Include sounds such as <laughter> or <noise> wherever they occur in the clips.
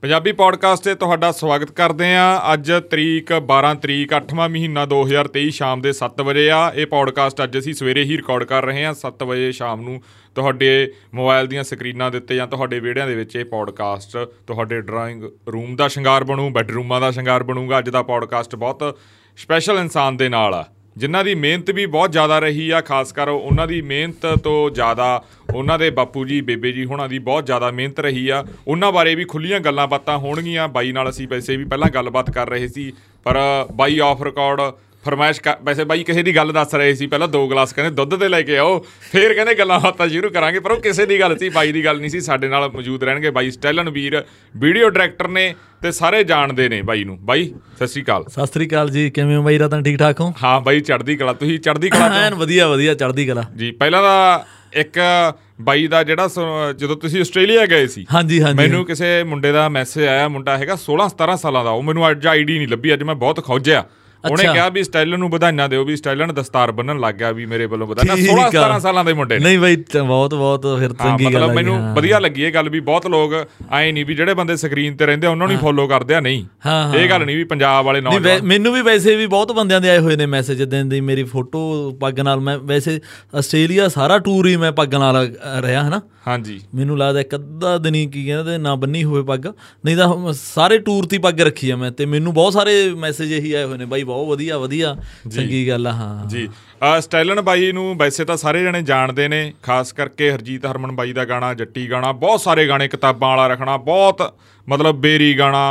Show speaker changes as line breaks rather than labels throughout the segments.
Punjabi podcast ਤੇ ਤੁਹਾਡਾ ਸਵਾਗਤ ਕਰਦੇ ਆ ਅੱਜ ਤਰੀਕ 12 ਤਰੀਕ 8ਵਾਂ ਮਹੀਨਾ 2023 ਸ਼ਾਮ ਦੇ 7 ਵਜੇ ਆ ਇਹ ਪੌਡਕਾਸਟ ਅੱਜ ਅਸੀਂ ਸਵੇਰੇ ਹੀ ਰਿਕਾਰਡ ਕਰ ਰਹੇ ਆ 7 ਵਜੇ ਸ਼ਾਮ ਨੂੰ ਤੁਹਾਡੇ ਮੋਬਾਈਲ ਦੀਆਂ ਸਕਰੀਨਾਂ ਦੇ ਉੱਤੇ ਜਾਂ ਤੁਹਾਡੇ ਵਿਹੜਿਆਂ ਦੇ ਵਿੱਚ ਇਹ ਪੌਡਕਾਸਟ ਤੁਹਾਡੇ ਡਰਾਇੰਗ ਰੂਮ ਦਾ ਸ਼ਿੰਗਾਰ ਬਣੂ ਬੈਡਰੂਮਾਂ ਦਾ ਸ਼ਿੰਗਾਰ ਬਣੂਗਾ ਅੱਜ ਦਾ ਪੌਡਕਾਸਟ ਬਹੁਤ ਸਪੈਸ਼ਲ ਇਨਸਾਨ ਦੇ ਨਾਲ ਆ ਜਿਨ੍ਹਾਂ ਦੀ ਮਿਹਨਤ ਵੀ ਬਹੁਤ ਜ਼ਿਆਦਾ ਰਹੀ ਆ ਖਾਸ ਕਰ ਉਹਨਾਂ ਦੀ ਮਿਹਨਤ ਤੋਂ ਜ਼ਿਆਦਾ ਉਹਨਾਂ ਦੇ ਬਾਪੂ ਜੀ ਬੇਬੇ ਜੀ ਹੁਣਾਂ ਦੀ ਬਹੁਤ ਜ਼ਿਆਦਾ ਮਿਹਨਤ ਰਹੀ ਆ ਉਹਨਾਂ ਬਾਰੇ ਵੀ ਖੁੱਲੀਆਂ ਗੱਲਾਂ ਬਾਤਾਂ ਹੋਣਗੀਆਂ ਬਾਈ ਨਾਲ ਅਸੀਂ ਵੈਸੇ ਵੀ ਪਹਿਲਾਂ ਗੱਲਬਾਤ ਕਰ ਰਹੇ ਸੀ ਪਰ ਬਾਈ ਆਫ ਰਿਕਾਰਡ ਫਰਮਾਇਸ਼ ਕਰ- ਵੈਸੇ ਬਾਈ ਕਿਸੇ ਦੀ ਗੱਲ ਦੱਸ ਰਹੇ ਸੀ ਪਹਿਲਾਂ ਦੋ ਗਲਾਸ ਕਹਿੰਦੇ ਦੁੱਧ ਦੇ ਲੈ ਕੇ ਆਓ ਫੇਰ ਕਹਿੰਦੇ ਗੱਲਾਂ ਬਾਤਾਂ ਸ਼ੁਰੂ ਕਰਾਂਗੇ ਪਰ ਉਹ ਕਿਸੇ ਦੀ ਗੱਲ ਸੀ ਬਾਈ ਦੀ ਗੱਲ ਨਹੀਂ ਸੀ ਸਾਡੇ ਨਾਲ ਮੌਜੂਦ ਰਹਿਣਗੇ ਬਾਈ ਸਟੈਲਨ ਵੀਰ ਵੀਡੀਓ ਡਾਇਰੈਕਟਰ ਨੇ ਤੇ ਸਾਰੇ ਜਾਣਦੇ ਨੇ ਬਾਈ ਨੂੰ ਬਾਈ ਸਤਿ ਸ਼੍ਰੀ ਅਕਾਲ
ਸਤਿ ਸ੍ਰੀ ਅਕਾਲ ਜੀ ਕਿਵੇਂ ਹੋ ਬਾਈ ਰਤਨ ਠੀਕ ਠਾਕ ਹੋ
ਹਾਂ ਬਾਈ ਚੜ੍ਹਦੀ ਕਲਾ ਤੁਸੀਂ ਚੜ੍ਹਦੀ ਕਲਾ ਚੋਂ-
ਐਨ ਵਧੀਆ ਵਧੀਆ ਚੜ੍ਹਦੀ ਕਲਾ
ਜੀ ਪਹਿਲਾਂ ਤਾਂ ਇੱਕ ਬਾਈ ਦਾ ਜਿਹੜਾ ਸੁ- ਜਦੋਂ ਤੁਸੀਂ ਆਸਟ੍ਰੇਲੀਆ ਗਏ ਸੀ
ਹਾਂਜੀ ਹਾਂਜੀ
ਮੈਨੂੰ ਕਿਸੇ ਮੁੰਡੇ ਦਾ ਮੈਸੇਜ ਆਇਆ ਮੁੰਡਾ ਹੈਗਾ 16 17 ਸਾਲਾਂ ਦਾ ਉਹ ਮੈਨੂੰ ਅੱਜ ਆਈਡੀ ਨਹੀਂ ਲੱਭੀ ਅੱਜ ਮੈਂ ਬਹੁਤ ਖੌਜਿਆ ਉਹਨੇ
ਅੱਛਾ।
ਕਿਹਾ ਵੀ ਸਟਾਈਲਨ ਨੂੰ ਵਧਾਈਆਂ ਦਿਓ ਵੀ ਸਟਾਈਲਨ ਦਸਤਾਰ ਬੰਨਣ ਲੱਗ ਗਿਆ ਵੀ ਮੇਰੇ ਵੱਲੋਂ ਵਧਾਈਆਂ
ਠੀਕ
16
ਆ।
17 ਸਾਲਾਂ ਦੇ ਮੁੰਡੇ ਨੇ
ਨਹੀਂ ਬਾਈ ਤ- ਬਹੁਤ ਬਹੁਤ ਫਿਰ
ਹਾਂ,
ਚੰਗੀ ਗੱਲ
ਮਤਲਬ
ਆ
ਮੈਨੂੰ ਵਧੀਆ ਲੱਗੀ ਇਹ ਗੱਲ ਵੀ ਬਹੁਤ ਲੋਕ ਐ ਨਹੀਂ ਵੀ ਜਿਹੜੇ ਬੰਦੇ ਸਕਰੀਨ ਤੇ ਰਹਿੰਦੇ ਆ, ਉਹਨਾਂ ਨੂੰ ਫੋਲੋ ਕਰਦੇ ਆ ਨਹੀਂ
ਹਾਂ,
ਇਹ ਗੱਲ ਨਹੀਂ ਵੀ ਪੰਜਾਬ ਵਾਲੇ
ਨਹੀਂ ਵੈ-
ਨੌਜਵਾਨ
ਮੈਨੂੰ ਵੀ ਵੈਸੇ ਵੀ ਬਹੁਤ ਬੰਦਿਆਂ ਦੇ ਆਏ ਹੋਏ ਨੇ ਮੈਸੇਜ ਦਿਨ ਦੀ ਮੇਰੀ ਫੋਟੋ ਪੱਗ ਨਾਲ ਮੈਂ ਵੈਸੇ ਆਸਟ੍ਰੇਲੀਆ ਸਾਰਾ ਟੂਰ ਹੀ ਮੈਂ ਪੱਗ ਨਾਲ ਅ, ਰਿਹਾ ਹਨਾ
ਹਾਂਜੀ
ਮੈਨੂੰ ਲੱਗਦਾ ਇੱਕ ਅੱਧਾ ਦਿਨ ਹੀ ਕੀ ਕਹਿੰਦੇ ਨਾ ਬੰਨੀ ਹੋਵੇ ਪੱਗ ਨਹੀਂ ਤਾਂ ਹੁਣ ਸਾਰੇ ਟੂਰ ਤੇ ਹੀ ਪੱਗ ਰੱਖੀ ਆ ਮੈਂ ਤੇ ਮੈਨੂੰ ਬਹੁਤ ਸਾਰੇ ਮੈਸੇਜ ਇਹੀ ਆਏ ਹੋਏ ਨੇ ਬਾਈ ਬਹੁਤ ਵਧੀਆ ਵਧੀਆ ਚੰਗੀ ਗੱਲ ਆ ਹਾਂ
ਜੀ ਅ, ਸਟੈਲਨ ਬਾਈ ਨੂੰ ਵੈਸੇ ਤਾਂ ਸਾਰੇ ਜਣੇ ਜਾਣਦੇ ਨੇ ਖਾਸ ਕਰਕੇ ਹਰਜੀਤ ਹਰਮਨ ਬਾਈ ਦਾ ਗਾਣਾ ਜੱਟੀ ਗਾਣਾ ਬਹੁਤ ਸਾਰੇ ਗਾਣੇ ਕਿਤਾਬਾਂ ਵਾਲਾ ਰੱਖਣਾ ਬਹੁਤ ਮਤਲਬ ਬੇਰੀ ਗਾਣਾ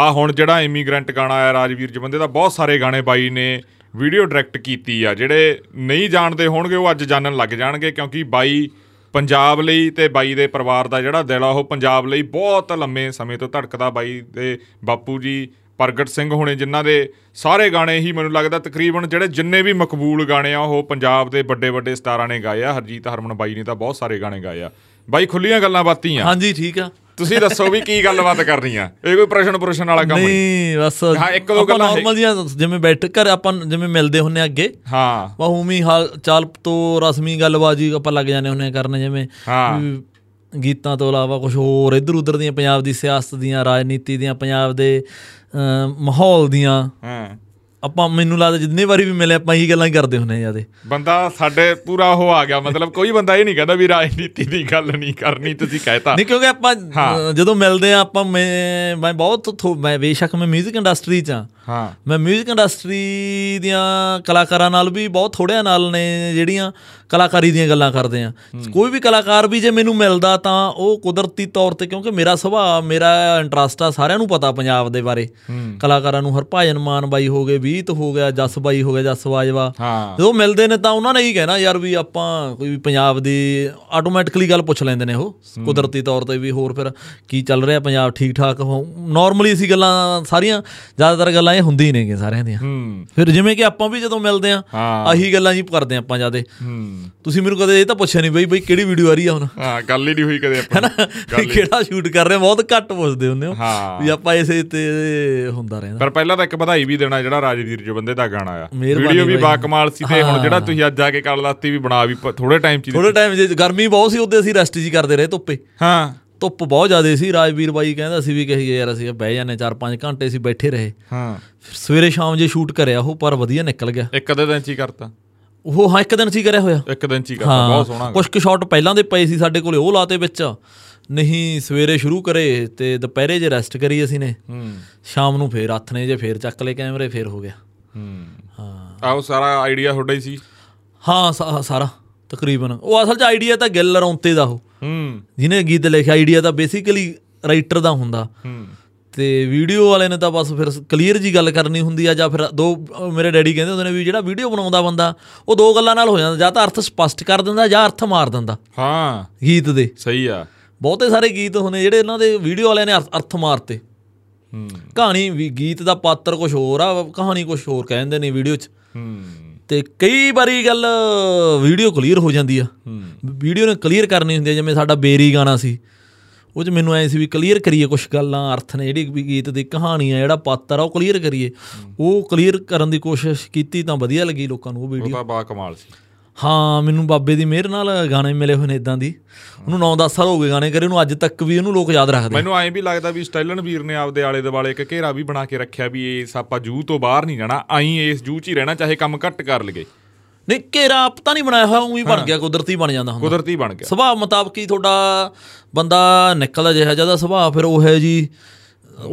ਆ ਹੁਣ ਜਿਹੜਾ ਇਮੀਗ੍ਰੈਂਟ ਗਾਣਾ ਆਇਆ ਰਾਜਵੀਰ ਜਵੰਦੇ ਦਾ ਬਹੁਤ ਸਾਰੇ ਗਾਣੇ ਬਾਈ ਨੇ ਵੀਡੀਓ ਡਾਇਰੈਕਟ ਕੀਤੀ ਆ ਜਿਹੜੇ ਨਹੀਂ ਜਾਣਦੇ ਹੋਣਗੇ ਉਹ ਅੱਜ ਜਾਣਨ ਲੱਗ ਜਾਣਗੇ ਕਿਉਂਕਿ ਬਾਈ ਪੰਜਾਬ ਲਈ ਤੇ ਬਾਈ ਦੇ ਪਰਿਵਾਰ ਦਾ ਜਿਹੜਾ ਦਿਲ ਆ ਉਹ ਪੰਜਾਬ ਲਈ ਬਹੁਤ ਲੰਮੇ ਸਮੇਂ ਤੋਂ ਧੜਕਦਾ ਬਾਈ ਦੇ ਬਾਪੂ ਜੀ ਪ੍ਰਗਟ ਸਿੰਘ ਹੋਣੇ ਜਿਨ੍ਹਾਂ ਦੇ ਸਾਰੇ ਗਾਣੇ ਹੀ ਮੈਨੂੰ ਲੱਗਦਾ ਤਕਰੀਬਨ ਜਿਹੜੇ ਜਿੰਨੇ ਵੀ ਮਕਬੂਲ ਗਾਣੇ ਆ ਉਹ ਪੰਜਾਬ ਦੇ ਵੱਡੇ ਵੱਡੇ ਸਟਾਰਾਂ ਨੇ ਗਾਏ ਆ ਹਰਜੀਤ ਹਰਮਨ ਬਾਈ ਨੇ ਤਾਂ ਬਹੁਤ ਸਾਰੇ ਗਾਣੇ ਗਾਏ ਆ ਬਾਈ ਖੁੱਲੀਆਂ ਗੱਲਾਂ ਬਾਤੀਆਂ
ਹਾਂਜੀ ਠੀਕ ਆ
ਤੁਸੀਂ ਦੱਸੋ ਵੀ ਕੀ ਗੱਲਬਾਤ ਕਰਨੀ ਆ ਇਹ ਕੋਈ ਪ੍ਰਸ਼ਨ ਪ੍ਰਸ਼ਨ ਵਾਲਾ ਕੰਮ ਨਹੀਂ
ਨਹੀਂ ਬਸ
ਹਾਂ, ਇੱਕ ਦੋ
ਆਪਾਂ
ਗੱਲਾਂ ਹੈ।
normal ਜਿਹੀਆਂ ਜਿਵੇਂ ਬੈਠ ਕਰ ਆਪਾਂ ਜਿਵੇਂ ਮਿਲਦੇ ਹੁੰਨੇ ਆ ਅੱਗੇ
ਹਾਂ
ਬਾ ਉਮੀ ਹਾਲ ਚਾਲ ਤੋਂ ਰਸਮੀ ਗੱਲਬਾਜੀ ਆਪਾਂ ਲੱਗ ਜਾਂਦੇ ਹੁੰਨੇ ਆ ਕਰਨ ਜਿਵੇਂ
ਹਾਂ।
ਵੀ ਗੀਤਾਂ ਤੋਂ ਇਲਾਵਾ ਕੁਝ ਹੋਰ ਇੱਧਰ ਉੱਧਰ ਦੀਆਂ ਪੰਜਾਬ ਦੀ ਸਿਆਸਤ ਦੀਆਂ ਰਾਜਨੀਤੀ ਦੀਆਂ ਪੰਜਾਬ ਦੇ ਅਮ, ਮਾਹੌਲ ਦੀਆਂ
ਹਾਂ
ਆਪਾਂ ਮੈਨੂੰ ਲੱਗਦਾ ਜਿੰਨੇ ਵਾਰੀ ਵੀ ਮਿਲੇ ਆਪਾਂ ਇਹੀ ਗੱਲਾਂ ਹੀ ਕਰਦੇ ਹੁੰਨੇ ਆ ਜਿਆਦੇ
ਬੰਦਾ ਸਾਡੇ ਪੂਰਾ ਉਹ ਆ ਗਿਆ ਮਤਲਬ ਕੋਈ ਬੰਦਾ ਇਹ ਨਹੀਂ ਕਹਿੰਦਾ ਵੀ ਰਾਜਨੀਤੀ ਦੀ ਗੱਲ ਨਹੀਂ ਕਰਨੀ ਤੁਸੀਂ ਕਹਿਤਾ
ਨਹੀਂ ਕਿਉਂਕਿ ਆਪਾਂ ਅ, ਜਦੋਂ ਮਿਲਦੇ ਆ ਆਪਾਂ ਮੈਂ ਮੈਂ ਬਹੁਤ ਥੋ- ਮੈਂ ਬੇਸ਼ੱਕ ਮੈਂ 뮤직 ਇੰਡਸਟਰੀ 'ਚ ਆ
ਹਾਂ
ਮੈਂ 뮤직 ਇੰਡਸਟਰੀ ਦੀਆਂ ਕਲਾਕਾਰਾਂ ਨਾਲ ਵੀ ਬਹੁਤ ਥੋੜਿਆਂ ਨਾਲ ਨੇ ਜਿਹੜੀਆਂ ਕਲਾਕਾਰੀ ਦੀਆਂ ਗੱਲਾਂ ਕਰਦੇ ਆ ਕੋਈ ਵੀ ਕਲਾਕਾਰ ਵੀ ਜੇ ਮੈਨੂੰ ਮਿਲਦਾ ਤਾਂ ਉਹ ਕੁਦਰਤੀ ਤੌਰ ਤੇ ਕਿਉਂਕਿ ਮੇਰਾ ਸੁਭਾਅ ਮੇਰਾ ਇੰਟਰਸਟ ਆ ਸਾਰਿਆਂ ਨੂੰ ਪਤਾ ਪੰਜਾਬ ਦੇ ਬਾਰੇ ਕਲਾਕਾਰਾਂ ਨੂੰ ਹਰਭਾਜਨ ਮਾਨ ਬਾਈ ਹੋ ਗਏ ਵੀਤ ਹੋ ਗਿਆ ਜਸ ਬਾਈ ਹੋ ਗਿਆ ਜਸ ਬਾਜਵਾ
ਹਾਂ
ਜਦੋਂ ਮਿਲਦੇ ਨੇ ਤਾਂ ਉਹਨਾਂ ਨੇ ਹੀ ਕਹਿਣਾ ਯਾਰ ਵੀ ਆਪਾਂ ਕੋਈ ਵੀ ਪੰਜਾਬ ਦੀ ਆਟੋਮੈਟਿਕਲੀ ਗੱਲ ਪੁੱਛ ਲੈਂਦੇ ਨੇ ਉਹ ਕੁਦਰਤੀ ਤੌਰ ਤੇ ਵੀ ਹੋਰ ਫਿਰ ਕੀ ਚੱਲ ਰਿਹਾ ਪੰਜਾਬ ਠੀਕ ਠਾਕ ਨਾਰਮਲੀ ਅਸੀਂ ਗੱਲਾਂ ਸਾਰੀਆਂ ਜ਼ਿਆਦਾਤਰ ਗੱਲਾਂ ਇਹ ਹੁੰਦੀ ਨੇਗੇ ਸਾਰਿਆਂ ਦੀਆਂ
ਹੂੰ
ਫਿਰ ਜਿਵੇਂ ਕਿ ਆਪਾਂ ਵੀ ਜਦੋਂ ਮਿਲਦੇ ਆ
ਹਾਂ।
ਆਹੀ ਗੱਲਾਂ ਜੀ ਕਰਦੇ ਆਪਾਂ ਜਿਆਦੇ
ਹੂੰ
ਤੁਸੀਂ ਮੈਨੂੰ ਕਦੇ ਇਹ ਤਾਂ ਪੁੱਛਿਆ ਨਹੀਂ ਬਈ ਬਈ ਕਿਹੜੀ ਵੀਡੀਓ ਆ ਰਹੀ ਆ ਹੁਣ
ਹਾਂ ਗੱਲ ਹੀ ਨਹੀਂ ਹੋਈ ਕਦੇ
<laughs>
ਆਪਣੀ
ਵੀ ਕਿਹੜਾ ਸ਼ੂਟ ਕਰ ਰਹੇ ਆ? ਬਹੁਤ ਘੱਟ ਪੁੱਛਦੇ ਹੁੰਦੇ ਹੋ
ਹਾਂ
ਵੀ ਆਪਾਂ ਇਸੇ ਤੇ ਹੁੰਦਾ ਰਹਿੰਦਾ
ਪਰ ਪਹਿਲਾਂ ਤਾਂ ਇੱਕ ਵਧਾਈ ਵੀ ਦੇਣਾ ਜਿਹੜਾ ਰਾਜਵੀਰ ਜਵੰਦੇ ਦਾ ਗਾਣਾ ਆ
ਮਿਹਰਬਾਨੀ
ਵੀਡੀਓ ਵੀ
ਬਾਈ।
ਬਾਕਮਾਲ ਸੀ ਤੇ ਹੁਣ ਜਿਹੜਾ ਤੁਸੀਂ ਅੱਜ ਜਾ ਕੇ ਕੱਲ ਰਾਤੀ ਵੀ ਬਣਾ ਵੀ ਪ- ਥੋੜੇ ਟਾਈਮ ਚ ਹੀ ਦਿੱਤੀ।
ਥੋੜੇ ਟਾਈਮ ਜੇ ਗਰਮੀ ਬਹੁਤ ਸੀ ਉਦੋਂ ਅਸੀਂ ਰੈਸਟ ਜੀ ਕਰਦੇ ਰਹੇ ਧੁੱਪੇ
ਹਾਂ
ਧੁੱਪ ਬਹੁਤ ਜ਼ਿਆਦਾ ਸੀ ਰਾਜਵੀਰ ਬਾਈ ਕਹਿੰਦਾ ਸੀ ਵੀ ਕਹੀਏ ਯਾਰ ਅਸੀਂ ਬਹਿ ਜਾਂਦੇ 4-5 ਘੰਟੇ ਅਸੀਂ ਬੈਠੇ ਰਹੇ
ਹਾਂ
ਫਿਰ ਸਵੇਰੇ ਸ਼ਾਮ ਜੇ ਸ਼ੂਟ ਕਰਿਆ ਉਹ ਪਰ ਵਧੀਆ ਨਿਕਲ ਗਿਆ
ਇੱਕ ਅੱਧੇ ਦਿਨ ਚ ਹੀ ਕਰਤਾ
ਉਹ ਹਾਂ ਇੱਕ ਦਿਨ ਸੀ ਕਰਿਆ ਹੋਇਆ
ਇੱਕ ਦਿਨ ਚ ਹੀ ਕਰਤਾ ਬਹੁਤ ਸੋਹਣਾ
ਕੁਝ ਕੁ ਸ਼ਾਟ ਪਹਿਲਾਂ ਦੇ ਪਏ ਸੀ ਸਾਡੇ ਕੋਲੇ ਉਹ ਲਾਤੇ ਵਿੱਚ ਨਹੀਂ ਸਵੇਰੇ ਸ਼ੁਰੂ ਕਰੇ ਤੇ ਦੁਪਹਿਰੇ ਜੇ ਰੈਸਟ ਕਰੀ ਅਸੀਂ ਨੇ
ਹੂੰ
ਸ਼ਾਮ ਨੂੰ ਫੇਰ ਹੱਥ ਨੇ ਜੇ ਫੇਰ ਚੱਕ ਲਏ ਕੈਮਰੇ ਫੇਰ ਹੋ ਗਿਆ
ਹੂੰ
ਹਾਂ
ਆਹ ਉਹ ਸਾਰਾ ਆਈਡੀਆ ਤੁਹਾਡਾ ਹੀ ਸੀ
ਹਾਂ ਸਾ- ਸਾਰਾ ਤਕਰੀਬਨ ਉਹ ਅਸਲ 'ਚ ਆਈਡੀਆ ਤਾਂ ਗਿੱਲ ਰੌਂਤੇ ਦਾ ਉਹ
ਹੂੰ
ਜਿਹਨੇ ਗੀਤ ਲਿਖਿਆ ਆਈਡੀਆ ਤਾਂ ਬੇਸਿਕਲੀ ਰਾਈਟਰ ਦਾ ਹੁੰਦਾ
ਹੂੰ
ਤੇ ਵੀਡੀਓ ਵਾਲੇ ਨੇ ਤਾਂ ਬਸ ਫਿਰ ਕਲੀਅਰ ਜੀ ਗੱਲ ਕਰਨੀ ਹੁੰਦੀ ਆ ਜਾਂ ਫਿਰ ਦੋ ਅਹ ਮੇਰੇ ਡੈਡੀ ਕਹਿੰਦੇ ਹੁੰਦੇ ਨੇ ਵੀ ਜਿਹੜਾ ਵੀਡੀਓ ਬਣਾਉਂਦਾ ਬੰਦਾ ਉਹ ਦੋ ਗੱਲਾਂ ਨਾਲ ਹੋ ਜਾਂਦਾ ਜਾਂ ਤਾਂ ਅਰਥ ਸਪਸ਼ਟ ਕਰ ਦਿੰਦਾ ਜਾਂ ਅਰਥ ਮਾਰ ਦਿੰਦਾ
ਹਾਂ
ਗੀਤ ਦੇ
ਸਹੀ ਆ
ਬਹੁਤੇ ਸਾਰੇ ਗੀਤ ਹੁੰਦੇ ਜਿਹੜੇ ਇਹਨਾਂ ਦੇ ਵੀਡੀਓ ਵਾਲਿਆਂ ਨੇ ਅਰਥ- ਅਰਥ ਮਾਰਤੇ
ਹੂੰ
ਕਹਾਣੀ ਵੀ ਗੀਤ ਦਾ ਪਾਤਰ ਕੁਝ ਹੋਰ ਆ ਕਹਾਣੀ ਕੁਝ ਹੋਰ ਕਹਿੰਦੇ ਨੇ ਵੀਡੀਓ 'ਚ
ਹੂੰ
ਤੇ ਕਈ ਵਾਰੀ ਗੱਲ ਵੀਡੀਓ ਕਲੀਅਰ ਹੋ ਜਾਂਦੀ ਆ
ਹੂੰ
ਵੀਡੀਓ ਨੇ ਕਲੀਅਰ ਕਰਨੀ ਹੁੰਦੀ ਆ ਜਿਵੇਂ ਸਾਡਾ ਬੇਰੀ ਗਾਣਾ ਸੀ ਉਹ ਚ ਮੈਨੂੰ ਐ ਸੀ ਵੀ ਕਲੀਅਰ ਕਰੀਏ ਕੁਝ ਗੱਲਾਂ ਅਰਥ ਨੇ ਜਿਹੜੀ ਵੀ ਗੀਤ ਦੀ ਕਹਾਣੀ ਆ ਜਿਹੜਾ ਪਾਤਰ ਆ ਉਹ ਕਲੀਅਰ ਕਰੀਏ ਉਹ ਕਲੀਅਰ ਕਰਨ ਦੀ ਕੋਸ਼ਿਸ਼ ਕੀਤੀ ਤਾਂ ਵਧੀਆ ਲੱਗੀ ਲੋਕਾਂ ਨੂੰ ਉਹ
ਉਹ
ਵੀਡੀਓ
ਤਾਂ ਬਾਕਮਾਲ ਸੀ
ਹਾਂ ਮੈਨੂੰ ਬਾਬੇ ਦੀ ਮਿਹਰ ਨਾਲ ਗਾਣੇ ਮਿਲੇ ਹੋਏ ਨੇ ਇਦਾਂ ਦੀ ਉਹਨੂੰ 9-10 ਸਾਲ ਹੋ ਗਏ ਗਾਣੇ ਕਰੇ ਉਹਨੂੰ ਅੱਜ ਤੱਕ ਵੀ ਉਹਨੂੰ ਲੋਕ ਯਾਦ ਰੱਖਦੇ
ਮੈਨੂੰ ਐਂ ਵੀ ਲੱਗਦਾ ਵੀ ਸਟਾਈਲਨ ਵੀਰ ਨੇ ਆਪਦੇ ਆਲੇ ਦੁਆਲੇ ਇੱਕ ਘੇਰਾ ਵੀ ਬਣਾ ਕੇ ਰੱਖਿਆ ਵੀ ਇਸ ਆਪਾਂ ਜੂ ਤੋਂ ਬਾਹਰ ਨਹੀਂ ਜਾਣਾ ਆਈ ਇਸ ਜੂ 'ਚ ਹੀ ਰਹਿਣਾ ਚਾਹੇ ਕੰਮ ਘੱਟ ਕਰ ਲਈਏ
ਨਹੀਂ ਘੇਰਾ ਆਪ ਤਾਂ ਨਹੀਂ ਬਣਾਇਆ ਹੋਇਆ ਉਹੀ ਬਣ ਗਿਆ ਕੁਦਰਤੀ ਬਣ ਜਾਂਦਾ ਹੁੰਦਾ
ਕੁਦਰਤੀ ਬਣ ਗਿਆ
ਸੁਭਾਅ ਮੁਤਾਬਕ ਹੀ ਤੁਹਾਡਾ ਬੰਦਾ ਨਿਕਲਦਾ ਜਿਹਾ ਜਿਹਦਾ ਸੁਭਾਅ ਫਿਰ ਉਹ ਹੈ ਜੀ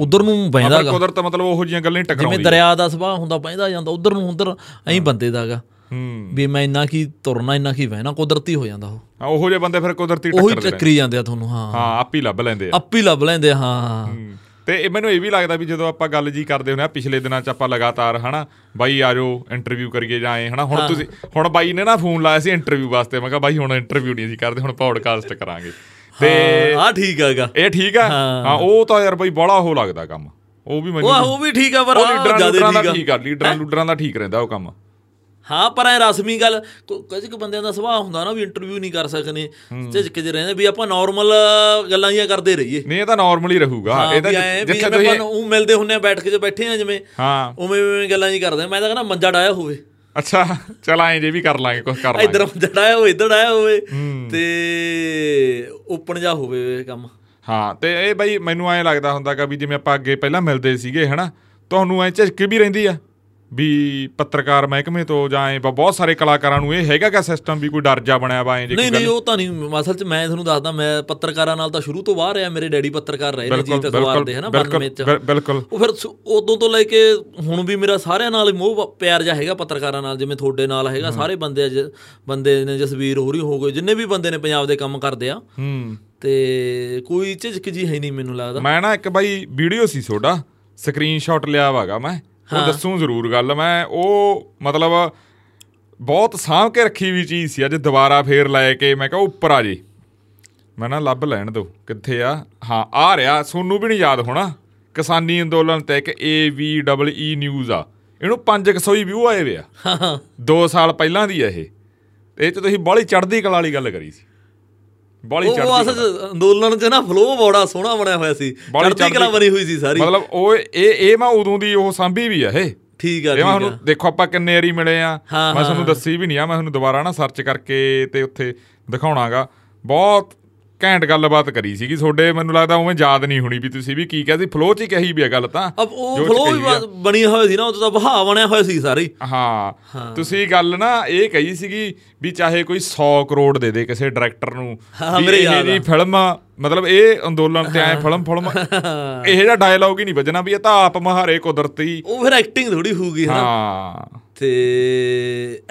ਉਧਰ ਨੂੰ ਬਹਿੰਦਾ
ਪਰ ਕੁਦਰਤ ਮਤਲਬ ਉਹੋ ਜਿਹੀਆਂ ਗੱਲਾਂ ਹੀ
ਜਿਵੇਂ
ਟਕਰਾਉਂਦੀ
ਦਰਿਆ ਦਾ ਸੁਭਾਅ ਹੁੰਦਾ ਬਹਿੰਦਾ ਜਾਂਦਾ ਉਧਰ ਨੂੰ ਉਧਰ ਐਂ ਬੰਦੇ ਦਾਗਾ
ਹੂੰ
ਵੀ ਮੈਂ ਇੰਨਾ ਕੀ ਤੁਰਨਾ ਇੰਨਾ ਕੀ ਬਹਿਣਾ ਕੁਦਰਤੀ ਹੋ ਜਾਂਦਾ ਉਹ
ਹਾਂ, ਉਹੋ ਜਿਹੇ ਬੰਦੇ ਫਿਰ ਕੁਦਰਤੀ
ਉਹੀ
ਟੱਕਰਦੇ ਨੇ
ਟੱਕਰੀ ਜਾਂਦੇ ਆ ਤੁਹਾਨੂੰ ਹਾਂ
ਹਾਂ ਆਪ ਹੀ ਲੱਭ ਲੈਂਦੇ ਆ
ਆਪ ਹੀ ਲੱਭ ਲੈਂਦੇ ਆ, ਹਾਂ
ਹੂੰ। ਤੇ ਇਹ ਮੈਨੂੰ ਇਹ ਵੀ ਲੱਗਦਾ ਵੀ ਜਦੋਂ ਆਪਾਂ ਗੱਲ ਜੀ ਕਰਦੇ ਹੁੰਦੇ ਆ ਪਿਛਲੇ ਦਿਨਾਂ 'ਚ ਆਪਾਂ ਲਗਾਤਾਰ ਹਨਾ ਬਾਈ ਆਜੋ ਇੰਟਰਵਿਊ ਕਰੀਏ ਜਾਂ ਐ ਹਨਾ ਹੁਣ ਤੁਸੀਂ ਹੁਣ ਬਾਈ ਨੇ ਨਾ ਫੋਨ ਲਾਇਆ ਸੀ ਇੰਟਰਵਿਊ ਵਾਸਤੇ ਮੈਂ ਕਿਹਾ ਬਾਈ ਹੁਣ ਇੰਟਰਵਿਊ ਨਹੀਂ ਅਸੀਂ ਕਰਦੇ ਹੁਣ ਪੌਡਕਾਸਟ ਕਰਾਂਗੇ ਤੇ
ਤੇ ਆ ਠੀਕ ਹੈਗਾ
ਇਹ ਠੀਕ ਆ ਹਾਂ ਉਹ ਤਾਂ ਯਾਰ ਬਾਈ ਬੜਾ ਉਹ ਲੱਗਦਾ ਕੰਮ ਉਹ ਵੀ ਮੈਨੂੰ
ਉਹ ਉਹ ਵੀ ਠੀਕ ਆ ਪਰ
ਉਹ
ਆਹ
ਲੀਡਰਾਂ
ਜ਼ਿਆਦੇ
ਲੂਡਰਾਂ ਦਾ
ਠੀਕ ਆ।
ਠੀਕ ਆ ਲੀਡਰਾਂ ਲੂਡਰਾਂ ਦਾ ਠੀਕ ਰਹਿੰਦਾ ਉਹ ਕੰਮ
ਹਾਂ ਪਰ ਐ ਰਸਮੀ ਗੱਲ ਕੁ- ਕੁਝ ਕੁ ਬੰਦਿਆਂ ਦਾ ਸੁਭਾਅ ਹੁੰਦਾ ਨਾ ਵੀ ਇੰਟਰਵਿਊ ਨਹੀਂ ਕਰ ਸਕਨੇ ਝਿਜਕ ਜੇ ਰਹਿੰਦੇ ਵੀ ਆਪਾਂ ਨਾਰਮਲ ਗੱਲਾਂ ਜੀਆਂ ਕਰਦੇ ਰਹੀਏ
ਨਹੀਂ ਇਹ ਤਾਂ ਨਾਰਮਲ ਹੀ ਰਹੂਗਾ ਇਹ ਤਾਂ
ਵੀ ਐਂ ਵੀ
ਜਿੱਥੇ
ਜਿਵੇਂ
ਤੁਸੀਂ
ਆਪਾਂ ਉਹ ਮਿਲਦੇ ਹੁੰਨੇ ਆ ਬੈਠ ਕੇ ਜੇ ਬੈਠੇ ਆ ਜਿਵੇਂ
ਹਾਂ
ਉਵੇਂ ਉਵੇਂ ਗੱਲਾਂ ਜੀ ਕਰਦੇ ਆ। ਮੈਂ ਤਾਂ ਕਹਿੰਦਾ ਮੰਜਾ ਡਾਇਆ ਹੋਵੇ
ਅੱਛਾ ਚਲ ਐਂ ਜੇ ਵੀ ਕਰ ਲਾਂਗੇ ਕੁਝ ਕਰ ਲਾਂਗੇ
ਇਧਰ ਮੰਜਾ ਡਾਇਆ ਹੋਵੇ ਇਧਰ ਡਾਇਆ ਹੋਵੇ ਤੇ ਓਪਨ ਜਾ ਹੋਵੇ ਕੰਮ
ਹਾਂ ਤੇ ਇਹ ਬਈ ਮੈਨੂੰ ਐਂ ਲੱਗਦਾ ਹੁੰਦਾ ਕਿ ਵੀ ਜਿਵੇਂ ਆਪਾਂ ਅੱਗੇ ਪਹਿਲਾਂ ਮਿਲਦੇ ਸੀਗੇ ਹਨਾ ਤੁਹਾਨੂੰ ਐਂ ਝਿਜਕ ਵੀ ਰਹਿੰਦੀ ਆ ਵੀ ਪੱਤਰਕਾਰ ਮਹਿਕਮੇ ਤੋਂ ਜਾਂ ਐਂ ਬ- ਬਹੁਤ ਸਾਰੇ ਕਲਾਕਾਰਾਂ ਨੂੰ ਇਹ ਹੈਗਾ ਕਿ ਸਿਸਟਮ ਵੀ ਕੋਈ ਡਰ ਜਾ ਬਣਿਆ ਵਾ ਐਂ ਜੇ ਕੋਈ
ਨਹੀਂ ਨਹੀਂ ਉਹ ਤਾਂ ਨਹੀਂ ਅਸਲ 'ਚ ਮੈਂ ਤੁਹਾਨੂੰ ਦੱਸਦਾ ਮੈਂ ਪੱਤਰਕਾਰਾਂ ਨਾਲ ਤਾਂ ਸ਼ੁਰੂ ਤੋਂ ਬਾਹਰ ਆ ਮੇਰੇ ਡੈਡੀ ਪੱਤਰਕਾਰ ਰਹੇ ਨੇ ਜੀ
ਬਿਲਕੁਲ
ਅਖਬਾਰ ਦੇ
ਬਿਲਕੁਲ
ਹਨਾ 92 'ਚ
ਬਿਲਕੁਲ ਬਿਲਕੁਲ
ਉਹ ਫਿਰ ਸੁ- ਉਦੋਂ ਤੋਂ ਲੈ ਕੇ ਹੁਣ ਵੀ ਮੇਰਾ ਸਾਰਿਆਂ ਨਾਲ ਹੀ ਮੋਹ ਵਾ- ਪਿਆਰ ਜਿਹਾ ਹੈਗਾ ਪੱਤਰਕਾਰਾਂ ਨਾਲ ਜਿਵੇਂ ਤੁਹਾਡੇ ਨਾਲ ਹੈਗਾ ਸਾਰੇ ਬੰਦੇ ਆ ਜ- ਬੰਦੇ ਨੇ ਜਸਵੀਰ ਹੋਰੀ ਹੋ ਗਏ ਜਿੰਨੇ ਵੀ ਬੰਦੇ ਨੇ ਪੰਜਾਬ ਦੇ ਕੰਮ ਕਰਦੇ ਆ
ਹੂੰ
ਤੇ ਕੋਈ ਝਿਜਕ ਜੀ ਹੈ ਨਹੀਂ ਮੈਨੂੰ ਲੱਗਦਾ
ਮੈਂ ਨਾ ਇੱਕ ਬਾਈ ਵੀਡੀਓ ਸੀ ਤੁਹਾਡਾ ਸਕਰੀਨਸ਼ਾਟ ਲਿਆ ਵਾਗਾ ਮੈਂ ਉਹ ਦੱਸੂ ਜ਼ਰੂਰ ਗੱਲ ਮੈਂ ਉਹ ਮਤਲਬ ਬਹੁਤ ਸਾਂਭ ਕੇ ਰੱਖੀ ਵੀ ਚੀਜ਼ ਸੀ ਅੱਜ ਦੁਬਾਰਾ ਫੇਰ ਲੈ ਕੇ ਮੈਂ ਕਿਹਾ ਉੱਪਰ ਆ ਜੇ ਮੈਂ ਨਾ ਲੱਭ ਲੈਣ ਦੋ ਕਿੱਥੇ ਆ ਹਾਂ ਆ ਰਿਹਾ ਸੋਨੂੰ ਵੀ ਨਹੀਂ ਯਾਦ ਹੋਣਾ ਕਿਸਾਨੀ ਅੰਦੋਲਨ ਤੇ ਇੱਕ E AVEE ਨਿਊਜ਼ ਆ ਇਹਨੂੰ 500 ਹੀ ਵਿਊ ਆਏ ਵੇ ਆ
ਹਾਂ
2 ਸਾਲ ਪਹਿਲਾਂ ਦੀ ਆ ਇਹ ਇਹ ਚ ਤੁਸੀਂ ਬਾਹਲੀ ਚੜ੍ਹਦੀ ਕਲਾ ਵਾਲੀ ਗੱਲ ਕਰੀ ਸੀ ਬਾਹਲੀ
ਉਹ- ਉਹ
ਚੜ੍ਹਦੀ
ਅਸਲ 'ਚ ਅੰਦੋਲਨ 'ਚ ਨਾ ਫਲੋ ਬੜਾ ਸੋਹਣਾ ਬਣਿਆ ਹੋਇਆ ਸੀ
ਬਾਹਲੀ
ਚੜ੍ਹਦੀ ਕਲਾ
ਚੜ੍ਹਦੀ-
ਬਣੀ ਹੋਈ ਸੀ ਸਾਰੀ
ਮਤਲਬ ਉਹ ਇਹ ਇਹ ਮੈਂ ਉਦੋਂ ਦੀ ਉਹ ਸਾਂਭੀ ਵੀ ਆ ਇਹ
ਠੀਕ ਆ
ਇਹ
ਠੀਕ
ਮੈਂ
ਆ
ਤੁਹਾਨੂੰ ਦੇਖੋ ਆਪਾਂ ਕਿੰਨੇ ਵਾਰੀ ਮਿਲੇ ਆ
ਹਾਂ,
ਮੈਂ ਤੁਹਾਨੂੰ ਦੱਸੀ ਵੀ ਨਹੀਂ ਆ ਮੈਂ ਤੁਹਾਨੂੰ ਦੁਬਾਰਾ ਨਾ ਸਰਚ ਕਰਕੇ ਤੇ ਉੱਥੇ ਦਿਖਾਉਣਾਗਾ ਬਹੁਤ ਘੈਂਟ ਗੱਲਬਾਤ ਕਰੀ ਸੀਗੀ ਤੁਹਾਡੇ ਮੈਨੂੰ ਲੱਗਦਾ ਉਵੇਂ ਯਾਦ ਨਹੀਂ ਹੋਣੀ ਵੀ ਤੁਸੀਂ ਵੀ ਕੀ ਕਿਹਾ ਸੀ ਫਲੋ ਚ ਹੀ ਕਹੀ ਵੀ ਆ ਗੱਲ ਤਾਂ
ਅਬ ਉਹ
ਜੋ ਚ
ਫਲੋ ਵੀ
ਕਹੀ ਆ।
ਬਸ ਬਣੀ ਹੋਈ ਸੀ ਨਾ ਉਦੋਂ ਤਾਂ ਵਹਾ ਬਣਿਆ ਹੋਇਆ ਸੀ ਸਾਰੀ
ਹਾਂ ਤੁਸੀਂ ਗੱਲ ਨਾ ਇਹ ਕਹੀ ਸੀਗੀ ਵੀ ਚਾਹੇ ਕੋਈ 100 ਕਰੋੜ ਦੇ ਦੇ ਕਿਸੇ ਡਾਇਰੈਕਟਰ ਨੂੰ
ਹਾਂ,
ਵੀ
ਮੇਰੇ
ਇਹਨੇ
ਯਾਦ
ਦੀ ਫਿਲਮ ਮਤਲਬ ਇਹ ਅੰਦੋਲਨ ਤੇ ਐ ਫਿਲਮ ਫਿਲਮ ਇਹ ਜਿਹੜਾ ਡਾਇਲੌਗ ਹੀ ਨਹੀਂ ਵੱਜਣਾ ਵੀ ਇਹ ਤਾਂ ਆਪ ਮਹਾਰੇ ਕੁਦਰਤੀ
ਉਹ ਫਿਰ ਐਕਟਿੰਗ ਥੋੜੀ ਹੋਊਗੀ ਹਨਾ
ਹਾਂ
ਤੇ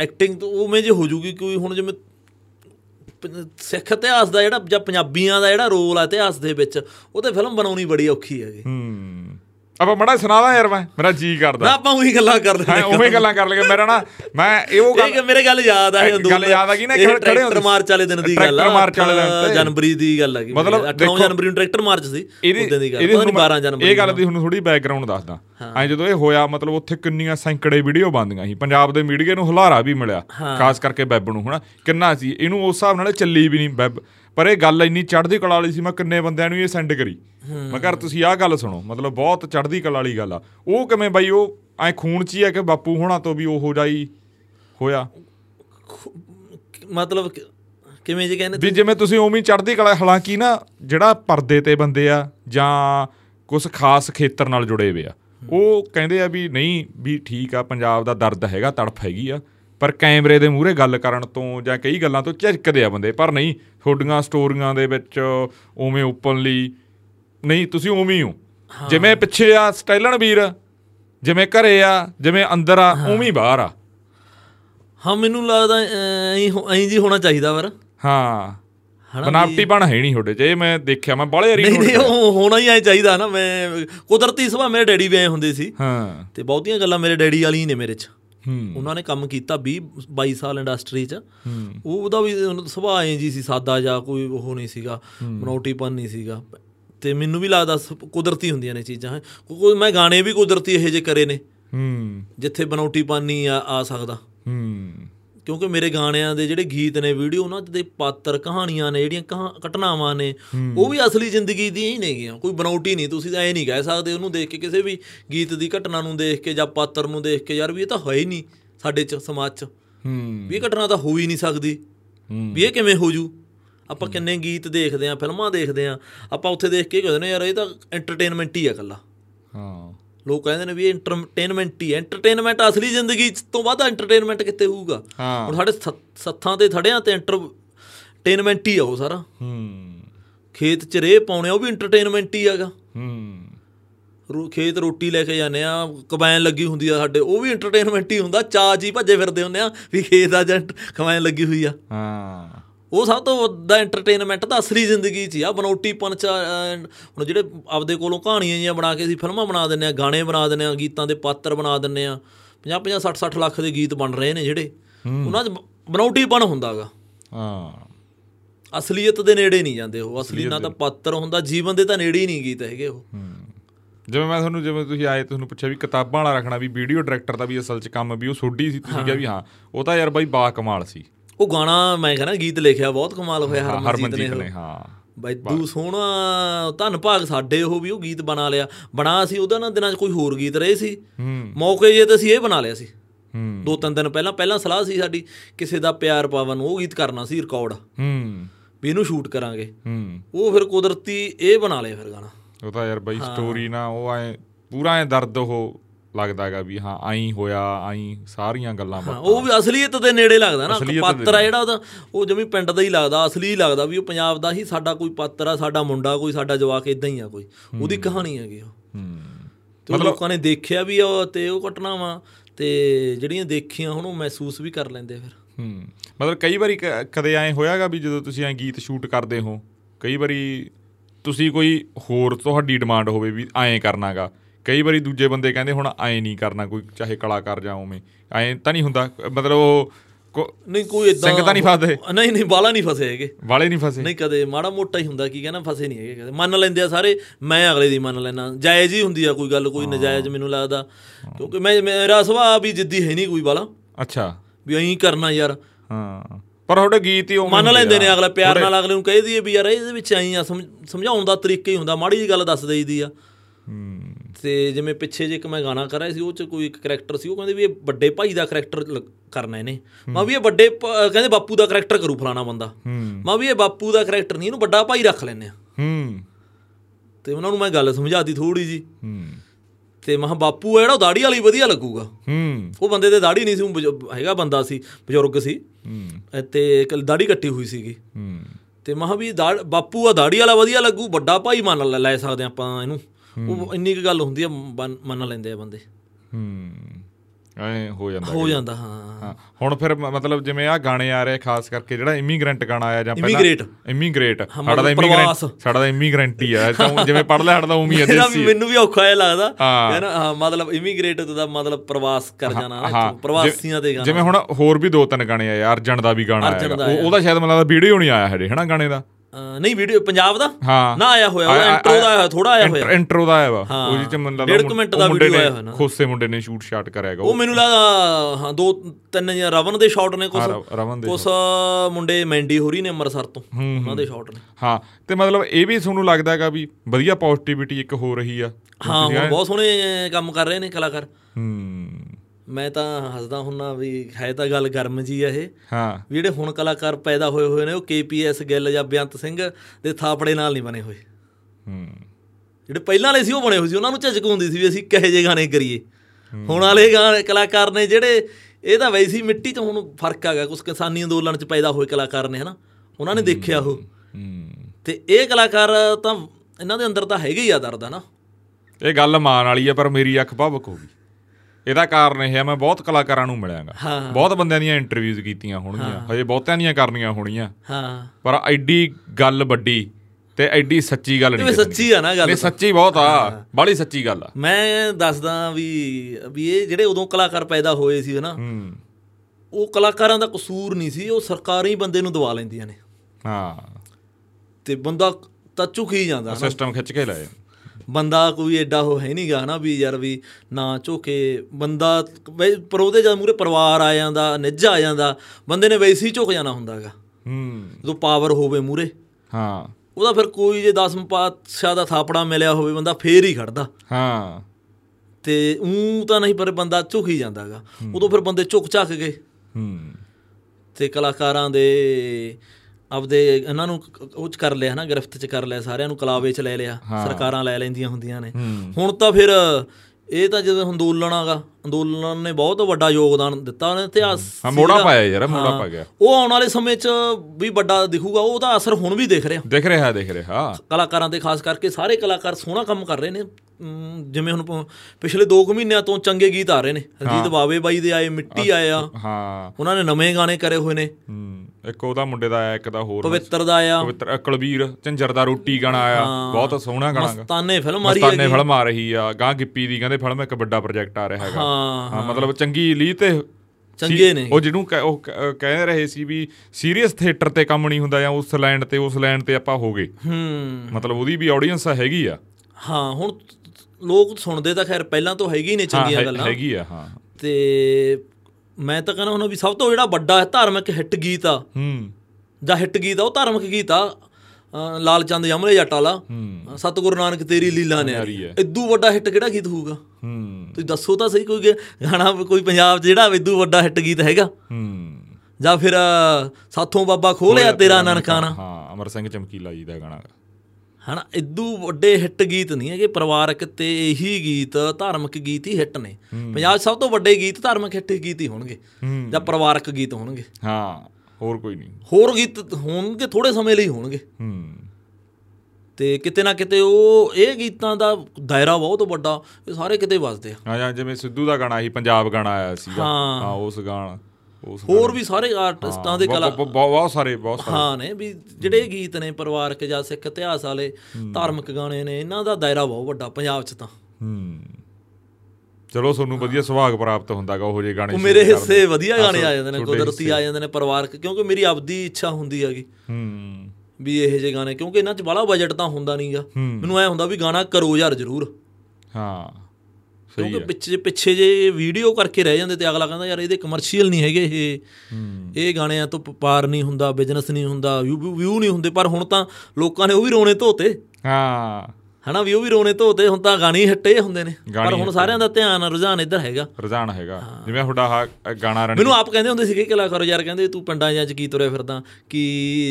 ਐਕਟਿੰਗ ਤਾਂ ਉਵੇਂ ਜੇ ਹੋ ਜੂਗੀ ਕੋਈ ਹੁਣ ਜਿਵੇਂ ਪੰ- ਸਿੱਖ ਇਤਿਹਾਸ ਦਾ ਜਿਹੜਾ ਜਾਂ ਪੰਜਾਬੀਆਂ ਦਾ ਜਿਹੜਾ ਰੋਲ ਆ ਇਤਿਹਾਸ ਦੇ ਵਿੱਚ ਉਹ ਤੇ ਫਿਲਮ ਬਣਾਉਣੀ ਬੜੀ ਔਖੀ ਹੈਗੀ
ਹੂੰ ਆਪਾਂ ਮੜਾ ਸੁਣਾਦਾ ਯਾਰ ਮੈਂ ਮੇਰਾ ਜੀ
ਨਾ
ਕਰਦਾ
ਆਪਾਂ ਉਹੀ ਗੱਲਾਂ ਕਰਦੇ
ਮੈਂ ਉਵੇਂ ਗੱਲਾਂ ਕਰ ਲਗਾ ਮੇਰਾ ਨਾ ਮੈਂ ਇਹ ਉਹ
ਇਹ
ਗੱਲ
ਕਿ ਮੇਰੇ ਗੱਲ ਯਾਦ ਆ ਇਹ
ਗੱਲ
ਅੰਦੋਲਨ-
ਯਾਦ ਆ ਗਈ ਨਾ,
ਇਹ
ਖੜੇ- ਖੜੇ
ਟਰੈਕਟਰ
ਹੁੰਦੇ ਸੀ।
ਮਾਰਚ ਵਾਲੇ ਦਿਨ ਦੀ ਗੱਲ ਆ
ਟਰੈਕਟਰ ਮਾਰਚ ਵਾਲੇ ਦਿਨ
ਅੱਠ
ਤੇ।
ਜਨਵਰੀ ਦੀ ਗੱਲ ਹੈਗੀ
ਮਤਲਬ
8 ਜਨਵਰੀ ਨੂੰ ਟਰੈਕਟਰ ਮਾਰਚ ਸੀ ਉਦੋਂ ਦੀ ਗੱਲ ਪਤਾ ਨਹੀਂ 12 ਜਨਵਰੀ
ਇਹ ਗੱਲ ਦੀ ਹੁਣ ਥੋੜੀ ਬੈਕਗ੍ਰਾਉਂਡ ਦੱਸਦਾ ਐ ਜਦੋਂ ਇਹ ਹੋਇਆ ਮਤਲਬ ਉੱਥੇ ਕਿੰਨੀਆਂ ਸੈਂਕੜੇ ਵੀਡੀਓ ਬੰਦੀਆਂ ਸੀ ਪੰਜਾਬ ਦੇ ਮੀਡੀਆ ਨੂੰ ਹੁਲਾਰਾ ਵੀ ਮਿਲਿਆ ਖਾਸ ਕਰਕੇ ਵੈਬ ਨੂੰ ਹਨਾ ਕਿੰਨਾ ਸੀ ਇਹਨੂੰ ਉਸ ਹਿਸਾਬ ਨਾਲ ਇਹ ਚੱਲੀ ਵੀ ਨਹੀਂ ਵੈਬ ਪਰ ਇਹ ਗੱਲ ਇੰਨੀ ਚੜ੍ਹਦੀ ਕਲਾ ਵਾਲੀ ਸੀ ਮੈਂ ਕਿੰਨੇ ਬੰਦਿਆਂ ਨੂੰ ਇਹ ਸੈਂਡ ਕਰੀ ਮੈਂ ਕਿਹਾ ਤੁਸੀਂ ਆਹ ਗੱਲ ਸੁਣੋ ਮਤਲਬ ਬਹੁਤ ਚੜ੍ਹਦੀ ਕਲਾ ਵਾਲੀ ਗੱਲ ਆ ਉਹ ਕਿਵੇਂ ਬਾਈ ਉਹ ਐ ਖੂਨ ਚ ਹੀ ਆ ਕਿ ਬਾਪੂ ਹੋਣਾ ਤੋਂ ਵੀ ਉਹ ਜਾਈ ਹੋਇਆ
ਮਤਲਬ ਕਿ- ਕਿਵੇਂ ਜੀ ਕਹਿੰਦੇ
ਵੀ ਜਿਵੇਂ ਤੁਸੀਂ ਉਵੇਂ ਹੀ ਚੜ੍ਹਦੀ ਕਲਾ ਹਾਲਾਂਕਿ ਨਾ ਜਿਹੜਾ ਪਰਦੇ ਤੇ ਬੰਦੇ ਆ ਜਾਂ ਕੁਝ ਖਾਸ ਖੇਤਰ ਨਾਲ ਜੁੜੇ ਹੋਏ ਆ ਉਹ ਕਹਿੰਦੇ ਆ ਵੀ ਨਹੀਂ ਵੀ ਠੀਕ ਆ ਪੰਜਾਬ ਦਾ ਦਰਦ ਹੈਗਾ ਤੜਫ ਹੈਗੀ ਆ ਪਰ ਕੈਮਰੇ ਦੇ ਮੂਹਰੇ ਗੱਲ ਕਰਨ ਤੋਂ ਜਾਂ ਕਈ ਗੱਲਾਂ ਤੋਂ ਝਿਜਕਦੇ ਆ ਬੰਦੇ ਪਰ ਨਹੀਂ ਤੁਹਾਡੀਆਂ ਸਟੋਰੀਆਂ ਦੇ ਵਿੱਚ ਉਵੇਂ ਓਪਨਲੀ ਨਹੀਂ ਤੁਸੀਂ ਉਵੇਂ ਹੀ ਹੋ ਜਿਵੇਂ ਪਿੱਛੇ ਆ ਸਟਾਈਲਨ ਵੀਰ ਜਿਵੇਂ ਘਰੇ ਆ ਜਿਵੇਂ ਅੰਦਰ ਆ ਉਵੇਂ ਹੀ ਬਾਹਰ ਆ
ਹਾਂ ਮੈਨੂੰ ਲੱਗਦਾ ਐਂ ਐਂ ਜੀ ਹੋਣਾ ਚਾਹੀਦਾ ਪਰ
ਹਾਂ
ਹਨਾ
ਬਨਾਵਟੀਪਣ ਹੈ ਨਹੀਂ ਤੁਹਾਡੇ ਚ ਇਹ ਮੈਂ ਦੇਖਿਆ ਮੈਂ ਬਾਹਲੇ ਰੀ
ਨਹੀਂ ਨਹੀਂ ਉਹ ਹੋਣਾ ਹੀ ਐ ਚਾਹੀਦਾ ਨਾ ਮੈਂ ਕੁਦਰਤੀ ਸੁਭਾਅ ਮੇਰੇ ਡੈਡੀ ਵੀ ਐ ਹੁੰਦੇ ਸੀ
ਹਾਂ
ਤੇ ਬਹੁਤੀਆਂ ਗੱਲਾਂ ਮੇਰੇ ਡੈਡੀ ਵਾਲੀ ਹੀ ਨੇ ਮੇਰੇ 'ਚ
ਹੂੰ
ਉਹਨਾਂ ਨੇ ਕੰਮ ਕੀਤਾ 20 22 ਸਾਲ ਇੰਡਸਟਰੀ 'ਚ ਉਹ ਉਹਦਾ ਵੀ ਉਹਨਾਂ ਦਾ ਸੁਭਾਅ ਐਂ ਜੀ ਸੀ ਸਾਦਾ ਜਾਂ ਕੋਈ ਉਹ ਨਹੀਂ ਸੀਗਾ ਮਨੋਟੀਪਨ ਨਹੀਂ ਸੀਗਾ ਤੇ ਮੈਨੂੰ ਵੀ ਲੱਗਦਾ ਸ- ਕੁਦਰਤੀ ਹੁੰਦੀਆਂ ਨੇ ਚੀਜ਼ਾਂ ਹੈਂ। ਕਿਉਂਕਿ ਮੈਂ ਗਾਣੇ ਵੀ ਕੁਦਰਤੀ ਇਹੋ ਜਿਹੇ ਕਰੇ ਨੇ
ਹੂੰ
ਜਿੱਥੇ ਬਨੌਟੀਪਨ ਨਹੀਂ ਆ ਆ ਸਕਦਾ
ਹੂੰ
ਕਿਉਂਕਿ ਮੇਰੇ ਗਾਣਿਆਂ ਦੇ ਜਿਹੜੇ ਗੀਤ ਨੇ ਵੀਡੀਓ ਉਹਨਾਂ ਦੇ ਪਾਤਰ ਕਹਾਣੀਆਂ ਨੇ ਜਿਹੜੀਆਂ ਕਹਾ- ਘਟਨਾਵਾਂ ਨੇ ਉਹ ਵੀ ਅਸਲੀ ਜ਼ਿੰਦਗੀ ਦੀਆਂ ਹੀ ਨੇਗੀਆਂ ਕੋਈ ਬਣਾਉਟੀ ਨਹੀਂ ਤੁਸੀਂ ਤਾਂ ਇਹ ਨਹੀਂ ਕਹਿ ਸਕਦੇ ਉਹਨੂੰ ਦੇਖ ਕੇ ਕਿਸੇ ਵੀ ਗੀਤ ਦੀ ਘਟਨਾ ਨੂੰ ਦੇਖ ਕੇ ਜਾਂ ਪਾਤਰ ਨੂੰ ਦੇਖ ਕੇ ਯਾਰ ਵੀ ਇਹ ਤਾਂ ਹੈ ਹੀ ਨਹੀਂ ਸਾਡੇ ਚ ਸਮਾਜ ਚ
ਹੂੰ
ਵੀ ਇਹ ਘਟਨਾ ਤਾਂ ਹੋ ਹੀ ਨਹੀਂ ਸਕਦੀ
ਹੂੰ।
ਵੀ ਇਹ ਕਿਵੇਂ ਹੋ ਜੂ ਆਪਾਂ ਕਿੰਨੇ ਗੀਤ ਦੇਖਦੇ ਆਂ ਫਿਲਮਾਂ ਦੇਖਦੇ ਆਂ ਆਪਾਂ ਉੱਥੇ ਦੇਖ ਕੇ ਕਹਿੰਦੇ ਨੇ ਯਾਰ ਇਹ ਤਾਂ ਐਂਟਰਟੇਨਮੈਂਟ ਹੀ ਆ ਇਕੱਲਾ
ਹਾਂ
ਲੋਕ ਕਹਿੰਦੇ ਨੇ ਵੀ ਇਹ ਐਂਟਰਟੇਨਮੈਂਟ ਹੀ ਐਂਟਰਟੇਨਮੈਂਟ ਅਸਲੀ ਜ਼ਿੰਦਗੀ 'ਚ ਤੋਂ ਵੱਧ ਐਂਟਰਟੇਨਮੈਂਟ ਕਿੱਥੇ ਹੋਊਗਾ
ਹਾਂ।
ਹੁਣ ਸਾਡੇ ਸੱ- ਸੱਥਾਂ ਤੇ ਥੜਿਆਂ ਤੇ ਐਂਟਰਟੇਨਮੈਂਟ ਹੀ ਆ ਉਹ ਸਾਰਾ
ਹੂੰ
ਖੇਤ 'ਚ ਰੇਹ ਪਾਉਣੇ ਆ, ਉਹ ਵੀ ਐਂਟਰਟੇਨਮੈਂਟ ਹੀ ਹੈਗਾ
ਹੂੰ
ਰੋ- ਖੇਤ ਰੋਟੀ ਲੈ ਕੇ ਜਾਂਦੇ ਆ ਕਮੈਨ ਲੱਗੀ ਹੁੰਦੀ ਆ ਸਾਡੇ ਉਹ ਵੀ ਐਂਟਰਟੇਨਮੈਂਟ ਹੀ ਹੁੰਦਾ ਚਾਅ 'ਚ ਹੀ ਭੱਜੇ ਫਿਰਦੇ ਹੁੰਦੇ ਆ ਵੀ ਖੇਤ ਆ ਜਾਂ ਕਮੈਨ ਲੱਗੀ ਹੋਈ ਆ
ਹਾਂ
ਉਹ ਸਭ ਤੋਂ ਵੱਡਾ ਐਂਟਰਟੇਨਮੈਂਟ ਤਾਂ ਅਸਲੀ ਜ਼ਿੰਦਗੀ 'ਚ ਹੀ ਆ ਬਨੌਟੀਪਨ 'ਚ ਅਹ, ਹੁਣ ਜਿਹੜੇ ਆਪਦੇ ਕੋਲੋਂ ਕਹਾਣੀਆਂ ਜੀਆਂ ਬਣਾ ਕੇ ਅਸੀਂ ਫਿਲਮਾਂ ਬਣਾ ਦਿੰਨੇ ਆ ਗਾਣੇ ਬਣਾ ਦਿੰਨੇ ਆ ਗੀਤਾਂ ਦੇ ਪਾਤਰ ਬਣਾ ਦਿੰਨੇ ਆ 50 50 60 60 ਲੱਖ ਦੇ ਗੀਤ ਬਣ ਰਹੇ ਨੇ ਜਿਹੜੇ ਉਹਨਾਂ 'ਚ ਬ- ਬਨੌਟੀਪਨ ਹੁੰਦਾਗਾ
ਹਾਂ
ਅਸਲੀਅਤ ਦੇ ਨੇੜੇ ਨਹੀਂ ਜਾਂਦੇ ਉਹ ਅਸਲੀ ਨਾ ਤਾਂ ਪਾਤਰ ਹੁੰਦਾ ਜੀਵਨ ਦੇ ਤਾਂ ਨੇੜੇ ਹੀ ਨਹੀਂ ਗੀਤ ਹੈਗੇ ਉਹ
ਹੂੰ। ਜਿਵੇਂ ਮੈਂ ਤੁਹਾਨੂੰ ਜਿਵੇਂ ਤੁਸੀਂ ਆਏ ਤੁਹਾਨੂੰ ਪੁੱਛਿਆ ਵੀ ਕਿਤਾਬਾਂ ਵਾਲਾ ਰੱਖਣਾ ਵੀ ਵੀਡੀਓ ਡਾਇਰੈਕਟਰ ਦਾ ਵੀ ਅਸਲ 'ਚ ਕੰਮ ਵੀ ਉਹ ਸੋਢੀ ਸੀ ਤੁਸੀਂ ਕਿਹਾ ਵੀ ਹਾਂ ਉਹ ਤਾਂ ਯਾਰ ਬਾਈ ਬਾ ਕਮਾਲ ਸੀ
ਉਹ ਗਾਣਾ ਮੈਂ ਕਹਿੰਦਾ ਗੀਤ ਲਿਖਿਆ ਬਹੁਤ ਕਮਾਲ ਹੋਇਆ ਹਰਮਨਜੀਤ ਨੇ
ਹਰਮਨਜੀਤ
ਉਹ।
ਨੇ ਹਾਂ
ਬੈਦੂ ਸੋਹਣਾ ਧੰਨ ਭਾਗ ਸਾਡੇ ਉਹ ਵੀ ਉਹ ਗੀਤ ਬਣਾ ਲਿਆ ਬਣਾ ਸੀ ਉਹਦਾ ਨਾ ਦਿਨਾਂ 'ਚ ਕੋਈ ਹੋਰ ਗੀਤ ਰਹੇ ਸੀ
ਹੂੰ
ਮੌਕੇ ਜੇ ਤਾਂ ਅਸੀਂ ਇਹ ਬਣਾ ਲਿਆ ਸੀ
ਹੂੰ
ਦੋ ਤਿੰਨ ਦਿਨ ਪਹਿਲਾਂ ਪਹਿਲਾਂ ਸਲਾਹ ਸੀ ਸਾਡੀ ਕਿਸੇ ਦਾ ਪਿਆਰ ਪਾਵਨ ਉਹ ਗੀਤ ਕਰਨਾ ਸੀ ਰਿਕਾਰਡ
ਹੂੰ
ਵੀ ਇਹਨੂੰ ਸ਼ੂਟ ਕਰਾਂਗੇ
ਹੂੰ
ਉਹ ਫਿਰ ਕੁਦਰਤੀ ਇਹ ਬਣਾ ਲਿਆ ਫਿਰ ਗਾਣਾ
ਉਹ ਤਾਂ ਯਾਰ ਬਾਈ ਸਟੋਰੀ ਨਾ ਉਹ ਐ ਪੂਰਾ ਐ ਦਰਦ ਉਹ ਲੱਗਦਾ ਹੈਗਾ ਵੀ ਹਾਂ ਆਈ ਹੋਇਆ ਆਈ ਸਾਰੀਆਂ ਗੱਲਾਂ
ਹਾਂ,
ਬਾਤਾਂ
ਉਹ ਵੀ ਅਸਲੀਅਤ ਦੇ ਨੇੜੇ ਲੱਗਦਾ ਨਾ
ਅਸਲੀਅਤ ਦੇ
ਪਾਤਰ ਆ ਜਿਹੜਾ ਉਹਦਾ ਉਹ ਜਿਵੇਂ ਪਿੰਡ ਦਾ ਹੀ ਲੱਗਦਾ ਅਸਲੀ ਹੀ ਲੱਗਦਾ ਵੀ ਉਹ ਪੰਜਾਬ ਦਾ ਹੀ ਸਾਡਾ ਕੋਈ ਪਾਤਰ ਆ ਸਾਡਾ ਮੁੰਡਾ ਕੋਈ ਸਾਡਾ ਜਵਾਕ ਇਦਾਂ ਹੀ ਆ ਕੋਈ ਉਹਦੀ ਕਹਾਣੀ ਹੈਗੀ ਉਹ
ਹੂੰ
ਤੇ ਉਹ ਲੋਕਾਂ ਨੇ ਦੇਖਿਆ ਵੀ ਆ ਉਹ ਤੇ ਉਹ ਘਟਨਾਵਾਂ ਤੇ ਜਿਹੜੀਆਂ ਦੇਖੀਆਂ ਹੁਣ ਉਹ ਮਹਿਸੂਸ ਵੀ ਕਰ ਲੈਂਦੇ ਫਿਰ
ਹੂੰ ਮਤਲਬ ਕਈ ਵਾਰੀ ਕ- ਕਦੇ ਐ ਹੋਇਆਗਾ ਵੀ ਜਦੋਂ ਤੁਸੀਂ ਐ ਗੀਤ ਸ਼ੂਟ ਕਰਦੇ ਹੋ ਕਈ ਵਾਰੀ ਤੁਸੀਂ ਕੋਈ ਹੋਰ ਤੁਹਾਡੀ ਡਿਮਾਂਡ ਹੋਵੇ ਵੀ ਐਂ ਕਰਨਾਗਾ ਕਈ ਵਾਰੀ ਦੂਜੇ ਬੰਦੇ ਕਹਿੰਦੇ ਹੁਣ ਐਂ ਨਹੀਂ ਕਰਨਾ ਕੋਈ ਚਾਹੇ ਕਲਾਕਾਰ ਜਾਂ ਉਵੇਂ ਐਂ ਤਾਂ ਨਹੀਂ ਹੁੰਦਾ ਮਤਲਬ ਉਹ ਕੋ-
ਨਹੀਂ ਕੋਈ ਇਦਾਂ
ਸਿੰਘ ਤਾਂ ਨਹੀਂ ਫਸਦੇ
ਨਹੀਂ ਨਹੀਂ ਬਾਲਾ ਨਹੀਂ ਫਸੇ ਹੈਗੇ
ਵਾਲੇ ਨਹੀਂ ਫਸੇ
ਨਹੀਂ ਕਦੇ ਮਾੜਾ ਮੋਟਾ ਹੀ ਹੁੰਦਾ ਕੀ ਕਹਿੰਦਾ ਫਸੇ ਨਹੀਂ ਹੈਗੇ ਕਦੇ ਮੰਨ ਲੈਂਦੇ ਆ ਸਾਰੇ ਮੈਂ ਅਗਲੇ ਦੀ ਮੰਨ ਲੈਣਾ ਜਾਇਜ਼ ਹੀ ਹੁੰਦੀ ਆ ਕੋਈ ਗੱਲ ਕੋਈ ਨਜਾਇਜ਼ ਮੈਨੂੰ ਲੱਗਦਾ ਕਿਉਂਕਿ ਮੈਂ ਮੇਰਾ ਸੁਭਾਅ ਵੀ ਜਿੱਦੀ ਹੈ ਨਹੀਂ ਕੋਈ ਬਾਲਾ
ਅੱਛਾ
ਵੀ ਐਂ ਕਰਨਾ ਯਾਰ
ਹਾਂ ਪਰ ਤੁਹਾਡੇ ਗੀਤ ਹੀ ਉਵੇਂ
ਮੰਨ
ਹੁੰਦੇ
ਲੈਂਦੇ
ਆ।
ਨੇ ਅਗਲਾ ਪਿਆਰ ਨਾਲ ਅਗਲੇ ਨੂੰ ਕਹਿ ਦਈਏ ਵੀ ਯਾਰ ਇਹਦੇ ਵਿੱਚ ਐਂ ਆ ਸਮਝ- ਸਮਝਾਉਣ ਦਾ ਤਰੀਕਾ ਹੀ ਹੁੰਦਾ ਮਾੜੀ ਜੀ ਗੱਲ ਦੱਸ ਦਈਦੀ ਆ
ਹੂੰ
ਤੇ ਜਿਵੇਂ ਪਿੱਛੇ ਜੇ ਇੱਕ ਮੈਂ ਗਾਣਾ ਕਰ ਰਿਹਾ ਸੀ ਉਹ ਚ ਕੋਈ ਇੱਕ ਕਰੈਕਟਰ ਸੀ ਉਹ ਕਹਿੰਦੇ ਵੀ ਇਹ ਵੱਡੇ ਭਾਈ ਦਾ ਕਰੈਕਟਰ ਕਰਨਾ ਇਹਨੇ ਮੈਂ ਵੀ ਇਹ ਵੱਡੇ ਭ- ਕਹਿੰਦੇ ਬਾਪੂ ਦਾ ਕਰੈਕਟਰ ਕਰੂ ਫਲਾਣਾ ਬੰਦਾ
ਹੂੰ
ਮੈਂ ਵੀ ਇਹ ਬਾਪੂ ਦਾ ਕਰੈਕਟਰ ਨਹੀਂ ਇਹਨੂੰ ਵੱਡਾ ਭਾਈ ਰੱਖ ਲੈਨੇ ਆ
ਹੂੰ
ਤੇ ਉਹਨਾਂ ਨੂੰ ਮੈਂ ਗੱਲ ਸਮਝਾਤੀ ਥੋੜੀ ਜੀ
ਹੂੰ
ਤੇ ਮੈਂ ਕਿਹਾ ਬਾਪੂ ਆ ਜਿਹੜਾ ਉਹ ਦਾੜੀ ਵਾਲੀ ਵਧੀਆ ਲੱਗੂਗਾ
ਹੂੰ
ਉਹ ਬੰਦੇ ਤੇ ਦਾੜੀ ਨਹੀਂ ਸੀ ਉਹ ਬਜ਼ੁ- ਹੈਗਾ ਬੰਦਾ ਸੀ ਬਜ਼ੁਰਗ ਸੀ
ਹੂੰ
ਤੇ ਇੱਕ ਦਾੜੀ ਕੱਟੀ ਹੋਈ ਸੀਗੀ
ਹੂੰ
ਤੇ ਮੈਂ ਕਿਹਾ ਵੀ ਦਾੜ- ਬਾਪੂ ਆ ਦਾੜੀ ਵਾਲਾ ਵਧੀਆ ਲੱਗੂ ਵੱਡਾ ਭਾਈ ਮੰਨ ਲੈ- ਲੈ ਸਕਦੇ ਆਪਾਂ ਇਹਨੂੰ ਉਹ ਇੰਨੀ ਕੁ ਗੱਲ ਹੁੰਦੀ ਆ ਮੰਨ ਮੰਨ ਲੈਂਦੇ ਆ ਬੰਦੇ
ਹੂੰ ਐਂ ਹੋ ਜਾਂਦਾ
ਹੋ ਜਾਂਦਾ ਹਾਂ
ਹਾਂ, ਹੁਣ ਫਿਰ ਮ- ਮਤਲਬ ਜਿਵੇਂ ਆ ਗਾਣੇ ਆ ਰਹੇ ਖਾਸ ਕਰਕੇ ਜਿਹੜਾ ਇਮੀਗ੍ਰੈਂਟ ਗਾਣਾ ਆਇਆ ਜਾਂ
Immigrate।
ਇਮੀਗ੍ਰੇਟ ਸਾਡਾ
ਮਤਲਬ
ਤਾਂ ਇਮੀਗ੍ਰੈਂਟ
ਪ੍ਰਵਾਸ।
ਸਾਡਾ ਤਾਂ ਇਮੀਗ੍ਰੈਂਟ ਹੀ ਆ ਤਾਂ ਜਿਵੇਂ ਪੜ ਲਿਆ ਸਾਡਾ ਤਾਂ ਉਮੀ ਹੈ
ਇਹਦਾ
ਦੇਸੀ
ਮੈਨੂੰ ਵੀ ਔਖਾ ਜਿਹਾ ਲੱਗਦਾ
ਹਾਂ।
ਹੈ ਨਾ ਹਾਂ, ਮਤਲਬ ਇਮੀਗ੍ਰੇਟ ਦਾ ਮਤਲਬ ਪ੍ਰਵਾਸ ਕਰ ਜਾਣਾ ਨਾ ਇੱਥੋਂ,
ਜਿ-
ਪ੍ਰਵਾਸੀਆਂ ਦੇ ਗਾਣਾ
ਜਿਵੇਂ ਹੁਣ ਹੋਰ ਵੀ ਦੋ ਤਿੰਨ ਗਾਣੇ ਆਏ ਆ, ਅਰਜਨ ਦਾ ਵੀ ਗਾਣਾ ਆਇਆ
ਅਰਜਨ
ਹੈਗਾ।
ਦਾ
ਉਹ- ਉਹਦਾ ਸ਼ਾਇਦ ਮੈਨੂੰ ਲੱਗਦਾ ਵੀਡੀਓ ਨਹੀਂ ਆਇਆ ਹਜੇ ਹਨਾ ਗਾਣੇ ਦਾ
ਅਹ, ਨਹੀਂ ਵੀਡੀਓ ਪੰਜਾਬ ਦਾ
ਹਾਂ
ਨਾ ਆਇਆ ਹੋਇਆ ਉਹ ਇੰਟਰੋ ਦਾ ਆਇਆ ਥੋੜਾ ਆਇਆ ਹੋਇਆ
ਇੰਟਰੋ ਦਾ ਆਇਆ ਵਾ
ਹਾਂ।
ਉਹਦੇ ਚ ਮੈਨੂੰ
ਡੇਢ
ਲੱਗਦਾ
ਕੁ
ਮੁੰ-
ਮਿੰਟ
ਉਹ
ਦਾ
ਮੁੰਡੇ
video
ਨੇ-
ਆਇਆ ਹੋਇਆ ਨਾ।
ਖੋਸੇ ਮੁੰਡੇ ਨੇ ਸ਼ੂਟ ਸ਼ਾਟ ਕਰਿਆ ਹੈਗਾ
ਉਹ ਮੈਨੂੰ ਲੱਗਦਾ ਹਾਂ ਦੋ ਤਿੰਨ ਜਾਂ ਰਵਨ ਦੇ ਸ਼ਾਟ ਨੇ ਕੁਝ
ਉਹ ਰਮਨ ਦੇ
ਕੁਝ ਮੁੰਡੇ ਮੈਂਡੀ ਹੋਰੀ ਨੇ ਅੰਮ੍ਰਿਤਸਰ ਤੋਂ ਉਹਨਾਂ ਦੇ ਸ਼ਾਟ ਨੇ
ਹਾਂ ਤੇ ਮਤਲਬ ਇਹ ਵੀ ਤੁਹਾਨੂੰ ਲੱਗਦਾ ਹੈਗਾ ਵੀ ਵਧੀਆ ਪੋਜ਼ਿਟਿਵਿਟੀ ਇੱਕ ਹੋ ਰਹੀ ਆ
ਹਾਂ ਹੁਣ ਬਹੁਤ ਸੋਹਣੇ ਕੰਮ ਕਰ ਰਹੇ ਨੇ ਕਲਾਕਾਰ
ਹੂੰ
ਮੈਂ ਤਾਂ ਹੱਸਦਾ ਹੁੰਨਾ ਵੀ ਹੈ ਤਾਂ ਗੱਲ ਗਰਮ ਜੀ ਆ ਇਹ
ਹਾਂ
ਵੀ ਜਿਹੜੇ ਹੁਣ ਕਲਾਕਾਰ ਪੈਦਾ ਹੋਏ ਹੋਏ ਨੇ ਉਹ ਕੇਪੀਐਸ ਗਿੱਲ ਜਾਂ ਬੇਅੰਤ ਸਿੰਘ ਦੇ ਥਾਪੜੇ ਨਾਲ ਨਹੀਂ ਬਣੇ ਹੋਏ
ਹੂੰ
ਜਿਹੜੇ ਪਹਿਲਾਂ ਵਾਲੇ ਸੀ ਉਹ ਬਣੇ ਹੋਏ ਸੀ ਉਹਨਾਂ ਨੂੰ ਝਿਜਕ ਹੁੰਦੀ ਸੀ ਵੀ ਅਸੀਂ ਕਹੇ ਜੇ ਗਾਣੇ ਕਰੀਏ ਹੁਣ ਵਾਲੇ ਗਾਣੇ ਕਲਾਕਾਰ ਨੇ ਜਿਹੜੇ ਇਹ ਤਾਂ ਵੈਸੀ ਮਿੱਟੀ 'ਚ ਹੁਣ ਫਰਕ ਹੈਗਾ ਕੁਝ ਕਿਸਾਨੀ ਅੰਦੋਲਨ 'ਚ ਪੈਦਾ ਹੋਏ ਕਲਾਕਾਰ ਨੇ ਹਨਾ ਉਹਨਾਂ ਨੇ ਦੇਖਿਆ ਉਹ
ਹੂੰ
ਤੇ ਇਹ ਕਲਾਕਾਰ ਤਾਂ ਇਹਨਾਂ ਦੇ ਅੰਦਰ ਤਾਂ ਹੈਗੇ ਹੀ ਆ ਦਰਦ ਹਨਾ
ਇਹ ਗੱਲ ਮਾਣ ਵਾਲੀ ਆ ਪਰ ਮੇਰੀ ਅੱਖ ਭਾਵਕ ਹੋ ਗਈ ਇਹਦਾ ਕਾਰਨ ਇਹ ਹੈ ਮੈਂ ਬਹੁਤ ਕਲਾਕਾਰਾਂ ਨੂੰ ਮਿਲਿਆਗਾ
ਹਾਂ।
ਬਹੁਤ ਬੰਦਿਆਂ ਦੀਆਂ ਇੰਟਰਵਿਊਜ਼ ਕੀਤੀਆਂ ਹੋਣਗੀਆਂ ਹਜੇ ਬਹੁਤਿਆਂ ਦੀਆਂ ਕਰਨੀਆਂ ਹੋਣੀਆਂ
ਹਾਂ
ਪਰ ਐਡੀ ਗੱਲ ਵੱਡੀ ਤੇ ਐਡੀ ਸੱਚੀ ਗੱਲ
ਇਹ
ਨਹੀਂ
ਸੱਚੀ ਆ ਨਾ ਗੱਲ
ਨਹੀਂ ਸੱਚੀ ਬਹੁਤ ਆ ਬਾਹਲੀ ਸੱਚੀ ਗੱਲ ਆ
ਮੈਂ ਦੱਸਦਾ ਵੀ ਵੀ ਇਹ ਜਿਹੜੇ ਉਦੋਂ ਕਲਾਕਾਰ ਪੈਦਾ ਹੋਏ ਸੀ ਹਨਾ
ਹੂੰ
ਉਹ ਕਲਾਕਾਰਾਂ ਦਾ ਕਸੂਰ ਨਹੀਂ ਸੀ ਉਹ ਸਰਕਾਰੀ ਬੰਦੇ ਨੂੰ ਦਵਾ ਲੈਂਦੀਆਂ ਨੇ
ਹਾਂ
ਤੇ ਬੰਦਾ ਤਾਂ ਝੁਕੀ ਜਾਂਦਾ ਹਨਾ।
ਸਿਸਟਮ ਖਿੱਚ ਕੇ ਲਾਏ
ਬੰਦਾ ਕੋਈ ਐਡਾ ਉਹ ਹੈ ਨਹੀਂਗਾ ਹਨਾ ਵੀ ਯਾਰ ਵੀ ਨਾ ਝੋਕੇ ਬੰਦਾ ਬਈ ਪਰ ਉਹਦੇ ਜਦ ਮੂਰੇ ਪਰਿਵਾਰ ਆ ਜਾਂਦਾ ਨਿੱਜ ਆ ਜਾਂਦਾ ਬੰਦੇ ਨੇ ਵੈਸੇ ਹੀ ਝੁਕ ਜਾਣਾ ਹੁੰਦਾਗਾ
ਹੂੰ
ਜਦੋਂ ਪਾਵਰ ਹੋਵੇ ਮੂਰੇ
ਹਾਂ
ਉਹਦਾ ਫਿਰ ਕੋਈ ਜੇ ਦਸਮ ਪਾਤਸ਼ਾਹ ਦਾ ਥਾਪੜਾ ਮਿਲਿਆ ਹੋਵੇ ਬੰਦਾ ਫੇਰ ਹੀ ਖੜਦਾ
ਹਾਂ
ਤੇ ਉਂ ਤਾਂ ਨਹੀਂ ਪਰ ਬੰਦਾ ਝੁਕ ਹੀ ਜਾਂਦਾਗਾ ਉਦੋਂ ਫਿਰ ਬੰਦੇ ਝੁਕ ਝੱਕ ਗਏ
ਹੂੰ
ਤੇ ਕਲਾਕਾਰਾਂ ਦੇ ਆਪਦੇ ਇਹਨਾਂ ਨੂੰ ਕ- ਉਹ ਚ ਕਰ ਲਿਆ ਨਾ ਗ੍ਰਿਫਤ ਚ ਕਰ ਲਿਆ ਸਾਰਿਆਂ ਨੂੰ ਕਲਾਵੇ ਚ ਲੈ ਲਿਆ ਸਰਕਾਰਾਂ ਲੈ ਲੈਂਦੀਆਂ ਹੁੰਦੀਆਂ ਨੇ ਹੁਣ ਤਾਂ ਫਿਰ ਇਹ ਤਾਂ ਜਦੋਂ ਅੰਦੋਲਨ ਆਗਾ ਅੰਦੋਲਨ ਨੇ ਬਹੁਤ ਵੱਡਾ ਯੋਗਦਾਨ ਦਿੱਤਾ ਉਹਨੇ ਇਤਿਹਾਸ
ਹਾਂ, ਮੋੜਾ
ਸੀਗਾ।
ਪਾਇਆ ਯਾਰ, ਮੋੜਾ
ਹਾਂ,
ਪਾ ਗਿਆ।
ਉਹ ਆਉਣ ਵਾਲੇ ਸਮੇਂ ਚ ਵੀ ਵੱਡਾ ਦਿਖੂਗਾ ਉਹਦਾ ਅਸਰ ਹੁਣ ਵੀ ਦਿਖ ਰਿਹਾ
ਦਿਖ ਰਿਹਾ ਦਿਖ ਰਿਹਾ
ਕਲਾਕਾਰਾਂ ਤੇ ਖਾਸ ਕਰਕੇ ਸਾਰੇ ਕਲਾਕਾਰ ਸੋਹਣਾ ਕੰਮ ਕਰ ਰਹੇ ਨੇ ਅਮ, ਜਿਵੇਂ ਹੁਣ ਪ- ਪਿਛਲੇ 2 ਮਹੀਨਿਆਂ ਤੋਂ ਚੰਗੇ ਗੀਤ ਆ ਰਹੇ ਨੇ ਰਜੀਤ ਬਾਵੇ ਬਾਈ ਦੇ ਆਏ ਮਿੱਟੀ ਆਇਆ
ਹਾਂ
ਉਹਨਾਂ ਨੇ ਨਵੇਂ ਗਾਣੇ ਕਰੇ ਹੋਏ ਨੇ
ਹੂੰ ਇੱਕ ਉਹਦਾ ਮੁੰਡੇ ਦਾ ਆਇਆ ਇੱਕ ਦਾ ਹੋਰ
ਪਵਿੱਤਰ ਦਾ ਆਇਆ
ਪਵਿੱਤਰ ਕਲਬੀਰ ਝੰਜਰ ਦਾ ਰੋਟੀ ਗਾਣਾ ਆਇਆ ਬਹੁਤ ਸੋਹਣਾ ਗਾਣਾ ਗਾ।
ਮਸਤਾਨੇ ਫਿਲਮ ਆ ਰਹੀ
ਮਸਤਾਨੇ
ਹੈਗੀ
ਫਿਲਮ ਆ ਰਹੀ ਆ ਗਾਂ ਗਿੱਪੀ ਦੀ ਕਹਿੰਦੇ ਫਿਲਮ ਇੱਕ ਵੱਡਾ ਪ੍ਰੋਜੈਕਟ ਆ ਰਿਹਾ ਹੈਗਾ
ਹਾਂ
ਹਾਂ ਮਤਲਬ ਚੰਗੀ ਲੀ ਤੇ
ਚੰਗੇ ਨੇ।
ਉਹ ਜਿਹਨੂੰ ਕਹਿ- ਉਹ ਕ- ਅਹ ਕਹਿ ਰਹੇ ਸੀ ਵੀ ਸੀਰੀਅਸ ਥੀਏਟਰ ਤੇ ਕੰਮ ਨਹੀਂ ਹੁੰਦਾ ਜਾਂ ਉਸ ਲੈਂਡ ਤੇ ਉਸ ਲੈਂਡ ਤੇ ਆਪਾਂ ਹੋ ਗਏ
ਹੂੰ
ਮਤਲਬ ਉਹਦੀ ਵੀ ਆਡੀਅנס ਹੈਗੀ ਆ
ਹਾਂ ਹੁਣ ਲੋਕ ਸੁਣਦੇ ਤਾਂ ਖੈਰ ਪਹਿਲਾਂ ਤੋਂ ਹੈਗੀ ਨੇ
ਹਾਂ,
ਚੰਗੀਆਂ
ਹੈ-
ਗੱਲਾਂ
ਹੈਗੀ ਆ ਹਾਂ
ਤੇ ਮੈਂ ਤਾਂ ਕਹਿੰਦਾ ਹੁਣ ਵੀ ਸਭ ਤੋਂ ਜਿਹੜਾ ਵੱਡਾ ਧਾਰਮਿਕ ਹਿੱਟ ਗੀਤ ਆ
ਹੂੰ
ਜਾਂ ਹਿੱਟ ਗੀਤ ਆ ਉਹ ਧਾਰਮਿਕ ਗੀਤ ਆ ਅ, ਲਾਲ ਚੰਦ ਯਮਲੇ ਜੱਟ ਵਾਲਾ
ਹੂੰ।
ਸਤਿਗੁਰੂ ਨਾਨਕ ਤੇਰੀ ਲੀਲਾ ਨੇ
ਨਿਆਰੀ ਹੈ।
ਇਦੋਂ ਵੱਡਾ ਹਿੱਟ ਕਿਹੜਾ ਗੀਤ ਹੋਊਗਾ
ਹੂੰ
ਤੁਸੀਂ ਦੱਸੋ ਤਾਂ ਸਹੀ ਕੋਈ ਗੇ- ਗਾਣਾ ਕੋਈ ਪੰਜਾਬ 'ਚ ਜਿਹੜਾ ਇਦੋਂ ਵੱਡਾ ਹਿੱਟ ਗੀਤ ਹੈਗਾ
ਹੂੰ
ਜਾਂ ਫਿਰ ਅ, ਸਾਥੋਂ ਬਾਬਾ ਖੋਲਿਆ ਤੇਰਾ ਨਨਕਾਣਾ
ਹਾਂ ਅਮਰ ਸਿੰਘ ਚਮਕੀਲਾ ਜੀ ਦਾ ਗਾਣਾ ਗਾ।
ਹਨਾ ਇਦੋਂ ਵੱਡੇ ਹਿੱਟ ਗੀਤ ਨਹੀਂ ਹੈਗੇ ਪਰਿਵਾਰਕ ਤੇ ਇਹੀ ਗੀਤ ਧਾਰਮਿਕ ਗੀਤ ਹੀ ਹਿੱਟ ਨੇ ਪੰਜਾਬ 'ਚ ਸਭ ਤੋਂ ਵੱਡੇ ਗੀਤ ਧਾਰਮਿਕ ਹਿੱਟ ਗੀਤ ਹੀ ਹੋਣਗੇ
ਹੂੰ।
ਜਾਂ ਪਰਿਵਾਰਕ ਗੀਤ ਹੋਣਗੇ
ਹਾਂ ਹੋਰ ਕੋਈ ਨਹੀਂ
ਹੋਰ ਗੀਤ ਹੋਣਗੇ ਥੋੜੇ ਸਮੇਂ ਲਈ ਹੋਣਗੇ
ਹੂੰ
ਤੇ ਕਿਤੇ ਨਾ ਕਿਤੇ ਉਹ ਇਹ ਗੀਤਾਂ ਦਾ ਦਾਇਰਾ ਬਹੁਤ ਵੱਡਾ ਇਹ ਸਾਰੇ ਕਿਤੇ ਵੱਜਦੇ ਆ
ਹਾਂ ਜਾਂ ਜਿਵੇਂ ਸਿੱਧੂ ਦਾ ਗਾਣਾ ਸੀ ਪੰਜਾਬ ਗਾਣਾ ਆਇਆ ਸੀਗਾ
ਹਾਂ।
ਹਾਂ ਉਸ ਗਾਣਾ ਉਸ
ਹੋਰ ਵੀ ਸਾਰੇ ਆਰਟਿਸਟਾਂ ਦੇ
ਬਹੁਤ-
ਕਲਾ
ਬਹੁਤ- ਬਹੁਤ ਬਹੁਤ ਸਾਰੇ ਬਹੁਤ ਸਾਰੇ
ਹਾਂ ਨੇ ਵੀ ਜਿਹੜੇ ਗੀਤ ਨੇ ਪਰਿਵਾਰਕ ਜਾਂ ਸਿੱਖ ਇਤਿਹਾਸ ਵਾਲੇ ਧਾਰਮਿਕ ਗਾਣੇ ਨੇ ਇਹਨਾਂ ਦਾ ਦਾਇਰਾ ਬਹੁਤ ਵੱਡਾ ਪੰਜਾਬ 'ਚ ਤਾਂ
ਹੂੰ ਚਲੋ ਤੁਹਾਨੂੰ ਵਧੀਆ ਸੁਭਾਗ ਪ੍ਰਾਪਤ ਹੁੰਦਾਗਾ ਉਹ ਜੇ ਗਾਣੇ
ਉਹ ਮੇਰੇ
ਸ਼ੁਰੂ ਕਰਨ ਦੇ।
ਹਿੱਸੇ ਵਧੀਆ ਗਾਣੇ ਆ ਜਾਂਦੇ ਨੇ
ਤੁਹਾਡੇ
ਕੁਦਰਤੀ ਆ ਜਾਂਦੇ ਨੇ ਪਰਿਵਾਰਕ ਕਿਉਂਕਿ ਮੇਰੀ ਆਪਦੀ ਇੱਛਾ ਹੁੰਦੀ ਹੈਗੀ
ਹੂੰ
ਵੀ ਇਹੋ ਜਿਹੇ ਗਾਣੇ ਕਿਉਂਕਿ ਇਹਨਾਂ 'ਚ ਬਾਲਾ ਬਜਟ ਤਾਂ ਹੁੰਦਾ ਨਹੀਂਗਾ ਮੈਨੂੰ ਐ ਹੁੰਦਾ ਵੀ ਗਾਣਾ ਕਰੋ ਯਾਰ ਜ਼ਰੂਰ
ਹਾਂ ਸਹੀ
ਕਿਉਂਕਿ ਪਿੱਛੇ ਪਿੱਛੇ ਜੇ ਵੀਡੀਓ ਕਰਕੇ ਰਹਿ ਜਾਂਦੇ ਤੇ ਅਗਲਾ ਕਹਿੰਦਾ ਯਾਰ ਇਹਦੇ ਕਮਰਸ਼ੀਅਲ ਨਹੀਂ ਹੈਗੇ ਇਹ
ਹੂੰ
ਇਹ ਗਾਣਿਆਂ ਤੋਂ ਪ- ਪਾਰ ਨਹੀਂ ਹੁੰਦਾ ਬਿਜ਼ਨਸ ਨਹੀਂ ਹੁੰਦਾ ਵਿਊ ਨਹੀਂ ਹੁੰਦੇ ਪਰ ਹੁਣ ਤਾਂ ਲੋਕਾਂ ਨੇ ਉਹ ਵੀ ਰੋਣੇ ਧੋਤੇ
ਹਾਂ
ਹਨਾ ਵੀ ਉਹ ਵੀ ਰੋਣੇ ਧੋਤੇ ਹੁਣ ਤਾਂ ਗਾਣੇ ਹੀ ਹਟੇ ਹੁੰਦੇ ਨੇ ਪਰ
ਗਾਣੇ
ਹੁਣ ਸਾਰਿਆਂ ਦਾ ਧਿਆਨ ਰੁਝਾਨ ਇੱਧਰ ਹੈਗਾ
ਰੁਝਾਨ ਹੈਗਾ ਜਿਵੇਂ ਤੁਹਾਡਾ ਆਹ ਗਾਣਾ ਰਣ
ਮੈਨੂੰ ਆਪ ਕਹਿੰਦੇ ਹੁੰਦੇ ਸੀਗੇ ਕਲਾਕਾਰ ਯਾਰ ਕਹਿੰਦੇ ਤੂੰ ਪਿੰਡਾਂ ਜਾਂ ਚ ਕੀ ਤੁਰਿਆ ਫਿਰਦਾ ਕੀ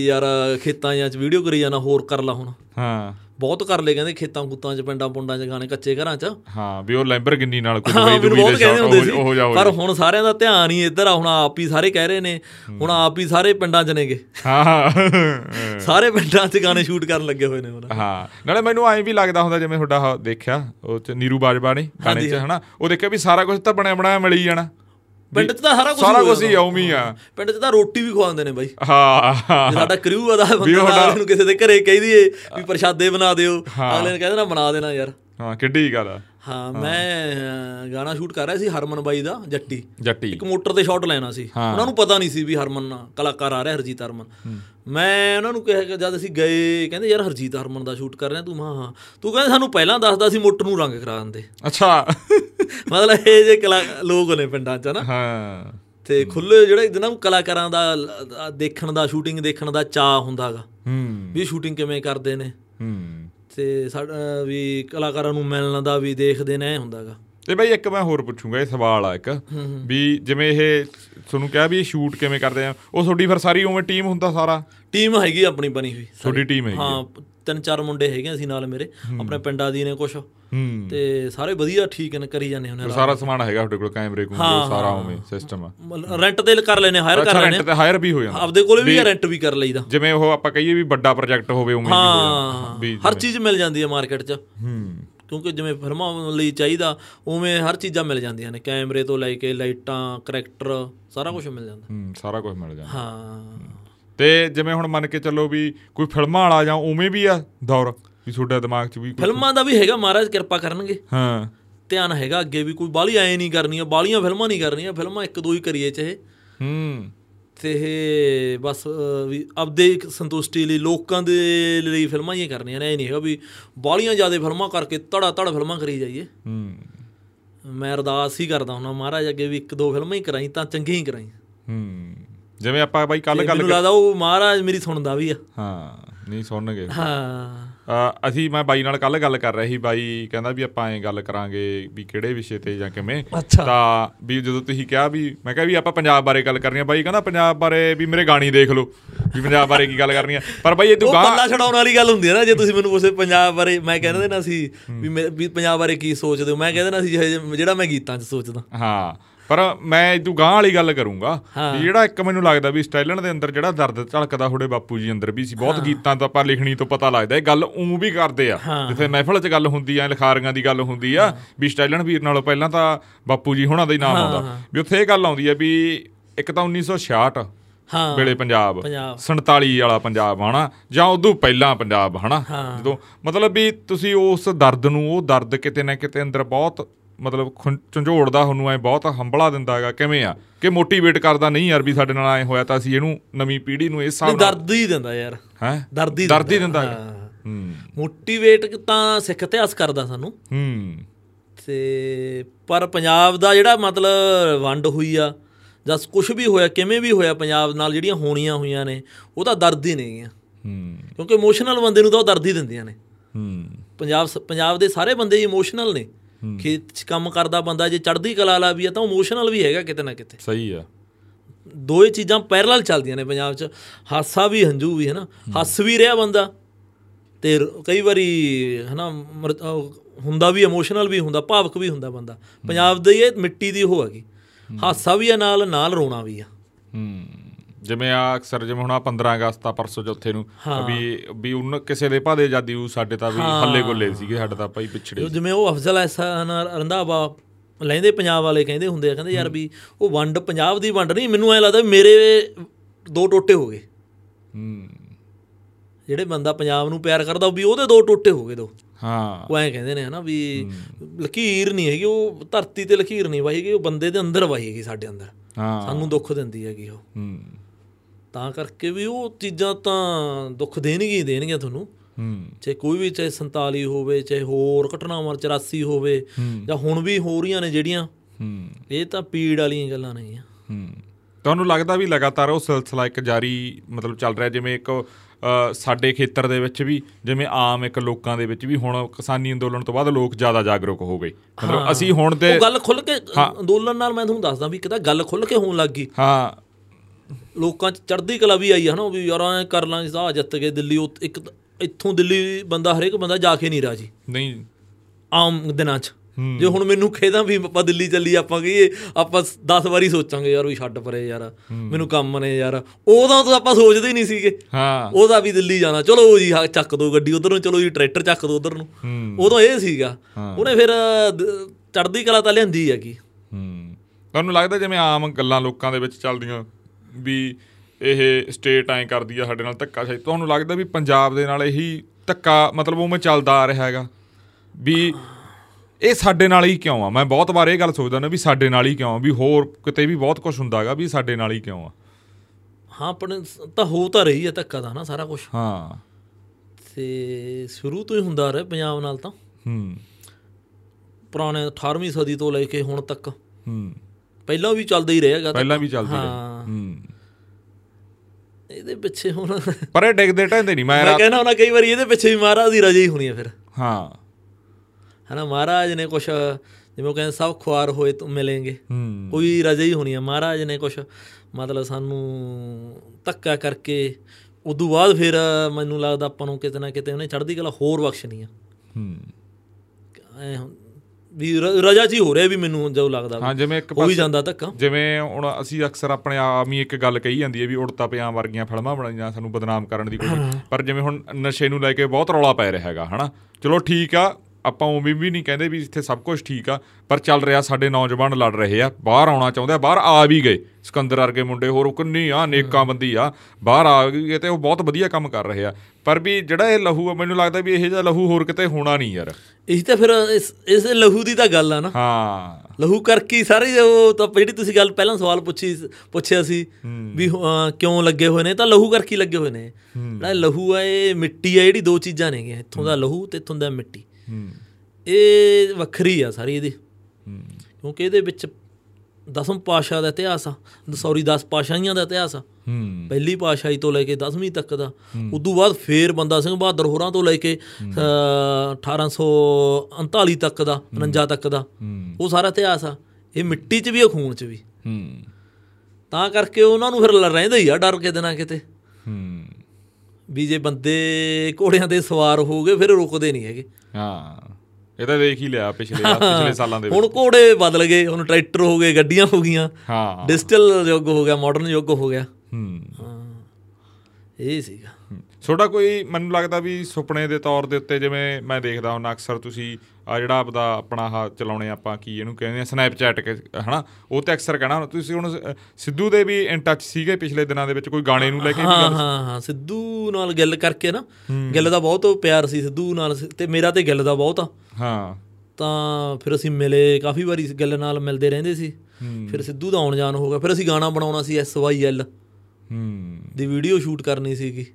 ਯਾਰ ਖੇਤਾਂ ਜਾਂ ਚ ਵੀਡੀਓ ਕਰੀ ਜਾਣਾ ਹੋਰ ਕਰ ਲਾ ਹੁਣ
ਹਾਂ
ਬਹੁਤ ਕਰ ਲਏ ਕਹਿੰਦੇ ਖੇਤਾਂ ਖੂਤਾਂ ਚ ਪਿੰਡਾਂ ਪੁੰਡਾਂ ਚ ਗਾਣੇ ਕੱਚੇ ਘਰਾਂ ਚ
ਹਾਂ ਵੀ ਉਹ ਲੈਂਬਰਗਿੰਨੀ ਨਾਲ ਕੋਈ
ਹਾਂ
ਦਵਾਈ
ਮੈਨੂੰ
ਦੂਈ
ਬਹੁਤ
ਦੇ
ਕਹਿੰਦੇ
ਸ਼ੌਕ
ਹੁੰਦੇ ਸੀ
ਉਹ ਜਾਓ
ਪਰ ਹੁਣ ਸਾਰਿਆਂ ਦਾ ਧਿਆਨ ਹੀ ਇੱਧਰ ਆ ਹੁਣ ਆਪ ਹੀ ਸਾਰੇ ਕਹਿ ਰਹੇ ਨੇ ਹੁਣ ਆਪ ਹੀ ਸਾਰੇ ਪਿੰਡਾਂ ਚ ਨੇਗੇ
ਹਾਂ
ਸਾਰੇ ਪਿੰਡਾਂ ਚ ਗਾਣੇ ਸ਼ੂਟ ਕਰਨ ਲੱਗੇ ਹੋਏ ਨੇ ਹੁਣ
ਹਾਂ ਨਾਲੇ ਮੈਨੂੰ ਐਂ ਵੀ ਲੱਗਦਾ ਹੁੰਦਾ ਜਿਵੇਂ ਤੁਹਾਡਾ ਆਹ ਦੇਖਿਆ ਉਹ ਚ ਨੀਰੂ ਬਾਜਵਾ ਨੇ ਗਾਣੇ ਚ ਹਨਾ ਉਹ ਦੇਖਿਆ ਵੀ ਸਾਰਾ ਕੁਝ ਤਾਂ ਬਣਿਆ ਬਣਾਇਆ ਮਿਲ ਹੀ ਜਾਣਾ
ਪਿੰਡ ਚ ਤਾਂ ਸਾਰਾ ਕੁਝ
ਸਾਰਾ ਕੁਝ ਹੀ ਉਵੇਂ ਹੀ ਆ
ਪਿੰਡ ਚ ਤਾਂ ਰੋਟੀ ਵੀ ਖਵਾਉਂਦੇ ਨੇ ਬਾਈ
ਹਾਂ
ਜੇ ਸਾਡਾ ਕਰੂ ਆਦਾ ਬੰਦਾ
ਹੁਣ-
ਨਾਲ ਨੂੰ ਕਿਸੇ ਦੇ ਘਰੇ ਕਹਿ ਦਈਏ ਵੀ ਪ੍ਰਸ਼ਾਦੇ ਬਣਾ ਦਿਓ ਅਗਲੇ ਨੇ ਕਹਿ ਦੇਣਾ ਬਣਾ ਦੇਣਾ ਯਾਰ
ਹਾਂ ਕਿੱਡੀ ਗੱਲ ਆ
ਹਾਂ ਮੈਂ ਅਹ, ਗਾਣਾ ਸ਼ੂਟ ਕਰ ਰਿਹਾ ਸੀ ਹਰਮਨ ਬਾਈ ਦਾ ਜੱਟੀ
ਜੱਟੀ
ਇੱਕ ਮੋਟਰ ਤੇ ਸ਼ਾਟ ਲੈਣਾ ਸੀ ਉਹਨਾਂ ਨੂੰ ਪਤਾ ਨਹੀਂ ਸੀ ਵੀ ਹਰਮਨ ਨਾ- ਕਲਾਕਾਰ ਆ ਰਿਹਾ ਹਰਜੀਤ ਹਰਮਨ ਮੈਂ ਉਹਨਾਂ ਨੂੰ ਕਿਹਾ ਕਿ ਜਦ ਅਸੀਂ ਗਏ ਕਹਿੰਦੇ ਯਾਰ ਹਰਜੀਤ ਹਰਮਨ ਦਾ ਸ਼ੂਟ ਕਰ ਰਿਹਾ ਤੂੰ ਮੈਂ ਕਿਹਾ, ਹਾਂ ਤੂੰ ਕਹਿੰਦੇ ਸਾਨੂੰ ਪਹਿਲਾਂ ਦੱਸਦਾ ਸੀ ਮੋਟਰ ਨੂੰ ਰੰਗ ਕਰਾ ਦਿੰਦੇ <laughs>
ਅੱਛਾ
ਮਤਲਬ ਇਹ ਜੇ ਕਲਾ ਲੋਕ ਨੇ ਪਿੰਡਾਂ 'ਚ ਨਾ
ਹਾਂ
ਤੇ ਖੁੱਲੇ ਜਿਹੜੇ ਜਿਹਨਾਂ ਨੂੰ ਕਲਾਕਾਰਾਂ ਦਾ ਲ- ਆ ਦੇਖਣ ਦਾ ਸ਼ੂਟਿੰਗ ਦੇਖਣ ਦਾ ਚਾਹ ਹੁੰਦਾਗਾ
ਹੂੰ
ਵੀ ਸ਼ੂਟਿੰਗ ਕਿਵੇਂ ਕਰਦੇ ਨੇ
ਹੂੰ
ਤੇ ਸਾਡਾ ਵੀ ਕਲਾਕਾਰਾਂ ਨੂੰ ਮਿਲਣ ਦਾ ਵੀ ਦੇਖਦੇ ਨੇ ਇਹ ਹੁੰਦਾਗਾ
ਤੇ ਬਈ ਇੱਕ ਮੈਂ ਹੋਰ ਪੁੱਛੂੰਗਾ ਇਹ ਸਵਾਲ ਆ ਇੱਕ ਵੀ ਜਿਵੇਂ ਇਹ ਤੁਹਾਨੂੰ ਕਿਹਾ ਵੀ ਇਹ ਸ਼ੂਟ ਕਿਵੇਂ ਕਰਦੇ ਆ ਉਹ ਤੁਹਾਡੀ ਫਿਰ ਸਾਰੀ ਉਵੇਂ ਟੀਮ ਹੁੰਦਾ ਸਾਰਾ
ਟੀਮ ਹੈਗੀ ਆਪਣੀ ਬਣੀ ਹੋਈ
ਤੁਹਾਡੀ ਟੀਮ ਹੈਗੀ ਆ।
ਹਾਂ ਤਿੰਨ ਚਾਰ ਮੁੰਡੇ ਹੈਗੇ ਸੀ ਨਾਲ ਮੇਰੇ ਆਪਣੇ ਪਿੰਡਾਂ ਦੀ ਨੇ ਕੁਛ
ਹੂੰ
ਤੇ ਸਾਰੇ ਵਧੀਆ ਠੀਕ ਨੇ ਕਰੀ ਜਾਂਦੇ ਹੁੰਦੇ
ਸਾਰਾ ਸਮਾਨ ਹੈਗਾ ਤੁਹਾਡੇ ਕੋਲ ਕੈਮਰੇ ਕੂਮਰੇ ਉਹ ਸਾਰਾ ਉਵੇਂ ਸਿਸਟਮ ਆ
ਰੈਂਟ ਤੇ ਕਰ ਲੈਨੇ ਹਾਇਰ ਕਰ
ਅੱਛਾ
ਲੈਨੇ
ਰੈਂਟ ਤੇ ਹਾਇਰ ਵੀ ਹੋ ਜਾਂਦਾ
ਆਪਦੇ ਕੋਲੇ ਵੀ ਰੈਂਟ ਵੀ ਕਰ ਲਈਦਾ
ਜਿਵੇਂ ਉਹ ਆਪਾਂ ਕਹੀਏ ਵੀ ਵੱਡਾ ਪ੍ਰੋਜੈਕਟ ਹੋਵੇ ਉਵੇਂ ਵੀ ਹੋ ਜਾਂਦਾ
ਹਾਂ
ਵੀ
ਹਰ ਚੀਜ਼ ਮਿਲ ਜਾਂਦੀ ਹੈ ਮਾਰਕੀਟ 'ਚ
ਹੂੰ
ਕਿਉਂਕਿ ਜਿਵੇਂ ਫਿਲਮਾਂ ਲਈ ਚਾਹੀਦਾ ਉਵੇਂ ਹਰ ਚੀਜ਼ਾਂ ਮਿਲ ਜਾਂਦੀਆਂ ਨੇ ਕੈਮਰੇ ਤੋਂ ਲੈ ਕੇ ਲਾਈਟਾਂ ਕਰੈਕਟਰ ਸਾਰਾ ਕੁਝ ਮਿਲ ਜਾਂਦਾ
ਹੂੰ ਸਾਰਾ ਕੁਝ ਮਿਲ ਜਾਂਦਾ
ਹਾਂ
ਤੇ ਜਿਵੇਂ ਹੁਣ ਮੰਨ ਕੇ ਚੱਲੋ ਵੀ ਕੋਈ ਫਿਲਮਾਂ ਵਾਲਾ ਜਾਂ ਉਵੇਂ ਵੀ ਆ ਦੌਰ ਵੀ ਤੁਹਾਡੇ ਦਿਮਾਗ 'ਚ ਵੀ ਕੋਈ-
ਫਿਲਮਾਂ ਦਾ ਵੀ ਹੈਗਾ ਮਹਾਰਾਜ ਕਿਰਪਾ ਕਰਨਗੇ
ਹਾਂ
ਧਿਆਨ ਹੈਗਾ ਅੱਗੇ ਵੀ ਕੋਈ ਬਾਹਲੀ ਐ ਨਹੀਂ ਕਰਨੀਆਂ ਬਾਹਲੀਆਂ ਫਿਲਮਾਂ ਨਹੀਂ ਕਰਨੀਆਂ ਫਿਲਮਾਂ ਇੱਕ ਦੋ ਹੀ ਕਰੀਏ ਚਾਹੇ
ਹੂੰ
ਤੇ ਇਹ ਬਸ ਅਹ, ਵੀ ਆਪਦੇ ਇੱਕ ਸੰਤੁਸ਼ਟੀ ਲਈ ਲੋਕਾਂ ਦੇ ਲਈ ਫਿਲਮਾਂ ਹੀ ਕਰਨੀਆਂ ਨੇ ਇਹ ਨਹੀਂ ਹੈਗਾ ਵੀ ਬਾਹਲੀਆਂ ਜ਼ਿਆਦਾ ਫਿਲਮਾਂ ਕਰਕੇ ਧੜਾ ਧੜ ਫਿਲਮਾਂ ਕਰੀ ਜਾਈਏ
ਹੂੰ
ਮੈਂ ਅਰਦਾਸ ਹੀ ਕਰਦਾ ਹੁੰਦਾ ਮਹਾਰਾਜ ਅੱਗੇ ਵੀ ਇੱਕ ਦੋ ਫਿਲਮਾਂ ਹੀ ਕਰਾਈ ਤਾਂ ਚੰਗੀਆਂ ਹੀ ਕਰਾਈ
ਹੂੰ ਜਿਵੇਂ ਆਪਾਂ ਬਾਈ ਕੱਲ ਗੱਲ
ਮੈਨੂੰ ਲੱਗਦਾ ਉਹ ਮਹਾਰਾਜ ਮੇਰੀ ਸੁਣਦਾ ਵੀ ਆ
ਹਾਂ ਨਹੀਂ ਸੁਣਨਗੇ
ਹਾਂ
ਅ, ਅਸੀਂ ਮੈਂ ਬਾਈ ਨਾਲ ਕੱਲ ਗੱਲ ਕਰ ਰਿਹਾ ਸੀ ਬਾਈ ਕਹਿੰਦਾ ਵੀ ਆਪਾਂ ਐਂ ਗੱਲ ਕਰਾਂਗੇ ਵੀ ਕਿਹੜੇ ਵਿਸ਼ੇ ਤੇ ਜਾਂ ਕਿਵੇਂ
ਅੱਛਾ।
ਤਾਂ ਵੀ ਜਦੋਂ ਤੁਸੀਂ ਕਿਹਾ ਵੀ ਮੈਂ ਕਿਹਾ ਵੀ ਆਪਾਂ ਪੰਜਾਬ ਬਾਰੇ ਗੱਲ ਕਰਨੀ ਆ ਬਾਈ ਕਹਿੰਦਾ ਪੰਜਾਬ ਬਾਰੇ ਵੀ ਮੇਰੇ ਗਾਣੀ ਦੇਖ ਲਓ ਵੀ ਪੰਜਾਬ ਬਾਰੇ ਕੀ ਗੱਲ ਕਰਨੀ ਆ ਪਰ ਬਾਈ ਇਹ ਤੂੰ
ਉਹ
ਗਾਂ
ਪੱਲਾ ਛਡਾਉਣ ਵਾਲੀ ਗੱਲ ਹੁੰਦੀ ਹੈ ਨਾ ਜੇ ਤੁਸੀਂ ਮੈਨੂੰ ਪੁੱਛੇ ਪੰਜਾਬ ਬਾਰੇ ਮੈਂ ਕਹਿੰਦਾ ਨਾ ਸੀ ਵੀ ਮੇਰੇ- ਵੀ ਪੰਜਾਬ ਬਾਰੇ ਕੀ ਸੋਚਦੇ ਹੋ ਮੈਂ ਕਹਿੰਦਾ ਨਾ ਸੀ ਜਿਹੇ- ਜਿਹੜਾ ਮੈਂ ਗੀਤਾਂ 'ਚ ਸੋਚਦਾ
ਹਾਂ ਪਰ ਮੈਂ ਇਦੋਂ ਗਾਂ ਵਾਲੀ ਗੱਲ ਕਰੂੰਗਾ ਵੀ ਜਿਹੜਾ ਇੱਕ ਮੈਨੂੰ ਲੱਗਦਾ ਵੀ ਸਟਾਈਲਨ ਦੇ ਅੰਦਰ ਜਿਹੜਾ ਦਰਦ ਝਲਕਦਾ ਥੋੜੇ ਬਾਪੂ ਜੀ ਅੰਦਰ ਵੀ ਸੀ ਬਹੁਤ ਗੀਤਾਂ ਤੋਂ ਆਪਾਂ ਲਿਖਣੀ ਤੋਂ ਪਤਾ ਲੱਗਦਾ ਇਹ ਗੱਲ ਉਂ ਵੀ ਕਰਦੇ ਆ ਜਿੱਥੇ ਮਹਿਫਲ 'ਚ ਗੱਲ ਹੁੰਦੀ ਆ ਲਿਖਾਰੀਆਂ ਦੀ ਗੱਲ ਹੁੰਦੀ ਆ ਵੀ ਸਟਾਈਲਨ ਵੀਰ ਨਾਲੋਂ ਪਹਿਲਾਂ ਤਾਂ ਬਾਪੂ ਜੀ ਹੁਣਾਂ ਦਾ ਹੀ ਨਾਮ ਆਉਂਦਾ ਵੀ ਉੱਥੇ ਇਹ ਗੱਲ ਆਉਂਦੀ ਆ ਵੀ ਇੱਕ ਤਾਂ 1966
ਹਾਂ
ਵੇਲੇ ਪੰਜਾਬ
ਪੰਜਾਬ।
47 ਵਾਲਾ ਪੰਜਾਬ ਹਨਾ ਜਾਂ ਉਦੋਂ ਪਹਿਲਾਂ ਪੰਜਾਬ ਹਨਾ ਜਦੋਂ ਮਤਲਬ ਵੀ ਤੁਸੀਂ ਉਸ ਦਰਦ ਨੂੰ ਉਹ ਦਰਦ ਕਿਤੇ ਨਾ ਕਿਤੇ ਅੰਦਰ ਬਹੁਤ ਮਤਲਬ ਖੁੰ- ਝੰਜੋੜਦਾ ਤੁਹਾਨੂੰ ਐ ਬਹੁਤ ਹੰਭਲਾ ਦਿੰਦਾ ਹੈਗਾ ਕਿਵੇਂ ਆ ਕਿ ਮੋਟੀਵੇਟ ਕਰਦਾ ਨਹੀਂ ਯਾਰ ਵੀ ਸਾਡੇ ਨਾਲ ਐ ਹੋਇਆ ਤਾਂ ਅਸੀਂ ਇਹਨੂੰ ਨਵੀਂ ਪੀੜ੍ਹੀ ਨੂੰ ਇਸ
ਨਹੀਂ,
ਹਿਸਾਬ ਨਾਲ
ਦਰਦ ਹੀ ਦਿੰਦਾ ਯਾਰ
ਹੈ
ਦਰਦ ਹੀ
ਦਰਦ ਹੀ ਦਿੰਦਾ ਹੈਗਾ।
ਹਾਂ।
ਹੂੰ
ਮੋਟੀਵੇਟ ਤਾਂ ਸਿੱਖ ਇਤਿਹਾਸ ਕਰਦਾ ਸਾਨੂੰ
ਹੂੰ
ਤੇ ਪਰ ਪੰਜਾਬ ਦਾ ਜਿਹੜਾ ਮਤਲਬ ਵੰਡ ਹੋਈ ਆ ਜਾਂ ਕੁਝ ਵੀ ਹੋਇਆ ਕਿਵੇਂ ਵੀ ਹੋਇਆ ਪੰਜਾਬ ਨਾਲ ਜਿਹੜੀਆਂ ਹੋਣੀਆਂ ਹੋਈਆਂ ਨੇ ਉਹ ਤਾਂ ਦਰਦ ਹੀ ਨੇਗੀਆਂ
ਹੂੰ
ਕਿਉਂਕਿ ਇਮੋਸ਼ਨਲ ਬੰਦੇ ਨੂੰ ਤਾਂ ਉਹ ਦਰਦ ਹੀ ਦਿੰਦੀਆਂ ਨੇ
ਹੂੰ
ਪੰਜਾਬ ਸ- ਪੰਜਾਬ ਦੇ ਸਾਰੇ ਬੰਦੇ ਇਮੋਸ਼ਨਲ ਨੇ ਖੇਤ 'ਚ ਕੰਮ ਕਰਦਾ ਬੰਦਾ ਜੇ ਚੜ੍ਹਦੀ ਕਲਾ ਵਾਲਾ ਵੀ ਆ ਤਾਂ ਇਮੋਸ਼ਨਲ ਵੀ ਹੈਗਾ ਕਿਤੇ ਨਾ ਕਿਤੇ
ਸਹੀ ਆ
ਦੋਏ ਚੀਜ਼ਾਂ ਪੈਰਲਲ ਚੱਲਦੀਆਂ ਨੇ ਪੰਜਾਬ 'ਚ ਹਾਸਾ ਵੀ ਹੰਝੂ ਵੀ ਹੈ ਨਾ ਹੱਸ ਵੀ ਰਿਹਾ ਬੰਦਾ ਤੇ ਰ- ਕਈ ਵਾਰੀ ਹੈ ਨਾ ਮਰ- ਉਹ ਹੁੰਦਾ ਵੀ ਇਮੋਸ਼ਨਲ ਵੀ ਹੁੰਦਾ ਭਾਵਕ ਵੀ ਹੁੰਦਾ ਬੰਦਾ ਪੰਜਾਬ ਦੀ ਇਹ ਮਿੱਟੀ ਦੀ ਉਹ ਹੈਗੀ ਹਾਸਾ ਵੀ ਆ ਨਾਲ ਨਾਲ ਰੋਣਾ ਵੀ ਆ
ਹਮ, ਜਿਵੇਂ ਆ ਅਕਸਰ ਜਿਵੇਂ ਹੁਣ ਆ 15 ਅਗਸਤ ਆ ਪਰਸੋਂ ਚੌਥੇ ਨੂੰ ਵੀ ਵੀ ਉਹਨ ਕਿਸੇ ਦੇ ਭਾਦੇ ਆਜ਼ਾਦੀ ਉਹ ਸਾਡੇ ਤਾਂ ਵੀ ਹੱਲੇ ਗੁੱਲੇ ਸੀਗੇ ਸਾਡੇ ਤਾਂ ਭਾਈ ਪਿਛੜੇ
ਜੋ ਜਿਵੇਂ ਉਹ ਅਫਜ਼ਲ ਅਹਿਸਾਨ ਰੰਧਾਵਾ ਲੈਂਦੇ ਪੰਜਾਬ ਵਾਲੇ ਕਹਿੰਦੇ ਹੁੰਦੇ ਆ ਕਹਿੰਦੇ ਯਾਰ ਵੀ ਉਹ ਵੰਡ ਪੰਜਾਬ ਦੀ ਵੰਡ ਨਹੀਂ ਮੈਨੂੰ ਐ ਲੱਗਦਾ ਵੀ ਮੇਰੇ ਦੋ ਟੋਟੇ ਹੋ ਗਏ
ਹਮ,
ਜਿਹੜੇ ਬੰਦਾ ਪੰਜਾਬ ਨੂੰ ਪਿਆਰ ਕਰਦਾ ਵੀ ਉਹਦੇ ਦੋ ਟੋਟੇ ਹੋ ਗਏ ਦੋ
ਹਾਂ
ਉਹ ਐਂ ਕਹਿੰਦੇ ਨੇ ਹਨਾ ਵੀ ਲਕੀਰ ਨਹੀਂ ਹੈਗੀ ਉਹ ਧਰਤੀ ਤੇ ਲਕੀਰ ਨਹੀਂ ਵਾਹੀ ਹੈਗੀ ਉਹ ਬੰਦੇ ਦੇ ਅੰਦਰ ਵਾਹੀ ਹੈਗੀ ਸਾਡੇ ਅੰਦਰ
ਹਾਂ
ਸਾਨੂੰ ਦੁੱਖ ਦਿੰਦੀ ਹੈਗੀ ਉਹ
ਹਮ,
ਤਾਂ ਕਰਕੇ ਵੀ ਉਹ ਚੀਜ਼ਾਂ ਤਾਂ ਦੁੱਖ ਦੇਣਗੀਆਂ ਹੀ ਦੇਣਗੀਆਂ ਤੁਹਾਨੂੰ
ਹਮ,
ਚਾਹੇ ਕੋਈ ਵੀ ਚਾਹੇ 47 ਹੋਵੇ ਚਾਹੇ ਹੋਰ ਘਟਨਾਵਾਂ 84 ਹੋਵੇ ਜਾਂ ਹੁਣ ਵੀ ਹੋ ਰਹੀਆਂ ਨੇ ਜਿਹੜੀਆਂ
ਹਮ,
ਇਹ ਤਾਂ ਪੀੜ ਵਾਲੀਆਂ ਗੱਲਾਂ ਨਹੀਂ ਆ
ਹਮ। ਤੁਹਾਨੂੰ ਲੱਗਦਾ ਵੀ ਲਗਾਤਾਰ ਉਹ ਸਿਲਸਿਲਾ ਇੱਕ ਜਾਰੀ ਮਤਲਬ ਚੱਲ ਰਿਹਾ ਜਿਵੇਂ ਇੱਕ ਅ, ਸਾਡੇ ਖੇਤਰ ਦੇ ਵਿੱਚ ਵੀ ਜਿਵੇਂ ਆਮ ਇੱਕ ਲੋਕਾਂ ਦੇ ਵਿੱਚ ਵੀ ਹੁਣ ਕਿਸਾਨੀ ਅੰਦੋਲਨ ਤੋਂ ਬਾਅਦ ਲੋਕ ਜ਼ਿਆਦਾ ਜਾਗਰੂਕ ਹੋ ਗਏ ਮਤਲਬ ਅਸੀਂ ਹੁਣ ਤੇ
ਉਹ ਗੱਲ ਖੁੱਲ ਕੇ ਅੰਦੋਲਨ ਨਾਲ ਮੈਂ ਤੁਹਾਨੂੰ ਦੱਸਦਾ ਵੀ ਇੱਕ ਤਾਂ ਗੱਲ ਖੁੱਲ ਕੇ ਹੋਣ ਲੱਗ ਗਈ
ਹਾਂ
ਲੋਕਾਂ 'ਚ ਚੜ੍ਹਦੀ ਕਲਾ ਵੀ ਆਈ ਹੈ ਨਾ ਉਹ ਵੀ ਯਾਰ ਐ ਕਰ ਲਾਂਗੇ ਸਾਹ ਜਿੱਤ ਕੇ ਦਿੱਲੀ ਉਹ ਇੱਕ ਇੱਥੋਂ ਦਿੱਲੀ ਬੰਦਾ ਹਰੇਕ ਬੰਦਾ ਜਾ ਕੇ ਨਹੀਂ ਰਾਜੀ
ਨਹੀਂ
ਆਮ ਦਿਨਾਂ 'ਚ ਜੇ ਹੁਣ ਮੈਨੂੰ ਖੇਦਾਂ ਵੀ ਆਪਾਂ ਦਿੱਲੀ ਚੱਲੀ ਆਪਾਂ ਕਹੀਏ ਆਪਾਂ 10 ਵਾਰੀ ਸੋਚਾਂਗੇ ਯਾਰ ਵੀ ਛੱਡ ਪਰੇ ਯਾਰ ਮੈਨੂੰ ਕੰਮ ਨੇ ਯਾਰ ਉਦੋਂ ਤਾਂ ਆਪਾਂ ਸੋਚਦੇ ਹੀ ਨਹੀਂ ਸੀਗੇ
ਹਾਂ
ਉਹਦਾ ਵੀ ਦਿੱਲੀ ਜਾਣਾ ਚਲੋ ਜੀ ਹਾਂ, ਚੱਕ ਦੋ ਗੱਡੀ ਉਧਰ ਨੂੰ ਚਲੋ ਜੀ ਟਰੈਕਟਰ ਚੱਕ ਦੋ ਉਧਰ ਨੂੰ
ਹੂੰ।
ਉਦੋਂ ਇਹ ਸੀਗਾ ਉਹਨੇ ਫਿਰ ਅ, ਦ- ਚੜ੍ਹਦੀ ਕਲਾ ਤਾਂ ਲਿਆਂਦੀ ਹੈਗੀ
ਹੂੰ ਤੁਹਾਨੂੰ ਲੱਗਦਾ ਜਿਵੇਂ ਆਮ ਗੱਲਾਂ ਲੋਕਾਂ ਦੇ ਵਿੱਚ ਚੱਲਦੀਆਂ ਵੀ ਇਹ ਸਟੇਟ ਐਂ ਕਰਦੀ ਆ ਸਾਡੇ ਨਾਲ ਧੱਕਾ ਸ਼ਾਇਦ ਤੁਹਾਨੂੰ ਲੱਗਦਾ ਵੀ ਪੰਜਾਬ ਦੇ ਨਾਲ ਇਹੀ ਧੱਕਾ ਮਤਲਬ ਉਵੇਂ ਚੱਲਦਾ ਆ ਰਿਹਾ ਹੈਗਾ ਵੀ ਇਹ ਸਾਡੇ ਨਾਲ ਹੀ ਕਿਉਂ ਆ ਮੈਂ ਬਹੁਤ ਵਾਰ ਇਹ ਗੱਲ ਸੋਚਦਾ ਨਾ ਵੀ ਸਾਡੇ ਨਾਲ ਹੀ ਕਿਉਂ ਆ ਵੀ ਹੋਰ ਕਿਤੇ ਵੀ ਬਹੁਤ ਕੁਝ ਹੁੰਦਾ ਹੈਗਾ ਵੀ ਸਾਡੇ ਨਾਲ ਹੀ ਕਿਉਂ ਆ
ਹਾਂ ਆਪਣੇ ਸ- ਤਾਂ ਹੋ ਤਾਂ ਰਹੀ ਹੈ ਧੱਕਾ ਦਾ ਨਾ ਸਾਰਾ ਕੁਝ
ਹਾਂ
ਤੇ ਸ਼ੁਰੂ ਤੋਂ ਹੀ ਹੁੰਦਾ ਰਿਹਾ ਪੰਜਾਬ ਨਾਲ ਤਾਂ
ਹੂੰ
ਪੁਰਾਣੇ 18ਵੀਂ ਸਦੀ ਤੋਂ ਲੈ ਕੇ ਹੁਣ ਤੱਕ
ਹੂੰ
ਪਹਿਲਾਂ ਵੀ ਚੱਲਦਾ ਹੀ ਰਹੇਗਾ
ਪਹਿਲਾਂ ਵੀ ਚੱਲਦੀ
ਹਾਂ।
ਰਹੀ ਹੂੰ
ਇਹਦੇ ਪਿੱਛੇ ਹੁਣ ਮੈਂ
ਪਰ ਇਹ ਡਿੱਗਦੇ ਢਹਿੰਦੇ ਨਹੀਂ ਮੈਂ ਰਾਤ-
ਕਹਿਣਾ ਹੁੰਦਾ ਕਈ ਵਾਰੀ ਇਹਦੇ ਪਿੱਛੇ ਵੀ ਮਹਾਰਾਜ ਦੀ ਰਜਾ ਹੀ ਹੋਣੀ ਹੈ ਫਿਰ
ਹਾਂ
ਹਨਾ ਮਹਾਰਾਜ ਨੇ ਕੁਛ ਜਿਵੇਂ ਉਹ ਕਹਿੰਦੇ ਸਭ ਖੁਆਰ ਹੋਏ ਤਾਂ ਮਿਲेंगे
ਹੂੰ
ਕੋਈ ਰਜਾ ਹੀ ਹੋਣੀ ਹੈ ਮਹਾਰਾਜ ਨੇ ਕੁਛ ਮਤਲਬ ਸਾਨੂੰ ਧੱਕਾ ਕਰਕੇ ਉਦੋਂ ਬਾਅਦ ਫਿਰ ਮੈਨੂੰ ਲੱਗਦਾ ਆਪਾਂ ਨੂੰ ਕਿਤੇ ਨਾ ਕਿਤੇ ਉਹਨੇ ਚੜ੍ਹਦੀ ਕਲਾ ਹੋਰ ਬਖਸ਼ਣੀ ਆ
ਹੂੰ
ਐਂ ਹੁਣ ਵੀ ਰ- ਰਜਾ ਜੀ ਹੋ ਰਿਹਾ ਵੀ ਮੈਨੂੰ ਜਦੋਂ ਲੱਗਦਾ
ਹਾਂ ਜਿਵੇਂ ਇੱਕ
ਹੋ ਹੀ ਜਾਂਦਾ ਧੱਕਾ
ਜਿਵੇਂ ਹੁਣ ਅਸੀਂ ਅਕਸਰ ਆਪਣੇ ਆਪ ਹੀ ਇੱਕ ਗੱਲ ਕਹੀ ਜਾਂਦੀ ਹੈ ਵੀ ਉੜਤਾ ਪਿਆਂ ਵਰਗੀਆਂ ਫਿਲਮਾਂ ਬਣਾਈਆਂ ਸਾਨੂੰ ਬਦਨਾਮ ਕਰਨ ਦੀ ਕੋਸ਼ਿਸ਼ ਪਰ ਜਿਵੇਂ ਹੁਣ ਨਸ਼ੇ ਨੂੰ ਲੈ ਕੇ ਬਹੁਤ ਰੌਲਾ ਪੈ ਰਿਹਾ ਹੈਗਾ ਹਨਾ ਚਲੋ ਠੀਕ ਆ ਆਪਾਂ ਉਵੇਂ ਵੀ ਨਹੀਂ ਕਹਿੰਦੇ ਵੀ ਇੱਥੇ ਸਭ ਕੁਝ ਠੀਕ ਆ ਪਰ ਚੱਲ ਰਿਹਾ ਸਾਡੇ ਨੌਜਵਾਨ ਲੜ ਰਹੇ ਆ ਬਾਹਰ ਆਉਣਾ ਚਾਹੁੰਦੇ ਆ ਬਾਹਰ ਆ ਵੀ ਗਏ ਸਿਕੰਦਰ ਵਰਗੇ ਮੁੰਡੇ ਹੋਰ ਕਿੰਨੀ ਆ ਨੇਕਾਂ ਬੰਦੀ ਆ ਬਾਹਰ ਆ ਗਏ ਤੇ ਉਹ ਬਹੁਤ ਵਧੀਆ ਕੰਮ ਕਰ ਰਹੇ ਆ ਪਰ ਵੀ ਜਿਹੜਾ ਇਹ ਲਹੂ ਆ ਮੈਨੂੰ ਲੱਗਦਾ ਵੀ ਇਹ ਜਿਹਾ ਲਹੂ ਹੋਰ ਕਿਤੇ ਹੋਣਾ ਨਹੀਂ ਯਾਰ
ਇਹੀ ਤਾਂ ਫਿਰ ਇਸ ਇਸ ਲਹੂ ਦੀ ਤਾਂ ਗੱਲ ਆ ਨਾ
ਹਾਂ
ਲਹੂ ਕਰਕੇ ਹੀ ਸਾਰੇ ਉਹ ਤਾਂ ਜਿਹੜੀ ਤੁਸੀਂ ਗੱਲ ਪਹਿਲਾਂ ਸਵਾਲ ਪੁੱਛੀ ਪੁੱਛਿਆ ਸੀ ਵੀ ਅਹ, ਕਿਉਂ ਲੱਗੇ ਹੋਏ ਨੇ ਤਾਂ ਲਹੂ ਕਰਕੇ ਹੀ ਲੱਗੇ ਹੋਏ ਨੇ ਜਿਹੜਾ ਲਹੂ ਆ ਇਹ ਮਿੱਟੀ ਆ ਜਿਹੜੀ ਦੋ ਚੀਜ਼ਾਂ ਨੇਗੀਆਂ ਇੱਥੋਂ ਦਾ ਲਹੂ ਤੇ ਇੱਥੋਂ ਦਾ ਮਿੱਟੀ
ਹੂੰ
ਇਹ ਵੱਖਰੀ ਆ ਸਾਰੀ ਇਹਦੀ
ਹੂੰ
ਕਿਉਂਕਿ ਇਹਦੇ ਵਿੱਚ ਦਸਮ ਪਾਸ਼ਾ ਦਾ ਇਤਿਹਾਸ ਆ ਸੌਰੀ 10 ਪਾਸ਼ਾਹੀਆਂ ਦਾ ਇਤਿਹਾਸ ਆ
ਹੂੰ
ਪਹਿਲੀ ਪਾਸ਼ਾਹੀ ਤੋਂ ਲੈ ਕੇ 10ਵੀਂ ਤੱਕ ਦਾ ਉਦੋਂ ਬਾਅਦ ਫੇਰ ਬੰਦਾ ਸਿੰਘ ਬਹਾਦਰ ਹੋਰਾਂ ਤੋਂ ਲੈ ਕੇ ਅਹ, 1839 ਤੱਕ ਦਾ 49 ਤੱਕ ਦਾ
ਹੂੰ
ਉਹ ਸਾਰਾ ਇਤਿਹਾਸ ਆ ਇਹ ਮਿੱਟੀ 'ਚ ਵੀ ਆ ਖੂਨ 'ਚ ਵੀ
ਹੂੰ
ਤਾਂ ਕਰਕੇ ਉਹਨਾਂ ਨੂੰ ਫਿਰ ਲ- ਰਹਿੰਦਾ ਹੀ ਆ ਡਰ ਕੇ ਦੇਣਾ ਕਿਤੇ
ਹੂੰ
ਵੀ ਜੇ ਬੰਦੇ ਘੋੜਿਆਂ ਦੇ ਸਵਾਰ ਹੋ ਗਏ ਫਿਰ ਰੁਕਦੇ ਨਹੀਂ ਹੈਗੇ
ਹਾਂ ਇਹ ਤਾਂ ਦੇਖ ਹੀ ਲਿਆ ਪਿਛਲੇ ਪਿਛਲੇ ਸਾਲਾਂ ਦੇ ਵਿੱਚ
ਹੁਣ ਘੋੜੇ ਬਦਲ ਗਏ ਹੁਣ ਟਰੈਕਟਰ ਹੋ ਗਏ ਗੱਡੀਆਂ ਹੋ ਗਈਆਂ
ਹਾਂ
ਡਿਜੀਟਲ ਯੁੱਗ ਹੋ ਗਿਆ ਮਾਡਰਨ ਯੁੱਗ ਹੋ ਗਿਆ
ਹੂੰ
ਹਾਂ ਇਹ ਸੀਗਾ
ਛੋਟਾ ਕੋਈ ਮੈਨੂੰ ਲੱਗਦਾ ਵੀ ਸੁਪਨੇ ਦੇ ਤੌਰ ਦੇ ਉੱਤੇ ਜਿਵੇਂ ਮੈਂ ਦੇਖਦਾ ਹੁੰਦਾ ਅਕਸਰ ਤੁਸੀਂ ਆ ਜਿਹੜਾ ਆਪਦਾ ਆਪਣਾ ਆਹ ਚਲਾਉਣੇ ਆਪਾਂ ਕੀ ਇਹਨੂੰ ਕਹਿੰਦੇ ਆ ਸਨੈਪਚੈਟ ਹਨਾ ਉਹ ਤੇ ਅਕਸਰ ਕਹਿਣਾ ਤੁਸੀਂ ਹੁਣ ਸ- ਸਿੱਧੂ ਦੇ ਵੀ ਇਨ ਟੱਚ ਸੀਗੇ ਪਿਛਲੇ ਦਿਨਾਂ ਦੇ ਵਿੱਚ ਕੋਈ ਗਾਣੇ ਨੂੰ ਲੈ ਕੇ ਵੀ
ਹਾਂ ਹਾਂ ਹਾਂ ਸਿੱਧੂ ਨਾਲ ਗੱਲ ਕਰਕੇ ਨਾ ਗਿੱਲ ਦਾ ਬਹੁਤ ਪਿਆਰ ਸੀ ਸਿੱਧੂ ਨਾਲ ਸ- ਤੇ ਮੇਰਾ ਤੇ ਗਿੱਲ ਦਾ ਬਹੁਤ ਆ
ਹਾਂ
ਤਾਂ ਫਿਰ ਅਸੀਂ ਮਿਲੇ ਕਾਫੀ ਵਾਰੀ ਇਸ ਗਿੱਲ ਨਾਲ ਮਿਲਦੇ ਰਹਿੰਦੇ ਸੀ ਫਿਰ ਸਿੱਧੂ ਦਾ ਆਉਣ ਜਾਣ ਹੋ ਗਿਆ ਫਿਰ ਅਸੀਂ ਗਾਣਾ ਬਣਾਉਣਾ ਸੀ ਐਸਵਾਈਐਲ
ਹੂੰ
ਦੀ ਵੀਡੀਓ ਸ਼ੂਟ ਕਰਨੀ ਸੀਗੀ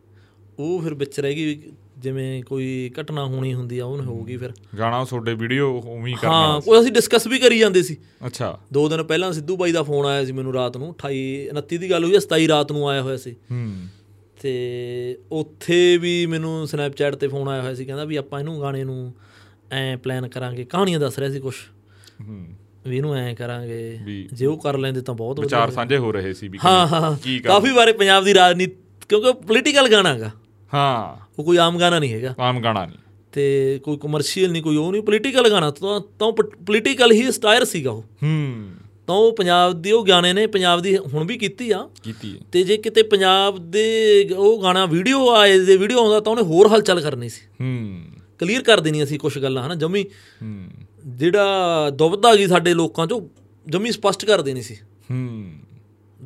ਉਹ ਫਿਰ ਵਿੱਚ ਰਹਿ ਗਈ ਵੀ ਜਿਵੇਂ ਕੋਈ ਘਟਨਾ ਹੋਣੀ ਹੁੰਦੀ ਆ ਉਹ ਹੋ ਗਈ ਫਿਰ
ਗਾਣਾ ਉਹ ਤੁਹਾਡੇ ਵੀਡੀਓ ਉਵੇਂ ਹੀ ਕਰਨਾ
ਹਾਂ ਉਹ ਅਸੀਂ ਡਿਸਕਸ ਵੀ ਕਰੀ ਜਾਂਦੇ ਸੀ
ਅੱਛਾ
ਦੋ ਦਿਨ ਪਹਿਲਾਂ ਸਿੱਧੂ ਬਾਈ ਦਾ ਫੋਨ ਆਇਆ ਸੀ ਮੈਨੂੰ ਰਾਤ ਨੂੰ 28 29 ਦੀ ਗੱਲ ਹੋਈ ਆ, 27 ਰਾਤ ਨੂੰ ਆਇਆ ਹੋਇਆ ਸੀ
ਹੂੰ
ਤੇ ਉੱਥੇ ਵੀ ਮੈਨੂੰ ਸਨੈਪਚੈਟ ਤੇ ਫੋਨ ਆਇਆ ਹੋਇਆ ਸੀ ਕਹਿੰਦਾ ਵੀ ਆਪਾਂ ਇਹਨੂੰ ਗਾਣੇ ਨੂੰ ਐ ਪਲਾਨ ਕਰਾਂਗੇ ਕਹਾਣੀਆਂ ਦੱਸ ਰਿਹਾ ਸੀ ਕੁਝ
ਹੂੰ
ਵੀ ਇਹਨੂੰ ਐ ਕਰਾਂਗੇ
ਵੀ
ਜੇ ਉਹ ਕਰ ਲੈਂਦੇ ਤਾਂ ਬਹੁਤ ਵਧੀਆ
ਵਿਚਾਰ ਸਾਂਝੇ ਹੋ ਰਹੇ ਸੀ ਵੀ
ਹਾਂ ਹਾਂ
ਕੀ ਕਰ
ਕਾਫੀ ਵਾਰੇ ਪੰਜਾਬ ਦੀ ਰਾਜਨੀਤੀ ਕਿਉਂਕਿ ਉਹ ਪੋਲੀਟੀਕਲ ਗਾਣਾ ਹੈਗਾ
ਹਾਂ
ਉਹ ਕੋਈ ਆਮ ਗਾਣਾ ਨਹੀਂ ਹੈਗਾ
ਆਮ ਗਾਣਾ ਨਹੀਂ
ਤੇ ਕੋਈ ਕਮਰਸ਼ੀਅਲ ਨਹੀਂ ਕੋਈ ਉਹ ਨਹੀਂ ਪੋਲੀਟੀਕਲ ਗਾਣਾ ਤਾਂ ਤਾਂ ਪੋਲੀਟੀਕਲ ਹੀ ਸਟਾਇਰ ਸੀਗਾ ਉਹ
ਹੂੰ
ਤਾਂ ਉਹ ਪੰਜਾਬ ਦੀ ਉਹ ਗਾਣੇ ਨੇ ਪੰਜਾਬ ਦੀ ਹੁਣ ਵੀ ਕੀਤੀ ਆ
ਕੀਤੀ ਹੈ।
ਤੇ ਜੇ ਕਿਤੇ ਪੰਜਾਬ ਦੇ ਗ- ਉਹ ਗਾਣਾ ਵੀਡੀਓ ਆਏ ਜੇ ਵੀਡੀਓ ਆਉਂਦਾ ਤਾਂ ਉਹਨੇ ਹੋਰ ਹਲਚਲ ਕਰਨੀ ਸੀ
ਹੂੰ
ਕਲੀਅਰ ਕਰ ਦੇਣੀ ਸੀ ਕੁਝ ਗੱਲਾਂ ਹਨਾ ਜਮੀ
ਹੂੰ
ਜਿਹੜਾ ਦੁਬਦਾ ਗਈ ਸਾਡੇ ਲੋਕਾਂ ਚੋਂ ਜਮੀ ਸਪਸ਼ਟ ਕਰ ਦੇਣੀ ਸੀ
ਹੂੰ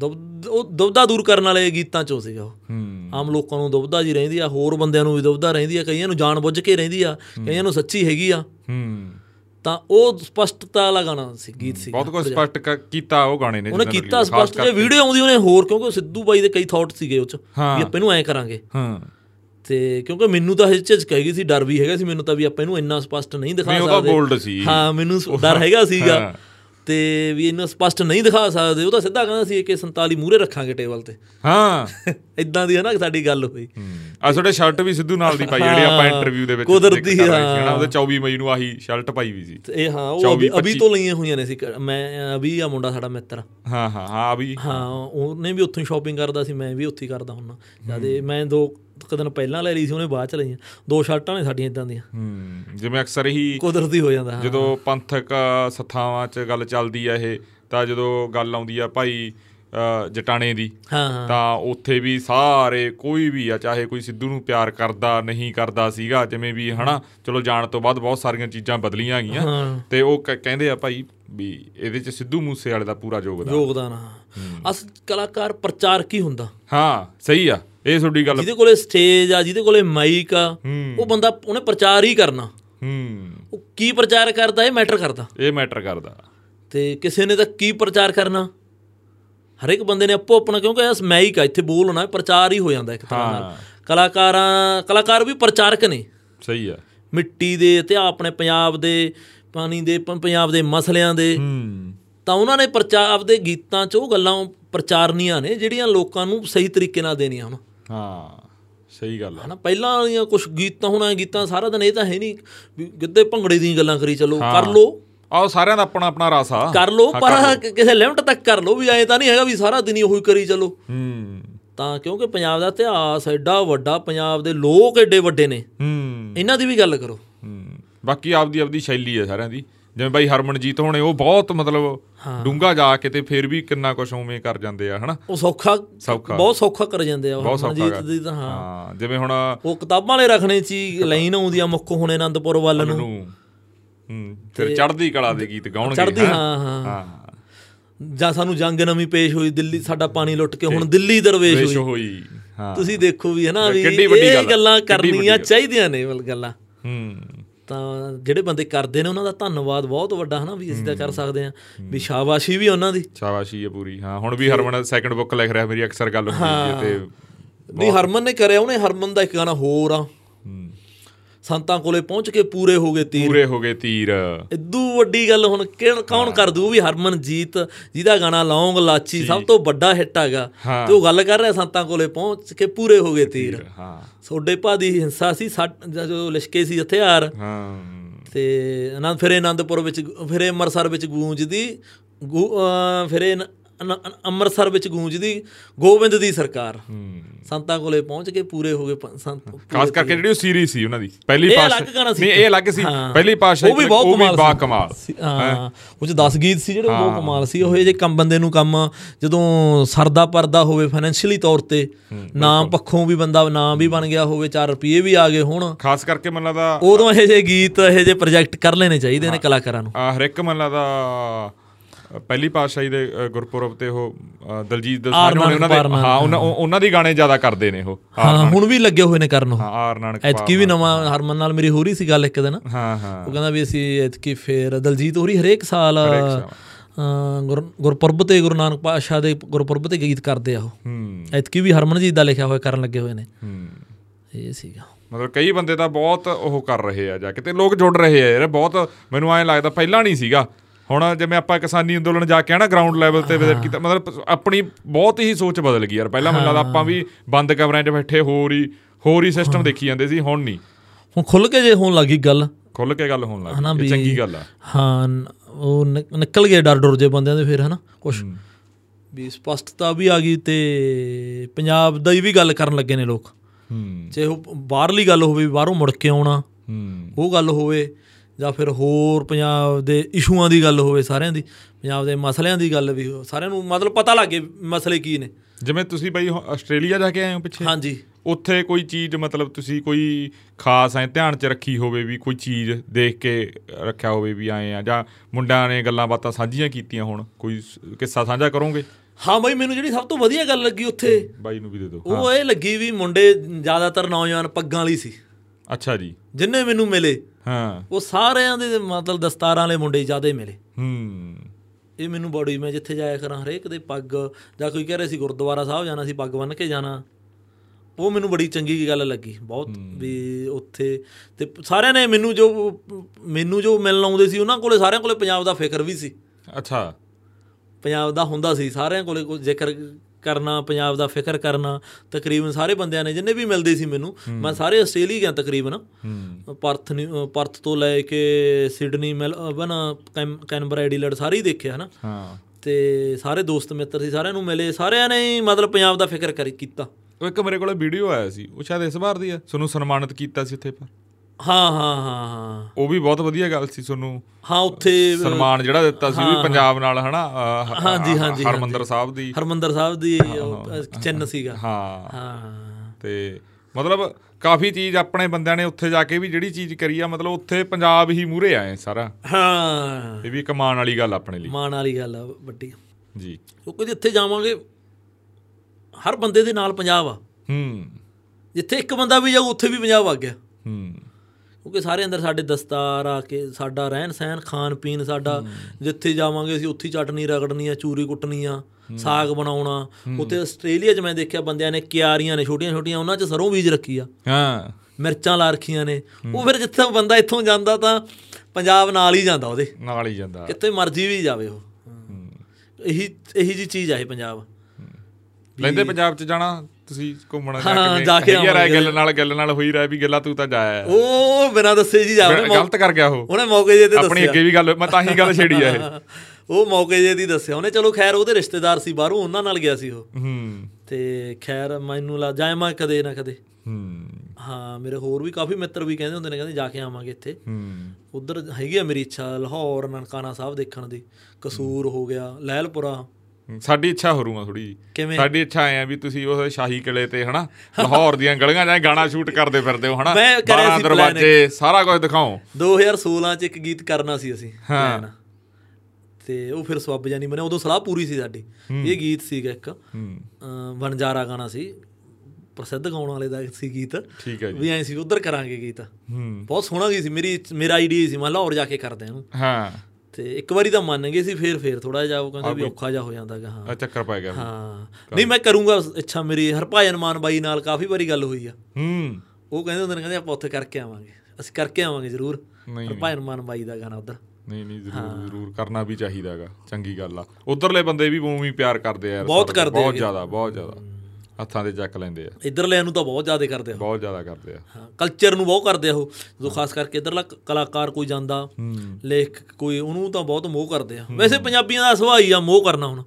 ਦੁਬ- ਉਹ ਦੁਬਦਾ ਦੂਰ ਕਰਨ ਵਾਲੇ ਗੀਤਾਂ ਚੋਂ ਸੀਗਾ ਉਹ
ਹੂੰ
ਆਮ ਲੋਕਾਂ ਨੂੰ ਦੁਬਦਾ ਜੀ ਰਹਿੰਦੀ ਆ ਹੋਰ ਬੰਦਿਆਂ ਨੂੰ ਵੀ ਦੁਬਦਾ ਰਹਿੰਦੀ ਆ ਕਈਆਂ ਨੂੰ ਜਾਣ ਬੁੱਝ ਕੇ ਰਹਿੰਦੀ ਆ ਕਈਆਂ ਨੂੰ ਸੱਚੀ ਹੈਗੀ ਆ
ਹੂੰ
ਤਾਂ ਉਹ ਸਪਸ਼ਟਤਾ ਲਗਾਣਾ ਸੀ ਗੀਤ ਸੀ
ਬਹੁਤ ਕੁਝ ਸਪਸ਼ਟ ਕ- ਕੀਤਾ ਉਹ ਗਾਣੇ ਨੇ
ਉਹਨੇ
ਜਿੱਦਾਂ
ਕੀਤਾ
release, ਖਾਸ
ਸਪਸ਼ਟ ਜੇ ਵੀਡੀਓ ਆਉਂਦੀ ਉਹਨੇ ਹੋਰ ਕਿਉਂਕਿ ਉਹ ਸਿੱਧੂ ਬਾਈ ਦੇ ਕਈ ਥਾਟ ਸੀਗੇ ਉਹ ਚ ਵੀ ਆਪਾਂ ਇਹਨੂੰ ਐਂ ਕਰਾਂਗੇ
ਹਾਂ
ਤੇ ਕਿਉਂਕਿ ਮੈਨੂੰ ਤਾਂ ਹਿਚਕ ਹੈਗੀ ਸੀ ਡਰ ਵੀ ਹੈਗਾ ਸੀ ਮੈਨੂੰ ਤਾਂ ਵੀ ਆਪਾਂ ਇਹਨੂੰ ਇੰਨਾ ਸਪਸ਼ਟ ਨਹੀਂ ਦਿਖਾ
ਨਹੀਂ, ਉਹ ਤਾਂ
ਸਕਦੇ
bold ਸੀ।
ਹਾਂ ਮੈਨੂੰ ਸ- ਡਰ ਹੈਗਾ
ਹਾਂ।
ਸੀਗਾ ਤੇ ਵੀ ਇੰਨਾ ਸਪਸ਼ਟ ਨਹੀਂ ਦਿਖਾ ਸਕਦੇ ਉਹ ਤਾਂ ਸਿੱਧਾ ਕਹਿੰਦਾ ਸੀ ਕਿ 47 ਮੂਰੇ ਰੱਖਾਂਗੇ ਟੇਬਲ ਤੇ <laughs>
ਹਾਂ
ਇਦਾਂ ਦੀ ਹੈ ਨਾ ਸਾਡੀ ਗੱਲ ਹੋਈ
ਆ ਤੁਹਾਡੇ ਸ਼ਰਟ ਵੀ ਸਿੱਧੂ ਨਾਲ ਦੀ ਪਾਈ ਜਿਹੜੀ ਆਪਾਂ
ਹਾਂ।
ਇੰਟਰਵਿਊ ਦੇ ਵਿੱਚ
ਕੁਦਰਤੀ,
ਜ਼ਿਕਰ ਕਰ ਰਹੇ ਸੀ,
ਹਾਂ।
ਹਨਾ, ਉਹਦੇ 24 ਮਈ ਨੂੰ ਆਹੀ ਸ਼ਰਟ ਪਾਈ ਵੀ ਸੀ
ਤੇ ਇਹ ਹਾਂ ਉਹ
24,
ਅਭੀ- ਅਭੀ ਤੋਂ ਲਈਆਂ ਹੋਈਆਂ ਨੇ ਸੀ ਕ- ਮੈਂ ਅਭੀ ਆ ਮੁੰਡਾ ਸਾਡਾ ਮਿੱਤਰ
ਹਾਂ ਹਾਂ ਹਾਂ ਵੀ
ਹਾਂ ਉਹਨੇ ਵੀ ਉੱਥੋਂ ਹੀ ਸ਼ਾਪਿੰਗ ਕਰਦਾ ਸੀ ਮੈਂ ਵੀ ਉੱਥੇ ਹੀ ਕਰਦਾ ਹੁੰਨਾ ਜਦ ਇਹ- ਮੈਂ ਦੋ ਕੁ ਦਿਨ ਪਹਿਲਾਂ ਲੈ ਲਈ ਸੀ ਉਹਨੇ ਬਾਅਦ ਚ ਲਈਆਂ ਦੋ ਸ਼ਰਟਾਂ ਨੇ ਸਾਡੀਆਂ ਇਦਾਂ ਦੀਆਂ
ਹੂੰ ਜਿਵੇਂ ਅਕਸਰ ਹੀ
ਕੁਦਰਤੀ ਹੋ ਜਾਂਦਾ ਹਾਂ।
ਜਦੋਂ ਪੰਥਕ ਅ, ਸਥਾਵਾਂ 'ਚ ਗੱਲ ਚੱਲਦੀ ਆ ਇਹ ਤਾਂ ਜਦੋਂ ਗੱਲ ਆਉਂਦੀ ਆ ਭਾਈ ਅ, ਜਟਾਣੇ ਦੀ
ਹਾਂ ਹਾਂ
ਤਾਂ ਉੱਥੇ ਵੀ ਸਾਰੇ ਕੋਈ ਵੀ ਆ ਚਾਹੇ ਕੋਈ ਸਿੱਧੂ ਨੂੰ ਪਿਆਰ ਕਰਦਾ ਨਹੀਂ ਕਰਦਾ ਸੀਗਾ ਜਿਵੇਂ ਵੀ ਹਨਾ ਚਲੋ ਜਾਣ ਤੋਂ ਬਾਅਦ ਬਹੁਤ ਸਾਰੀਆਂ ਚੀਜ਼ਾਂ ਬਦਲੀਆਂ ਗਈਆਂ
ਹਾਂ।
ਤੇ ਉਹ ਕ- ਕਹਿੰਦੇ ਆ ਭਾਈ ਵੀ ਇਹਦੇ ਚ ਸਿੱਧੂ ਮੂਸੇ ਵਾਲੇ ਦਾ ਪੂਰਾ ਯੋਗਦਾਨ
ਯੋਗਦਾਨ ਹਾਂ ਅਸ ਕਲਾਕਾਰ ਪ੍ਰਚਾਰਕ ਹੀ ਹੁੰਦਾ
ਹਾਂ ਸਹੀ ਆ ਇਹ ਤੁਹਾਡੀ ਗੱਲ
ਜਿਹਦੇ ਕੋਲੇ ਸਟੇਜ ਆ ਜਿਹਦੇ ਕੋਲੇ ਮਾਈਕ ਆ
ਹੂੰ।
ਉਹ ਬੰਦਾ ਉਹਨੇ ਪ੍ਰਚਾਰ ਹੀ ਕਰਨਾ
ਹੂੰ
ਉਹ ਕੀ ਪ੍ਰਚਾਰ ਕਰਦਾ ਇਹ ਮੈਟਰ ਕਰਦਾ
ਇਹ ਮੈਟਰ ਕਰਦਾ
ਤੇ ਕਿਸੇ ਨੇ ਤਾਂ ਕੀ ਪ੍ਰਚਾਰ ਕਰਨਾ ਹਰੇਕ ਬੰਦੇ ਨੇ ਆਪੋ ਆਪਣਾ ਕਿਉਂਕਿ ਇਸ ਮਾਈਕ ਆ ਇੱਥੇ ਬੋਲ ਹੋਣਾ ਇਹ ਪ੍ਰਚਾਰ ਹੀ ਹੋ ਜਾਂਦਾ ਇੱਕ ਤਰ੍ਹਾਂ ਨਾਲ
ਹਾਂ।
ਕਲਾਕਾਰਾਂ ਕਲਾਕਾਰ ਵੀ ਪ੍ਰਚਾਰਕ ਨੇ
ਸਹੀ ਆ
ਮਿੱਟੀ ਦੇ ਤੇ ਆਪਣੇ ਪੰਜਾਬ ਦੇ ਪਾਣੀ ਦੇ ਪ- ਪੰਜਾਬ ਦੇ ਮਸਲਿਆਂ ਦੇ
ਹੂੰ
ਤਾਂ ਉਹਨਾਂ ਨੇ ਪ੍ਰਚਾਰ ਦੇ ਗੀਤਾਂ 'ਚ ਉਹ ਗੱਲਾਂ ਪ੍ਰਚਾਰਨੀਆਂ ਨੇ ਜਿਹੜੀਆਂ ਲੋਕਾਂ ਨੂੰ ਸਹੀ ਤਰੀਕੇ ਨਾਲ ਦੇਣੀਆਂ ਹਨ
ਹਾਂ ਸਹੀ ਗੱਲ ਆ
ਹਨਾ ਪਹਿਲਾਂ ਵਾਲੀਆਂ ਕੁਝ ਗੀਤਾਂ ਹੁਣ ਐਂ ਗੀਤਾਂ ਸਾਰਾ ਦਿਨ ਇਹ ਤਾਂ ਹੈ ਨਹੀਂ ਵੀ ਗਿੱਧੇ ਭੰਗੜੇ ਦੀਆਂ ਗੱਲਾਂ ਕਰੀ ਚੱਲੋ ਕਰ ਲੋ
ਆਹ ਸਾਰਿਆਂ ਦਾ ਆਪਣਾ ਆਪਣਾ ਰਸ ਆ
ਕਰ ਲੋ ਪਰ ਕਿ- ਕਿਸੇ ਲਿਮਟ ਤੱਕ ਕਰ ਲੋ ਵੀ ਐਂ ਤਾਂ ਨਹੀਂ ਹੈਗਾ ਵੀ ਸਾਰਾ ਦਿਨ ਹੀ ਉਹੀ ਕਰੀ ਚੱਲੋ
ਹੂੰ
ਤਾਂ ਕਿਉਂਕਿ ਪੰਜਾਬ ਦਾ ਇਤਿਹਾਸ ਐਡਾ ਵੱਡਾ ਪੰਜਾਬ ਦੇ ਲੋਕ ਐਡੇ ਵੱਡੇ ਨੇ
ਹੂੰ
ਇਹਨਾਂ ਦੀ ਵੀ ਗੱਲ ਕਰੋ
ਹੂੰ। ਬਾਕੀ ਆਪਦੀ ਆਪਦੀ ਸ਼ੈਲੀ ਹੈ ਸਾਰਿਆਂ ਦੀ ਜਿਵੇਂ ਬਾਈ ਹਰਮਨਜੀਤ ਹੋਣੇ ਉਹ ਬਹੁਤ ਮਤਲਬ ਡੂੰਗਾ ਜਾ ਕੇ ਤੇ ਫਿਰ ਵੀ ਕਿੰਨਾ ਕੁਛ ਉਵੇਂ ਕਰ ਜਾਂਦੇ ਆ ਹਨਾ
ਉਹ ਸੌਖਾ
ਸੌਖਾ।
ਬਹੁਤ ਸੌਖਾ ਕਰ ਜਾਂਦੇ ਆ ਉਹ
ਬਹੁਤ ਸੌਖਾ
ਹਰਮਨਜੀਤ ਦੀ ਤਾਂ ਹਾਂ
ਹਾਂ ਜਿਵੇਂ ਹੁਣ
ਉਹ ਕਿਤਾਬਾਂ ਵਾਲੇ ਰੱਖਣੇ ਚ ਹੀ ਲਾਈਨ ਆਉਂਦੀ ਆ ਮੁੱਖ ਹੁਣੇ ਆਨੰਦਪੁਰ ਵੱਲ ਨੂੰ
ਨੂੰ ਹੂੰ ਫਿਰ ਚੜ੍ਹਦੀ ਕਲਾ ਦੇ ਗੀਤ ਗਾਉਣਗੇ
ਚੜਦੀ
ਹੈਂ?
ਹਾਂ ਹਾਂ
ਹਾਂ
ਜਾਂ ਸਾਨੂੰ ਜੰਗ ਨਵੀਂ ਪੇਸ਼ ਹੋਈ ਦਿੱਲੀ ਸਾਡਾ ਪਾਣੀ ਲੁੱਟ ਕੇ ਹੁਣ ਦਿੱਲੀ ਦਰਵੇਸ਼
ਪੇਸ਼
ਹੋਈ
ਹੋਈ ਹਾਂ
ਤੁਸੀਂ ਦੇਖੋ ਵੀ ਹਨਾ ਵੀ
ਕਿੱਡੀ ਵੱਡੀ ਗੱਲ
ਇਹ
ਆ,
ਗੱਲਾਂ
ਕਿੱਡੀ ਵੱਡੀ
ਕਰਨੀਆਂ ਚਾਹੀਦੀਆਂ ਨੇ ਇਹ ਗੱਲਾਂ
ਹੂੰ
ਤਾਂ ਜਿਹੜੇ ਬੰਦੇ ਕਰਦੇ ਨੇ ਉਹਨਾਂ ਦਾ ਧੰਨਵਾਦ ਬਹੁਤ ਵੱਡਾ ਹਨਾ ਵੀ ਅਸੀਂ ਤਾਂ ਕਰ ਸਕਦੇ ਆ ਵੀ ਸ਼ਾਬਾਸ਼ੀ ਵੀ ਉਹਨਾਂ ਦੀ
ਸ਼ਾਬਾਸ਼ੀ ਹੈ ਪੂਰੀ ਹਾਂ ਹੁਣ ਵੀ ਹਰਮਨ ਸੈਕੰਡ ਬੁੱਕ ਲਿਖ ਰਿਹਾ ਮੇਰੀ ਅਕਸਰ ਗੱਲ ਹੁੰਦੀ ਹੈ ਤੇ
ਨਹੀਂ ਹਰਮਨ ਨੇ ਕਰਿਆ ਉਹਨੇ ਹਰਮਨ ਦਾ ਇੱਕ ਗਾਣਾ ਹੋਰ ਆ
ਹੂੰ
ਸੰਤਾਂ ਕੋਲੇ ਪਹੁੰਚ ਕੇ ਪੂਰੇ ਹੋ ਗਏ ਤੀਰ
ਪੂਰੇ ਹੋ ਗਏ ਤੀਰ
ਇਦੂ ਵੱਡੀ ਗੱਲ ਹੁਣ ਕਿਹਨ ਕੌਣ ਕਰ ਦੂ ਉਹ ਵੀ ਹਰਮਨਜੀਤ ਜਿਹਦਾ ਗਾਣਾ ਲੌਂਗ ਲਾਚੀ ਸਭ ਤੋਂ ਵੱਡਾ ਹਿੱਟ ਹੈਗਾ
ਹਾਂ।
ਤੇ ਉਹ ਗੱਲ ਕਰ ਰਿਹਾ ਸੰਤਾਂ ਕੋਲੇ ਪਹੁੰਚ ਕੇ ਪੂਰੇ ਹੋ ਗਏ ਤੀਰ
ਹਾਂ
ਸੋਡੇ ਭਾ ਦੀ ਹਿੰਸਾ ਸੀ ਸੱਟ ਜੋ ਲਿਸ਼ਕੇ ਸੀ ਹਥਿਆਰ
ਹਾਂ
ਤੇ ਆਨੰਦ ਫਿਰੇ ਆਨੰਦਪੁਰ ਵਿੱਚ ਫਿਰੇ ਅੰਮ੍ਰਿਤਸਰ ਵਿੱਚ ਗੂੰਜਦੀ ਗੂ- ਅਹ ਫਿਰੇ ਨ- ਅਨ- ਅਨ- ਅੰਮ੍ਰਿਤਸਰ ਵਿੱਚ ਗੂੰਜਦੀ ਗੋਬਿੰਦ ਦੀ ਸਰਕਾਰ
ਹੂੰ।
ਸੰਤਾਂ ਕੋਲੇ ਪਹੁੰਚ ਕੇ ਪੂਰੇ ਹੋ ਗਏ ਪ- ਸੰਤ
ਖਾਸ ਕਰਕੇ ਜਿਹੜੀ ਉਹ ਸੀਰੀਜ਼ ਸੀ ਉਹਨਾਂ ਦੀ ਪਹਿਲੀ
ਇਹ
ਪਾਸ਼ਾ
ਅਲੱਗ ਗਾਣਾ ਸੀ।
ਨਹੀਂ ਇਹ ਅਲੱਗ ਸੀ
ਹਾਂ।
ਪਹਿਲੀ ਪਾਸ਼ਾ
ਉਹ ਵੀ ਬਹੁਤ ਕਮਾਲ
ਬਾ
ਸੀ।
ਕਮਾਲ
ਸੀ- ਹਾਂ ਉਹ ਚ 10 ਗੀਤ ਸੀ ਜਿਹੜੇ ਉਹ ਬਹੁਤ ਕਮਾਲ ਸੀ ਉਹ ਜੇ ਕੰਮ ਬੰਦੇ ਨੂੰ ਕੰਮ ਜਦੋਂ ਸਰਦਾ ਪਰਦਾ ਹੋਵੇ ਫਾਈਨੈਂਸ਼ੀਅਲੀ ਤੌਰ ਤੇ ਨਾਮ ਪੱਖੋਂ ਵੀ ਬੰਦਾ ਨਾਮ ਵੀ ਬਣ ਗਿਆ ਹੋਵੇ 4 ਰੁਪਏ ਵੀ ਆ ਗਏ ਹੋਣ
ਖਾਸ ਕਰਕੇ ਮੈਨੂੰ ਲੱਗਦਾ
ਉਦੋਂ ਇਹ ਜੇ ਗੀਤ ਇਹ ਜੇ ਪ੍ਰੋਜੈਕਟ ਕਰ ਲੈਣੇ ਚਾਹੀਦੇ ਨੇ ਕਲਾਕਾਰਾਂ ਨੂੰ
ਆਹ, ਹਰ ਇੱਕ ਮੈਨੂੰ ਲੱਗਦਾ ਅਹ, ਪਹਿਲੀ ਪਾਸ਼ਾਹੀ ਦੇ ਅਹ, ਗੁਰਪੁਰਬ ਤੇ ਉਹ ਅਹ, ਦਲਜੀਤ
ਆਰ
ਦਸਾਂਝ ਹੋਣੀ ਉਹਨਾਂ ਦੇ
ਨਾਨਕ ਪਾਰ
ਹਾਂ ਉਹਨਾਂ ਉਹ- ਉਹਨਾਂ ਦੀ ਗਾਣੇ ਜ਼ਿਆਦਾ ਕਰਦੇ ਨੇ ਉਹ ਹਾਂ,
ਹਾਂ ਹੁਣ ਵੀ ਲੱਗੇ ਹੋਏ ਨੇ ਕਰਨ ਉਹ
ਆਰ ਨਾਨਕ
ਐਤਕੀ ਵੀ ਨਵਾਂ ਹਰਮਨ ਨਾਲ ਮੇਰੀ ਹੋ ਰਹੀ ਸੀ ਗੱਲ ਇੱਕ ਦਿਨ ਉਹ
ਹਾਂ ਹਾਂ
ਕਹਿੰਦਾ ਵੀ ਅਸੀਂ ਐਤਕੀ ਫੇਰ ਦਲਜੀਤ ਹੋਰੀ ਹਰੇਕ ਸਾਲ ਅਹ, ਗੁਰ- ਗੁਰਪੁਰਬ ਤੇ ਗੁਰੂ ਨਾਨਕ ਪਾਤਸ਼ਾਹ ਦੇ ਗੁਰਪੁਰਬ ਤੇ ਗੀਤ ਕਰਦੇ ਆ ਉਹ
ਹੂੰ
ਐਤਕੀ ਵੀ ਹਰਮਨਜੀਤ ਦਾ ਲਿਖਿਆ ਹੋਇਆ ਕਰਨ ਲੱਗੇ ਹੋਏ ਨੇ
ਹੂੰ
ਇਹ ਸੀਗਾ
ਮਤਲਬ ਕਈ ਬੰਦੇ ਤਾਂ ਬਹੁਤ ਉਹ ਕਰ ਰਹੇ ਆ ਜਾ ਕੇ ਤੇ ਲੋਕ ਜੁੜ ਰਹੇ ਆ ਯਾਰ ਬਹੁਤ ਮੈਨੂੰ ਐਂ ਲੱਗਦਾ ਪਹਿਲਾਂ ਨਹੀਂ ਸੀਗਾ ਹੁਣ ਜਿਵੇਂ ਆਪਾਂ ਕਿਸਾਨੀ ਅੰਦੋਲਨ ਜਾ ਕੇ ਆ ਨਾ ਗਰਾਊਂਡ ਲੈਵਲ ਤੇ ਵਿਜ਼ਿਟ ਕੀਤਾ ਮਤਲਬ ਆਪਣੀ ਬਹੁਤ ਹੀ ਸੋਚ ਬਦਲ ਗਈ ਯਾਰ ਪਹਿਲਾਂ ਮੈਨੂੰ ਲੱਗਦਾ ਆਪਾਂ ਵੀ ਬੰਦ ਕਮਰਿਆਂ 'ਚ ਬੈਠੇ ਹੋਰ ਹੀ ਹੋਰ ਹੀ ਸਿਸਟਮ ਦੇਖੀ ਜਾਂਦੇ ਸੀ ਹੁਣ ਨਹੀਂ
ਹੁਣ ਖੁੱਲ ਕੇ ਜੇ ਹੋਣ ਲੱਗੀ ਗੱਲ
ਖੁੱਲ ਕੇ ਗੱਲ ਹੋਣ
ਹਨਾ
ਲੱਗ ਗਈ
ਵੀ
ਇਹ ਚੰਗੀ ਗੱਲ ਆ
ਹਾਂ ਨ- ਉਹ ਨਿ- ਨਿਕਲ ਗਏ ਡਰ ਡਰ ਜੇ ਬੰਦਿਆਂ ਦੇ ਫਿਰ ਹਨਾ ਕੁਛ ਵੀ ਸਪਸ਼ਟਤਾ ਵੀ ਆ ਗਈ ਤੇ ਪੰਜਾਬ ਦਾ ਹੀ ਵੀ ਗੱਲ ਕਰਨ ਲੱਗੇ ਨੇ ਲੋਕ
ਹੂੰ
ਜੇ ਉਹ ਬਾਹਰਲੀ ਗੱਲ ਹੋਵੇ ਵੀ ਬਾਹਰੋਂ ਮੁੜ ਕੇ ਆਉਣਾ
ਹੂੰ
ਉਹ ਗੱਲ ਹੋਵੇ ਜਾਂ ਫਿਰ ਹੋਰ ਪੰਜਾਬ ਦੇ ਇਸ਼ੂਆਂ ਦੀ ਗੱਲ ਹੋਵੇ ਸਾਰਿਆਂ ਦੀ ਪੰਜਾਬ ਦੇ ਮਸਲਿਆਂ ਦੀ ਗੱਲ ਵੀ ਹੋ- ਸਾਰਿਆਂ ਨੂੰ ਮਤਲਬ ਪਤਾ ਲੱਗੇ ਮਸਲੇ ਕੀ ਨੇ
ਜਿਵੇਂ ਤੁਸੀਂ ਬਈ ਹੁਣ ਆਸਟ੍ਰੇਲੀਆ ਜਾ ਕੇ ਆਏ ਹੋ ਪਿੱਛੇ
ਹਾਂਜੀ
ਉੱਥੇ ਕੋਈ ਚੀਜ਼ ਮਤਲਬ ਤੁਸੀਂ ਕੋਈ ਖਾਸ ਐ ਧਿਆਨ ਚ ਰੱਖੀ ਹੋਵੇ ਵੀ ਕੋਈ ਚੀਜ਼ ਦੇਖ ਕੇ ਰੱਖਿਆ ਹੋਵੇ ਵੀ ਆਏ ਆ ਜਾਂ ਮੁੰਡਿਆਂ ਨੇ ਗੱਲਾਂ ਬਾਤਾਂ ਸਾਂਝੀਆਂ ਕੀਤੀਆਂ ਹੁਣ ਕੋਈ ਸ- ਕਿੱਸਾ ਸਾਂਝਾ ਕਰੋਗੇ
ਹਾਂ ਬਈ ਮੈਨੂੰ ਜਿਹੜੀ ਸਭ ਤੋਂ ਵਧੀਆ ਗੱਲ ਲੱਗੀ ਉੱਥੇ
ਬਾਈ ਨੂੰ ਵੀ ਦੇ ਦਿਓ
ਉਹ ਇਹ ਲੱਗੀ ਵੀ ਮੁੰਡੇ ਜ਼ਿਆਦਾਤਰ ਨੌਜਵਾਨ ਪੱਗਾਂ ਵਾਲੀ ਸੀ
ਅੱਛਾ ਜੀ
ਜਿੰਨੇ ਮੈਨੂੰ ਮਿਲੇ
ਹਾਂ
ਉਹ ਸਾਰਿਆਂ ਦੇ ਮਤਲਬ ਦਸਤਾਰਾਂ ਵਾਲੇ ਮੁੰਡੇ ਜ਼ਿਆਦੇ ਮਿਲੇ
ਹੂੰ
ਇਹ ਮੈਨੂੰ ਬੜੀ ਮੈਂ ਜਿੱਥੇ ਜਾਇਆ ਕਰਾਂ ਹਰੇਕ ਦੇ ਪੱਗ ਜਾਂ ਕੋਈ ਕਹਿ ਰਿਹਾ ਸੀ ਗੁਰਦੁਆਰਾ ਸਾਹਿਬ ਜਾਣਾ ਸੀ ਪੱਗ ਬੰਨ੍ਹ ਕੇ ਜਾਣਾ ਉਹ ਮੈਨੂੰ ਬੜੀ ਚੰਗੀ ਗੱਲ ਲੱਗੀ ਬਹੁਤ ਵੀ ਉੱਥੇ ਤੇ ਪ- ਸਾਰਿਆਂ ਨੇ ਮੈਨੂੰ ਜੋ ਮੈਨੂੰ ਜੋ ਮਿਲਣ ਆਉਂਦੇ ਸੀ ਉਹਨਾਂ ਕੋਲੇ ਸਾਰਿਆਂ ਕੋਲੇ ਪੰਜਾਬ ਦਾ ਫਿਕਰ ਵੀ ਸੀ
ਅੱਛਾ
ਪੰਜਾਬ ਦਾ ਹੁੰਦਾ ਸੀ ਸਾਰਿਆਂ ਕੋਲੇ ਕੋਈ ਜ਼ਿਕਰ ਕਰਨਾ ਪੰਜਾਬ ਦਾ ਫਿਕਰ ਕਰਨਾ ਤਕਰੀਬਨ ਸਾਰੇ ਬੰਦਿਆਂ ਨੇ ਜਿੰਨੇ ਵੀ ਮਿਲਦੇ ਸੀ ਮੈਨੂੰ ਮੈਂ ਸਾਰੇ ਆਸਟ੍ਰੇਲੀਆ ਗਿਆ ਤਕਰੀਬਨ
ਹੂੰ
ਪਰਥ ਨਿਊ- ਪਰਥ ਤੋਂ ਲੈ ਕੇ ਸਿਡਨੀ ਮੈਲਬਨ ਕੈਨ- ਕੈਨਬਰਾ ਐਡੀਲਡ ਸਾਰੇ ਹੀ ਦੇਖੇ ਹਨਾ
ਹਾਂ
ਤੇ ਸਾਰੇ ਦੋਸਤ ਮਿੱਤਰ ਸੀ ਸਾਰਿਆਂ ਨੂੰ ਮਿਲੇ ਸਾਰਿਆਂ ਨੇ ਹੀ ਮਤਲਬ ਪੰਜਾਬ ਦਾ ਫਿਕਰ ਕਰ ਕੀਤਾ
ਉਹ ਇੱਕ ਮੇਰੇ ਕੋਲੇ ਵੀਡੀਓ ਆਇਆ ਸੀ ਉਹ ਸ਼ਾਇਦ ਇਸ ਵਾਰ ਦੀ ਆ ਤੁਹਾਨੂੰ ਸਨਮਾਨਿਤ ਕੀਤਾ ਸੀ ਉੱਥੇ ਪਰ
ਹਾਂ ਹਾਂ ਹਾਂ ਹਾਂ
ਉਹ ਵੀ ਬਹੁਤ ਵਧੀਆ ਗੱਲ ਸੀ ਤੁਹਾਨੂੰ
ਹਾਂ ਉੱਥੇ
ਸਨਮਾਨ ਜਿਹੜਾ ਦਿੱਤਾ ਸੀ ਵੀ ਪੰਜਾਬ ਨਾਲ ਹਨਾ ਅਹ, ਹ-
ਹਾਂਜੀ,
ਹ-
ਹਾਂਜੀ,
ਹਰਮੰਦਰ ਸਾਹਿਬ ਦੀ
ਹਰਮੰਦਰ ਸਾਹਿਬ ਦੀ ਉਹ, ਅਹ, ਚਿੰਨ੍ਹ ਸੀਗਾ
ਹਾਂ
ਹਾਂ
ਤੇ ਮਤਲਬ ਕਾਫੀ ਚੀਜ਼ ਆਪਣੇ ਬੰਦਿਆਂ ਨੇ ਉੱਥੇ ਜਾ ਕੇ ਵੀ ਜਿਹੜੀ ਚੀਜ਼ ਕਰੀ ਆ ਮਤਲਬ ਉੱਥੇ ਪੰਜਾਬ ਹੀ ਮੂਰੇ ਆਏ ਸਾਰਾ
ਹਾਂ
ਇਹ ਵੀ ਇੱਕ ਮਾਣ ਵਾਲੀ ਗੱਲ ਆਪਣੇ ਲਈ
ਮਾਣ ਵਾਲੀ ਗੱਲ ਆ ਵੱਡੀ
ਜੀ
ਕਿਉਂਕਿ ਜਿੱਥੇ ਜਾਵਾਂਗੇ ਹਰ ਬੰਦੇ ਦੇ ਨਾਲ ਪੰਜਾਬ ਆ
ਹੂੰ
ਜਿੱਥੇ ਇੱਕ ਬੰਦਾ ਵੀ ਜਾਊ ਉੱਥੇ ਵੀ ਪੰਜਾਬ ਆ ਗਿਆ
ਹੂੰ
ਕਿਉਂਕਿ ਸਾਰੇ ਅੰਦਰ ਸਾਡੇ ਦਸਤਾਰ ਆ ਕੇ ਸਾਡਾ ਰਹਿਣ ਸਹਿਣ ਖਾਣ ਪੀਣ ਸਾਡਾ ਜਿੱਥੇ ਜਾਵਾਂਗੇ ਅਸੀਂ ਉੱਥੇ ਹੀ ਚਟਨੀ ਰਗੜਨੀ ਆ ਚੂਰੀ ਕੁੱਟਣੀ ਆ ਸਾਗ ਬਣਾਉਣਾ ਉੱਥੇ ਆਸਟ੍ਰੇਲੀਆ 'ਚ ਮੈਂ ਦੇਖਿਆ ਬੰਦਿਆਂ ਨੇ ਕਿਆਰੀਆਂ ਨੇ ਛੋਟੀਆਂ ਛੋਟੀਆਂ ਉਹਨਾਂ 'ਚ ਸਰੋਂ ਬੀਜ ਰੱਖੀ ਆ
ਹਾਂ
ਮਿਰਚਾਂ ਲਾ ਰੱਖੀਆਂ ਨੇ ਉਹ ਫਿਰ ਜਿੱਥੇ ਬੰਦਾ ਇੱਥੋਂ ਜਾਂਦਾ ਤਾਂ ਪੰਜਾਬ ਨਾਲ ਹੀ ਜਾਂਦਾ ਉਹਦੇ
ਨਾਲ ਹੀ ਜਾਂਦਾ
ਕਿੱਥੇ ਮਰਜ਼ੀ ਵੀ ਜਾਵੇ ਉਹ
ਹੂੰ।
ਇਹੀ ਇਹੀ ਜੀ ਚੀਜ਼ ਆ ਇਹ ਪੰਜਾਬ
ਲੈਂਦੇ ਪੰਜਾਬ ਚ ਜਾਣਾ ਤੁਸੀਂ ਘੁੰਮਣਾ ਜਾ
ਹਾਂ,
ਕੇ
ਜਾ ਕੇ
ਯਾਰ
ਆਵਾਂਗੇ।
ਗੱਲ ਨਾਲ ਗੱਲ ਨਾਲ ਹੋਈ ਰਹਿ ਵੀ ਗੱਲਾਂ ਤੂੰ ਤਾਂ ਜਾਇਆ ਆ।
ਉਹ ਬਿਨਾਂ ਦੱਸੇ ਜੀ ਜਾਵੇ ਮੌ-
ਗਲਤ ਕਰ ਗਿਆ ਉਹ
ਉਹਨੇ ਮੌਕੇ ਜੇ ਤੇ
ਆਪਣੀ
ਦੱਸਿਆ
ਅੱਗੇ ਵੀ ਗੱਲ ਮੈਂ ਤਾਂ ਹੀ ਗੱਲ ਛੇੜੀ
<laughs>
ਆ ਇਹ
ਉਹ ਮੌਕੇ ਜੇ ਦੀ ਦੱਸਿਆ ਉਹਨੇ ਚਲੋ ਖੈਰ ਉਹਦੇ ਰਿਸ਼ਤੇਦਾਰ ਸੀ ਬਾਹਰੋਂ ਉਹਨਾਂ ਨਾਲ ਗਿਆ ਸੀ ਉਹ
ਹੂੰ
ਤੇ ਖੈਰ ਮੈਨੂੰ ਲਾ ਜਾਏ ਮੈਂ ਕਦੇ ਨਾ ਕਦੇ
ਹੂੰ
ਹਾਂ ਮੇਰੇ ਹੋਰ ਵੀ ਕਾਫੀ ਮਿੱਤਰ ਵੀ ਕਹਿੰਦੇ ਹੁੰਦੇ ਨੇ ਕਹਿੰਦੇ ਜਾ ਕੇ ਆਵਾਂਗੇ ਇੱਥੇ
ਹੂੰ
ਉਧਰ ਹੈਗੀ ਆ ਮੇਰੀ ਇੱਛਾ ਲਾਹੌਰ ਨਨਕਾਣਾ ਸਾਹਿਬ ਦੇਖਣ ਦੀ ਕਸੂਰ ਹੋ ਗਿਆ ਲਹਿਲਪੁਰਾ
ਸਾਡੀ ਇੱਛਾ ਹੋਰੂਗਾ ਥੋੜੀ
ਕਿਵੇਂ?
ਸਾਡੀ ਇੱਛਾ ਐ ਆ ਵੀ ਤੁਸੀਂ ਉਹ ਸ਼ਾਹੀ ਕਿਲੇ ਤੇ ਹਨਾ ਲਾਹੌਰ ਦੀਆਂ ਗਲੀਆਂ ਜਾਂ ਗਾਣਾ ਸ਼ੂਟ ਕਰਦੇ ਫਿਰਦੇ ਹੋ ਹਨਾ
ਮੈਂ ਕਰਿਆ
ਬਾਰਾਂ
ਸੀ plan
ਦਰਵਾਜ਼ੇ ਸਾਰਾ ਕੁਝ ਦਿਖਾਓ
2016 ਚ ਇੱਕ ਗੀਤ ਕਰਨਾ ਸੀ ਅਸੀਂ
ਹਾਂ।
plan। ਤੇ ਉਹ ਫਿਰ ਸਵੱਬ ਜਾਨੀ ਬਣੇ ਉਦੋਂ ਸਲਾਹ ਪੂਰੀ ਸੀ ਸਾਡੀ ਇਹ ਗੀਤ ਸੀਗਾ ਇੱਕ
ਹੂੰ
ਅਮ ਵਣਜਾਰਾ ਗਾਣਾ ਸੀ ਪ੍ਰਸਿੱਧ ਗਾਉਣ ਵਾਲੇ ਦਾ ਸੀ ਗੀਤ
ਠੀਕ ਹੈ ਜੀ
ਵੀ ਐਂ ਸੀ ਉਧਰ ਕਰਾਂਗੇ ਗੀਤ
ਹੂੰ
ਬਹੁਤ ਸੋਹਣਾ ਗਈ ਸੀ ਮੇਰੀ ਮੇਰਾ ਆਈਡੀਆ ਸੀ ਮੈਂ ਲਾਹੌਰ ਜਾ ਕੇ ਕਰਦੇ ਹਾਂ
ਹਾਂ
ਤੇ ਇੱਕ ਵਾਰੀ ਤਾਂ ਮੰਨ ਗਏ ਸੀ ਫੇਰ ਫੇਰ ਥੋੜਾ ਜਿਹਾ ਉਹ ਕਹਿੰਦੇ ਵੀ ਔਖਾ ਜਿਹਾ ਹੋ ਜਾਂਦਾ ਗਾ ਹਾਂ
ਆ ਚੱਕਰ ਪੈ ਗਿਆ
ਹਾਂ ਨਹੀਂ ਮੈਂ ਕਰੂੰਗਾ ਅੱਛਾ ਮੇਰੀ ਹਰਭਾਜਨ ਮਾਨ ਬਾਈ ਨਾਲ ਕਾਫੀ ਵਾਰੀ ਗੱਲ ਹੋਈ ਆ
ਹੂੰ
ਉਹ ਕਹਿੰਦੇ ਹੁੰਦੇ ਨੇ ਕਹਿੰਦੇ ਆਪਾਂ ਉੱਥੇ ਕਰਕੇ ਆਵਾਂਗੇ ਅਸੀਂ ਕਰਕੇ ਆਵਾਂਗੇ ਜ਼ਰੂਰ
ਨਹੀਂ,
ਪਰ ਭਾਈ ਮਾਨ ਬਾਈ ਦਾ ਗਾਣਾ ਉਧਰ
ਨਹੀਂ ਨਹੀਂ ਜ਼ਰੂਰ ਜ਼ਰੂਰ ਕਰਨਾ ਵੀ ਚਾਹੀਦਾਗਾ ਚੰਗੀ ਗੱਲ ਆ ਉਧਰਲੇ ਬੰਦੇ ਵੀ ਉਵੇਂ ਹੀ ਪਿਆਰ ਕਰਦੇ ਆ ਯਾਰ
ਬਹੁਤ
ਸਾਡੇ ਤੋਂ,
ਕਰਦੇ
ਬਹੁਤ
ਹੈਗੇ।
ਜ਼ਿਆਦਾ ਬਹੁਤ ਜ਼ਿਆਦਾ ਹੱਥਾਂ ਤੇ ਚੱਕ ਲੈਂਦੇ ਆ
ਇਧਰਲੇ ਨੂੰ ਤਾਂ ਬਹੁਤ ਜ਼ਿਆਦਾ ਕਰਦੇ ਆ
ਬਹੁਤ ਜ਼ਿਆਦਾ ਕਰਦੇ ਆ
ਹਾਂ ਕਲਚਰ ਨੂੰ ਬਹੁਤ ਕਰਦੇ ਆ ਉਹ ਜਦੋਂ ਖਾਸ ਕਰਕੇ ਇਧਰਲਾ ਕਲਾਕਾਰ ਕੋਈ ਜਾਂਦਾ ਲੇਖਕ ਕੋਈ ਉਹਨੂੰ ਤਾਂ ਬਹੁਤ ਮੋਹ ਕਰਦੇ ਆ ਵੈਸੇ ਪੰਜਾਬੀਆਂ ਦਾ ਸੁਭਾਅ ਹੀ ਆ ਮੋਹ ਕਰਨਾ ਹੁਣ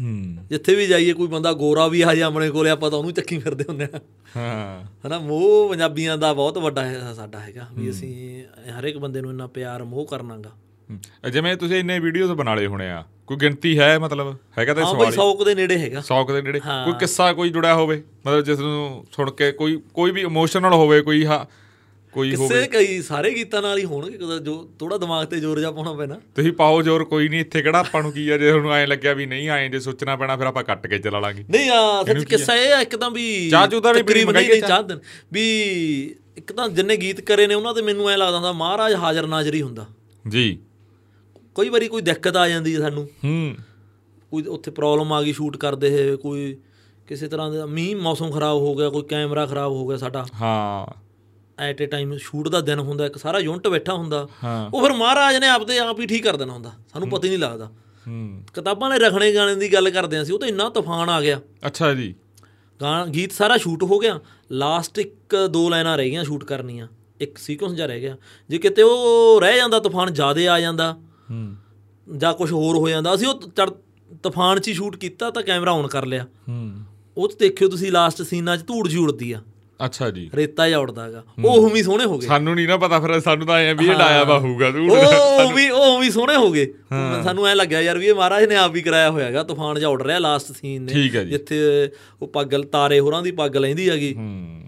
ਹੂੰ
ਜਿੱਥੇ ਵੀ ਜਾਈਏ ਕੋਈ ਬੰਦਾ ਗੋਰਾ ਵੀ ਆ ਜਾ ਆਪਣੇ ਕੋਲੇ ਆਪਾਂ ਤਾਂ ਉਹਨੂੰ ਚੱਕੀ ਫਿਰਦੇ ਹੁੰਦੇ ਆ
ਹਾਂ
ਹਨਾ ਮੋਹ ਪੰਜਾਬੀਆਂ ਦਾ ਬਹੁਤ ਵੱਡਾ ਹੈ- ਸਾਡਾ ਹੈਗਾ ਵੀ ਅਸੀਂ ਹਰੇਕ ਬੰਦੇ ਨੂੰ ਇੰਨਾ ਪਿਆਰ ਮੋਹ ਕਰਨਾਗਾ
ਹੂੰ। ਜਿਵੇਂ ਤੁਸੀਂ ਇੰਨੇ ਵੀਡੀਓਜ਼ ਬਣਾ ਲਏ ਹੋਣੇ ਆ ਕੋਈ ਗਿਣਤੀ ਹੈ ਮਤਲਬ ਹੈਗਾ ਤਾਂ
ਹਾਂ ਬਈ
ਸਵਾਲ
100 ਕੁ ਦੇ ਨੇੜੇ ਹੈਗਾ
100 ਦੇ ਨੇੜੇ ਕੋਈ ਕਿੱਸਾ ਕੋਈ ਜੁੜਿਆ ਹੋਵੇ ਮਤਲਬ ਜਿਸ ਨੂੰ ਸੁਣ ਕੇ ਕੋਈ ਕੋਈ ਵੀ ਇਮੋਸ਼ਨਲ ਹੋਵੇ ਕੋਈ ਹਾਂ ਕੋਈ ਹੋਵੇ
ਕਿਸੇ ਕਈ ਸਾਰੇ ਗੀਤਾਂ ਨਾਲ ਹੀ ਹੋਣਗੇ ਕਦੇ ਜੋ ਥੋੜਾ ਦਿਮਾਗ ਤੇ ਜ਼ੋਰ ਜਾ ਪਾਉਣਾ ਪੈਣਾ
ਤੁਸੀਂ ਪਾਓ ਜ਼ੋਰ ਕੋਈ ਨਹੀਂ ਇੱਥੇ ਕਿਹੜਾ ਆਪਾਂ ਨੂੰ ਕੀ ਆ ਜੇ ਤੁਹਾਨੂੰ ਐਂ ਲੱਗਿਆ ਵੀ ਨਹੀਂ ਐਂ ਜੇ ਸੋਚਣਾ ਪੈਣਾ ਫਿਰ ਆਪਾਂ ਕੱਟ ਕੇ ਚਲਾ ਲਾਂਗੇ
ਨਹੀਂ ਆ ਸੱਚ ਕਿੱਸਾ ਇਹ ਆ ਇੱਕਦਮ ਵੀ
ਚਾਹ ਚੂਹ ਦਾ ਵੀ
ਤਕਰੀਬਨ
ਮੰਗਾਈਏ
ਨਹੀਂ
ਚਾਹ।
ਚਾਹਦਨ ਵੀ ਇੱਕ ਤਾਂ ਜਿੰਨੇ ਗੀਤ ਕਰੇ ਨੇ ਉਹਨਾਂ ਤੇ ਮੈਨੂੰ ਐ ਲੱਗਦਾ ਹੁੰਦਾ ਮਹਾਰਾਜ ਹਾਜ਼ਰ ਨਾਜ਼ਰ ਹੀ ਹੁੰਦਾ
ਜੀ
ਕਈ ਵਾਰੀ ਕੋਈ ਦਿੱਕਤ ਆ ਜਾਂਦੀ ਹੈ ਸਾਨੂੰ
ਹੂੰ
ਕੋਈ ਉੱਥੇ ਪ੍ਰੋਬਲਮ ਆ ਗਈ ਸ਼ੂਟ ਕਰਦੇ ਹੋਏ ਕੋਈ ਕਿਸੇ ਤਰ੍ਹਾਂ ਦਾ ਮੀਂਹ ਮੌਸਮ ਖਰਾਬ ਹੋ ਗਿਆ ਕੋਈ ਕੈਮਰਾ ਖਰਾਬ ਹੋ ਗਿਆ ਸਾਡਾ
ਹਾਂ
ਐਟ ਏ ਟਾਈਮ ਸ਼ੂਟ ਦਾ ਦਿਨ ਹੁੰਦਾ ਇੱਕ ਸਾਰਾ ਯੂਨਿਟ ਬੈਠਾ ਹੁੰਦਾ
ਹਾਂ
ਉਹ ਫਿਰ ਮਹਾਰਾਜ ਨੇ ਆਪਦੇ ਆਪ ਹੀ ਠੀਕ ਕਰ ਦੇਣਾ ਹੁੰਦਾ ਸਾਨੂੰ ਪਤਾ ਹੀ ਨਹੀਂ ਲੱਗਦਾ
ਹੂੰ
ਕਿਤਾਬਾਂ ਨੇ ਰਖਣੇ ਗਾਣੇ ਦੀ ਗੱਲ ਕਰਦੇ ਹਾਂ ਸੀ ਉਹ ਤਾਂ ਇੰਨਾ ਤੂਫਾਨ ਆ ਗਿਆ
ਅੱਛਾ ਜੀ
ਗਾਣ ਗੀਤ ਸਾਰਾ ਸ਼ੂਟ ਹੋ ਗਿਆ ਲਾਸਟ ਇੱਕ ਦੋ ਲਾਈਨਾਂ ਰਹਿ ਗਈਆਂ ਸ਼ੂਟ ਕਰਨੀਆਂ ਇੱਕ ਸੀਕੁਐਂਸ ਜਿਹਾ ਰਹਿ ਗਿਆ ਜੇ ਕਿਤੇ ਉਹ ਰਹਿ ਜਾਂਦਾ ਤੂਫਾਨ ਜ਼ਿਆਦੇ ਆ ਜਾਂਦਾ
ਹੂੰ
ਜਾਂ ਕੁਝ ਹੋਰ ਹੋ ਜਾਂਦਾ ਅਸੀਂ ਉਹ ਚੜ੍ਹ- ਤੂਫਾਨ 'ਚ ਹੀ ਸ਼ੂਟ ਕੀਤਾ ਤਾਂ ਕੈਮਰਾ ਔਨ ਕਰ ਲਿਆ
ਹੂੰ
ਉਹ 'ਚ ਦੇਖਿਓ ਤੁਸੀਂ ਲਾਸਟ ਸੀਨਾਂ 'ਚ ਧੂੜ ਜਿਹੀ ਉੜਦੀ ਆ
ਅੱਛਾ ਜੀ
ਰੇਤਾ ਜਿਹਾ ਉੜਦਾ ਹੈਗਾ ਉਹ ਉਵੇਂ ਸੋਹਣੇ ਹੋ ਗਏ
ਸਾਨੂੰ ਨਹੀਂ ਨਾ ਪਤਾ ਫਿਰ ਸਾਨੂੰ ਤਾਂ ਐਂ ਵੀ ਇਹ ਡਾਇਆ ਵਾ ਹੋਊਗਾ ਤੂੰ
ਉਹ ਵੀ ਉਹ ਵੀ ਸੋਹਣੇ ਹੋ ਗਏ ਸਾਨੂੰ ਐ ਲੱਗਿਆ ਯਾਰ ਵੀ ਇਹ ਮਹਾਰਾਜ ਨੇ ਆਪ ਵੀ ਕਰਾਇਆ ਹੋਇਆ ਹੈਗਾ ਤੂਫਾਨ ਜਿਹਾ ਉੱਡ ਰਿਹਾ ਲਾਸਟ ਸੀਨ ਨੇ
ਠੀਕ ਹੈ ਜੀ।
ਜਿੱਥੇ ਉਹ ਪੱਗਲ ਤਾਰੇ ਹੋਰਾਂ ਦੀ ਪੱਗ ਲੈਂਦੀ ਹੈਗੀ
ਹੂੰ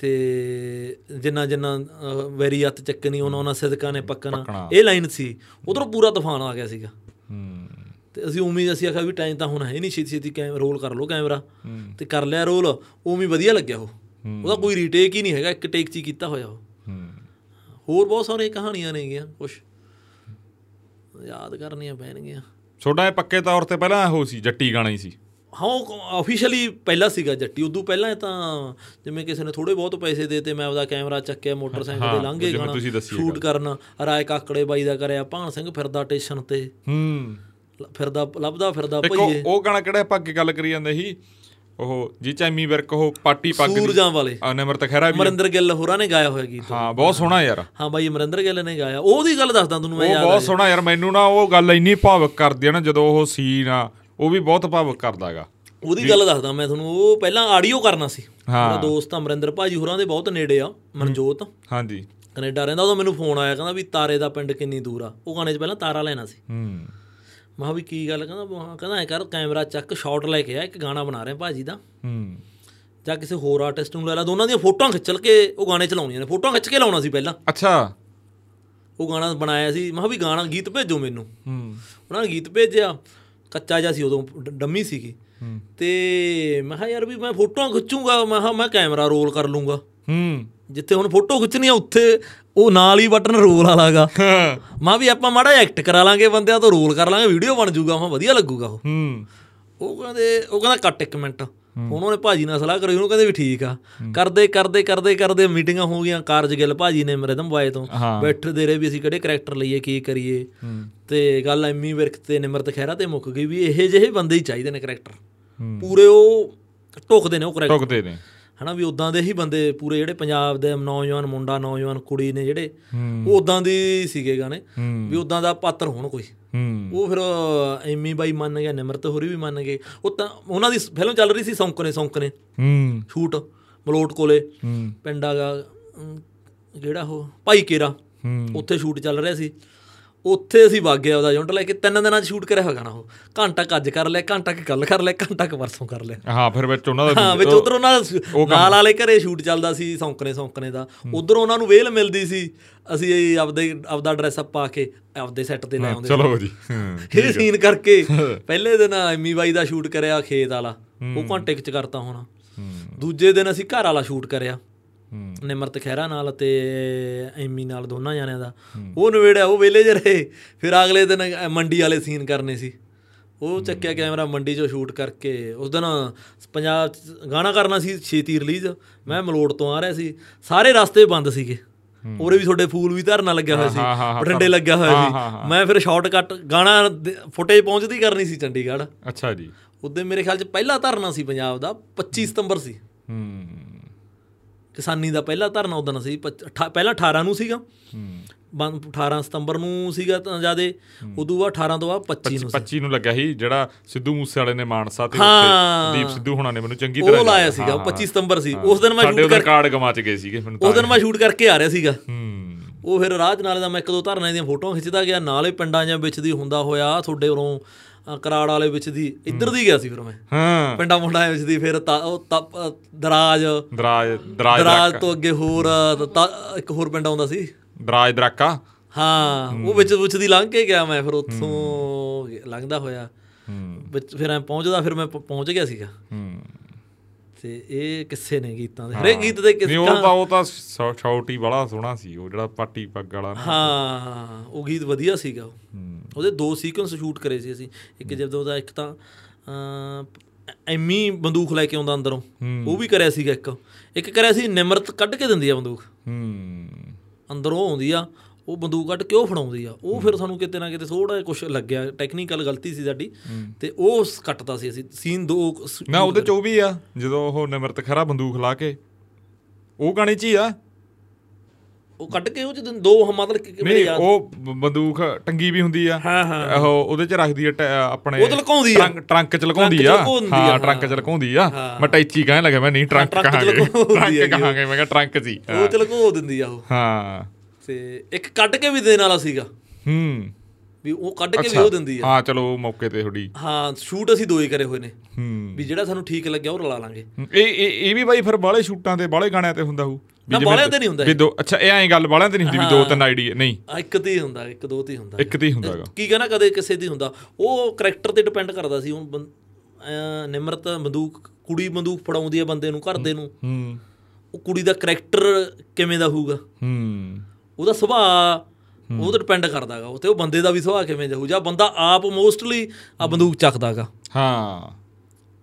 ਤੇ ਜਿੰਨਾ ਜਿੰਨਾ ਅਹ, ਵੈਰੀ ਹੱਥ ਚੱਕਣੀ ਉਹਨਾਂ ਉਹਨਾਂ ਸਿਦਕਾਂ ਨੇ
ਪੱਕਣਾ।
ਪੱਕਣਾ ਇਹ ਲਾਈਨ ਸੀ ਉਧਰੋਂ ਪੂਰਾ ਤੂਫਾਨ ਆ ਗਿਆ ਸੀਗਾ
ਹੂੰ
ਤੇ ਅਸੀਂ ਉਮੀ ਅਸੀਂ ਆਖਿਆ ਵੀ ਟਾਈਮ ਤਾਂ ਹੁਣ ਹੈ ਨਹੀਂ ਛੇਤੀ ਛੇਤੀ ਕੈਮ ਰੋਲ ਕਰ ਲਓ ਕੈਮਰਾ
ਹੂੰ।
ਤੇ ਕਰ ਲਿਆ ਰੋਲ ਉਮੀ ਵਧੀਆ ਲੱਗਿਆ ਉਹ
ਹੂੰ।
ਉਹਦਾ ਕੋਈ ਰੀਟੇਕ ਹੀ ਨਹੀਂ ਹੈਗਾ ਇੱਕ ਟੇਕ 'ਚ ਹੀ ਕੀਤਾ ਹੋਇਆ ਉਹ
ਹੂੰ
ਹੋਰ ਬਹੁਤ ਸਾਰੀਆਂ ਕਹਾਣੀਆਂ ਨੇਗੀਆਂ ਕੁਛ ਯਾਦ ਕਰਨੀਆਂ ਪੈਣਗੀਆਂ
ਛੋਟਾ ਇਹ ਪੱਕੇ ਤੌਰ ਤੇ ਪਹਿਲਾਂ ਉਹ ਸੀ ਜੱਟੀ ਗਾਣਾ ਹੀ ਸੀ
ਹਾਂ ਉਹ ਆਫੀਸ਼ੀਅਲੀ ਪਹਿਲਾ ਸੀਗਾ ਜੱਟੀ ਉਦੋਂ ਪਹਿਲਾਂ ਇਹ ਤਾਂ ਜਿਵੇਂ ਕਿਸੇ ਨੇ ਥੋੜੇ ਬਹੁਤ ਪੈਸੇ ਦੇ ਤੇ ਮੈਂ ਆਪਦਾ ਕੈਮਰਾ ਚੱਕਿਆ ਮੋਟਰਸਾਈਕਲ
ਹਾਂ,
ਤੇ ਲਾਂਘੇ
ਜਿਵੇਂ
ਗਾਣਾ
ਤੁਸੀਂ ਦੱਸੀ ਇਹ
ਸ਼ੂਟ ਕਰਨਾ ਰਾਏ ਕਾਕੜੇ ਬਾਈ ਦਾ ਕਰਿਆ ਭਾਨ ਸਿੰਘ ਫਿਰਦਾ ਟੇਸ਼ਨ ਤੇ
ਹੂੰ
ਲ- ਫਿਰਦਾ ਲੱਭਦਾ ਫਿਰਦਾ
ਇੱਕ
ਭਈਏ
ਉਹ ਉਹ ਗਾਣਾ ਕਿਹੜਾ ਆਪਾਂ ਅੱਗੇ ਗੱਲ ਕਰੀ ਜਾਂਦੇ ਸੀ ਉਹ ਜੀ ਚੈਮੀ ਵਿਰਕ ਉਹ ਪਾਟੀ ਪੱਗ ਦੀ
ਸੂਰਜਾਂ ਵਾਲੇ
ਆ, ਨਿਮਰਤ ਖਹਿਰਾ ਵੀ
ਅਮਰਿੰਦਰ ਗਿੱਲ ਹੋਰਾਂ ਨੇ ਗਾਇਆ ਹੋਇਆ ਗੀਤ
ਹਾਂ ਬਹੁਤ ਸੋਹਣਾ ਯਾਰ
ਹਾਂ ਬਾਈ ਅਮਰਿੰਦਰ ਗਿੱਲ ਨੇ ਗਾਇਆ ਉਹਦੀ ਗੱਲ ਦੱਸਦਾ ਤੁਹਾਨੂੰ ਮੈਂ
ਉਹ
ਯਾਦ
ਬਹੁਤ ਸੋਹਣਾ ਯਾਰ ਮੈਨੂੰ ਨਾ ਉਹ ਗੱਲ ਇੰਨੀ ਭਾਵਕ ਕਰਦੀ ਆ ਨਾ ਜਦੋਂ ਉਹ ਸੀਨ ਆ ਉਹ ਵੀ ਬਹੁਤ ਭਾਵਕ ਕਰਦਾਗਾ
ਉਹਦੀ ਗੱਲ ਦੱਸਦਾ ਮੈਂ ਤੁਹਾਨੂੰ ਉਹ ਪਹਿਲਾਂ ਆਡੀਓ ਕਰਨਾ ਸੀ
ਹਾਂ।
ਮੇਰਾ ਦੋਸਤ ਅਮਰਿੰਦਰ ਭਾਜੀ ਹੋਰਾਂ ਦੇ ਬਹੁਤ ਨੇੜੇ ਆ ਮਨਜੋਤ
ਹਾਂਜੀ
ਕੈਨੇਡਾ ਰਹਿੰਦਾ ਉਦੋਂ ਮੈਨੂੰ ਫੋਨ ਆਇਆ ਕਹਿੰਦਾ ਵੀ ਤਾਰੇ ਦਾ ਪਿੰਡ ਕਿੰਨੀ ਦੂਰ ਆ ਉਹ ਗਾਣੇ 'ਚ ਪਹਿਲਾਂ ਤਾਰਾ ਲੈਣਾ ਸੀ
ਹੂੰ
ਮੈਂ ਕਿਹਾ ਵੀ ਕੀ ਗੱਲ ਕਹਿੰਦਾ ਮੈਂ ਕਹਿੰਦਾ ਐ ਕਰ ਕੈਮਰਾ ਚੱਕ ਸ਼ਾਟ ਲੈ ਕੇ ਆ ਇੱਕ ਗਾਣਾ ਬਣਾ ਰਹੇ ਭਾਜੀ ਦਾ
ਹੂੰ
ਜਾਂ ਕਿਸੇ ਹੋਰ ਆਰਟਿਸਟ ਨੂੰ ਲੈ ਲਾ ਦੋਨਾਂ ਦੀਆਂ ਫੋਟੋਆਂ ਖਿੱਚ ਕੇ ਉਹ ਗਾਣੇ 'ਚ ਲਾਉਣੀਆਂ ਨੇ ਫੋਟੋਆਂ ਖਿੱਚ ਕੇ ਲਾਉਣਾ ਸੀ ਪਹਿਲਾਂ
ਅੱਛਾ
ਉਹ ਗਾਣਾ ਬਣਾਇਆ ਸੀ ਮੈਂ ਕਿਹਾ ਵੀ ਗਾਣਾ ਗੀਤ ਭੇਜੋ ਮੈਨੂੰ
ਹੂੰ
ਉਹਨਾਂ ਨੇ ਗੀਤ ਭੇਜਿਆ ਕੱਚਾ ਜਿਹਾ ਸੀ ਉਦੋਂ ਡ- ਡੰਮੀ ਸੀਗੀ
ਹੂੰ
ਤੇ ਮੈਂ ਕਿਹਾ ਯਾਰ ਵੀ ਮੈਂ ਫੋਟੋਆਂ ਖਿੱਚੂਗਾ ਮੈਂ ਕਿਹਾ ਮੈਂ ਕੈਮਰਾ ਰੋਲ ਕਰ ਲੂੰਗਾ
ਹੂੰ
ਜਿੱਥੇ ਹੁਣ ਫੋਟੋ ਖਿੱਚਣੀ ਆ ਉੱਥੇ ਉਹ ਨਾਲ ਹੀ ਬਟਨ ਰੋਲ ਵਾਲਾਗਾ
ਹਾਂ,
ਮਾਂ ਵੀ ਆਪਾਂ ਮਾੜਾ ਐਕਟ ਕਰਾ ਲਾਂਗੇ ਬੰਦਿਆਂ ਤੋਂ ਰੋਲ ਕਰ ਲਾਂਗੇ ਵੀਡੀਓ ਬਣ ਜਾਊਗਾ ਮਾਂ ਵਧੀਆ ਲੱਗੂਗਾ ਉਹ
ਹੂੰ
ਉਹ ਕਹਿੰਦੇ ਉਹ ਕਹਿੰਦਾ ਕੱਟ ਇੱਕ ਮਿੰਟ ਹੁਣ ਉਹਨੇ ਭਾਜੀ ਨਾਲ ਸਲਾਹ ਕਰੀ ਉਹਨੂੰ ਕਹਿੰਦੇ ਵੀ ਠੀਕ ਆ ਕਰਦੇ ਕਰਦੇ ਕਰਦੇ ਕਰਦੇ ਮੀਟਿੰਗਾਂ ਹੋ ਗਈਆਂ ਕਾਰਜ ਗਿੱਲ ਭਾਜੀ ਨੇ ਮਰਦਮ ਬਾਏ ਤੋਂ
ਹਾਂ।
ਬੈਠਦੇ ਰਹੇ ਵੀ ਅਸੀਂ ਕਿਹੜੇ ਕੈਰੈਕਟਰ ਲਈਏ ਕੀ ਕਰੀਏ ਤੇ ਗੱਲ ਐਮੀ ਵਿਰਕ ਤੇ ਨਿਮਰਤ ਖਹਿਰਾ ਤੇ ਮੁੱਕ ਗਈ ਵੀ ਇਹੇ ਜਿਹੇ ਬੰਦੇ ਹੀ ਚਾਹੀਦੇ ਨੇ ਕੈਰੈਕਟਰ
ਹੂੰ।
ਪੂਰੇ ਉਹ ਟੋਕਦੇ ਨੇ ਉਹ ਕੈਰੈਕਟਰ
ਟੁਕਦੇ ਨੇ
ਹਨਾ ਵੀ ਉਦਾਂ ਦੇ ਹੀ ਬੰਦੇ ਪੂਰੇ ਜਿਹੜੇ ਪੰਜਾਬ ਦੇ ਨੌਜਵਾਨ ਮੁੰਡਾ ਨੌਜਵਾਨ ਕੁੜੀ ਨੇ ਜਿਹੜੇ
ਹੂੰ
ਉਹ ਉਦਾਂ ਦੇ ਹੀ ਸੀਗੇ ਗਾਣੇ
ਹੂੰ
ਵੀ ਉਦਾਂ ਦਾ ਪਾਤਰ ਹੋਣ ਕੋਈ
ਹੂੰ
ਉਹ ਫਿਰ ਐਮੀ ਬਾਈ ਮੰਨ ਗਿਆ ਨਿਮਰਤ ਹੋਰੀ ਵੀ ਮੰਨ ਗਏ ਉਹ ਤਾਂ ਉਹਨਾਂ ਦੀ ਫਿਲਮ ਚੱਲ ਰਹੀ ਸੀ ਸੌਂਕਨੇ ਸੌਂਕਨੇ
ਹੂੰ
ਸ਼ੂਟ ਮਲੋਟ ਕੋਲੇ
ਹੂੰ
ਪਿੰਡ ਆਗਾ ਅਮ, ਕਿਹੜਾ ਉਹ ਭਾਈ ਕੇਰਾ
ਹੂੰ
ਉੱਥੇ ਸ਼ੂਟ ਚੱਲ ਰਿਹਾ ਸੀ ਉੱਥੇ ਅਸੀਂ ਵਗ ਗਏ ਉਹਦਾ ਜੁੰਟ ਲੈ ਕੇ ਤਿੰਨ ਦਿਨਾਂ 'ਚ ਸ਼ੂਟ ਕਰਿਆ ਹੋਇਆ ਗਾਣਾ ਉਹ ਘੰਟਾ ਕੁ ਅੱਜ ਕਰ ਲਿਆ ਘੰਟਾ ਕੁ ਕੱਲ ਕਰ ਲਿਆ ਘੰਟਾ ਕੁ ਪਰਸੋਂ ਕਰ ਲਿਆ
ਹਾਂ ਫਿਰ ਵਿੱਚ ਉਹਨਾਂ ਦਾ
ਹਾਂ ਵਿੱਚ ਉਧਰ ਉਹਨਾਂ ਦਾ ਸ- ਨਾਲ ਵਾਲੇ ਘਰੇ ਸ਼ੂਟ ਚੱਲਦਾ ਸੀ ਸੌਂਕਨੇ ਸੌਂਕਨੇ ਦਾ ਉਧਰ ਉਹਨਾਂ ਨੂੰ ਵੇਲ ਮਿਲਦੀ ਸੀ ਅਸੀਂ ਇਹ ਆਪਦੇ ਆਪਦਾ ਡਰੈਸ ਅਪ ਪਾ ਕੇ ਆਪਦੇ ਸੈੱਟ ਤੇ ਲੈ ਆਉਂਦੇ
ਚਲੋ ਜੀ ਹੂੰ
ਇਹ ਸੀਨ ਕਰਕੇ ਪਹਿਲੇ ਦਿਨ ਐਮੀ ਬਾਈ ਦਾ ਸ਼ੂਟ ਕਰਿਆ ਖੇਤ ਵਾਲਾ ਉਹ ਘੰਟੇ ਕੁ ਚ ਕਰਤਾ ਹੋਣਾ
ਹੂੰ।
ਦੂਜੇ ਦਿਨ ਅਸੀਂ ਘਰ ਵਾਲਾ ਸ਼ੂਟ ਕਰਿਆ
ਹੂੰ।
ਨਿਮਰਤ ਖਹਿਰਾ ਨਾਲ ਤੇ ਐਮੀ ਨਾਲ ਦੋਨਾਂ ਜਣਿਆਂ ਦਾ ਉਹ ਨਵੇੜਿਆ ਉਹ ਵਿਹਲੇ ਜਿਹੇ ਰਹੇ ਫਿਰ ਅਗਲੇ ਦਿਨ ਅ- ਮੰਡੀ ਵਾਲੇ ਸੀਨ ਕਰਨੇ ਸੀ ਉਹ ਚੱਕਿਆ ਕੈਮਰਾ ਮੰਡੀ 'ਚੋਂ ਸ਼ੂਟ ਕਰਕੇ ਉਸ ਦਿਨ ਪੰਜਾਬ 'ਚ ਗਾਣਾ ਕਰਨਾ ਸੀ ਛੇਤੀ ਰਿਲੀਜ਼ ਮੈਂ ਮਲੋੜ ਤੋਂ ਆ ਰਿਹਾ ਸੀ ਸਾਰੇ ਰਸਤੇ ਬੰਦ ਸੀਗੇ ਉਰੇ ਵੀ ਤੁਹਾਡੇ ਫੂਲ ਵੀ ਧਰਨਾ ਲੱਗਿਆ ਹੋਇਆ ਸੀ
ਹਾਂ, ਹਾਂ, ਹਾਂ,
ਬਠਿੰਡੇ ਲੱਗਿਆ ਹੋਇਆ
ਹਾਂ, ਹਾਂ,
ਸੀ ਮੈਂ ਫਿਰ ਸ਼ਾਰਟਕਟ ਗਾਣਾ ਫੁਟੇਜ ਪਹੁੰਚਦੀ ਕਰਨੀ ਸੀ ਚੰਡੀਗੜ੍ਹ
ਅੱਛਾ ਜੀ
ਉਦੋਂ ਮੇਰੇ ਖਿਆਲ 'ਚ ਪਹਿਲਾ ਧਰਨਾ ਸੀ ਪੰਜਾਬ ਦਾ 25 ਸਤੰਬਰ ਸੀ
ਹੂੰ
ਕਿਸਾਨੀ ਦਾ ਪਹਿਲਾ ਧਰਨਾ ਉਦੋਂ ਸੀ ਪੱਚ- ਅਠਾ- ਪਹਿਲਾਂ 18 ਨੂੰ ਸੀਗਾ
ਹੂੰ
ਬੰ- 18 ਸਤੰਬਰ ਨੂੰ ਸੀਗਾ ਤਾਂ ਜਿਆਦੇ ਉਦੋਂ ਬਾਅਦ 18 ਤੋਂ ਬਾਅਦ 25 ਨੂੰ
25 ਨੂੰ ਲੱਗਿਆ ਸੀ ਜਿਹੜਾ ਸਿੱਧੂ ਮੂਸੇ ਵਾਲੇ ਨੇ ਮਾਨਸਾ ਤੇ
ਹਾਂ।
ਦੀਪ ਸਿੱਧੂ ਹੁਣਾਂ ਨੇ ਮੈਨੂੰ ਚੰਗੀ
ਉਹ
ਤਰ੍ਹਾਂ
ਲਾਇਆ
ਯਾਦ-
ਸੀਗਾ
ਹਾਂ,
25 ਸਤੰਬਰ ਸੀ
ਹਾਂ।
ਉਸ ਦਿਨ ਮੈਂ
ਸਾਡੇ
ਸ਼ੂਟ
ਉਧਰ
ਕਰਕੇ
ਕਾਰਡ ਗਮਾ ਚ ਗਏ ਸੀਗੇ ਮੈਨੂੰ ਤਾਂ
ਉਸ ਦਿਨ ਮੈਂ ਸ਼ੂਟ ਕਰਕੇ ਆ ਰਿਹਾ ਸੀਗਾ
ਹੂੰ
ਉਹ ਫਿਰ ਰਾਹ 'ਚ ਨਾਲੇ ਦਾ ਮੈਂ ਇੱਕ ਦੋ ਧਰਨੇ ਦੀਆਂ ਫੋਟੋਆਂ ਖਿੱਚਦਾ ਗਿਆ ਨਾਲੇ ਪਿੰਡਾਂ ਜਾਂ ਵਿੱਚ ਦੀ ਹੁੰਦਾ ਹੋਇਆ ਤੁਹਾਡੇ ਉਰੋਂ ਅ, ਕਰਾੜ ਵਾਲੇ ਵਿੱਚ ਦੀ ਇੱਧਰ ਦੀ ਗਿਆ ਸੀ ਫਿਰ ਮੈਂ
ਹਾਂ
ਪਿੰਡਾਂ ਮੁੰਡਾਂ ਵਿੱਚ ਦੀ ਫਿਰ ਤਾ- ਉਹ ਤਪ- ਅ, ਦਰਾਜ
ਦਰਾਜ ਦਰਾਜ
ਦਰਾਜ
ਦਰਾਕਾ
ਤੋਂ ਅੱਗੇ ਹੋਰ ਅ, ਤਾ- ਇੱਕ ਹੋਰ ਪਿੰਡ ਆਉਂਦਾ ਸੀ
ਦਰਾਜ ਦਰਾਕਾ
ਹਾਂ ਉਹ ਵਿੱਚ ਵਿੱਚ ਦੀ ਲੰਘ ਕੇ ਗਿਆ ਮੈਂ ਫਿਰ ਉੱਥੋਂ ਲੰਘਦਾ ਹੋਇਆ
ਹੂੰ
ਵਿੱਚ ਫਿਰ ਐ ਪਹੁੰਚਦਾ ਫਿਰ ਮੈਂ ਪ- ਪਹੁੰਚ ਗਿਆ ਸੀਗਾ
ਹੂੰ
ਤੇ ਇਹ ਕਿੱਸੇ ਨੇ ਗੀਤਾਂ ਦੇ ਹਰੇਕ ਗੀਤ ਦੇ
ਨਹੀਂ
ਕਿੱਸੇ
ਉਹ ਤਾਂ ਉਹ ਤਾਂ ਛੌਟੀ ਬੜਾ ਸੋਹਣਾ ਸੀ ਉਹ ਜਿਹੜਾ ਪਾਟੀ ਪੱਗ ਵਾਲਾ ਨਾ
ਹਾਂ ਉਹ ਗੀਤ ਵਧੀਆ ਸੀਗਾ ਉਹ।
ਹੂੰ।
ਉਹਦੇ ਦੋ ਸੀਕੁਐਂਸ ਸ਼ੂਟ ਕਰੇ ਸੀ ਅਸੀਂ ਇੱਕ ਜਦੋਂ ਦਾ ਇੱਕ ਤਾਂ ਅਮ, ਐਮੀ ਬੰਦੂਕ ਲੈ ਕੇ ਆਉਂਦਾ ਅੰਦਰੋਂ ਉਹ ਵੀ ਕਰਿਆ ਸੀਗਾ ਇੱਕ ਇੱਕ ਕਰਿਆ ਸੀ ਨਿਮਰਤ ਕੱਢ ਕੇ ਦਿੰਦੀ ਆ ਬੰਦੂਕ
ਹੂੰ
ਅੰਦਰੋਂ ਆਉਂਦੀ ਆ ਉਹ ਬੰਦੂਕ ਕੱਢ ਕੇ ਉਹ ਫੜਾਉਂਦੀ ਆ ਉਹ ਫਿਰ ਸਾਨੂੰ ਕਿਤੇ ਨਾ ਕਿਤੇ ਥੋੜਾ ਕੁਝ ਲੱਗਿਆ ਟੈਕਨੀਕਲ ਗਲਤੀ ਸੀ ਸਾਡੀ ਤੇ ਉਹ ਸ- ਕੱਟਤਾ ਸੀ ਅਸੀਂ ਸੀਨ ਦੋ ਸ-
ਨਾ ਉਹਦੇ ਚ ਉਹ ਵੀ ਆ ਜਦੋਂ ਉਹ ਨਿਮਰਤ ਖਰਾ ਬੰਦੂਕ ਲਾ ਕੇ ਉਹ ਗਾਣੇ ਚ ਹੀ ਆ
ਉਹ ਕੱਟ ਕੇ ਉਹ ਜਦੋਂ ਦੋ ਮਤਲਬ ਕਿ- ਕਿ ਮੇਰੇ
ਨਹੀਂ
ਯਾਦ
ਉਹ ਬ- ਬੰਦੂਕ ਟੰਗੀ ਵੀ ਹੁੰਦੀ ਆ
ਹਾਂ ਹਾਂ
ਉਹ ਉਹਦੇ ਚ ਰੱਖਦੀ ਆ ਟੈ- ਆਪਣੇ
ਉਹ ਤਾਂ ਲੁਕਾਉਂਦੀ ਆ।
ਟਰੰਕ- ਟਰੰਕ ਚ ਲੁਕਾਉਂਦੀ
ਟਰੰਕ
ਆ
ਚ ਲੁਕਾਉਂਦੀ ਆ,
ਹਾਂ ਟਰੰਕ ਚ ਲੁਕਾਉਂਦੀ ਆ ਮੈਂ ਟੈਚੀ ਕਹਿਣ ਲੱਗਾ ਮੈਂ ਨਹੀਂ ਟਰੰਕ
ਟਰੰਕ ਚ
ਕਹਾਂਗੇ
ਲੁਕਾਉਂਦੀ ਆ
ਟਰੰਕ ਕਹਾਂਗੇ ਮੈਂ ਕਿਹਾ ਟਰੰਕ ਜੀ
ਉਹ ਚ ਲਗੋ ਦਿੰਦੀ ਆ ਉਹ
ਹਾਂ
ਤੇ ਇੱਕ ਕੱਟ ਕੇ ਵੀ ਦੇਣ ਵਾਲਾ ਸੀਗਾ
ਹੂੰ
ਵੀ ਉਹ ਕੱਢ ਕੇ ਵੀ ਉਹ ਦਿੰਦੀ ਆ
ਹਾਂ ਚਲੋ ਉਹ ਮੌਕੇ ਤੇ ਥੋੜੀ
ਹਾਂ ਸ਼ੂਟ ਅਸੀਂ ਦੋ ਹੀ ਕਰੇ ਹੋਏ ਨੇ
ਹੂੰ
ਵੀ ਜਿਹੜਾ ਸਾਨੂੰ ਠੀਕ ਲੱਗਿਆ ਉਹ ਰਲਾ ਲਾਂਗੇ
ਇਹ ਇਹ ਇਹ ਵੀ ਬਾਈ ਫਿਰ ਬਾਲੇ ਸ਼ੂਟਾਂ ਤੇ ਬਾਲੇ ਗਾਣਿਆਂ ਤੇ ਹੁੰਦਾ ਹੋਊ ਵੀ
ਨਾ,
ਜਿਵੇਂ-
ਬਾਹਲਿਆਂ ਤੇ ਨਹੀਂ ਹੁੰਦਾ
ਵੀ ਦੋ ਅੱਛਾ ਇਹ ਐਂ ਗੱਲ ਬਾਲਿਆਂ ਤੇ ਨਹੀਂ ਹੁੰਦੀ ਵੀ ਦੋ ਤਿੰਨ ਆਈਡੀ ਨਹੀਂ
ਆ ਇੱਕ ਤੇ ਹੀ ਹੁੰਦਾ ਇੱਕ ਦੋ ਤੇ ਹੀ ਹੁੰਦਾ
ਇੱਕ ਤੇ ਹੀ ਹੁੰਦਾਗਾ
ਕੀ ਕਹਣਾ ਕਦੇ ਕਿਸੇ ਦੀ ਹੁੰਦਾ ਉਹ ਕੈਰੈਕਟਰ ਤੇ ਡਿਪੈਂਡ ਕਰਦਾ ਸੀ ਹੁਣ ਬੰ- ਅਹ ਨਿਮਰਤ ਬੰਦੂਕ ਕੁੜੀ ਬੰਦੂਕ ਫੜਾਉਂਦੀ ਆ ਬੰਦੇ ਨੂੰ ਘਰਦੇ ਨੂੰ
ਹੂੰ
ਉਹ ਕੁੜੀ ਦਾ ਕੈਰੈਕਟਰ ਕਿਵੇਂ ਦਾ ਹੋਊਗਾ
ਹੂੰ
ਉਹਦਾ ਸੁਭਾਅ ਉਹ ਤੇ ਡਿਪੈਂਡ ਕਰਦਾਗਾ ਉਹ ਤੇ ਉਹ ਬੰਦੇ ਦਾ ਵੀ ਸੁਭਾਅ ਕਿਵੇਂ ਦਾ ਹੋਊ ਜਾਂ ਬੰਦਾ ਆਪ ਮੋਸਟਲੀ ਆ ਬੰਦੂਕ ਚੱਕਦਾਗਾ
ਹਾਂ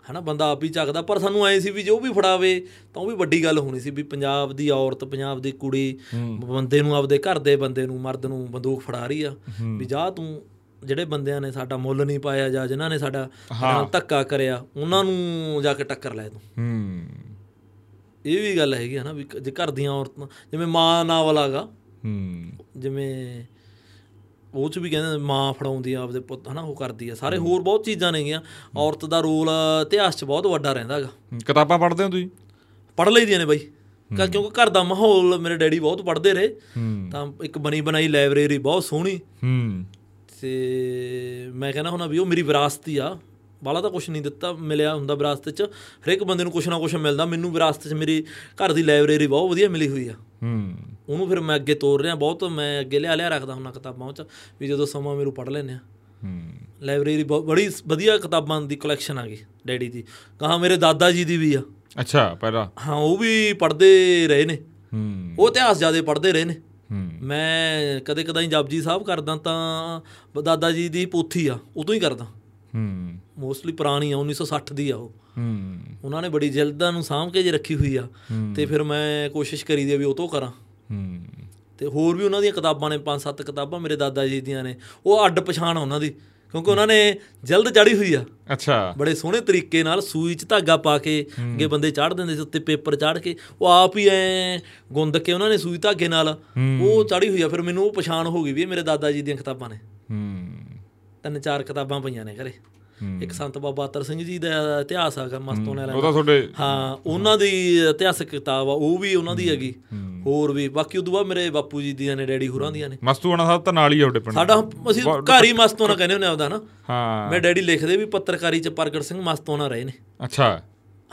ਹਨਾ ਬੰਦਾ ਆਪ ਹੀ ਚੱਕਦਾ ਪਰ ਸਾਨੂੰ ਐ ਸੀ ਵੀ ਜੋ ਵੀ ਫੜਾਵੇ ਤਾਂ ਉਹ ਵੀ ਵੱਡੀ ਗੱਲ ਹੋਣੀ ਸੀ ਵੀ ਪੰਜਾਬ ਦੀ ਔਰਤ ਪੰਜਾਬ ਦੀ ਕੁੜੀ ਬੰਦੇ ਨੂੰ ਆਪਦੇ ਘਰ ਦੇ ਬੰਦੇ ਨੂੰ ਮਰਦ ਨੂੰ ਬੰਦੂਕ ਫੜਾ ਰਹੀ ਆ ਵੀ ਜਾ ਤੂੰ ਜਿਹੜੇ ਬੰਦਿਆਂ ਨੇ ਸਾਡਾ ਮੁੱਲ ਨਹੀਂ ਪਾਇਆ ਜਾਂ ਜਿਨ੍ਹਾਂ ਨੇ ਸਾਡਾ ਨਾਲ ਧੱਕਾ ਕਰਿਆ ਉਹਨਾਂ ਨੂੰ ਜਾ ਕੇ ਟੱਕਰ ਲੈ ਤੂੰ
ਹੂੰ
ਇਹ ਵੀ ਗੱਲ ਹੈਗੀ ਆ ਨਾ ਵੀ ਕ- ਜੇ ਘਰ ਦੀਆਂ ਔਰਤਾਂ ਜਿਵੇਂ ਮਾਂ ਨਾ ਵਾਲਾਗਾ
ਹੂੰ
ਜਿਵੇਂ ਉਹ ਚ ਵੀ ਕਹਿੰਦੇ ਮਾਂ ਫੜਾਉਂਦੀ ਆ ਆਪਦੇ ਪੁੱਤ ਹਨਾ ਉਹ ਕਰਦੀ ਆ ਸਾਰੇ ਹੋਰ ਬਹੁਤ ਚੀਜ਼ਾਂ ਨੇਗੀਆਂ ਔਰਤ ਦਾ ਰੋਲ ਇਤਿਹਾਸ 'ਚ ਬਹੁਤ ਵੱਡਾ ਰਹਿੰਦਾ ਹੈਗਾ
ਕਿਤਾਬਾਂ ਪੜ੍ਹਦੇ ਹੋ ਤੁਸੀਂ
ਪੜ ਲਈਦੀਆਂ ਨੇ ਬਾਈ ਕਾ- ਕਿਉਂਕਿ ਘਰ ਦਾ ਮਾਹੌਲ ਮੇਰੇ ਡੈਡੀ ਬਹੁਤ ਪੜਦੇ ਰਹੇ
ਹੂੰ
ਤਾਂ ਇੱਕ ਬਣੀ ਬਣਾਈ ਲਾਇਬ੍ਰੇਰੀ ਬਹੁਤ ਸੋਹਣੀ
ਹੂੰ
ਤੇ ਮੈਂ ਕਹਿੰਦਾ ਹੁਣਾ ਵੀ ਉਹ ਮੇਰੀ ਵਿਰਾਸਤ ਹੀ ਆ ਬਾਲਾ ਤਾਂ ਕੁਝ ਨਹੀਂ ਦਿੱਤਾ ਮਿਲਿਆ ਹੁੰਦਾ ਵਿਰਾਸਤ 'ਚ ਹਰੇਕ ਬੰਦੇ ਨੂੰ ਕੁਝ ਨਾ ਕੁਝ ਮਿਲਦਾ ਮੈਨੂੰ ਵਿਰਾਸਤ 'ਚ ਮੇਰੀ ਘਰ ਦੀ ਲਾਇਬ੍ਰੇਰੀ ਬਹੁਤ ਵਧੀਆ ਮਿਲੀ ਹੋਈ ਆ
ਹੂੰ
ਉਹਨੂੰ ਫਿਰ ਮੈਂ ਅੱਗੇ ਤੋਰ ਰਿਹਾ ਬਹੁਤ ਮੈਂ ਅੱਗੇ ਲਿਆ ਲਿਆ ਰੱਖਦਾ ਹੁੰਦਾ ਕਿਤਾਬਾਂ ਉਹ 'ਚ ਵੀ ਜਦੋਂ ਸਮਾਂ ਮੈਨੂੰ ਪੜ ਲੈਂਦੇ ਆ
ਹੂੰ
ਲਾਇਬ੍ਰੇਰੀ ਬਹੁਤ ਬੜੀ ਵਧੀਆ ਕਿਤਾਬਾਂ ਦੀ ਕਲੈਕਸ਼ਨ ਆ ਗਈ ਡੈਡੀ ਦੀ ਕਹਾ ਮੇਰੇ ਦਾਦਾ ਜੀ ਦੀ ਵੀ ਆ
ਅੱਛਾ ਪਹਿਲਾ
ਹਾਂ ਉਹ ਵੀ ਪੜਦੇ ਰਹੇ ਨੇ
ਹੂੰ
ਉਹ ਇਤਿਹਾਸ ਜਿਆਦਾ ਪੜ੍ਹਦੇ ਰਹੇ ਨੇ
ਹੂੰ
ਮੈਂ ਕਦੇ ਕਦਾਈ ਜਪਜੀ ਸਾਹਿਬ ਕਰਦਾ ਤਾਂ ਬ- ਦਾਦਾ ਜੀ ਦੀ ਪੋਥੀ ਆ ਉਦੋਂ ਹੀ ਕਰਦਾ
ਹੂੰ
ਮੋਸਟਲੀ ਪੁਰਾਣੀ ਆ 1960 ਦੀ ਆ ਉਹ
ਹੂੰ
ਉਹਨਾਂ ਨੇ ਬੜੀ ਜਲਦਾਂ ਨੂੰ ਸਾਂਭ ਕੇ ਜੇ ਰੱਖੀ ਹੋਈ ਆ ਤੇ ਫਿਰ ਮੈਂ ਕੋਸ਼ਿਸ਼ ਕਰੀ ਦੀ ਆ ਵੀ ਉਹ ਤੋਂ ਕਰਾਂ
ਹੂੰ
ਤੇ ਹੋਰ ਵੀ ਉਹਨਾਂ ਦੀਆਂ ਕਿਤਾਬਾਂ ਨੇ ਪੰਜ ਸੱਤ ਕਿਤਾਬਾਂ ਮੇਰੇ ਦਾਦਾ ਜੀ ਦੀਆਂ ਨੇ ਉਹ ਅੱਡ ਪਛਾਣ ਆ ਉਹਨਾਂ ਦੀ ਕਿਉਂਕਿ ਉਹਨਾਂ ਨੇ ਜਲਦ ਚੜ੍ਹੀ ਹੋਈ ਆ
ਅੱਛਾ
ਬੜੇ ਸੋਹਣੇ ਤਰੀਕੇ ਨਾਲ ਸੂਈ 'ਚ ਧਾਗਾ ਪਾ ਕੇ ਅੱਗੇ ਬੰਦੇ ਚਾੜ ਦਿੰਦੇ ਸੀ ਉੱਤੇ ਪੇਪਰ ਚਾੜ ਕੇ ਉਹ ਆਪ ਹੀ ਐ ਗੁੰਦ ਕੇ ਉਹਨਾਂ ਨੇ ਸੂਈ ਧਾਗੇ ਨਾਲ ਉਹ ਚਾੜੀ ਹੋਈ ਆ ਫਿਰ ਮੈਨੂੰ ਉਹ ਪਛਾਣ ਹੋ ਗਈ ਵੀ ਇਹ ਮੇਰੇ ਦਾਦਾ ਜੀ ਦੀਆਂ ਕਿਤਾਬਾਂ ਨੇ
ਹੂੰ
ਤਿੰਨ ਚਾਰ ਕਿਤਾਬਾਂ ਪਈਆਂ ਨੇ ਘਰੇ ਇੱਕ ਸੰਤ ਬਾਬਾ ਅਤਰ ਸਿੰਘ ਜੀ ਦਾ ਇਤਿਹਾਸ ਆਗਾ ਮਸਤੋਂ ਨੇ
ਉਹ ਤਾਂ ਤੁਹਾਡੇ
ਹਾਂ ਉਹਨਾਂ ਦੀ ਇਤਿਹਾਸਕ ਕਿਤਾਬ ਆ ਉਹ ਵੀ ਉਹਨਾਂ ਦੀ ਹੈਗੀ ਹੋਰ ਵੀ ਬਾਕੀ ਉਦੋਂ ਬਾਅਦ ਮੇਰੇ ਬਾਪੂ ਜੀ ਦੀਆਂ ਨੇ ਡੈਡੀ ਹੋਰਾਂ ਦੀਆਂ ਨੇ
ਮਸਤੂਆਣਾ ਸਾਹਿਬ ਤਾਂ ਨਾਲ ਹੀ ਆ ਤੁਹਾਡੇ ਪਿੰਡ
ਸਾਡਾ ਅਸੀਂ ਘਰ ਹੀ ਮਸਤੋਂ ਕਹਿੰਦੇ ਹੁੰਦੇ ਆਪਦਾ ਨਾ
ਹਾਂ
ਮੇਰੇ ਡੈਡੀ ਲਿਖਦੇ ਵੀ ਪੱਤਰਕਾਰੀ ਚ ਪ੍ਰਗਟ ਸਿੰਘ ਮਸਤੋਂ ਰਹੇ ਨੇ
ਅੱਛਾ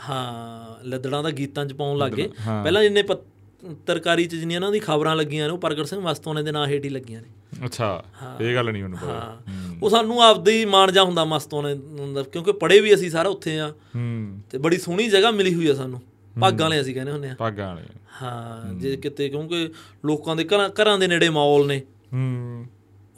ਹਾਂ ਲੱਦੜਾਂ ਦਾ ਗੀਤਾਂ ਚ ਪਾਉਣ ਲੱਗੇ ਪਹਿਲਾਂ ਜਿੰਨੇ ਪੱਤਰਕਾਰੀ ਚ ਜਿੰਨੀਆਂ ਉਹਨਾਂ ਦੀ ਖਬਰਾਂ ਲੱਗੀਆਂ ਨੇ ਉਹ ਪ੍ਰਗਟ ਸਿੰਘ ਮਸਤੋਨੇ ਦੇ ਨਾਂ ਹੇਠ ਹੀ ਲੱਗੀਆਂ ਨੇ
ਅੱਛਾ ਇਹ ਗੱਲ ਨਹੀਂ ਮੈਨੂੰ ਪਤਾ
ਹਾਂ ਉਹ ਸਾਨੂੰ ਆਪਦੇ ਹੀ ਮਾਣ ਜਾ ਹੁੰਦਾ ਮਸਤੋਨੇ ਦਾ ਕਿਉਂਕਿ ਪੜੇ ਵੀ ਅਸੀਂ ਸਾਰਾ ਉੱਥੇ ਆ
ਹੂੰ
ਤੇ ਬੜੀ ਸੋਹਣੀ ਜਗ੍ਹਾ ਮਿਲੀ ਹੋਈ ਆ ਸਾਨੂੰ ਭਾਗਾਂ ਵਾਲੇ ਅਸੀਂ ਕਹਿੰਦੇ ਹੁੰਦੇ ਆ
ਪਾਗਾਂ ਵਾਲੇ
ਹਾਂ ਜੇ ਕਿਤੇ ਕਿਉਂਕਿ ਲੋਕਾਂ ਦੇ ਘਰਾਂ ਘਰਾਂ ਦੇ ਨੇੜੇ ਮਾਲ ਨੇ
ਹੂੰ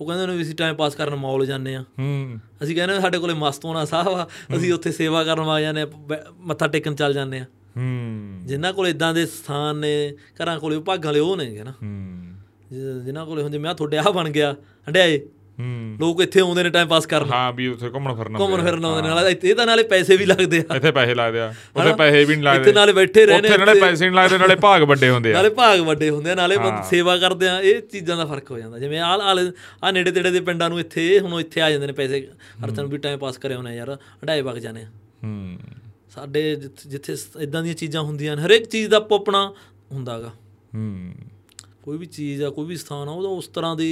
ਉਹ ਕਹਿੰਦੇ ਨੇ ਵੀ ਅਸੀਂ ਟਾਈਮ ਪਾਸ ਕਰਨ ਮਾਲ ਜਾਂਦੇ ਆ
ਹੂੰ
ਅਸੀਂ ਕਹਿੰਦੇ ਸਾਡੇ ਕੋਲੇ ਮਸਤੋਨਾ ਸਾਹਿਬ ਆ ਅਸੀਂ ਉੱਥੇ ਸੇਵਾ ਕਰਨ ਆ ਜਾਂਦੇ ਆ ਬ- ਮੱਥਾ ਟੇਕਣ ਚੱਲ ਜਾਂਦੇ ਆ
ਹੂੰ
ਜਿਨ੍ਹਾਂ ਕੋਲ ਇਦਾਂ ਦੇ ਸਥਾਨ ਨੇ ਘਰਾਂ ਕੋਲੇ ਉਹ ਭਾਗਾਂ ਵਾਲੇ ਉਹ ਨੇ ਹਨਾ
ਹੂੰ
ਜਿ- ਜਿਨ੍ਹਾਂ ਕੋਲੇ ਹੁੰਦੇ ਮੈਂ ਕਿਹਾ ਤੁਹਾਡੇ ਆ ਬਣ ਗਿਆ ਹੰਡਿਆਏ
ਹੂੰ
ਲੋਕ ਇੱਥੇ ਆਉਂਦੇ ਨੇ ਟਾਈਮ ਪਾਸ ਕਰਨ
ਹਾਂ ਵੀ ਉੱਥੇ ਘੁੰਮਣ ਫਿਰਨ
ਘੁੰਮਣ
ਆਉਂਦੇ ਆ।
ਫਿਰਨ ਆਉਂਦੇ ਨੇ ਨਾਲ ਇਹ ਤਾਂ ਨਾਲੇ ਪੈਸੇ ਵੀ ਲੱਗਦੇ ਆ
ਇੱਥੇ ਪੈਸੇ ਲੱਗਦੇ ਆ ਉੱਥੇ
ਹਨਾ?
ਪੈਸੇ ਵੀ ਨਹੀਂ ਲੱਗਦੇ
ਇੱਥੇ ਨਾਲੇ ਬੈਠੇ ਰਹਿੰਦੇ
ਉੱਥੇ ਨਾਲੇ
ਉੱਥੇ।
ਪੈਸੇ ਨਹੀਂ ਲੱਗਦੇ ਨਾਲੇ ਭਾਗ ਵੱਡੇ ਹੁੰਦੇ ਆ
ਨਾਲੇ ਭਾਗ ਵੱਡੇ ਹੁੰਦੇ ਆ ਨਾਲੇ ਬੰਦ
ਹਾਂ।
ਸੇਵਾ ਕਰਦੇ ਆ ਇਹ ਚੀਜ਼ਾਂ ਦਾ ਫਰਕ ਹੋ ਜਾਂਦਾ ਜਿਵੇਂ ਆਹ ਆਲੇ ਆ ਨੇੜੇ ਤੇੜੇ ਦੇ ਪਿੰਡਾਂ ਨੂੰ ਇੱਥੇ ਇਹ ਹੁਣ ਇੱਥੇ ਆ ਜਾਂਦੇ ਨੇ ਪੈਸੇ ਖਰਚਣ ਨੂੰ ਵੀ ਟਾਈਮ ਪਾਸ ਕਰਿਆ ਹੋਣਾ ਯਾਰ ਹੰਡਾਏ ਵਗ ਜਾਣੇ ਆ
ਹੂੰ
ਸਾਡੇ ਜਿੱਥੇ- ਜਿੱਥੇ ਇਦਾਂ ਦੀਆਂ ਚੀਜ਼ਾਂ ਹੁੰਦੀਆਂ ਨੇ ਹਰੇਕ ਚੀਜ਼ ਦਾ ਆਪੋ ਆਪਣਾ ਹੁੰਦਾਗਾ
ਹੂੰ
ਕੋਈ ਵੀ ਚੀਜ਼ ਆ ਕੋਈ ਵੀ ਸਥਾਨ ਆ ਉਹਦਾ ਉਸ ਤਰ੍ਹਾਂ ਦੇ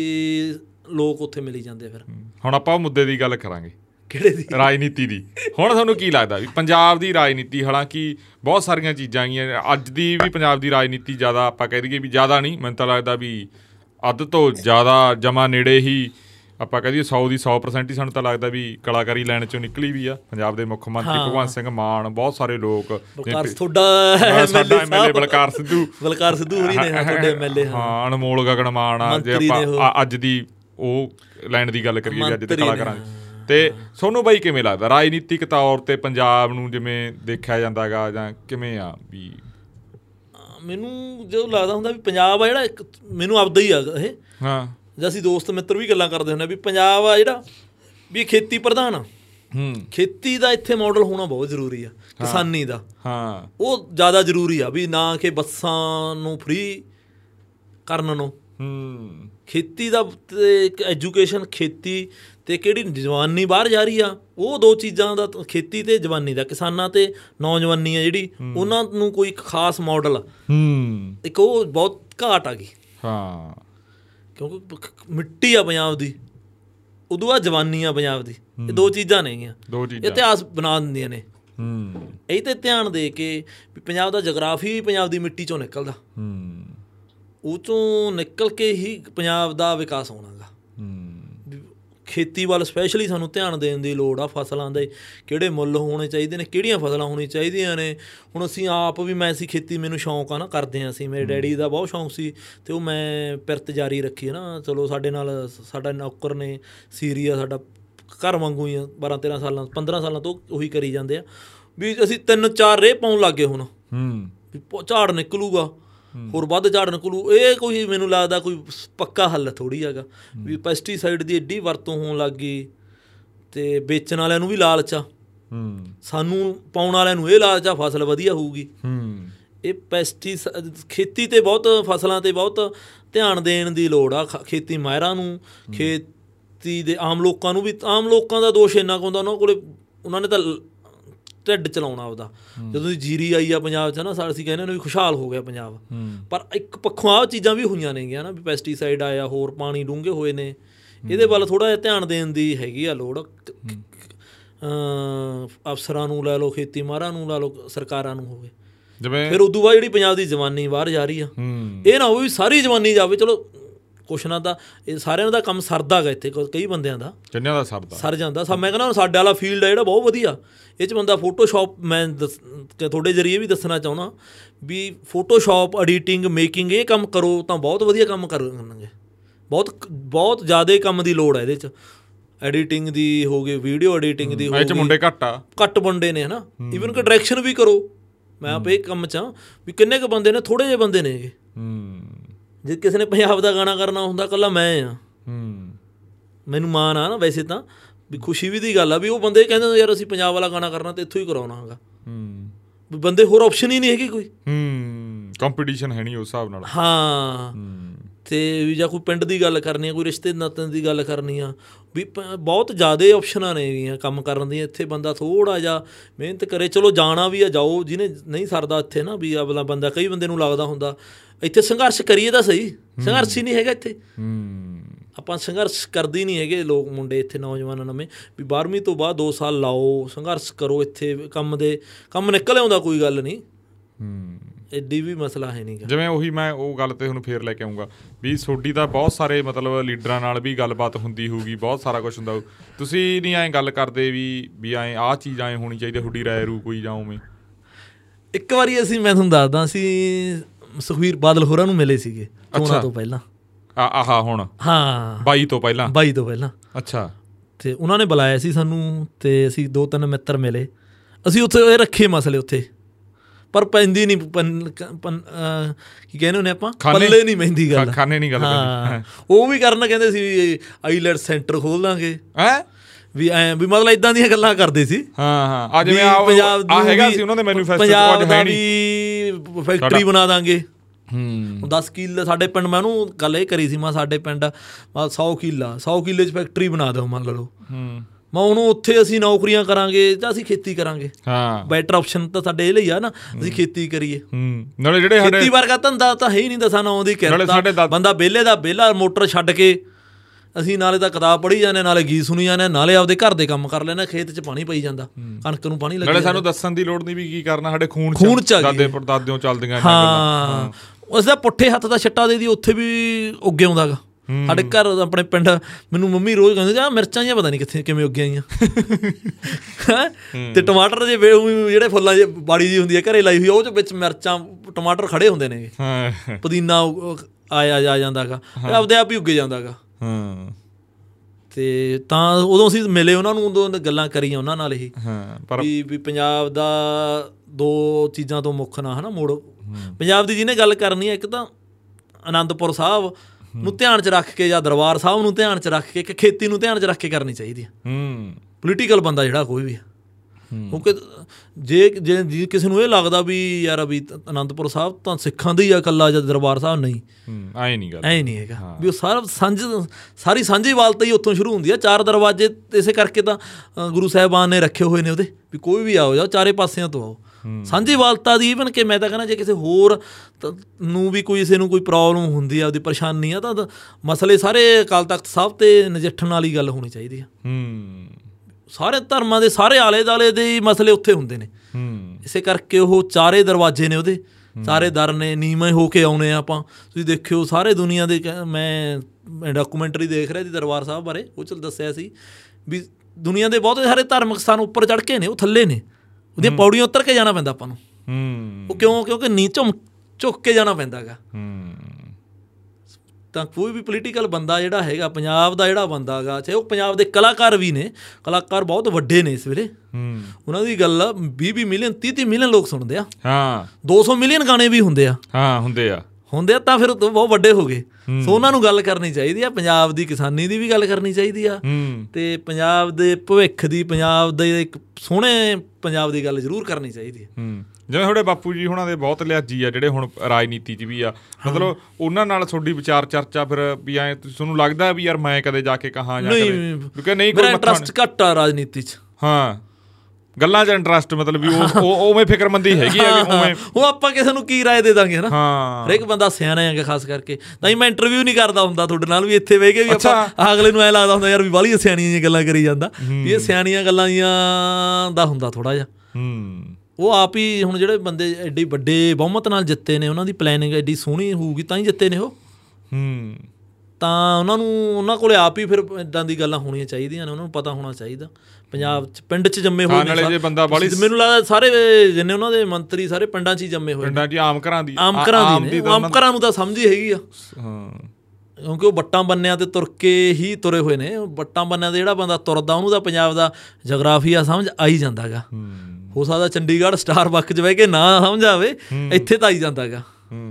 ਲੋਕ ਉੱਥੇ ਮਿਲੀ ਜਾਂਦੇ ਆ ਫਿਰ
ਹੁਣ ਆਪਾਂ ਉਹ ਮੁੱਦੇ ਦੀ ਗੱਲ ਕਰਾਂਗੇ
ਕਿਹੜੇ ਦੀ
ਰਾਜਨੀਤੀ ਦੀ ਹੁਣ ਤੁਹਾਨੂੰ ਕੀ ਲੱਗਦਾ ਵੀ ਪੰਜਾਬ ਦੀ ਰਾਜਨੀਤੀ ਹਾਲਾਂਕਿ ਬਹੁਤ ਸਾਰੀਆਂ ਚੀਜ਼ਾਂ ਆਈਆਂ ਨੇ। ਅੱਜ ਦੀ ਵੀ ਪੰਜਾਬ ਦੀ ਰਾਜਨੀਤੀ ਜ਼ਿਆਦਾ ਆਪਾਂ ਕਹਿ ਦਈਏ ਵੀ ਜ਼ਿਆਦਾ ਨਹੀਂ ਮੈਨੂੰ ਤਾਂ ਲੱਗਦਾ ਵੀ ਅੱਧ ਤੋਂ ਜ਼ਿਆਦਾ ਜਮਾ ਨੇੜੇ ਹੀ ਆਪਾਂ ਕਹਿ ਦਈਏ 100 ਦੀ 100% ਹੀ ਸਾਨੂੰ ਤਾਂ ਲੱਗਦਾ ਵੀ ਕਲਾਕਾਰੀ ਲੈਣ ਚੋਂ ਨਿਕਲੀ ਵੀ ਆ ਪੰਜਾਬ ਦੇ ਮੁੱਖ ਮੰਤਰੀ ਭਗਵੰਤ ਸਿੰਘ ਮਾਨ ਬਹੁਤ ਸਾਰੇ ਲੋਕ
ਬਲਕਾਰ ਤੁਹਾਡਾ
ਜਿਵੇਂ ਸਾਡਾ
MLA
ਐਮਐਲਏ
ਸਾਹਿਬ।
ਬਲਕਾਰ ਸਿੱਧੂ
ਬਲਕਾਰ ਸਿੱਧੂ ਹੋਰੀ ਨੇ ਹਾਂ, ਤੁਹਾਡੇ ਐਮਐਲਏ ਹਾਂ
ਹਾਂ ਅਨਮੋਲ ਗਗਨਮਾਨ ਆ ਜੇ
ਮੰਤਰੀ
ਆਪਾਂ
ਨੇ ਉਹ।
ਆ- ਅੱਜ ਦੀ ਉਹ ਲੈਣ ਦੀ ਗੱਲ ਕਰੀਏ ਵੀ ਅੱਜ ਦੇ
ਮੰਤਰੀ ਨੇ,
ਕਲਾਕਾਰਾਂ ਦੀ। ਤੇ ਸੋਨੂੰ ਬਾਈ ਕਿਵੇਂ ਲੱਗਦਾ ਰਾਜਨੀਤਿਕ ਤੌਰ ਤੇ ਪੰਜਾਬ ਨੂੰ ਜਿਵੇਂ ਦੇਖਿਆ ਜਾਂਦਾਗਾ ਜਾਂ ਕਿਵੇਂ ਆ ਵੀ
ਮੈਨੂੰ ਜੋ ਲੱਗਦਾ ਹੁੰਦਾ ਵੀ ਪੰਜਾਬ ਆ ਜਿਹੜਾ ਇੱਕ ਮੈਨੂੰ ਆਪਦਾ ਹੀ ਆ ਇਹ
ਹਾਂ
ਜੇ ਅਸੀਂ ਦੋਸਤ ਮਿੱਤਰ ਵੀ ਗੱਲਾਂ ਕਰਦੇ ਹੁੰਦੇ ਆ ਵੀ ਪੰਜਾਬ ਆ ਜਿਹੜਾ ਵੀ ਇਹ ਖੇਤੀ ਪ੍ਰਧਾਨ ਆ
ਹੂੰ
ਖੇਤੀ ਦਾ ਇੱਥੇ ਮਾਡਲ ਹੋਣਾ ਬਹੁਤ ਜ਼ਰੂਰੀ ਆ ਕਿਸਾਨੀ ਦਾ
ਹਾਂ
ਉਹ ਜ਼ਿਆਦਾ ਜ਼ਰੂਰੀ ਆ ਵੀ ਨਾ ਕਿ ਬੱਸਾਂ ਨੂੰ ਫ੍ਰੀ ਕਰਨ ਨੂੰ
ਹੂੰ
ਖੇਤੀ ਦਾ ਤੇ ਇੱਕ ਐਜੂਕੇਸ਼ਨ ਖੇਤੀ ਤੇ ਕਿਹੜੀ ਜਵਾਨੀ ਬਾਹਰ ਜਾ ਰਹੀ ਆ ਉਹ ਦੋ ਚੀਜ਼ਾਂ ਦਾ ਤਾਂ ਖੇਤੀ ਤੇ ਜਵਾਨੀ ਦਾ ਕਿਸਾਨਾਂ ਤੇ ਨੌਜਵਾਨੀ ਆ ਜਿਹੜੀ ਉਹਨਾਂ ਨੂੰ ਕੋਈ ਇੱਕ ਖਾਸ ਮਾਡਲ ਆ।
ਹੂੰ
ਇੱਕ ਉਹ ਬਹੁਤ ਘਾਟ ਆ ਗਈ
ਹਾਂ
ਕਿਉਂਕਿ ਪ- ਖ- ਮਿੱਟੀ ਆ ਪੰਜਾਬ ਦੀ ਉਦੋਂ ਆ ਜਵਾਨੀ ਆ ਪੰਜਾਬ ਦੀ ਇਹ ਦੋ ਚੀਜ਼ਾਂ ਨੇਗੀਆਂ
ਦੋ
ਇਹ
ਚੀਜ਼ਾਂ
ਇਤਿਹਾਸ ਬਣਾ ਦਿੰਦੀਆਂ ਨੇ
ਹੂੰ
ਇਹ ਤੇ ਧਿਆਨ ਦੇ ਕੇ ਵੀ ਪੰਜਾਬ ਦਾ ਜਗਰਾਫੀ ਪੰਜਾਬ ਦੀ ਮਿੱਟੀ ਚੋਂ ਨਿਕਲਦਾ
ਹੂੰ
ਉਹ ਤੋਂ ਨਿਕਲ ਕੇ ਹੀ ਪੰਜਾਬ ਦਾ ਵਿਕਾਸ ਹੋਣਾਗਾ
ਹੂੰ
ਖੇਤੀ ਵੱਲ ਸਪੈਸ਼ਲੀ ਸਾਨੂੰ ਧਿਆਨ ਦੇਣ ਦੀ ਲੋੜ ਆ ਫਸਲਾਂ ਦੇ ਕਿਹੜੇ ਮੁੱਲ ਹੋਣੇ ਚਾਹੀਦੇ ਨੇ ਕਿਹੜੀਆਂ ਫਸਲਾਂ ਹੋਣੀਆਂ ਚਾਹੀਦੀਆਂ ਨੇ ਹੁਣ ਅਸੀਂ ਆਪ ਵੀ ਮੈਂ ਅਸੀਂ ਖੇਤੀ ਮੈਨੂੰ ਸ਼ੌਂਕ ਆ ਨਾ ਕਰਦੇ ਆ ਅਸੀਂ ਮੇਰੇ ਡੈਡੀ ਦਾ ਬਹੁਤ ਸ਼ੌਂਕ ਸੀ ਤੇ ਉਹ ਮੈਂ ਪਿਰਤ ਜਾਰੀ ਰੱਖੀ ਹੈ ਨਾ ਚਲੋ ਸਾਡੇ ਨਾਲ ਸਾਡਾ ਨੌਕਰ ਨੇ ਸੀਰੀਆ ਸਾਡਾ ਘਰ ਵਾਂਗੂ ਹੀ ਆ 12 13 ਸਾਲਾਂ 15 ਸਾਲਾਂ ਤੋਂ ਉਹੀ ਕਰੀ ਜਾਂਦੇ ਆ ਵੀ ਅਸੀਂ ਤਿੰਨ ਚਾਰ ਰੇਹ ਪਾਉਣ ਲੱਗੇ ਹੁਣ
ਹੂੰ
ਵੀ ਪ- ਝਾੜ ਨਿਕਲੂਗਾ ਹੋਰ ਵੱਧ ਝਾੜ ਨਿਕਲੂ ਇਹ ਕੋਈ ਮੈਨੂੰ ਲੱਗਦਾ ਕੋਈ ਸ- ਪੱਕਾ ਹੱਲ ਥੋੜੀ ਹੈਗਾ ਵੀ ਪੈਸਟੀਸਾਈਡ ਦੀ ਏਡੀ ਵਰਤੋਂ ਹੋਣ ਲੱਗ ਗਈ ਤੇ ਵੇਚਣ ਵਾਲਿਆਂ ਨੂੰ ਵੀ ਲਾਲਚ ਆ
ਹੂੰ
ਸਾਨੂੰ ਪਾਉਣ ਵਾਲਿਆਂ ਨੂੰ ਇਹ ਲਾਲਚ ਆ ਫਸਲ ਵਧੀਆ ਹੋਊਗੀ
ਹੂੰ
ਇਹ ਪੈਸਟੀਸ ਖੇਤੀ ਤੇ ਬਹੁਤ ਫਸਲਾਂ ਤੇ ਬਹੁਤ ਧਿਆਨ ਦੇਣ ਦੀ ਲੋੜ ਆ ਖ- ਖੇਤੀ ਮਾਹਿਰਾਂ ਨੂੰ ਖੇਤੀ ਦੇ ਆਮ ਲੋਕਾਂ ਨੂੰ ਵੀ ਆਮ ਲੋਕਾਂ ਦਾ ਦੋਸ਼ ਇੰਨਾ ਕੁ ਹੁੰਦਾ ਉਹਨਾਂ ਕੋਲੇ ਉਹਨਾਂ ਨੇ ਤਾਂ ਲ- ਢਿੱਡ ਚਲਾਉਣਾ ਆਪਦਾ ਜਦੋਂ ਦੀ ਜੀਰੀ ਆਈ ਆ ਪੰਜਾਬ 'ਚ ਨਾ ਸਾ- ਅਸੀਂ ਕਹਿੰਦੇ ਨੇ ਵੀ ਖੁਸ਼ਹਾਲ ਹੋ ਗਿਆ ਪੰਜਾਬ
ਹੂੰ।
ਪਰ ਇੱਕ ਪੱਖੋਂ ਆਹ ਚੀਜ਼ਾਂ ਵੀ ਹੋਈਆਂ ਨੇਗੀਆਂ ਨਾ ਵੀ ਪੈਸਟੀਸਾਈਡ ਆਇਆ ਹੋਰ ਪਾਣੀ ਡੂੰਘੇ ਹੋਏ ਨੇ ਇਹਦੇ ਵੱਲ ਥੋੜਾ ਜਿਹਾ ਧਿਆਨ ਦੇਣ ਦੀ ਹੈਗੀ ਆ ਲੋੜ ਕ- ਕ- ਅਮ ਅਫਸਰਾਂ ਨੂੰ ਲੈ ਲਓ ਖੇਤੀ ਮਾਹਰਾਂ ਨੂੰ ਲੈ ਲਓ ਸਰਕਾਰਾਂ ਨੂੰ ਹੋਵੇ
ਜਿਵੇਂ
ਫਿਰ ਉਦੋਂ ਬਾਅਦ ਜਿਹੜੀ ਪੰਜਾਬ ਦੀ ਜਵਾਨੀ ਬਾਹਰ ਜਾ ਰਹੀ ਆ
ਹੂੰ
ਇਹ ਨਾ ਹੋਵੇ ਵੀ ਸਾਰੀ ਜਵਾਨੀ ਜਾਵੇ ਚਲੋ ਕੁਛ ਨਾ ਤਾਂ ਇਹ ਸਾਰਿਆਂ ਦਾ ਕੰਮ ਸਰਦਾਗਾ ਇੱਥੇ ਕੁ- ਕਈ ਬੰਦਿਆਂ ਦਾ
ਜੰਨਿਆਂ ਦਾ ਸਰਦਾ
ਸਰ ਜਾਂਦਾ ਸਾ ਮੈਂ ਕਹਿੰਦਾ ਹੁਣ ਸਾਡੇ ਵਾਲਾ ਫੀਲਡ ਆ ਜਿਹੜਾ ਬਹੁਤ ਵਧੀਆ ਇਹ ਚ ਬੰਦਾ ਫੋਟੋਸ਼ਾਪ ਮੈਂ ਦੱਸ- ਤੇ ਤੁਹਾਡੇ ਜਰੀਏ ਵੀ ਦੱਸਣਾ ਚਾਹਣਾ ਵੀ ਫੋਟੋਸ਼ਾਪ ਐਡੀਟਿੰਗ ਮੇਕਿੰਗ ਇਹ ਕੰਮ ਕਰੋ ਤਾਂ ਬਹੁਤ ਵਧੀਆ ਕੰਮ ਕਰਨਗੇ ਬਹੁਤ ਬਹੁਤ ਜ਼ਿਆਦਾ ਕੰਮ ਦੀ ਲੋੜ ਹੈ ਇਹਦੇ ਚ ਐਡੀਟਿੰਗ ਦੀ ਹੋ ਗਈ ਵੀਡੀਓ ਐਡੀਟਿੰਗ ਦੀ ਹੋ
ਇਹ ਚ ਮੁੰਡੇ ਘੱਟ ਆ
ਘੱਟ ਬੰਦੇ ਨੇ ਹਨਾ ਈਵਨ ਕਿ ਡਾਇਰੈਕਸ਼ਨ ਵੀ ਕਰੋ ਮੈਂ ਆਪ ਇਹ ਕੰਮ ਚ ਹਾਂ ਵੀ ਕਿੰਨੇ ਕੁ ਬੰਦੇ ਨੇ ਥੋੜੇ ਜਿਹੇ ਬੰਦੇ ਨੇ ਇਹ।
ਹੂੰ
ਜੇ ਕਿਸੇ ਨੇ ਪੰਜਾਬ ਦਾ ਗਾਣਾ ਕਰਨਾ ਹੁੰਦਾ ਕੱਲਾ ਮੈਂ ਆ
ਹੂੰ
ਮੈਨੂੰ ਮਾਣ ਆ ਨਾ ਵੈਸੇ ਤਾਂ ਵੀ ਖੁਸ਼ੀ ਵੀ ਦੀ ਗੱਲ ਆ ਵੀ ਉਹ ਬੰਦੇ ਕਹਿੰਦੇ ਨੇ, ਯਾਰ ਅਸੀਂ ਪੰਜਾਬ ਵਾਲਾ ਗਾਣਾ ਕਰਨਾ ਤੇ ਇੱਥੋਂ ਹੀ ਕਰਾਉਣਾ ਹੈਗਾ
ਹੂੰ
ਵੀ ਬੰਦੇ ਹੋਰ ਆਪਸ਼ਨ ਹੀ ਨਹੀਂ ਹੈਗੀ ਕੋਈ
ਹੂੰ ਕੰਪੀਟੀਸ਼ਨ ਹੈ ਨਹੀਂ ਉਸ ਹਿਸਾਬ ਨਾਲ
ਹਾਂ
ਹੂੰ
ਤੇ ਵੀ ਜਾਂ ਕੋਈ ਪਿੰਡ ਦੀ ਗੱਲ ਕਰਨੀ ਆ ਕੋਈ ਰਿਸ਼ਤੇ ਨਾਤੇ ਦੀ ਗੱਲ ਕਰਨੀ ਆ ਵੀ ਪ- ਬਹੁਤ ਜ਼ਿਆਦਾ ਆਪਸ਼ਨਾਂ ਨੇ ਵੀ ਕੰਮ ਕਰਨ ਦੀਆਂ ਇੱਥੇ ਬੰਦਾ ਥੋੜਾ ਜਿਹਾ ਮਿਹਨਤ ਕਰੇ ਚਲੋ ਜਾਣਾ ਵੀ ਆ ਜਾਓ ਜਿਹਨੇ ਨਹੀਂ ਸਰਦਾ ਇੱਥੇ ਨਾ ਵੀ ਅਗਲਾ ਬੰਦਾ ਕਈ ਬੰਦੇ ਨੂੰ ਲੱਗਦਾ ਹੁੰਦਾ ਇੱਥੇ ਸੰਘਰਸ਼ ਕਰੀਏ ਤਾਂ ਸਹੀ ਸੰਘਰਸ਼ ਹੀ ਨਹੀਂ ਹੈਗਾ ਇੱਥੇ
ਹੂੰ
ਆਪਾਂ ਸੰਘਰਸ਼ ਕਰਦੇ ਹੀ ਨਹੀਂ ਹੈਗੇ ਲੋਕ ਮੁੰਡੇ ਇੱਥੇ ਨੌਜਵਾਨਾਂ ਨਵੇਂ ਵੀ 12ਵੀਂ ਤੋਂ ਬਾਅਦ 2 ਸਾਲ ਲਾਓ ਸੰਘਰਸ਼ ਕਰੋ ਇੱਥੇ ਕੰਮ ਦੇ ਕੰਮ ਨਿਕਲ ਆਉਂਦਾ ਕੋਈ ਗੱਲ ਨਹੀਂ
ਹੂੰ
ਐਡੀ ਵੀ ਮਸਲਾ ਹੈ ਨਹੀਂਗਾ
ਜਿਵੇਂ ਉਹੀ ਮੈਂ ਉਹ ਗੱਲ ਤੇ ਤੁਹਾਨੂੰ ਫੇਰ ਲੈ ਕੇ ਆਉਂਗਾ ਵੀ ਸੋਡੀ ਤਾਂ ਬਹੁਤ ਸਾਰੇ ਮਤਲਬ ਲੀਡਰਾਂ ਨਾਲ ਵੀ ਗੱਲਬਾਤ ਹੁੰਦੀ ਹੋਊਗੀ ਬਹੁਤ ਸਾਰਾ ਕੁਝ ਹੁੰਦਾ ਹੋਊ ਤੁਸੀਂ ਨਹੀਂ ਐਂ ਗੱਲ ਕਰਦੇ ਵੀ ਵੀ ਐਂ ਆਹ ਚੀਜ਼ ਐਂ ਹੋਣੀ ਚਾਹੀਦੀ ਤੁਹਾਡੀ ਰਾਏ ਰੂ ਕੋਈ ਜਾਂ ਉਵੇਂ
ਇੱਕ ਵਾਰੀ ਅਸੀਂ ਮੈਂ ਤੁਹਾਨੂੰ ਦੱਸਦਾ ਅਸੀਂ ਸੁਖਵੀਰ ਬਾਦਲ ਹੋਰਾਂ ਨੂੰ ਮਿਲੇ ਸੀਗੇ ਚੋਣਾਂ ਤੋਂ ਪਹਿਲਾਂ
ਆ ਆਹਾ ਹੁਣ
ਹਾਂ
22 ਤੋਂ ਪਹਿਲਾਂ
ਬਾਈ ਤੋਂ ਪਹਿਲਾਂ
ਅੱਛਾ
ਤੇ ਉਹਨਾਂ ਨੇ ਬੁਲਾਇਆ ਸੀ ਸਾਨੂੰ ਤੇ ਅਸੀਂ ਦੋ ਤਿੰਨ ਮਿੱਤਰ ਮਿਲੇ ਅਸੀਂ ਉੱਥੇ ਇਹ ਰੱਖੇ ਮਸਲੇ ਉੱਥੇ ਪਰ ਪੈਂਦੀ ਨਹੀਂ ਪਨ- ਕ- ਪਨ- ਅਹ, ਕੀ ਕਹਿੰਦੇ ਹੁੰਦੇ ਆਪਾਂ
ਖਾਨੇ-
ਪੱਲੇ ਨਹੀਂ ਪੈਂਦੀ ਗੱਲ
ਖਾ- ਖਾਨੇ ਨਹੀਂ ਗੱਲ ਪੈਂਦੀ।
ਹਾਂ ਉਹ ਵੀ ਕਰਨ ਕਹਿੰਦੇ ਸੀ ਆਈਲੈਟ ਸੈਂਟਰ ਖੋਲ ਦਾਂਗੇ
ਹੈ
ਵੀ ਐ ਵੀ ਮਤਲਬ ਇਦਾਂ ਦੀਆਂ ਗੱਲਾਂ ਕਰਦੇ ਸੀ
ਹਾਂ ਹਾਂ ਆ
ਵੀ
ਜਿਵੇਂ ਆ
ਪੰਜਾਬ
ਆ
ਨੂੰ
ਹੈਗਾ
ਵੀ-
ਸੀ ਉਹਨਾਂ ਦੇ ਮੈਨੀਫੈਸਟੋ
ਪੰਜਾਬ
ਅੱਜ
ਦਾ
ਹੈ ਨਹੀਂ
ਵੀ ਫੈਕਟਰੀ ਬਣਾ ਦਾਂਗੇ
ਹੂੰ
10 ਕਿੱਲੇ ਸਾਡੇ ਪਿੰਡ ਮੈਂ ਉਹਨੂੰ ਗੱਲ ਇਹ ਕਰੀ ਸੀ ਮੈਂ ਸਾਡੇ ਪਿੰਡ ਮੈਂ 100 ਕਿੱਲਾ 100 ਕਿੱਲੇ 'ਚ ਫੈਕਟਰੀ ਬਣਾ ਦਿਓ ਮੰਨ ਲਓ
ਹੂੰ
ਮੈਂ ਉਹਨੂੰ ਉੱਥੇ ਅਸੀਂ ਨੌਕਰੀਆਂ ਕਰਾਂਗੇ ਜਾਂ ਅਸੀਂ ਖੇਤੀ ਕਰਾਂਗੇ
ਹਾਂ
ਬੈਟਰ ਆਪਸ਼ਨ ਤਾਂ ਸਾਡੇ ਇਹ ਲਈ ਆ ਨਾ ਅਸੀਂ ਖੇਤੀ ਕਰੀਏ
ਹੂੰ ਨਾਲੇ ਜਿਹੜੇ ਸਾਡੇ
ਖੇਤੀ ਵਰਗਾ ਧੰਦਾ ਤਾਂ ਹੈ ਹੀ ਨਹੀਂ ਦਸਾਂ ਨਾ ਆਉਂਦੀ
ਨਾਲੇ ਸਾਡੇ
ਕਿਰਤਾ
ਦਾਦ-
ਬੰਦਾ ਵਿਹਲੇ ਦਾ ਵਿਹਲਾ ਮੋਟਰ ਛੱਡ ਕੇ ਅਸੀਂ ਨਾਲੇ ਤਾਂ ਕਿਤਾਬ ਪੜ੍ਹੀ ਜਾਂਦੇ ਹਾਂ, ਨਾਲੇ ਗੀਤ ਸੁਣੀ ਜਾਂਦੇ ਹਾਂ, ਨਾਲੇ ਆਪਦੇ ਘਰ ਦੇ ਕੰਮ ਕਰ ਲੈਣਾ ਖੇਤ 'ਚ ਪਾਣੀ ਪਈ ਜਾਂਦਾ ਕਣਕ ਨੂੰ ਪਾਣੀ ਲੱਗ
ਨਾਲੇ ਸਾਨੂੰ ਦੱਸਣ ਦੀ ਲੋੜ ਨਹੀਂ ਵੀ ਕੀ ਕਰਨਾ ਸਾਡੇ ਖੂਨ
ਖੂਨ ਚ ਆ ਗਈ।
ਦਾਦੇ ਪੜਦਾਦਿਓਂ ਚੱਲਦੀਆਂ ਇਹਨਾਂ ਗੱਲਾਂ
ਹਾਂ ਉਸ ਦਾ ਪੁੱਠੇ ਹੱਥ ਦਾ ਛੱਟਾ ਦੇ ਦੀ ਉੱਥੇ ਵੀ ਉੱਗੇ ਆਉਂਦਾਗਾ ਸਾਡੇ ਘਰ ਆਪਣੇ ਪਿੰਡ ਮੈਨੂੰ ਮੰਮੀ ਰੋਜ਼ ਕਹਿੰਦੀ ਆ ਮਿਰਚਾਂ ਜਾਂ ਪਤਾ ਨਹੀਂ ਕਿੱਥੇ ਕਿਵੇਂ ਉੱਗੀਆਂ ਆਈਆਂ ਹੈਂ? ਤੇ ਟਮਾਟਰ ਜੇ ਵੇ ਉਵੇਂ ਜਿਹੜੇ ਫੁੱਲਾਂ ਜੇ ਬਾੜੀ ਦੀ ਹੁੰਦੀ ਹੈ ਘਰੇ ਲਾਈ ਹੋਈ ਆ, ਉਹ ਚ ਵਿੱਚ ਮਿਰਚਾਂ ਟਮਾਟਰ ਖੜੇ ਹੁੰਦੇ ਨੇ
ਹਾਂ
ਪੁਦੀਨਾ ਉਗ- ਉਗ- ਆਇਆ ਜਾ ਜਾਂਦਾਗਾ ਤੇ ਆਪਦੇ ਆਪ ਹੀ ਉੱਗੇ ਜਾਂਦਾਗਾ
ਹਾਂ
ਤੇ ਤਾਂ ਉਦੋਂ ਅਸੀਂ ਮਿਲੇ ਉਹਨਾਂ ਨੂੰ ਉਦੋਂ ਗੱਲਾਂ ਕਰੀਆਂ ਉਹਨਾਂ ਨਾਲ ਹੀ
ਹਾਂ ਪਰ
ਵੀ ਵੀ ਪੰਜਾਬ ਦਾ ਦੋ ਚੀਜ਼ਾਂ ਤੋਂ ਮੁੱਖ ਨਾ ਹਨਾ ਮੋੜ ਪੰਜਾਬ ਦੀ ਜਿਹਨੇ ਗੱਲ ਕਰਨੀ ਹੈ ਇੱਕ ਤਾਂ ਆਨੰਦਪੁਰ ਸਾਹਿਬ ਨੂੰ ਧਿਆਨ ਚ ਰੱਖ ਕੇ ਜਾਂ ਦਰਬਾਰ ਸਾਹਿਬ ਨੂੰ ਧਿਆਨ ਚ ਰੱਖ ਕੇ ਕਿ ਖੇਤੀ ਨੂੰ ਧਿਆਨ ਚ ਰੱਖ ਕੇ ਕਰਨੀ ਚਾਹੀਦੀ ਹੈ
ਹੂੰ
ਪੋਲੀਟੀਕਲ ਬੰਦਾ ਜਿਹੜਾ ਕੋਈ ਵੀ ਹੈ ਕਿਉਂਕਿ ਜੇ ਜੇ ਜੇ ਕਿਸੇ ਨੂੰ ਇਹ ਲੱਗਦਾ ਵੀ ਯਾਰ ਵੀ ਤ- ਆਨੰਦਪੁਰ ਸਾਹਿਬ ਤਾਂ ਸਿੱਖਾਂ ਦੀ ਆ ਇਕੱਲਾ ਜਾਂ ਦਰਬਾਰ ਸਾਹਿਬ ਨਹੀਂ
ਹੂੰ ਆਏ ਨਹੀਂ ਗੱਲ
ਐ ਨਹੀਂ ਹੈਗਾ ਵੀ ਉਹ ਸਾਰਾ ਸਾਂਝ ਸਾਰੀ ਸਾਂਝੀ ਵਾਲਤਾ ਹੀ ਉੱਥੋਂ ਸ਼ੁਰੂ ਹੁੰਦੀ ਆ ਚਾਰ ਦਰਵਾਜ਼ੇ ਇਸੇ ਕਰਕੇ ਤਾਂ ਅ, ਗੁਰੂ ਸਾਹਿਬਾਨ ਨੇ ਰੱਖੇ ਹੋਏ ਨੇ ਉਹਦੇ ਵੀ ਕੋਈ ਵੀ ਆਓ ਜਾਓ ਚਾਰੇ ਪਾਸਿਆਂ ਤੋਂ ਆਓ ਸਾਂਝੀ ਵਾਲਤਾ ਦੀ ਈਵਨ ਕਿ ਮੈਂ ਤਾਂ ਕਹਿੰਦਾ ਜੇ ਕਿਸੇ ਹੋਰ ਤ- ਨੂੰ ਵੀ ਕੋਈ ਕਿਸੇ ਨੂੰ ਕੋਈ ਪ੍ਰੋਬਲਮ ਹੁੰਦੀ ਆ ਉਹਦੀ ਪਰੇਸ਼ਾਨੀ ਆ ਤਾਂ ਤਾਂ ਮਸਲੇ ਸਾਰੇ ਅਕਾਲ ਤਖਤ ਸਾਹਿਬ ਤੇ ਨਜਿੱਠਣ ਵਾਲੀ ਗੱਲ ਹੋਣੀ ਚਾਹੀਦੀ ਆ
ਹੂੰ
ਸਾਰੇ ਧਰਮਾਂ ਦੇ ਸਾਰੇ ਆਲੇ ਦਾਲੇ ਦੇ ਹੀ ਮਸਲੇ ਉੱਥੇ ਹੁੰਦੇ ਨੇ
ਹੂੰ
ਇਸੇ ਕਰਕੇ ਉਹ ਚਾਰੇ ਦਰਵਾਜ਼ੇ ਨੇ ਉਹਦੇ ਸਾਰੇ ਦਰ ਨੇ ਨੀਵੇਂ ਹੋ ਕੇ ਆਉਣੇ ਆ ਆਪਾਂ ਤੁਸੀਂ ਦੇਖਿਓ ਸਾਰੇ ਦੁਨੀਆ ਦੇ ਕ- ਮੈਂ ਡਾਕੂਮੈਂਟਰੀ ਦੇਖ ਰਿਹਾ ਸੀ ਦਰਬਾਰ ਸਾਹਿਬ ਬਾਰੇ ਉਹ ਚਲ ਦੱਸਿਆ ਸੀ ਵੀ ਦੁਨੀਆ ਦੇ ਬਹੁਤ ਸਾਰੇ ਧਾਰਮਿਕ ਸਥਾਨ ਉੱਪਰ ਚੜ ਕੇ ਨੇ ਉਹ ਥੱਲੇ ਨੇ ਉਹਦੀਆਂ ਪੌੜੀਆਂ ਉਤਰ ਕੇ ਜਾਣਾ ਪੈਂਦਾ ਆਪਾਂ ਨੂੰ
ਹੂੰ
ਉਹ ਕਿਉਂ ਕਿਉਂਕਿ ਨੀਚੋਂ ਝੁੱਕ ਕੇ ਜਾਣਾ ਪੈਂਦਾਗਾ
ਹੂੰ
ਤਾਂ ਕੋਈ ਵੀ ਪੋਲੀਟੀਕਲ ਬੰਦਾ ਜਿਹੜਾ ਹੈਗਾ ਪੰਜਾਬ ਦਾ ਜਿਹੜਾ ਬੰਦਾ ਹੈਗਾ ਚਾਹੇ ਉਹ ਪੰਜਾਬ ਦੇ ਕਲਾਕਾਰ ਵੀ ਨੇ ਕਲਾਕਾਰ ਬਹੁਤ ਵੱਡੇ ਨੇ ਇਸ ਵੇਲੇ
ਹੂੰ
ਉਹਨਾਂ ਦੀ ਗੱਲ 20 ਮਿਲੀਅਨ 30 ਮਿਲੀਅਨ ਲੋਕ ਸੁਣਦੇ ਆ
ਹਾਂ
200 ਮਿਲੀਅਨ ਗਾਣੇ ਵੀ ਹੁੰਦੇ ਆ
ਹਾਂ ਹੁੰਦੇ ਆ
ਹੁੰਦੇ ਆ ਤਾਂ ਫਿਰ ਤਾਂ ਬਹੁਤ ਵੱਡੇ ਹੋ ਗਏ ਸੋ ਉਹਨਾਂ ਨੂੰ ਗੱਲ ਕਰਨੀ ਚਾਹੀਦੀ ਆ ਪੰਜਾਬ ਦੀ ਕਿਸਾਨੀ ਦੀ ਵੀ ਗੱਲ ਕਰਨੀ ਚਾਹੀਦੀ ਆ
ਹੂੰ
ਤੇ ਪੰਜਾਬ ਦੇ ਭਵਿੱਖ ਦੀ ਪੰਜਾਬ ਦੇ ਇੱਕ ਸੋਹਣੇ ਪੰਜਾਬ ਦੀ ਗੱਲ ਜ਼ਰੂਰ ਕਰਨੀ ਚਾਹੀਦੀ ਆ
ਹੂੰ ਜਿਵੇਂ ਤੁਹਾਡੇ ਬਾਪੂ ਜੀ ਹੁਣਾਂ ਦੇ ਬਹੁਤ ਲਿਆਜੀ ਆ ਜਿਹੜੇ ਹੁਣ ਰਾਜਨੀਤੀ 'ਚ ਵੀ ਆ ਮਤਲਬ ਉਹਨਾਂ ਨਾਲ ਤੁਹਾਡੀ ਵਿਚਾਰ ਚਰਚਾ ਫਿਰ ਵੀ ਐ ਤੁਹਾਨੂੰ ਲੱਗਦਾ ਵੀ ਯਾਰ ਮੈਂ ਕਦੇ ਜਾ ਕੇ ਕਹਾਂ ਜਾਂ
ਨਹੀਂ,
ਕਦੇ ਕਿਉਂਕਿ ਨਹੀਂ
ਮੇਰਾ
ਕੋਈ ਮੱਥਾ
ਇੰਟਰਸਟ ਘੱਟ ਆ ਰਾਜਨੀਤੀ 'ਚ
ਹਾਂ ਗੱਲਾਂ 'ਚ ਇੰਟਰਸਟ ਮਤਲਬ ਵੀ ਉਹ ਉਹ ਉਵੇਂ ਫਿਕਰਮੰਦੀ ਹੈਗੀ ਆ ਵੀ ਉਵੇਂ
ਉਹ ਆਪਾਂ ਕਿਸੇ ਨੂੰ ਕੀ ਰਾਏ ਦੇ ਦਾਂਗੇ ਹਨਾ
ਹਾਂ
ਹਰੇਕ ਬੰਦਾ ਸਿਆਣਾ ਹੈਗਾ ਖਾਸ ਕਰਕੇ ਤਾਂ ਹੀ ਮੈਂ ਇੰਟਰਵਿਊ ਨਹੀਂ ਕਰਦਾ ਹੁੰਦਾ ਤੁਹਾਡੇ ਨਾਲ ਵੀ ਇੱਥੇ ਬਹਿ ਕੇ ਵੀ ਆਪਾਂ ਅਗਲੇ ਨੂੰ ਐ ਲੱਗਦਾ ਹੁੰਦਾ ਯਾਰ ਵੀ ਬਾਹਲੀਆਂ ਸਿਆਣੀਆਂ ਜਿਹੀਆਂ ਗੱਲਾਂ ਕਰੀ ਜਾਂਦਾ ਵੀ ਇਹ ਸਿਆਣੀਆਂ ਗੱਲਾਂ ਦੀਆਂ ਦਾ ਹੁੰਦਾ ਥੋੜਾ ਜਿਹਾ
ਹੂੰ
ਉਹ ਆਪ ਹੀ ਹੁਣ ਜਿਹੜੇ ਬੰਦੇ ਐਡੇ ਵੱਡੇ ਬਹੁਮਤ ਨਾਲ ਜਿੱਤੇ ਨੇ ਉਹਨਾਂ ਦੀ ਪਲੈਨਿੰਗ ਐਡੀ ਸੋਹਣੀ ਹੋਊਗੀ ਤਾਂ ਹੀ ਜਿੱਤੇ ਨੇ ਉਹ
ਹੂੰ
ਤਾਂ ਉਹਨਾਂ ਨੂੰ ਉਹਨਾਂ ਕੋਲੇ ਆਪ ਹੀ ਫਿਰ ਇਦਾਂ ਦੀ ਗੱਲਾਂ ਹੋਣੀਆਂ ਚਾਹੀਦੀਆਂ ਨੇ ਉਹਨਾਂ ਨੂੰ ਪਤਾ ਹੋਣਾ ਚਾਹੀਦਾ ਪੰਜਾਬ ਚ ਪਿੰਡ ਚ ਜੰਮੇ ਹੋਏ
ਹਾਂ, ਨਾਲੇ
ਸਾ-
ਜੇ ਬੰਦਾ ਬਾਹਲੀ-
ਤੁਸੀਂ- ਮੈਨੂੰ ਲੱਗਦਾ ਸਾਰੇ ਜਿੰਨੇ ਉਹਨਾਂ ਦੇ ਮੰਤਰੀ ਸਾਰੇ ਪਿੰਡਾਂ ਚ ਹੀ ਜੰਮੇ ਹੋਏ ਨੇ।
ਪਿੰਡਾਂ 'ਚ ਆਮ ਘਰਾਂ ਦੀ
ਆਮ
ਆ-
ਘਰਾਂ
ਆਮ
ਦੀ ਨੇ
ਤਾਂ
ਆਮ ਘਰਾਂ ਨੂੰ ਤਾਂ ਸਮਝ ਹੀ ਹੈਗੀ ਆ
ਹਾਂ
ਕਿਉਂਕਿ ਉਹ ਬੱਟਾਂ ਬੰਨਿਆਂ ਤੇ ਤੁਰ ਕੇ ਹੀ ਤੁਰੇ ਹੋਏ ਨੇ ਉਹ ਬੱਟਾਂ ਬੰਨਿਆਂ ਤੇ ਜਿਹੜਾ ਬੰਦਾ ਤੁਰਦਾ ਉਹਨੂੰ ਤਾਂ ਪੰਜਾਬ ਦਾ ਜਗਰਾਫੀਆ ਸਮਝ ਆ ਹੀ ਜਾਂਦਾਗਾ
ਹੂੰ
ਹੋ ਸਕਦਾ ਚੰਡੀਗੜ੍ਹ ਸਟਾਰਬਕ 'ਚ ਬਹਿ ਕੇ ਨਾ ਸਮਝ ਆਵੇ ਇੱਥੇ ਤਾਂ ਆਈ ਜਾਂਦਾਗਾ
ਹੂੰ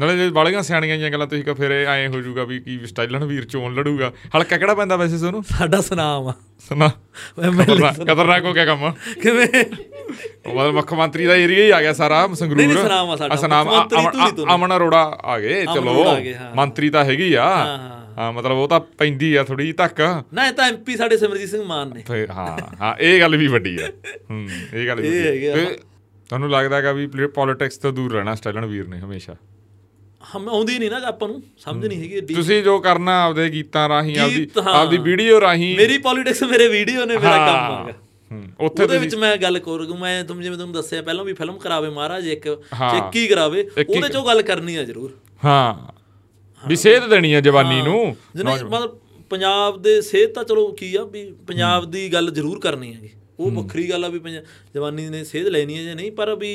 ਨਾਲੇ ਜੇ ਬਾਲੀਆਂ ਸਿਆਣੀਆਂ ਜੀਆਂ ਗੱਲਾਂ ਤੁਸੀਂ ਕਹ ਫਿਰ ਐ ਹੋ ਜਾਊਗਾ ਵੀ ਕੀ ਸਟਾਈਲਨ ਵੀਰ ਚੋਣ ਲੜੂਗਾ ਹਲਕਾ ਕਿਹੜਾ ਪੈਂਦਾ ਵੈਸੇ ਤੁਹਾਨੂੰ
ਸਾਡਾ ਸੁਨਾਮ ਆ
ਸੁਣਾ
<laughs> ਐਮਐਲਏ
ਖਤਰਨਾਕ- ਖਤਰਨਾਕ ਹੋ ਗਿਆ ਕੰਮ
ਕਿਵੇਂ
ਉਹ ਮਤਲਬ ਮੁੱਖ ਮੰਤਰੀ ਦਾ ਏਰੀਆ ਹੀ ਆ ਗਿਆ ਸਾਰਾ ਸੰਗਰੂਰ
ਨਹੀਂ, ਨਹੀਂ, ਸੁਨਾਮ ਆ ਸਾਡਾ,
ਸੁਨਾਮ,
ਮੁੱਖ ਮੰਤਰੀ
ਅਮਨ-
ਧੂਰੀ ਤੋਂ।
ਅਮਨ ਅਰੋੜਾ ਆ ਗਏ ਚਲੋ
ਅਰੋੜਾ ਆ ਗਏ, ਹਾਂ।
ਮੰਤਰੀ ਤਾਂ ਹੈਗੀ ਆ
ਹਾਂ।
ਹਾਂ ਮਤਲਬ ਉਹ ਤਾਂ ਪੈਂਦੀ ਆ ਥੋੜੀ ਧੱਕ
ਨਾ ਇਹ ਤਾਂ ਐਮਪੀ ਸਾਡੇ ਸਿਮਰਜੀਤ ਸਿੰਘ ਮਾਨ ਨੇ
ਫਿਰ ਹਾਂ ਹਾਂ ਇਹ ਗੱਲ ਵੀ ਵੱਡੀ ਆ ਹੂੰ ਇਹ ਗੱਲ ਵੀ
ਇਹ
ਵੱਡੀ ਆ।
ਹੈਗਾ।
ਤੇ ਤੁਹਾਨੂੰ ਲੱਗਦਾ ਹੈਗਾ ਵੀ ਪੋਲਿਟਿਕਸ ਤੋਂ ਦੂਰ ਰਹਿਣਾ ਸਟਾਈਲਨ ਵੀਰ ਨੇ ਹਮੇਸ਼ਾ
ਹਮ ਆਉਂਦੀ ਨਹੀਂ ਨਾ ਆਪਾਂ ਨੂੰ ਸਮਝ ਨਹੀਂ ਹੈਗੀ ਏਡੀ।
ਤੁਸੀਂ ਜੋ ਕਰਨਾ ਆਪਦੇ ਗੀਤਾਂ ਰਾਹੀਂ ਆਪਦੀ
ਗੀਤ, ਹਾਂ।
ਆਪਦੀ ਵੀਡੀਓ ਰਾਹੀਂ
ਮੇਰੀ ਪੋਲਿਟਿਕਸ ਮੇਰੇ ਵੀਡੀਓ ਨੇ ਮੇਰਾ ਕੰਮ
ਹਾਂ।
ਆਗਾ
ਹੂੰ, ਉੱਥੇ
ਉਹਦੇ
ਤੁਸੀਂ
ਵਿੱਚ ਮੈਂ ਗੱਲ ਕਰੂੰ ਮੈਂ ਤੁਮ ਜਿਵੇਂ ਤੁਹਾਨੂੰ ਦੱਸਿਆ ਪਹਿਲਾਂ ਵੀ ਫਿਲਮ ਕਰਾਵੇ ਮਹਾਰਾਜ ਇੱਕ
ਹਾਂ।
ਚੇਕੀ ਕਰਾਵੇ
ਇੱਕ ਹੀ
ਉਹਦੇ ਚੋਂ ਗੱਲ ਕਰਨੀ ਆ ਜ਼ਰੂਰ
ਹਾਂ ਵੀ ਸੇਧ ਦੇਣੀ ਆ ਜਵਾਨੀ ਨੂੰ
ਜਿਹਨੇ ਮਤਲਬ ਪੰਜਾਬ ਦੇ ਸਿਹਤ ਤਾਂ ਚਲੋ ਕੀ ਆ ਵੀ ਪੰਜਾਬ ਦੀ ਗੱਲ ਜ਼ਰੂਰ ਕਰਨੀ ਹੈਗੀ ਉਹ ਵੱਖਰੀ ਗੱਲ ਆ ਵੀ ਪੰਜਾ- ਜਵਾਨੀ ਨੇ ਸਿਹਤ ਲੈਣੀ ਹੈ ਜਾਂ ਨਹੀਂ ਪਰ ਵੀ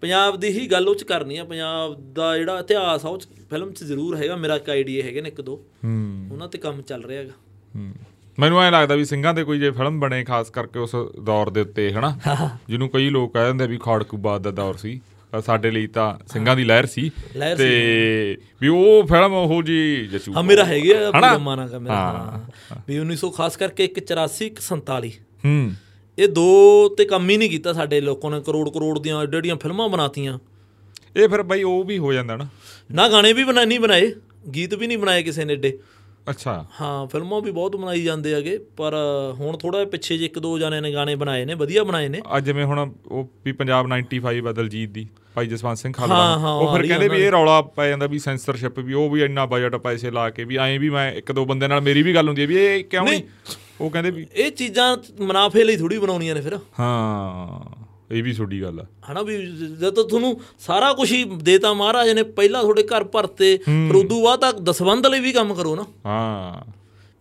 ਪੰਜਾਬ ਦੀ ਹੀ ਗੱਲ ਉਹ ਚ ਕਰਨੀ ਆ ਪੰਜਾਬ ਦਾ ਜਿਹੜਾ ਇਤਿਹਾਸ ਆ ਉਹ 'ਚ ਫਿਲਮ ਚ ਜ਼ਰੂਰ ਹੈਗਾ ਮੇਰਾ ਇੱਕ ਆਈਡੀਆ ਹੈਗੇ ਨੇ ਇੱਕ ਦੋ
ਹੂੰ
ਉਹਨਾਂ ਤੇ ਕੰਮ ਚੱਲ ਰਿਹਾ ਹੈਗਾ
ਹੂੰ। ਮੈਨੂੰ ਐਂ ਲੱਗਦਾ ਵੀ ਸਿੰਘਾਂ ਤੇ ਕੋਈ ਜੇ ਫਿਲਮ ਬਣੇ ਖਾਸ ਕਰਕੇ ਉਸ ਦੌਰ ਦੇ ਉੱਤੇ ਹਨਾ ਜਿਹਨੂੰ ਕਈ ਲੋਕ ਕਹਿ ਦਿੰਦੇ ਆ ਵੀ ਖਾੜਕੂ ਬਾਦ ਦਾ ਦੌਰ ਸੀ ਪਰ ਸਾਡੇ ਲਈ ਤਾਂ ਸਿੰਘਾਂ ਦੀ ਲਹਿਰ ਸੀ
ਲਹਿਰ
ਤੇ ਵੀ ਉਹ ਫਿਲਮ ਉਹ ਜੀ ਜਚੂ
ਹਾਂ ਮੇਰਾ ਹੈਗੇ ਆ
ਹਨਾ?
ਪੂਰਾ ਮਾਨਾ ਕਾ ਮੇਰਾ ਹਾਂ। ਵੀ 1900 ਖਾਸ ਕਰਕੇ 184 147
ਹੂੰ
ਇਹ ਦੋ ਤੇ ਕੰਮ ਹੀ ਨਹੀਂ ਕੀਤਾ ਸਾਡੇ ਲੋਕਾਂ ਨੇ ਕਰੋੜ ਕਰੋੜ ਦੀਆਂ ਏਡੀਆਂ ਏਡੀਆਂ ਫਿਲਮਾਂ ਬਣਾਤੀਆਂ
ਇਹ ਫਿਰ ਬਾਈ ਉਹ ਵੀ ਹੋ ਜਾਂਦਾ ਨਾ
ਨਾ ਗਾਣੇ ਵੀ ਬਣਾ ਨਹੀਂ ਬਣਾਏ ਗੀਤ ਵੀ ਨਹੀਂ ਬਣਾਏ ਕਿਸੇ ਨੇ ਏਡੇ
ਅੱਛਾ
ਹਾਂ ਫਿਲਮਾਂ ਵੀ ਬਹੁਤ ਬਣਾਈ ਜਾਂਦੇ ਹੈਗੇ ਪਰ ਹੁਣ ਥੋੜਾ ਪਿੱਛੇ ਜੇ ਇੱਕ ਦੋ ਜਾਣਿਆਂ ਨੇ ਗਾਣੇ ਬਣਾਏ ਨੇ ਵਧੀਆ ਬਣਾਏ ਨੇ
ਅੱਜ ਜਿਵੇਂ ਹੁਣ ਉਹ ਵੀ ਪੰਜਾਬ 95 ਆ ਦਲਜੀਤ ਦੀ ਭਾਈ ਜਸਵੰਤ ਸਿੰਘ
ਹਾਂ,
ਖਾਲੜਾ
ਹਾਂ,
ਉਹ
ਆ
ਫਿਰ
ਰਹੀ
ਕਹਿੰਦੇ ਵੀ ਇਹ ਰੌਲਾ ਪੈ ਜਾਂਦਾ ਵੀ ਸੈਂਸਰਸ਼ਿਪ ਵੀ ਉਹ ਵੀ ਇੰਨਾ ਬਜਟ ਪੈਸੇ ਲਾ ਕੇ ਵੀ ਐਂ ਵੀ ਮੈਂ ਇੱਕ ਦੋ ਬੰਦੇ ਨਾਲ ਮੇਰੀ ਵੀ ਗੱਲ ਹੁੰਦੀ ਹੈ ਵੀ ਇਹ ਕਿਉਂ ਨਹੀਂ ਉਹ ਕਹਿੰਦੇ ਵੀ
ਇਹ ਚੀਜ਼ਾਂ ਮੁਨਾਫੇ ਲਈ ਥੋੜੀ ਬਣਾਉਣੀਆਂ ਨੇ ਫਿਰ
ਹਾਂ ਇਹ ਵੀ ਛੋਡੀ ਗੱਲ ਆ
ਹਨਾ ਵੀ ਜਦ ਤੱਕ ਤੁਹਾਨੂੰ ਸਾਰਾ ਕੁਝ ਹੀ ਦੇਤਾ ਮਹਾਰਾਜ ਨੇ ਪਹਿਲਾਂ ਤੁਹਾਡੇ ਘਰ ਭਰਤੇ ਪਰ ਉਦੋਂ ਬਾਅਦ ਤਾਂ ਦਸਵੰਧ ਲਈ ਵੀ ਕੰਮ ਕਰੋ ਨਾ
ਹਾਂ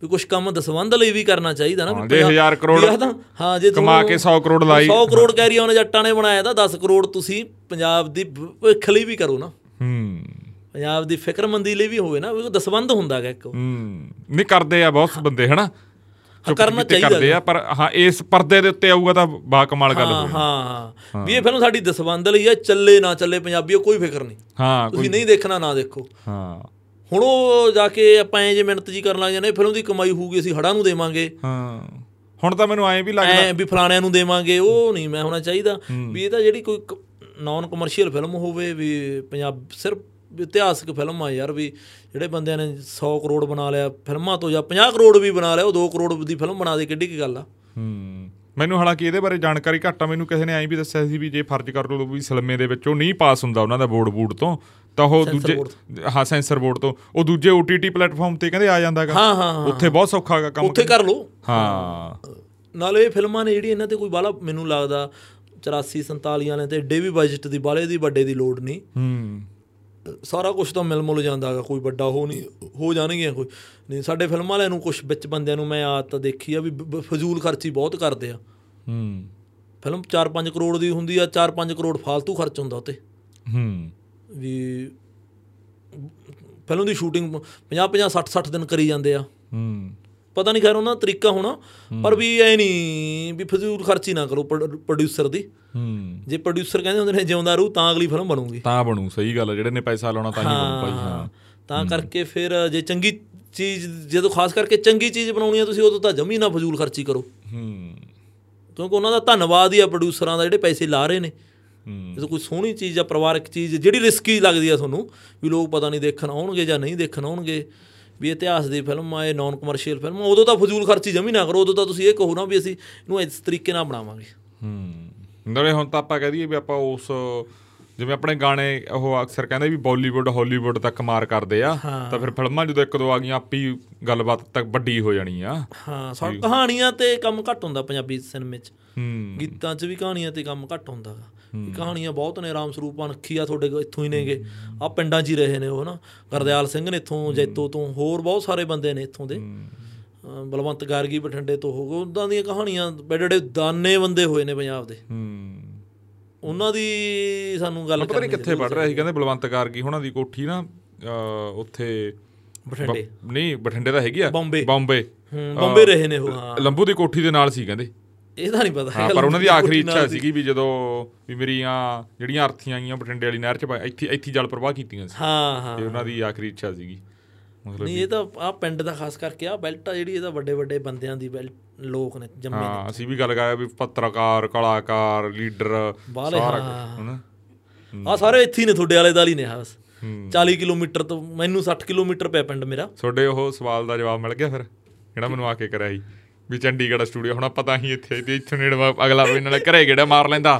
ਵੀ ਕੁਝ ਕੰਮ ਦਸਵੰਧ ਲਈ ਵੀ ਕਰਨਾ ਚਾਹੀਦਾ ਨਾ ਵੀ
ਹਾਂ, ਜੇ
ਪਹਿਲਾਂ-
ਹਜ਼ਾਰ ਕਰੋੜ
ਵੀ ਆਹ ਤਾਂ- ਹਾਂ ਜੇ
ਕਮਾ ਕੇ 100 ਕਰੋੜ ਲਾਈ
100 ਕਰੋੜ ਕੈਰੀ ਉਹਨੇ ਜੱਟਾਂ ਨੇ ਬਣਾਇਆ ਤਾਂ 10 ਕਰੋੜ ਤੁਸੀਂ ਪੰਜਾਬ ਦੀ ਭ- ਭਵਿੱਖ ਲਈ ਵੀ ਕਰੋ ਨਾ
ਹੂੰ
ਪੰਜਾਬ ਦੀ ਫਿਕਰਮੰਦੀ ਲਈ ਵੀ ਹੋਵੇ ਨਾ ਵੀ ਉਹ ਦਸਵੰਧ ਹੁੰਦਾ ਗਾ ਇੱਕ ਉਹ।
ਹੂੰ ਨਹੀਂ ਕਰਦੇ ਆ ਬਹੁਤ ਬੰਦੇ ਹਨਾ ਚੁੱਪ
ਕਰਨਾ
ਕੀਤੇ
ਚਾਹੀਦਾ
ਕਰਦੇ ਆ ਪਰ ਹਾਂ ਇਸ ਪਰਦੇ ਦੇ ਉੱਤੇ ਆਊਗਾ ਤਾਂ ਬਾ ਕਮਾਲ ਗੱਲ
ਹਾਂ
ਹੋਊ
ਹਾਂ ਵੀ ਇਹ ਫਿਲਮ ਸਾਡੀ ਦਸਵੰਧ ਲਈ ਹੈ ਚੱਲੇ ਨਾ ਚੱਲੇ ਪੰਜਾਬੀਓ ਕੋਈ ਫਿਕਰ ਨਹੀਂ
ਹਾਂ ਕੋਈ
ਤੁਸੀਂ ਨਹੀਂ ਦੇਖਣਾ ਨਾ ਦੇਖੋ
ਹਾਂ
ਹੁਣ ਉਹ ਜਾ ਕੇ ਆਪਾਂ ਐਂ ਜੇ ਮਿਹਨਤ ਜੀ ਕਰਨ ਲੱਗ ਜਾਂਦੇ ਫਿਲਮ ਦੀ ਕਮਾਈ ਹੋਊਗੀ ਅਸੀਂ ਹੜਾਂ ਨੂੰ ਦੇਵਾਂਗੇ
ਹਾਂ ਹੁਣ ਤਾਂ ਮੈਨੂੰ ਐਂ ਵੀ ਲੱਗਦਾ
ਐ ਵੀ ਫਲਾਣਿਆਂ ਨੂੰ ਦੇਵਾਂਗੇ ਉਹ ਨਹੀਂ ਮੈਂ ਹੋਣਾ ਚਾਹੀਦਾ ਵੀ ਇਹ ਤਾਂ ਜਿਹੜੀ ਕੋਈ ਨਾਨ ਕਮਰਸ਼ੀਅਲ ਫਿਲਮ ਹੋਵੇ ਵੀ ਪੰਜਾਬ ਸਿਰਫ ਵੀ ਇਤਿਹਾਸਕ ਫਿਲਮ ਆ ਯਾਰ ਵੀ ਜਿਹੜੇ ਬੰਦਿਆਂ ਨੇ 100 ਕਰੋੜ ਬਣਾ ਲਿਆ ਫਿਲਮਾਂ ਤੋਂ ਜਾਂ 50 ਕਰੋੜ ਵੀ ਬਣਾ ਲਿਆ ਉਹ 2 ਕਰੋੜ ਦੀ ਫਿਲਮ ਬਣਾ ਦੇ ਕਿੱਡੀ ਕੀ ਗੱਲ ਆ
ਹੂੰ ਮੈਨੂੰ ਹਾਲਾਂਕਿ ਇਹਦੇ ਬਾਰੇ ਜਾਣਕਾਰੀ ਘੱਟ ਆ ਮੈਨੂੰ ਕਿਸੇ ਨੇ ਐਂ ਵੀ ਦੱਸਿਆ ਸੀ ਵੀ ਜੇ ਫਰਜ਼ ਕਰ ਲਓ ਵੀ ਸਲਮੇ ਦੇ ਵਿੱਚ ਉਹ ਨਹੀਂ ਪਾਸ ਹੁੰਦਾ ਉਹਨਾਂ ਦਾ ਬੋਰਡ ਬੂਟ ਤੋਂ ਤਾਂ ਉਹ ਦੂਜੇ ਹਾਂ ਸੈਂਸਰ ਬੋਰਡ ਤੋਂ ਉਹ ਦੂਜੇ OTT ਪਲੇਟਫਾਰਮ ਤੇ ਕਹਿੰਦੇ ਆ ਜਾਂਦਾਗਾ
ਹਾਂ ਹਾਂ ਹਾਂ
ਉੱਥੇ ਬਹੁਤ ਸੌਖਾ ਹੈਗਾ ਕੰਮ
ਉੱਥੇ ਕਰ ਲਓ
ਹਾਂ
ਨਾਲੇ ਇਹ ਫਿਲਮਾਂ ਨੇ ਜਿਹੜੀ ਇਹਨਾਂ ਤੇ ਕੋਈ ਬਾਲਾ ਮੈਨੂੰ ਲੱਗਦਾ 84 47 ਵਾਲਿਆਂ ਤੇ ਏਡੇ ਵੀ ਬਜਟ ਦੀ ਬਾਲੇ ਦੀ ਵੱਡੇ ਦੀ ਲੋੜ ਨਹੀਂ
ਹੂੰ
ਸਾਰਾ ਕੁਝ ਤਾਂ ਮਿਲ ਮੁਲ ਜਾਂਦਾ ਹੈਗਾ ਕੋਈ ਵੱਡਾ ਹੋ ਨਹੀਂ ਹੋ ਜਾਣਗੀਆਂ ਕੋਈ ਨਹੀਂ ਸਾਡੇ ਫਿਲਮਾਂ ਵਾਲਿਆਂ ਨੂੰ ਕੁਝ ਵਿੱਚ ਬੰਦਿਆਂ ਨੂੰ ਮੈਂ ਆਦਤ ਦੇਖੀ ਆ ਵੀ ਬ- ਬ- ਫਜ਼ੂਲ ਖਰਚੀ ਬਹੁਤ ਕਰਦੇ ਆ
ਹੂੰ
ਫਿਲਮ 4-5 ਕਰੋੜ ਦੀ ਹੁੰਦੀ ਆ 4-5 ਕਰੋੜ ਫालतू ਖਰਚ ਹੁੰਦਾ ਉਤੇ
ਹੂੰ
ਵੀ ਫਿਲਮ ਦੀ ਸ਼ੂਟਿੰਗ 50-50 60-60 ਦਿਨ ਕਰੀ ਜਾਂਦੇ ਆ
ਹੂੰ
ਪਤਾ ਨਹੀਂ ਖੈਰ ਉਹਨਾਂ ਦਾ ਤਰੀਕਾ ਹੋਣਾ ਪਰ ਵੀ ਐ ਨਹੀਂ ਵੀ ਫਜ਼ੂਲ ਖਰਚੀ ਨਾ ਕਰੋ ਪ੍ਰੋਡਿਊਸਰ ਦੀ
ਹੂੰ
ਜੇ ਪ੍ਰੋਡਿਊਸਰ ਕਹਿੰਦੇ ਹੁੰਦੇ ਨੇ ਜਿਉਂਦਾ ਰਹੂ ਤਾਂ ਅਗਲੀ ਫਿਲਮ ਬਣੂਗੀ
ਤਾਂ ਬਣੂ ਸਹੀ ਗੱਲ ਆ, ਜਿਹੜੇ ਨੇ ਪੈਸਾ ਲਾਉਣਾ ਤਾਂ ਹੀ ਬਣੂ ਭਾਈ ਹਾਂ
ਤਾਂ ਕਰਕੇ ਫਿਰ ਜੇ ਚੰਗੀ ਚੀਜ਼ ਜਦੋਂ ਖਾਸ ਕਰਕੇ ਚੰਗੀ ਚੀਜ਼ ਬਣਾਉਣੀ ਆ ਤੁਸੀਂ ਉਦੋਂ ਤਾਂ ਜਮੀ ਨਾ ਫਜ਼ੂਲ ਖਰਚੀ ਕਰੋ
ਹੂੰ
ਕਿਉਂਕਿ ਉਹਨਾਂ ਦਾ ਧੰਨਵਾਦ ਹੀ ਆ ਪ੍ਰੋਡਿਊਸਰਾਂ ਦਾ ਜਿਹੜੇ ਪੈਸੇ ਲਾ ਰਹੇ ਨੇ
ਹੂੰ
ਜਦੋਂ ਕੋਈ ਸੋਹਣੀ ਚੀਜ਼ ਜਾਂ ਪਰਿਵਾਰਕ ਚੀਜ਼ ਜਿਹੜੀ ਰਿਸਕੀ ਲੱਗਦੀ ਆ ਤੁਹਾਨੂੰ ਵੀ ਲੋਕ ਪਤਾ ਨਹੀਂ ਦੇਖਣ ਆਉਣਗੇ ਜਾਂ ਨਹੀਂ ਦੇਖਣ ਆਉਣਗੇ ਵੀ ਇਤਿਹਾਸ ਦੀ ਫਿਲਮ ਆ ਇਹ ਨਾਨ ਕਮਰਸ਼ੀਅਲ ਫਿਲਮ ਆ, ਉਦੋਂ ਤਾਂ ਫਜ਼ੂਲ ਖਰਚੀ ਜਮੀ ਨਾ ਕਰੋ ਉਦੋਂ ਤਾਂ ਤੁਸੀਂ ਇਹ ਕਹੋ ਨਾ ਵੀ ਅਸੀਂ ਇਹਨੂੰ ਇਸ ਤਰੀਕੇ ਨਾਲ ਬਣਾਵਾਂਗੇ
ਹੂੰ ਨਾਲੇ ਹੁਣ ਤਾਂ ਆਪਾਂ ਕਹਿ ਦਈਏ ਵੀ ਆਪਾਂ ਉਸ ਜਿਵੇਂ ਆਪਣੇ ਗਾਣੇ ਉਹ ਅਕਸਰ ਕਹਿੰਦੇ ਵੀ ਬਾਲੀਵੁੱਡ ਹਾਲੀਵੁੱਡ ਤੱਕ ਮਾਰ ਕਰਦੇ ਆ ਤਾਂ ਫਿਰ ਫਿਲਮਾਂ ਜਦੋਂ ਇੱਕ ਦੋ ਆ ਗਈਆਂ ਆਪੀ ਗੱਲਬਾਤ ਤੱਕ ਵੱਡੀ ਹੋ ਜਾਣੀ ਆ
ਹਾਂ ਸਾ ਕਹਾਣੀਆਂ ਤੇ ਕੰਮ ਘੱਟ ਹੁੰਦਾ ਪੰਜਾਬੀ ਸਿਨੇਮੇ 'ਚ
ਹੂੰ
ਗੀਤਾਂ 'ਚ ਵੀ ਕਹਾਣੀਆਂ ਤੇ ਕੰਮ ਘੱਟ ਹੁੰਦਾ ਗਾ ਵੀ ਕਹਾਣੀਆਂ ਬਹੁਤ ਨੇ ਰਾਮ ਸਰੂਪ ਅਣਖੀ ਆ ਤੁਹਾਡੇ ਕੋਲ ਇੱਥੋਂ ਹੀ ਨੇਗੇ ਆ ਪਿੰਡਾਂ 'ਚ ਹੀ ਰਹੇ ਨੇ ਉਹ ਨਾ ਗਰਦਿਆਲ ਸਿੰਘ ਨੇ ਇੱਥੋਂ ਜੈਤੋ ਤੋਂ ਹੋਰ ਬਹੁਤ ਸਾਰੇ ਬੰਦੇ ਨੇ ਇੱਥੋਂ ਦੇ ਅਹ ਬਲਵੰਤ ਗਾਰਗੀ ਬਠਿੰਡੇ ਤੋਂ ਹੋ ਗਏ ਉਹਨਾਂ ਦੀਆਂ ਕਹਾਣੀਆਂ ਬੜੇ ਦਾਨੇ ਬੰਦੇ ਹੋਏ ਨੇ ਪੰਜਾਬ ਦੇ
ਹੂੰ
ਉਹਨਾਂ ਦੀ ਸਾਨੂੰ ਗੱਲ
ਪਤਾ ਨਹੀਂ
ਕਰਨੀ
ਕਿੱਥੇ ਪੜ ਰਿਹਾ ਸੀ ਕਹਿੰਦੇ ਬਲਵੰਤ ਗਾਰਗੀ ਹੁਣਾਂ ਦੀ ਕੋਠੀ ਨਾ ਅਹ, ਉੱਥੇ
ਬਠਿੰਡੇ
ਨਹੀਂ ਬਠਿੰਡੇ ਦਾ ਹੈਗੀ ਆ
ਬੰਬੇ।
ਬੰਬੇ
ਹੂੰ ਬੰਬੇ ਰਹੇ ਨੇ ਉਹ ਹਾਂ
ਲੰਬੂ ਦੀ ਕੋਠੀ ਦੇ ਨਾਲ ਸੀ ਕਹਿੰਦੇ
ਇਹ ਤਾਂ ਨਹੀਂ ਪਤਾ
ਹਾਂ
ਹੈਗਾ
ਪਰ ਉਹਨਾਂ ਦੀ
ਲੋਕੀ
ਆਖਰੀ
ਨਾਲ
ਇੱਛਾ
ਸੀ।
ਸੀਗੀ ਵੀ ਜਦੋਂ ਵੀ ਮੇਰੀਆਂ ਜਿਹੜੀਆਂ ਅਰਥੀਆਂ ਆਈਆਂ ਬਠਿੰਡੇ ਵਾਲੀ ਨਹਿਰ 'ਚ ਪਾ- ਇੱਥੇ ਇੱਥੇ ਹੀ ਜਲ ਪ੍ਰਵਾਹ ਕੀਤੀਆਂ ਸੀ
ਹਾਂ ਹਾਂ
ਤੇ ਉਹਨਾਂ ਦੀ ਆਖਰੀ ਇੱਛਾ ਸੀਗੀ ਮਤਲਬ
ਨਹੀਂ ਇਹ ਤਾਂ ਆ ਪਿੰਡ ਦਾ ਖਾਸ ਕਰਕੇ ਆ ਬੈਲਟ ਆ ਜਿਹੜੀ ਇਹਦਾ ਵੱਡੇ ਵੱਡੇ ਬੰਦਿਆਂ ਦੀ ਬੈਲਟ ਲੋਕ ਨੇ ਜੰਮੇ ਨੇ
ਹਾਂ ਅਸੀਂ ਵੀ ਗੱਲ ਕਰਾਇਆ ਵੀ ਪੱਤਰਕਾਰ ਕਲਾਕਾਰ ਲੀਡਰ
ਬਾਹਲੇ,
ਸਾਰਾ
ਹਾਂ।
ਹਨਾ
ਆ ਸਾਰੇ ਇੱਥੇ ਹੀ ਨੇ ਤੁਹਾਡੇ ਵਾਲੇ ਦਾਲੀ ਨੇ ਹਾਸ 40 ਕਿਲੋਮੀਟਰ ਤੋਂ ਮੈਨੂੰ 60 ਕਿਲੋਮੀਟਰ ਪਿਆ ਪਿੰਡ ਮੇਰਾ
ਤੁਹਾਡੇ ਉਹ ਸਵਾਲ ਦਾ ਜਵਾਬ ਮਿਲ ਗਿਆ ਫਿਰ ਜਿਹੜਾ ਮੈਨੂੰ ਆ ਕੇ ਕਰਿਆ ਸੀ ਵੀ ਚੰਡੀਗੜ੍ਹ ਸਟੂਡੀਓ ਹੁਣ ਆਪਾਂ ਤਾਂ ਹੀ ਇੱਥੇ ਆਏ ਤੇ ਇੱਥੋਂ ਨੇੜਵਾ ਅਗਲਾ ਵੀ ਨਾਲੇ ਘਰੇ ਗੇੜਾ ਮਾਰ ਲੈਂਦਾ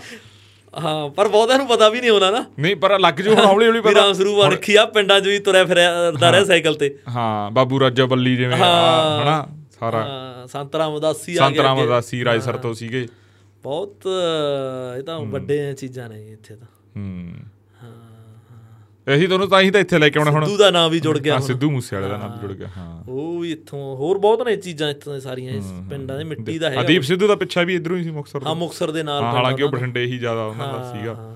ਹਾਂ ਪਰ ਬਹੁਤਿਆਂ ਨੂੰ ਪਤਾ ਵੀ ਨਹੀਂ ਹੋਣਾ ਨਾ
ਨਹੀਂ ਪਰ ਲੱਗ ਜੂ ਹੁਣ ਹੌਲੀ ਹੌਲੀ
<laughs> ਵੀ
ਪਤਾ
ਰਾਮ ਸਰੂਪ ਅਣਖੀ ਆ ਪਿੰਡਾਂ 'ਚ ਵੀ ਤੁਰਿਆ ਫਿਰਿਆ ਦਾ ਰਿਹਾ ਸਾਈਕਲ ਤੇ
ਹਾਂ ਬਾਬੂ ਰਾਜਾ ਬੱਲੀ ਜਿਵੇਂ ਆ, ਹਨਾ ਸਾਰਾ
ਹਾਂ, ਸੰਤ ਰਾਮਦਾਸੀ ਆ
ਸੰਤ
ਗਿਆ ਅੱਗੇ।
ਰਾਮਦਾਸੀ ਰਾਜਸਰ ਤੋਂ ਸੀਗੇ
ਬਹੁਤ ਅਹ, ਇਹ ਤਾਂ ਵੱਡੇ ਚੀਜ਼ਾਂ ਨੇ ਜੀ ਇੱਥੇ ਤਾਂ
ਹੂੰ
ਹਾਂ
ਅਸੀਂ ਤੁਹਾਨੂੰ ਤਾਂ ਹੀ ਤਾਂ ਇੱਥੇ ਲੈ ਕੇ ਆਉਣਾ ਹੁਣ
ਸਿੱਧੂ ਦਾ ਨਾਮ ਵੀ ਜੁੜ ਗਿਆ
ਹਾਂ
ਹੁਣ।
ਸਿੱਧੂ ਮੂਸੇ ਵਾਲੇ ਦਾ ਨਾਮ ਜੁੜ ਗਿਆ ਹਾਂ
ਉਹ ਵੀ ਇੱਥੋਂ ਹੋਰ ਬਹੁਤ ਨੇ ਚੀਜ਼ਾਂ ਇੱਥੋਂ ਦੀਆਂ ਸਾਰੀਆਂ ਇਸ ਪਿੰਡਾਂ ਦੀ ਮਿੱਟੀ ਦਾ ਹੈਗਾ
ਅਦੀਪ ਸਿੱਧੂ ਦਾ ਪਿੱਛਾ ਵੀ ਇਧਰੋਂ ਹੀ ਸੀ ਮੁਕਤਸਰ
ਹਾਂ
ਤੋਂ
ਮੁਕਸਰ ਦੇ ਨਾਲ
ਹਾਂ ਹਾਲਾਂਕਿ ਉਹ ਬਠਿੰਡੇ ਹੀ ਜ਼ਿਆਦਾ ਉਹਨਾਂ ਦਾ ਸੀਗਾ
ਹਾਂ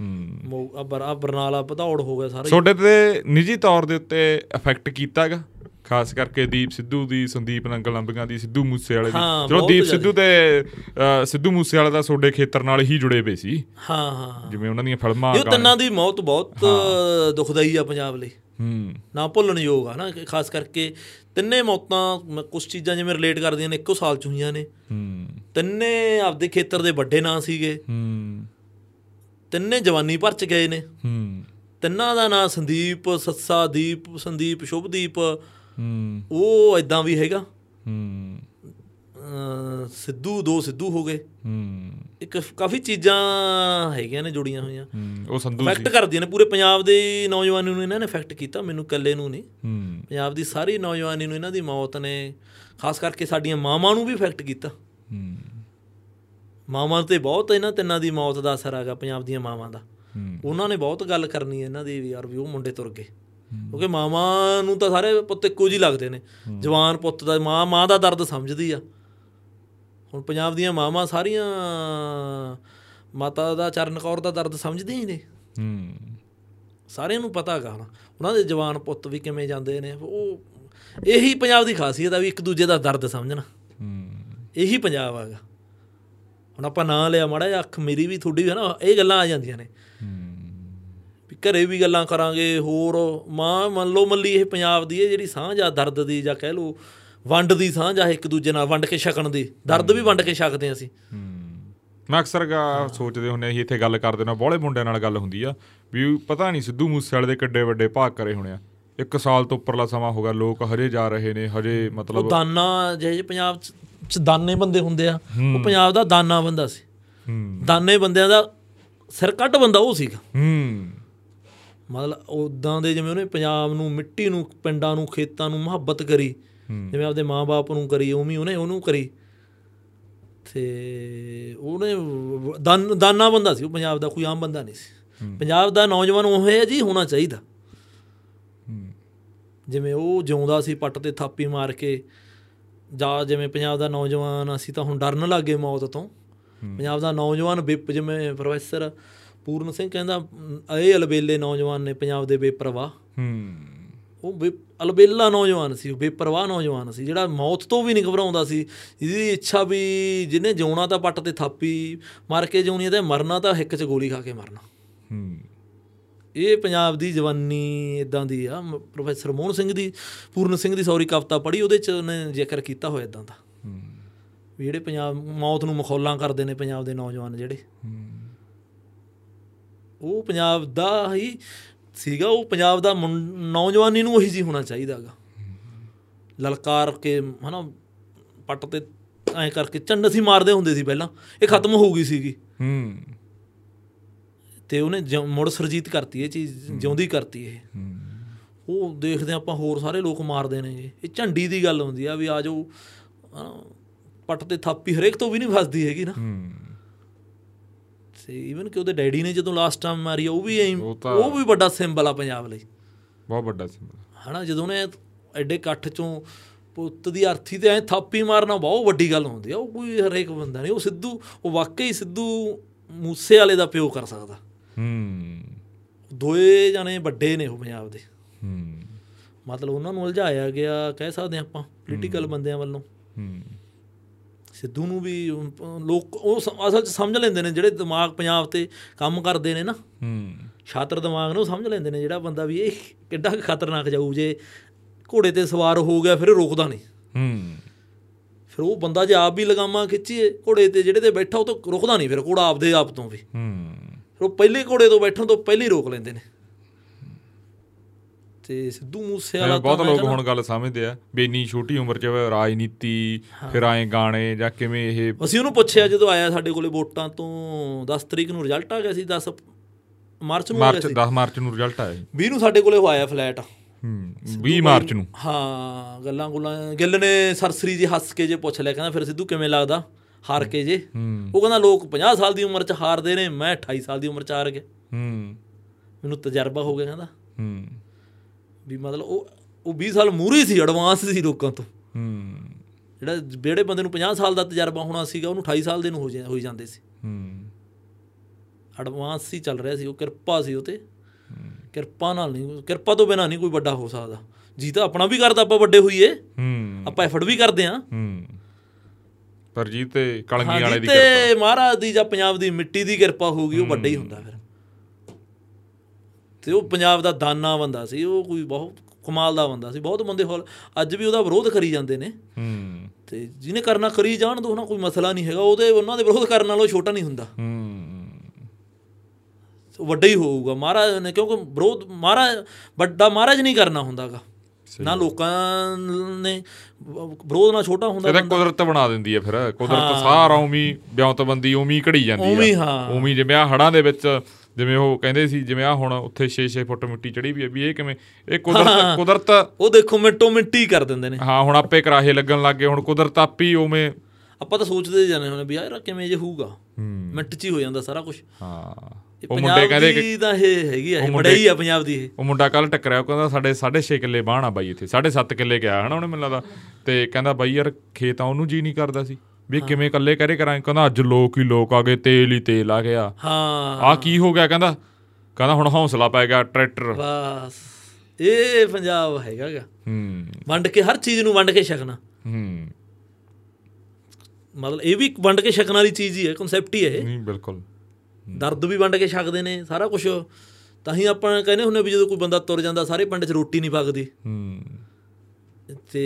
ਹੂੰ
ਮੋ- ਆ ਬਰ- ਆ ਬਰਨਾਲਾ ਭਦੌੜ ਹੋ ਗਿਆ ਸਾਰਾ ਹੀ।
ਤੁਹਾਡੇ ਤੇ ਨਿੱਜੀ ਤੌਰ ਦੇ ਉੱਤੇ ਇਫੈਕਟ ਕੀਤਾਗਾ ਖਾਸ ਕਰਕੇ ਦੀਪ ਸਿੱਧੂ ਦੀ ਸੰਦੀਪ ਨੰਗਲ ਲੰਬੀਆਂ ਦੀ ਸਿੱਧੂ ਮੂਸੇ ਵਾਲੇ ਦੀ
ਹਾਂ,
ਚਲੋ
ਬਹੁਤ
ਦੀਪ
ਜ਼ਿਆਦਾ।
ਸਿੱਧੂ ਤੇ ਅ, ਸਿੱਧੂ ਮੂਸੇ ਵਾਲਾ ਤਾਂ ਤੁਹਾਡੇ ਖੇਤਰ ਨਾਲ ਹੀ ਜੁੜੇ ਪਏ ਸੀ
ਹਾਂ ਹਾਂ
ਜਿਵੇਂ ਉਹਨਾਂ ਦੀਆਂ ਫਿਲਮਾਂ
ਇਹ
ਗਾਣੇ-
ਤਿੰਨਾਂ ਦੀ ਮੌਤ ਬਹੁਤ ਦੁਖਦਾਈ ਆ ਪੰਜਾਬ ਲਈ
ਹੂੰ
ਨਾ ਭੁੱਲਣਯੋਗ ਆ ਨਾ ਕਿ ਖਾਸ ਕਰਕੇ ਤਿੰਨੇ ਮੌਤਾਂ ਕੁਝ ਚੀਜ਼ਾਂ ਜਿਵੇਂ ਰਿਲੇਟ ਕਰਦੀਆਂ ਨੇ ਇੱਕੋ ਸਾਲ ਚ ਹੋਈਆਂ ਨੇ
ਹੂੰ
ਤਿੰਨੇ ਆਪਦੇ ਖੇਤਰ ਦੇ ਵੱਡੇ ਨਾਂ ਸੀਗੇ
ਹੂੰ
ਤਿੰਨੇ ਜਵਾਨੀ ਭਰ ਚ ਗਏ ਨੇ
ਹੂੰ
ਤਿੰਨਾਂ ਦਾ ਨਾਂ ਸੰਦੀਪ ਸੱਸਾ ਦੀਪ ਸੰਦੀਪ ਸ਼ੁਭਦੀਪ
ਹੂੰ
ਉਹ ਐਦਾਂ ਵੀ ਹੈਗਾ
ਹੂੰ
ਅਮ ਸਿੱਧੂ ਦੋ ਸਿੱਧੂ ਹੋ ਗਏ
ਹੂੰ
ਇਹ ਕਫ- ਕਾਫੀ ਚੀਜ਼ਾਂ ਹੈਗੀਆਂ ਨੇ ਜੁੜੀਆਂ ਹੋਈਆਂ
ਹੂੰ, ਉਹ ਸੰਧੂ ਸੀ
ਇਫੈਕਟ ਕਰਦੀਆਂ ਨੇ ਪੂਰੇ ਪੰਜਾਬ ਦੇ ਨੌਜਵਾਨੀ ਨੂੰ ਇਹਨਾਂ ਨੇ ਇਫੈਕਟ ਕੀਤਾ ਮੈਨੂੰ ਇਕੱਲੇ ਨੂੰ ਨਹੀਂ
ਹੂੰ
ਪੰਜਾਬ ਦੀ ਸਾਰੀ ਨੌਜਵਾਨੀ ਨੂੰ ਇਹਨਾਂ ਦੀ ਮੌਤ ਨੇ ਖਾਸ ਕਰਕੇ ਸਾਡੀਆਂ ਮਾਵਾਂ ਨੂੰ ਵੀ ਇਫੈਕਟ ਕੀਤਾ
ਹੂੰ
ਮਾਵਾਂ ਤੇ ਬਹੁਤ ਇਹਨਾਂ ਤਿੰਨਾਂ ਦੀ ਮੌਤ ਦਾ ਅਸਰ ਆਗਾ ਪੰਜਾਬ ਦੀਆਂ ਮਾਵਾਂ ਦਾ
ਹੂੰ।
ਉਹਨਾਂ ਨੇ ਬਹੁਤ ਗੱਲ ਕਰਨੀ ਹੈ ਇਹਨਾਂ ਦੀ ਵੀ ਯਾਰ ਵੀ ਉਹ ਮੁੰਡੇ ਤੁਰ ਗਏ ਕਿਉਂਕਿ ਮਾਵਾਂ ਨੂੰ ਤਾਂ ਸਾਰੇ ਪੁੱਤ ਇੱਕੋ ਜਿਹੇ ਲੱਗਦੇ ਨੇ ਜਵਾਨ ਪੁੱਤ ਦਾ ਮਾਂ ਮਾਂ ਦਾ ਦਰਦ ਸਮਝਦੀ ਆ ਹੁਣ ਪੰਜਾਬ ਦੀਆਂ ਮਾਵਾਂ ਸਾਰੀਆਂ ਮਾਤਾ ਦਾ ਚਰਨ ਕੌਰ ਦਾ ਦਰਦ ਸਮਝਦੀਆਂ ਹੀ ਨੇ
ਹੂੰ
ਸਾਰਿਆਂ ਨੂੰ ਪਤਾ ਹੈਗਾ ਹੁਣ ਉਹਨਾਂ ਦੇ ਜਵਾਨ ਪੁੱਤ ਵੀ ਕਿਵੇਂ ਜਾਂਦੇ ਨੇ ਉਹ ਇਹੀ ਪੰਜਾਬ ਦੀ ਖਾਸੀਅਤ ਆ ਵੀ ਇੱਕ ਦੂਜੇ ਦਾ ਦਰਦ ਸਮਝਣਾ
ਹੂੰ
ਇਹੀ ਪੰਜਾਬ ਆਗਾ ਹੁਣ ਆਪਾਂ ਨਾਂ ਲਿਆ ਮਾੜਾ ਜਿਹਾ ਅੱਖ ਮੇਰੀ ਵੀ ਤੁਹਾਡੀ ਵੀ ਹੈ ਨਾ ਇਹ ਗੱਲਾਂ ਆ ਜਾਂਦੀਆਂ ਨੇ ਵੀ ਘਰੇ ਵੀ ਗੱਲਾਂ ਕਰਾਂਗੇ ਹੋਰ ਮਾਂ ਮੰਨ ਲਓ ਮੱਲੀ ਇਹ ਪੰਜਾਬ ਦੀ ਇਹ ਜਿਹੜੀ ਸਾਂਝ ਆ ਦਰਦ ਦੀ ਜਾਂ ਕਹਿ ਲਓ ਵੰਡ ਦੀ ਸਾਂਝ ਆ ਇੱਕ ਦੂਜੇ ਨਾਲ ਵੰਡ ਕੇ ਛਕਣ ਦੀ ਦਰਦ ਵੀ ਵੰਡ ਕੇ ਛਕਦੇ ਹਾਂ ਅਸੀਂ
ਹਮ। ਮੈਂ ਅਕਸਰ ਗਾ- ਸੋਚਦੇ ਹੁੰਦੇ ਅਸੀਂ ਇੱਥੇ ਗੱਲ ਕਰਦੇ ਨਾ ਬੋਲੇ ਮੁੰਡਿਆਂ ਨਾਲ ਗੱਲ ਹੁੰਦੀ ਆ ਵੀ ਪਤਾ ਨਹੀਂ ਸਿੱਧੂ ਮੂਸੇਵਾਲੇ ਦੇ ਕਿੱਡੇ ਵੱਡੇ ਭਾਗ ਕਰੇ ਹੋਣੇ ਆ ਇੱਕ ਸਾਲ ਤੋਂ ਉੱਪਰਲਾ ਸਮਾਂ ਹੋ ਗਿਆ ਲੋਕ ਹਜੇ ਜਾ ਰਹੇ ਨੇ ਹਜੇ
ਉਹ
ਮਤਲਬ
ਦਾਨਾ ਜਿਹੇ ਜਿਹੇ ਪੰਜਾਬ ਚ- ਚ ਦਾਨੇ ਬੰਦੇ ਹੁੰਦੇ ਆ ਉਹ ਪੰਜਾਬ ਦਾ ਦਾਨਾ ਬੰਦਾ ਸੀ
ਹੂੰ
ਦਾਨੇ ਬੰਦਿਆਂ ਦਾ ਸਿਰ ਕੱਟ ਬੰਦਾ ਉਹ ਸੀਗਾ
ਹੂੰ
ਮਤਲਬ ਉਦਾਂ ਦੇ ਜਿਵੇਂ ਉਹਨੇ ਪੰਜਾਬ ਨੂੰ ਮਿੱਟੀ ਨੂੰ ਪਿੰਡਾਂ ਨੂੰ ਖੇਤਾਂ ਨੂੰ ਮੁਹੱਬਤ ਕਰੀ ਜਿਵੇਂ ਆਪਦੇ ਮਾਪੇ ਨੂੰ ਕਰੀ ਉਵੇਂ ਹੀ ਉਹਨੇ ਉਹਨੂੰ ਕਰੀ ਤੇ ਉਹਨੇ ਵ- ਦਾਨ- ਦਾਨਾ ਬੰਦਾ ਸੀ ਉਹ ਪੰਜਾਬ ਦਾ ਕੋਈ ਆਮ ਬੰਦਾ ਨਹੀਂ ਸੀ ਪੰਜਾਬ ਦਾ ਨੌਜਵਾਨ ਉਹ ਹੈ ਜੀ ਹੋਣਾ ਚਾਹੀਦਾ ਜਿਵੇਂ ਉਹ ਜਿਉਂਦਾ ਸੀ ਪੱਟ ਤੇ ਥਾਪੀ ਮਾਰ ਕੇ ਜਾਂ ਜਿਵੇਂ ਪੰਜਾਬ ਦਾ ਨੌਜਵਾਨ ਅਸੀਂ ਤਾਂ ਹੁਣ ਡਰਨ ਲੱਗੇ ਮੌਤ ਤੋਂ ਪੰਜਾਬ ਦਾ ਨੌਜਵਾਨ ਵਿਪ ਜਿਵੇਂ ਪ੍ਰੋਫੈਸਰ ਪੂਰਨ ਸਿੰਘ ਕਹਿੰਦਾ ਮ, ਇਹ ਅਲਬੇਲੇ ਨੌਜਵਾਨ ਨੇ ਪੰਜਾਬ ਦੇ ਬੇਪਰਵਾਹ
ਹੂੰ
ਉਹ ਬੇ- ਅਲਬੇਲਾ ਨੌਜਵਾਨ ਸੀ ਉਹ ਬੇਪਰਵਾਹ ਨੌਜਵਾਨ ਸੀ ਜਿਹੜਾ ਮੌਤ ਤੋਂ ਵੀ ਨਹੀਂ ਘਬਰਾਉਂਦਾ ਸੀ ਜਿਹਦੀ ਇੱਛਾ ਵੀ ਜਿਹਨੇ ਜਿਉਣਾ ਤਾਂ ਪੱਟ ਤੇ ਥਾਪੀ ਮਾਰ ਕੇ ਜਿਉਣੀ ਹੈ ਤੇ ਮਰਨਾ ਤਾਂ ਹਿੱਕ 'ਚ ਗੋਲੀ ਖਾ ਕੇ ਮਰਨਾ
ਹੂੰ
ਇਹ ਪੰਜਾਬ ਦੀ ਜਵਾਨੀ ਇਦਾਂ ਦੀ ਆ ਮ- ਪ੍ਰੋਫੈਸਰ ਮੋਹਨ ਸਿੰਘ ਦੀ ਪੂਰਨ ਸਿੰਘ ਦੀ ਸੌਰੀ ਕਵਿਤਾ ਪੜ੍ਹੀ ਉਹਦੇ ਚ ਉਹਨੇ ਜ਼ਿਕਰ ਕੀਤਾ ਹੋਇਆ ਇਦਾਂ ਦਾ ਵੀ ਜਿਹੜੇ ਪੰਜਾਬ ਮੌਤ ਨੂੰ ਮਖੌਲਾਂ ਕਰਦੇ ਨੇ ਪੰਜਾਬ ਦੇ ਨੌਜਵਾਨ ਜਿਹੜੇ ਉਹ ਪੰਜਾਬ ਦਾ ਹੀ ਸੀਗਾ ਉਹ ਪੰਜਾਬ ਦਾ ਮੁੰ- ਨੌਜਵਾਨੀ ਨੂੰ ਉਹੀ ਜੀ ਹੋਣਾ ਚਾਹੀਦਾਗਾ ਲਲਕਾਰ ਕੇ ਹਨਾ ਪੱਟ ਤੇ ਐਂ ਕਰਕੇ ਚੰਡ ਅਸੀਂ ਮਾਰਦੇ ਹੁੰਦੇ ਸੀ ਪਹਿਲਾਂ ਇਹ ਖਤਮ ਹੋ ਗਈ ਸੀਗੀ
ਹੂੰ
ਤੇ ਉਹਨੇ ਜਿਉਂ- ਮੁੜ ਸਰਜੀਤ ਕਰਤੀ ਇਹ ਚੀਜ਼ ਜਿਉਂਦੀ ਕਰਤੀ ਇਹ
ਹੂੰ
ਉਹ ਦੇਖਦੇ ਹਾਂ ਆਪਾਂ ਹੋਰ ਸਾਰੇ ਲੋਕ ਮਾਰਦੇ ਨੇ ਜੀ ਇਹ ਝੰਡੀ ਦੀ ਗੱਲ ਹੁੰਦੀ ਆ ਵੀ ਆ ਜਾਓ ਅਹ, ਪੱਟ ਤੇ ਥਾਪੀ ਹਰੇਕ ਤੋਂ ਵੀ ਨਹੀਂ ਫਸਦੀ ਹੈਗੀ ਨਾ
ਹੂੰ
ਤੇ ਈਵਨ ਕਿ ਉਹਦੇ ਡੈਡੀ ਨੇ ਜਦੋਂ ਲਾਸਟ ਟਾਈਮ ਮਾਰੀ ਆ, ਉਹ ਵੀ ਐਂ-
ਉਹ ਤਾਂ-
ਉਹ ਵੀ ਵੱਡਾ ਸਿੰਬਲ ਆ ਪੰਜਾਬ ਲਈ
ਬਹੁਤ ਵੱਡਾ ਸਿੰਬਲ
ਹਨਾ ਜਦੋਂ ਨੇ ਐਡੇ ਇਕੱਠ ਚੋਂ ਪੁੱਤ ਦੀ ਅਰਥੀ ਤੇ ਐ ਥਾਪੀ ਮਾਰਨਾ ਬਹੁਤ ਵੱਡੀ ਗੱਲ ਹੁੰਦੀ ਆ ਉਹ ਕੋਈ ਹਰੇਕ ਬੰਦਾ ਨਹੀਂ ਉਹ ਸਿੱਧੂ ਉਹ ਵਾਕਈ ਸਿੱਧੂ ਮੂਸੇ ਵਾਲੇ ਦਾ ਪਿਓ ਕਰ ਸਕਦਾ
ਹੂੰ
ਦੋਏ ਜਾਣੇ ਵੱਡੇ ਨੇ ਉਹ ਪੰਜਾਬ ਦੇ
ਹੂੰ
ਮਤਲਬ ਉਹਨਾਂ ਨੂੰ ਉਲਝਾਇਆ ਗਿਆ ਕਹਿ ਸਕਦੇ ਹਾਂ ਆਪਾਂ ਪੋਲੀਟੀਕਲ ਬੰਦਿਆਂ ਵੱਲੋਂ
ਹੂੰ
ਸਿੱਧੂ ਨੂੰ ਵੀ ਹੁਣ ਪ- ਲੋਕ ਉਹ ਸ- ਅਸਲ ਚ ਸਮਝ ਲੈਂਦੇ ਨੇ ਜਿਹੜੇ ਦਿਮਾਗ ਪੰਜਾਬ ਤੇ ਕੰਮ ਕਰਦੇ ਨੇ ਨਾ
ਹੂੰ
ਛਾਤਰ ਦਿਮਾਗ ਨੂੰ ਸਮਝ ਲੈਂਦੇ ਨੇ ਜਿਹੜਾ ਬੰਦਾ ਵੀ ਇਹ ਕਿੱਡਾ ਕੁ ਖਤਰਨਾਕ ਜਾਊ ਜੇ ਘੋੜੇ ਤੇ ਸਵਾਰ ਹੋ ਗਿਆ ਫਿਰ ਇਹ ਰੋਕਦਾ ਨਹੀਂ
ਹੂੰ
ਫਿਰ ਉਹ ਬੰਦਾ ਜੇ ਆਪ ਵੀ ਲਗਾਮਾਂ ਖਿੱਚੀਏ ਘੋੜੇ ਤੇ ਜਿਹੜੇ ਤੇ ਬੈਠਾ ਉਹ ਤਾਂ ਰੁਕਦਾ ਨਹੀਂ ਫਿਰ ਘੋੜਾ ਆਪਦੇ ਆਪ ਤੋਂ ਵੀ
ਹੂੰ
ਫਿਰ ਉਹ ਪਹਿਲੇ ਘੋੜੇ ਤੋਂ ਬੈਠਣ ਤੋਂ ਪਹਿਲੇ ਹੀ ਰੋਕ ਲੈਂਦੇ ਨੇ ਤੇ ਸਿੱਧੂ ਮੂਸੇ ਵਾਲਾ
ਇਹ ਬਹੁਤ ਲੋਕ ਹੁਣ ਗੱਲ ਸਮਝਦੇ ਆ ਵੀ ਇੰਨੀ ਛੋਟੀ ਉਮਰ 'ਚ ਰਾਜਨੀਤੀ ਫਿਰ ਆਏ ਗਾਣੇ ਜਾਂ ਕਿਵੇਂ ਇਹ
ਅਸੀਂ ਉਹਨੂੰ ਪੁੱਛਿਆ ਜਦੋਂ ਆਇਆ ਸਾਡੇ ਕੋਲੇ ਵੋਟਾਂ ਤੋਂ 10 ਤਰੀਕ ਨੂੰ ਰਿਜ਼ਲਟ ਆ ਗਿਆ ਸੀ 10 ਮਾਰਚ ਨੂੰ ਆ ਗਿਆ
ਮਾਰਚ
ਸੀ
10 ਮਾਰਚ ਨੂੰ ਰਿਜ਼ਲਟ ਆਇਆ ਸੀ।
20 ਨੂੰ ਸਾਡੇ ਕੋਲੇ ਉਹ ਆਇਆ ਫਲੈਟ
ਹੂੰ 20 ਮਾਰਚ ਨੂੰ
ਹਾਂ ਗੱਲਾਂ ਗੁੱਲਾਂ ਗਿੱਲ ਨੇ ਸਰਸਰੀ ਜੀ ਹੱਸ ਕੇ ਜੇ ਪੁੱਛ ਲਿਆ ਕਹਿੰਦਾ ਫਿਰ ਸਿੱਧੂ ਕਿਵੇਂ ਲੱਗਦਾ ਹਾਰ ਕੇ ਜੇ
ਹੂੰ
ਉਹ ਕਹਿੰਦਾ ਲੋਕ 50 ਸਾਲ ਦੀ ਉਮਰ ਚ ਹਾਰਦੇ ਨੇ ਮੈਂ 28 ਸਾਲ ਦੀ ਉਮਰ ਚ ਹਾਰ ਗਿਆ
ਹੂੰ
ਮੈਨੂੰ ਤਜਰਬਾ ਹੋ ਗਿਆ ਕਹਿੰਦਾ
ਹੂੰ
ਵੀ ਮਤਲਬ ਉਹ ਉਹ 20 ਸਾਲ ਮੂਰੀ ਸੀ ਐਡਵਾਂਸ ਸੀ ਲੋਕਾਂ ਤੋਂ
ਹੂੰ
ਜਿਹੜਾ ਜਿਹੜੇ ਬੰਦੇ ਨੂੰ 50 ਸਾਲ ਦਾ ਤਜਰਬਾ ਹੋਣਾ ਸੀਗਾ ਉਹਨੂੰ 28 ਸਾਲ ਦੇ ਨੂੰ ਹੋ ਜਾ- ਹੋਈ ਜਾਂਦੇ ਸੀ
ਹੂੰ
ਐਡਵਾਂਸ ਹੀ ਚੱਲ ਰਿਹਾ ਸੀ ਉਹ ਕਿਰਪਾ ਸੀ ਉਹ ਤੇ ਕਿਰਪਾ ਨਾਲ ਨਹੀਂ ਕਿਰਪਾ ਤੋਂ ਬਿਨਾ ਨਹੀਂ ਕੋਈ ਵੱਡਾ ਹੋ ਸਕਦਾ ਜੀ ਤਾਂ ਆਪਣਾ ਵੀ ਕਰਦਾ ਆਪਾਂ ਵੱਡੇ ਹੋਈਏ
ਹੂੰ
ਆਪਾਂ ਐਫਰਟ ਵੀ ਕਰਦੇ ਹਾਂ
ਹੂੰ ਪਰ ਜੀ ਤੇ ਕਲੰਗੀ ਵਾਲੇ
ਹਾਂਜੀ
ਦੀ ਕਿਰਪਾ
ਤੇ ਮਹਾਰਾਜ ਦੀ ਜਾਂ ਪੰਜਾਬ ਦੀ ਮਿੱਟੀ ਦੀ ਕਿਰਪਾ ਹੋਊਗੀ ਉਹ ਵੱਡਾ ਹੀ ਹੁੰਦਾ ਫਿਰ ਤੇ ਉਹ ਪੰਜਾਬ ਦਾ ਦਾਨਾ ਬੰਦਾ ਸੀ ਉਹ ਕੋਈ ਬਹੁਤ ਕਮਾਲ ਦਾ ਬੰਦਾ ਸੀ ਬਹੁਤ ਬੰਦੇ ਹੋਲ ਅੱਜ ਵੀ ਉਹਦਾ ਵਿਰੋਧ ਕਰੀ ਜਾਂਦੇ ਨੇ
ਹੂੰ
ਤੇ ਜਿਹਨੇ ਕਰਨਾ ਕਰੀ ਜਾਣ ਦੋ ਨਾ ਕੋਈ ਮਸਲਾ ਨਹੀਂ ਹੈਗਾ ਉਹਦੇ ਉਹਨਾਂ ਦੇ ਵਿਰੋਧ ਕਰਨ ਨਾਲੋਂ ਛੋਟਾ ਨਹੀਂ ਹੁੰਦਾ
ਹੂੰ
ਉਹ ਵੱਡਾ ਹੀ ਹੋਊਗਾ ਮਹਾਰਾਜ ਨੇ ਕਿਉਂਕਿ ਵਿਰੋਧ ਮਹਾਰਾਜ ਵੱਡਾ ਮਹਾਰਾਜ ਨਹੀਂ ਕਰਨਾ ਹੁੰਦਾਗਾ ਨਾ ਲੋਕਾਂ ਨੇ ਵਿਰੋਧ ਨਾਲ ਛੋਟਾ ਹੁੰਦਾ
ਇਹਦਾ ਕੁਦਰਤ ਬਣਾ ਦਿੰਦੀ ਹੈ ਫਿਰ ਕੁਦਰਤ ਸਾਰਾ ਉਮੀ ਵਿਉਂਤਬੰਦੀ ਉਮੀ ਘੜੀ ਜਾਂਦੀ ਆ
ਉਵੇਂ ਹੀ, ਹਾਂ।
ਉਮੀ ਜਿਵੇਂ ਆ ਹੜਾਂ ਦੇ ਵਿੱਚ ਜਿਵੇਂ ਉਹ ਕਹਿੰਦੇ ਸੀ ਜਿਵੇਂ ਆ ਹੁਣ ਉੱਥੇ 6-6 ਫੁੱਟ ਮਿੱਟੀ ਚੜੀ ਵੀ ਹੈ ਵੀ ਇਹ ਕਿਵੇਂ ਇਹ ਕੁਦਰਤ ਕੁਦਰਤ
ਉਹ ਦੇਖੋ ਮਿੰਟੋ ਮਿੰਟੀ ਕਰ ਦਿੰਦੇ ਨੇ
ਹਾਂ ਹੁਣ ਆਪੇ ਕਰਾਹੇ ਲੱਗਣ ਲੱਗ ਗਏ ਹੁਣ ਕੁਦਰਤ ਆਪੀ ਉਵੇਂ
ਆਪਾਂ ਤਾਂ ਸੋਚਦੇ ਜਾਂਦੇ ਹੁੰਦੇ ਵੀ ਯਾਰ ਕਿਵੇਂ ਜੇ ਹੋਊਗਾ ਮਿੰਟ 'ਚ ਹੀ ਹੋ ਜਾਂਦਾ ਸਾਰਾ ਕੁਝ
ਹਾਂ
ਇਹ
ਉਹ ਮੁੰਡੇ
ਪੰਜਾਬ
ਕਹਿੰਦੇ ਕਿ
ਦੀ ਤਾਂ ਇਹ ਹੈਗੀ ਆ ਇਹ ਬੜਾਈ ਆ ਪੰਜਾਬ ਦੀ ਇਹ
ਉਹ ਮੁੰਡਾ ਕੱਲ ਟੱਕਰਿਆ ਉਹ ਕਹਿੰਦਾ ਸਾਡੇ 6.5 ਕਿੱਲੇ ਬਾਹਣਾ ਬਾਈ ਇੱਥੇ 7.5 ਕਿੱਲੇ ਗਿਆ ਹਨਾ ਉਹਨੇ ਮੈਨੂੰ ਲੱਗਦਾ ਤੇ ਕਹਿੰਦਾ ਬਾਈ ਯਾਰ ਖੇਤ ਆ ਉਹਨੂੰ ਜੀ ਨਹੀਂ ਕਰਦਾ ਸੀ ਵੀ ਇਹ ਕਿਵੇਂ ਇਕੱਲੇ ਕਰੇ ਕਰਾਂ ਕਹਿੰਦਾ ਅੱਜ ਲੋਕ ਹੀ ਲੋਕ ਆ ਗਏ ਤੇਲ ਹੀ ਤੇਲ ਆ ਗਿਆ
ਹਾਂ
ਆ ਕੀ ਹੋ ਗਿਆ ਕਹਿੰਦਾ ਕਹਿੰਦਾ ਹੁਣ ਹੌਸਲਾ ਪੈ ਗਿਆ ਟਰੈਕਟਰ
ਬਸ ਇਹ ਪੰਜਾਬ ਹੈਗਾਗਾ
ਹੂੰ
ਵੰਡ ਕੇ ਹਰ ਚੀਜ਼ ਨੂੰ ਵੰਡ ਕੇ ਛਕਣਾ
ਹੂੰ
ਮਤਲਬ ਇਹ ਵੀ ਇੱਕ ਵੰਡ ਕੇ ਛਕਣ ਵਾਲੀ ਚੀਜ਼ ਹੀ ਹੈ ਕਨਸੈਪਟ ਹੀ ਹੈ ਇਹ
ਨਹੀਂ ਬਿਲਕੁਲ
ਦਰਦ ਵੀ ਵੰਡ ਕੇ ਛਕਦੇ ਨੇ ਸਾਰਾ ਕੁਝ ਤਾਂ ਹੀ ਆਪਾਂ ਕਹਿੰਦੇ ਹੁੰਦੇ ਵੀ ਜਦੋਂ ਕੋਈ ਬੰਦਾ ਤੁਰ ਜਾਂਦਾ ਸਾਰੇ ਪਿੰਡ 'ਚ ਰੋਟੀ ਨਹੀਂ ਪੱਕਦੀ
ਹੂੰ
ਤੇ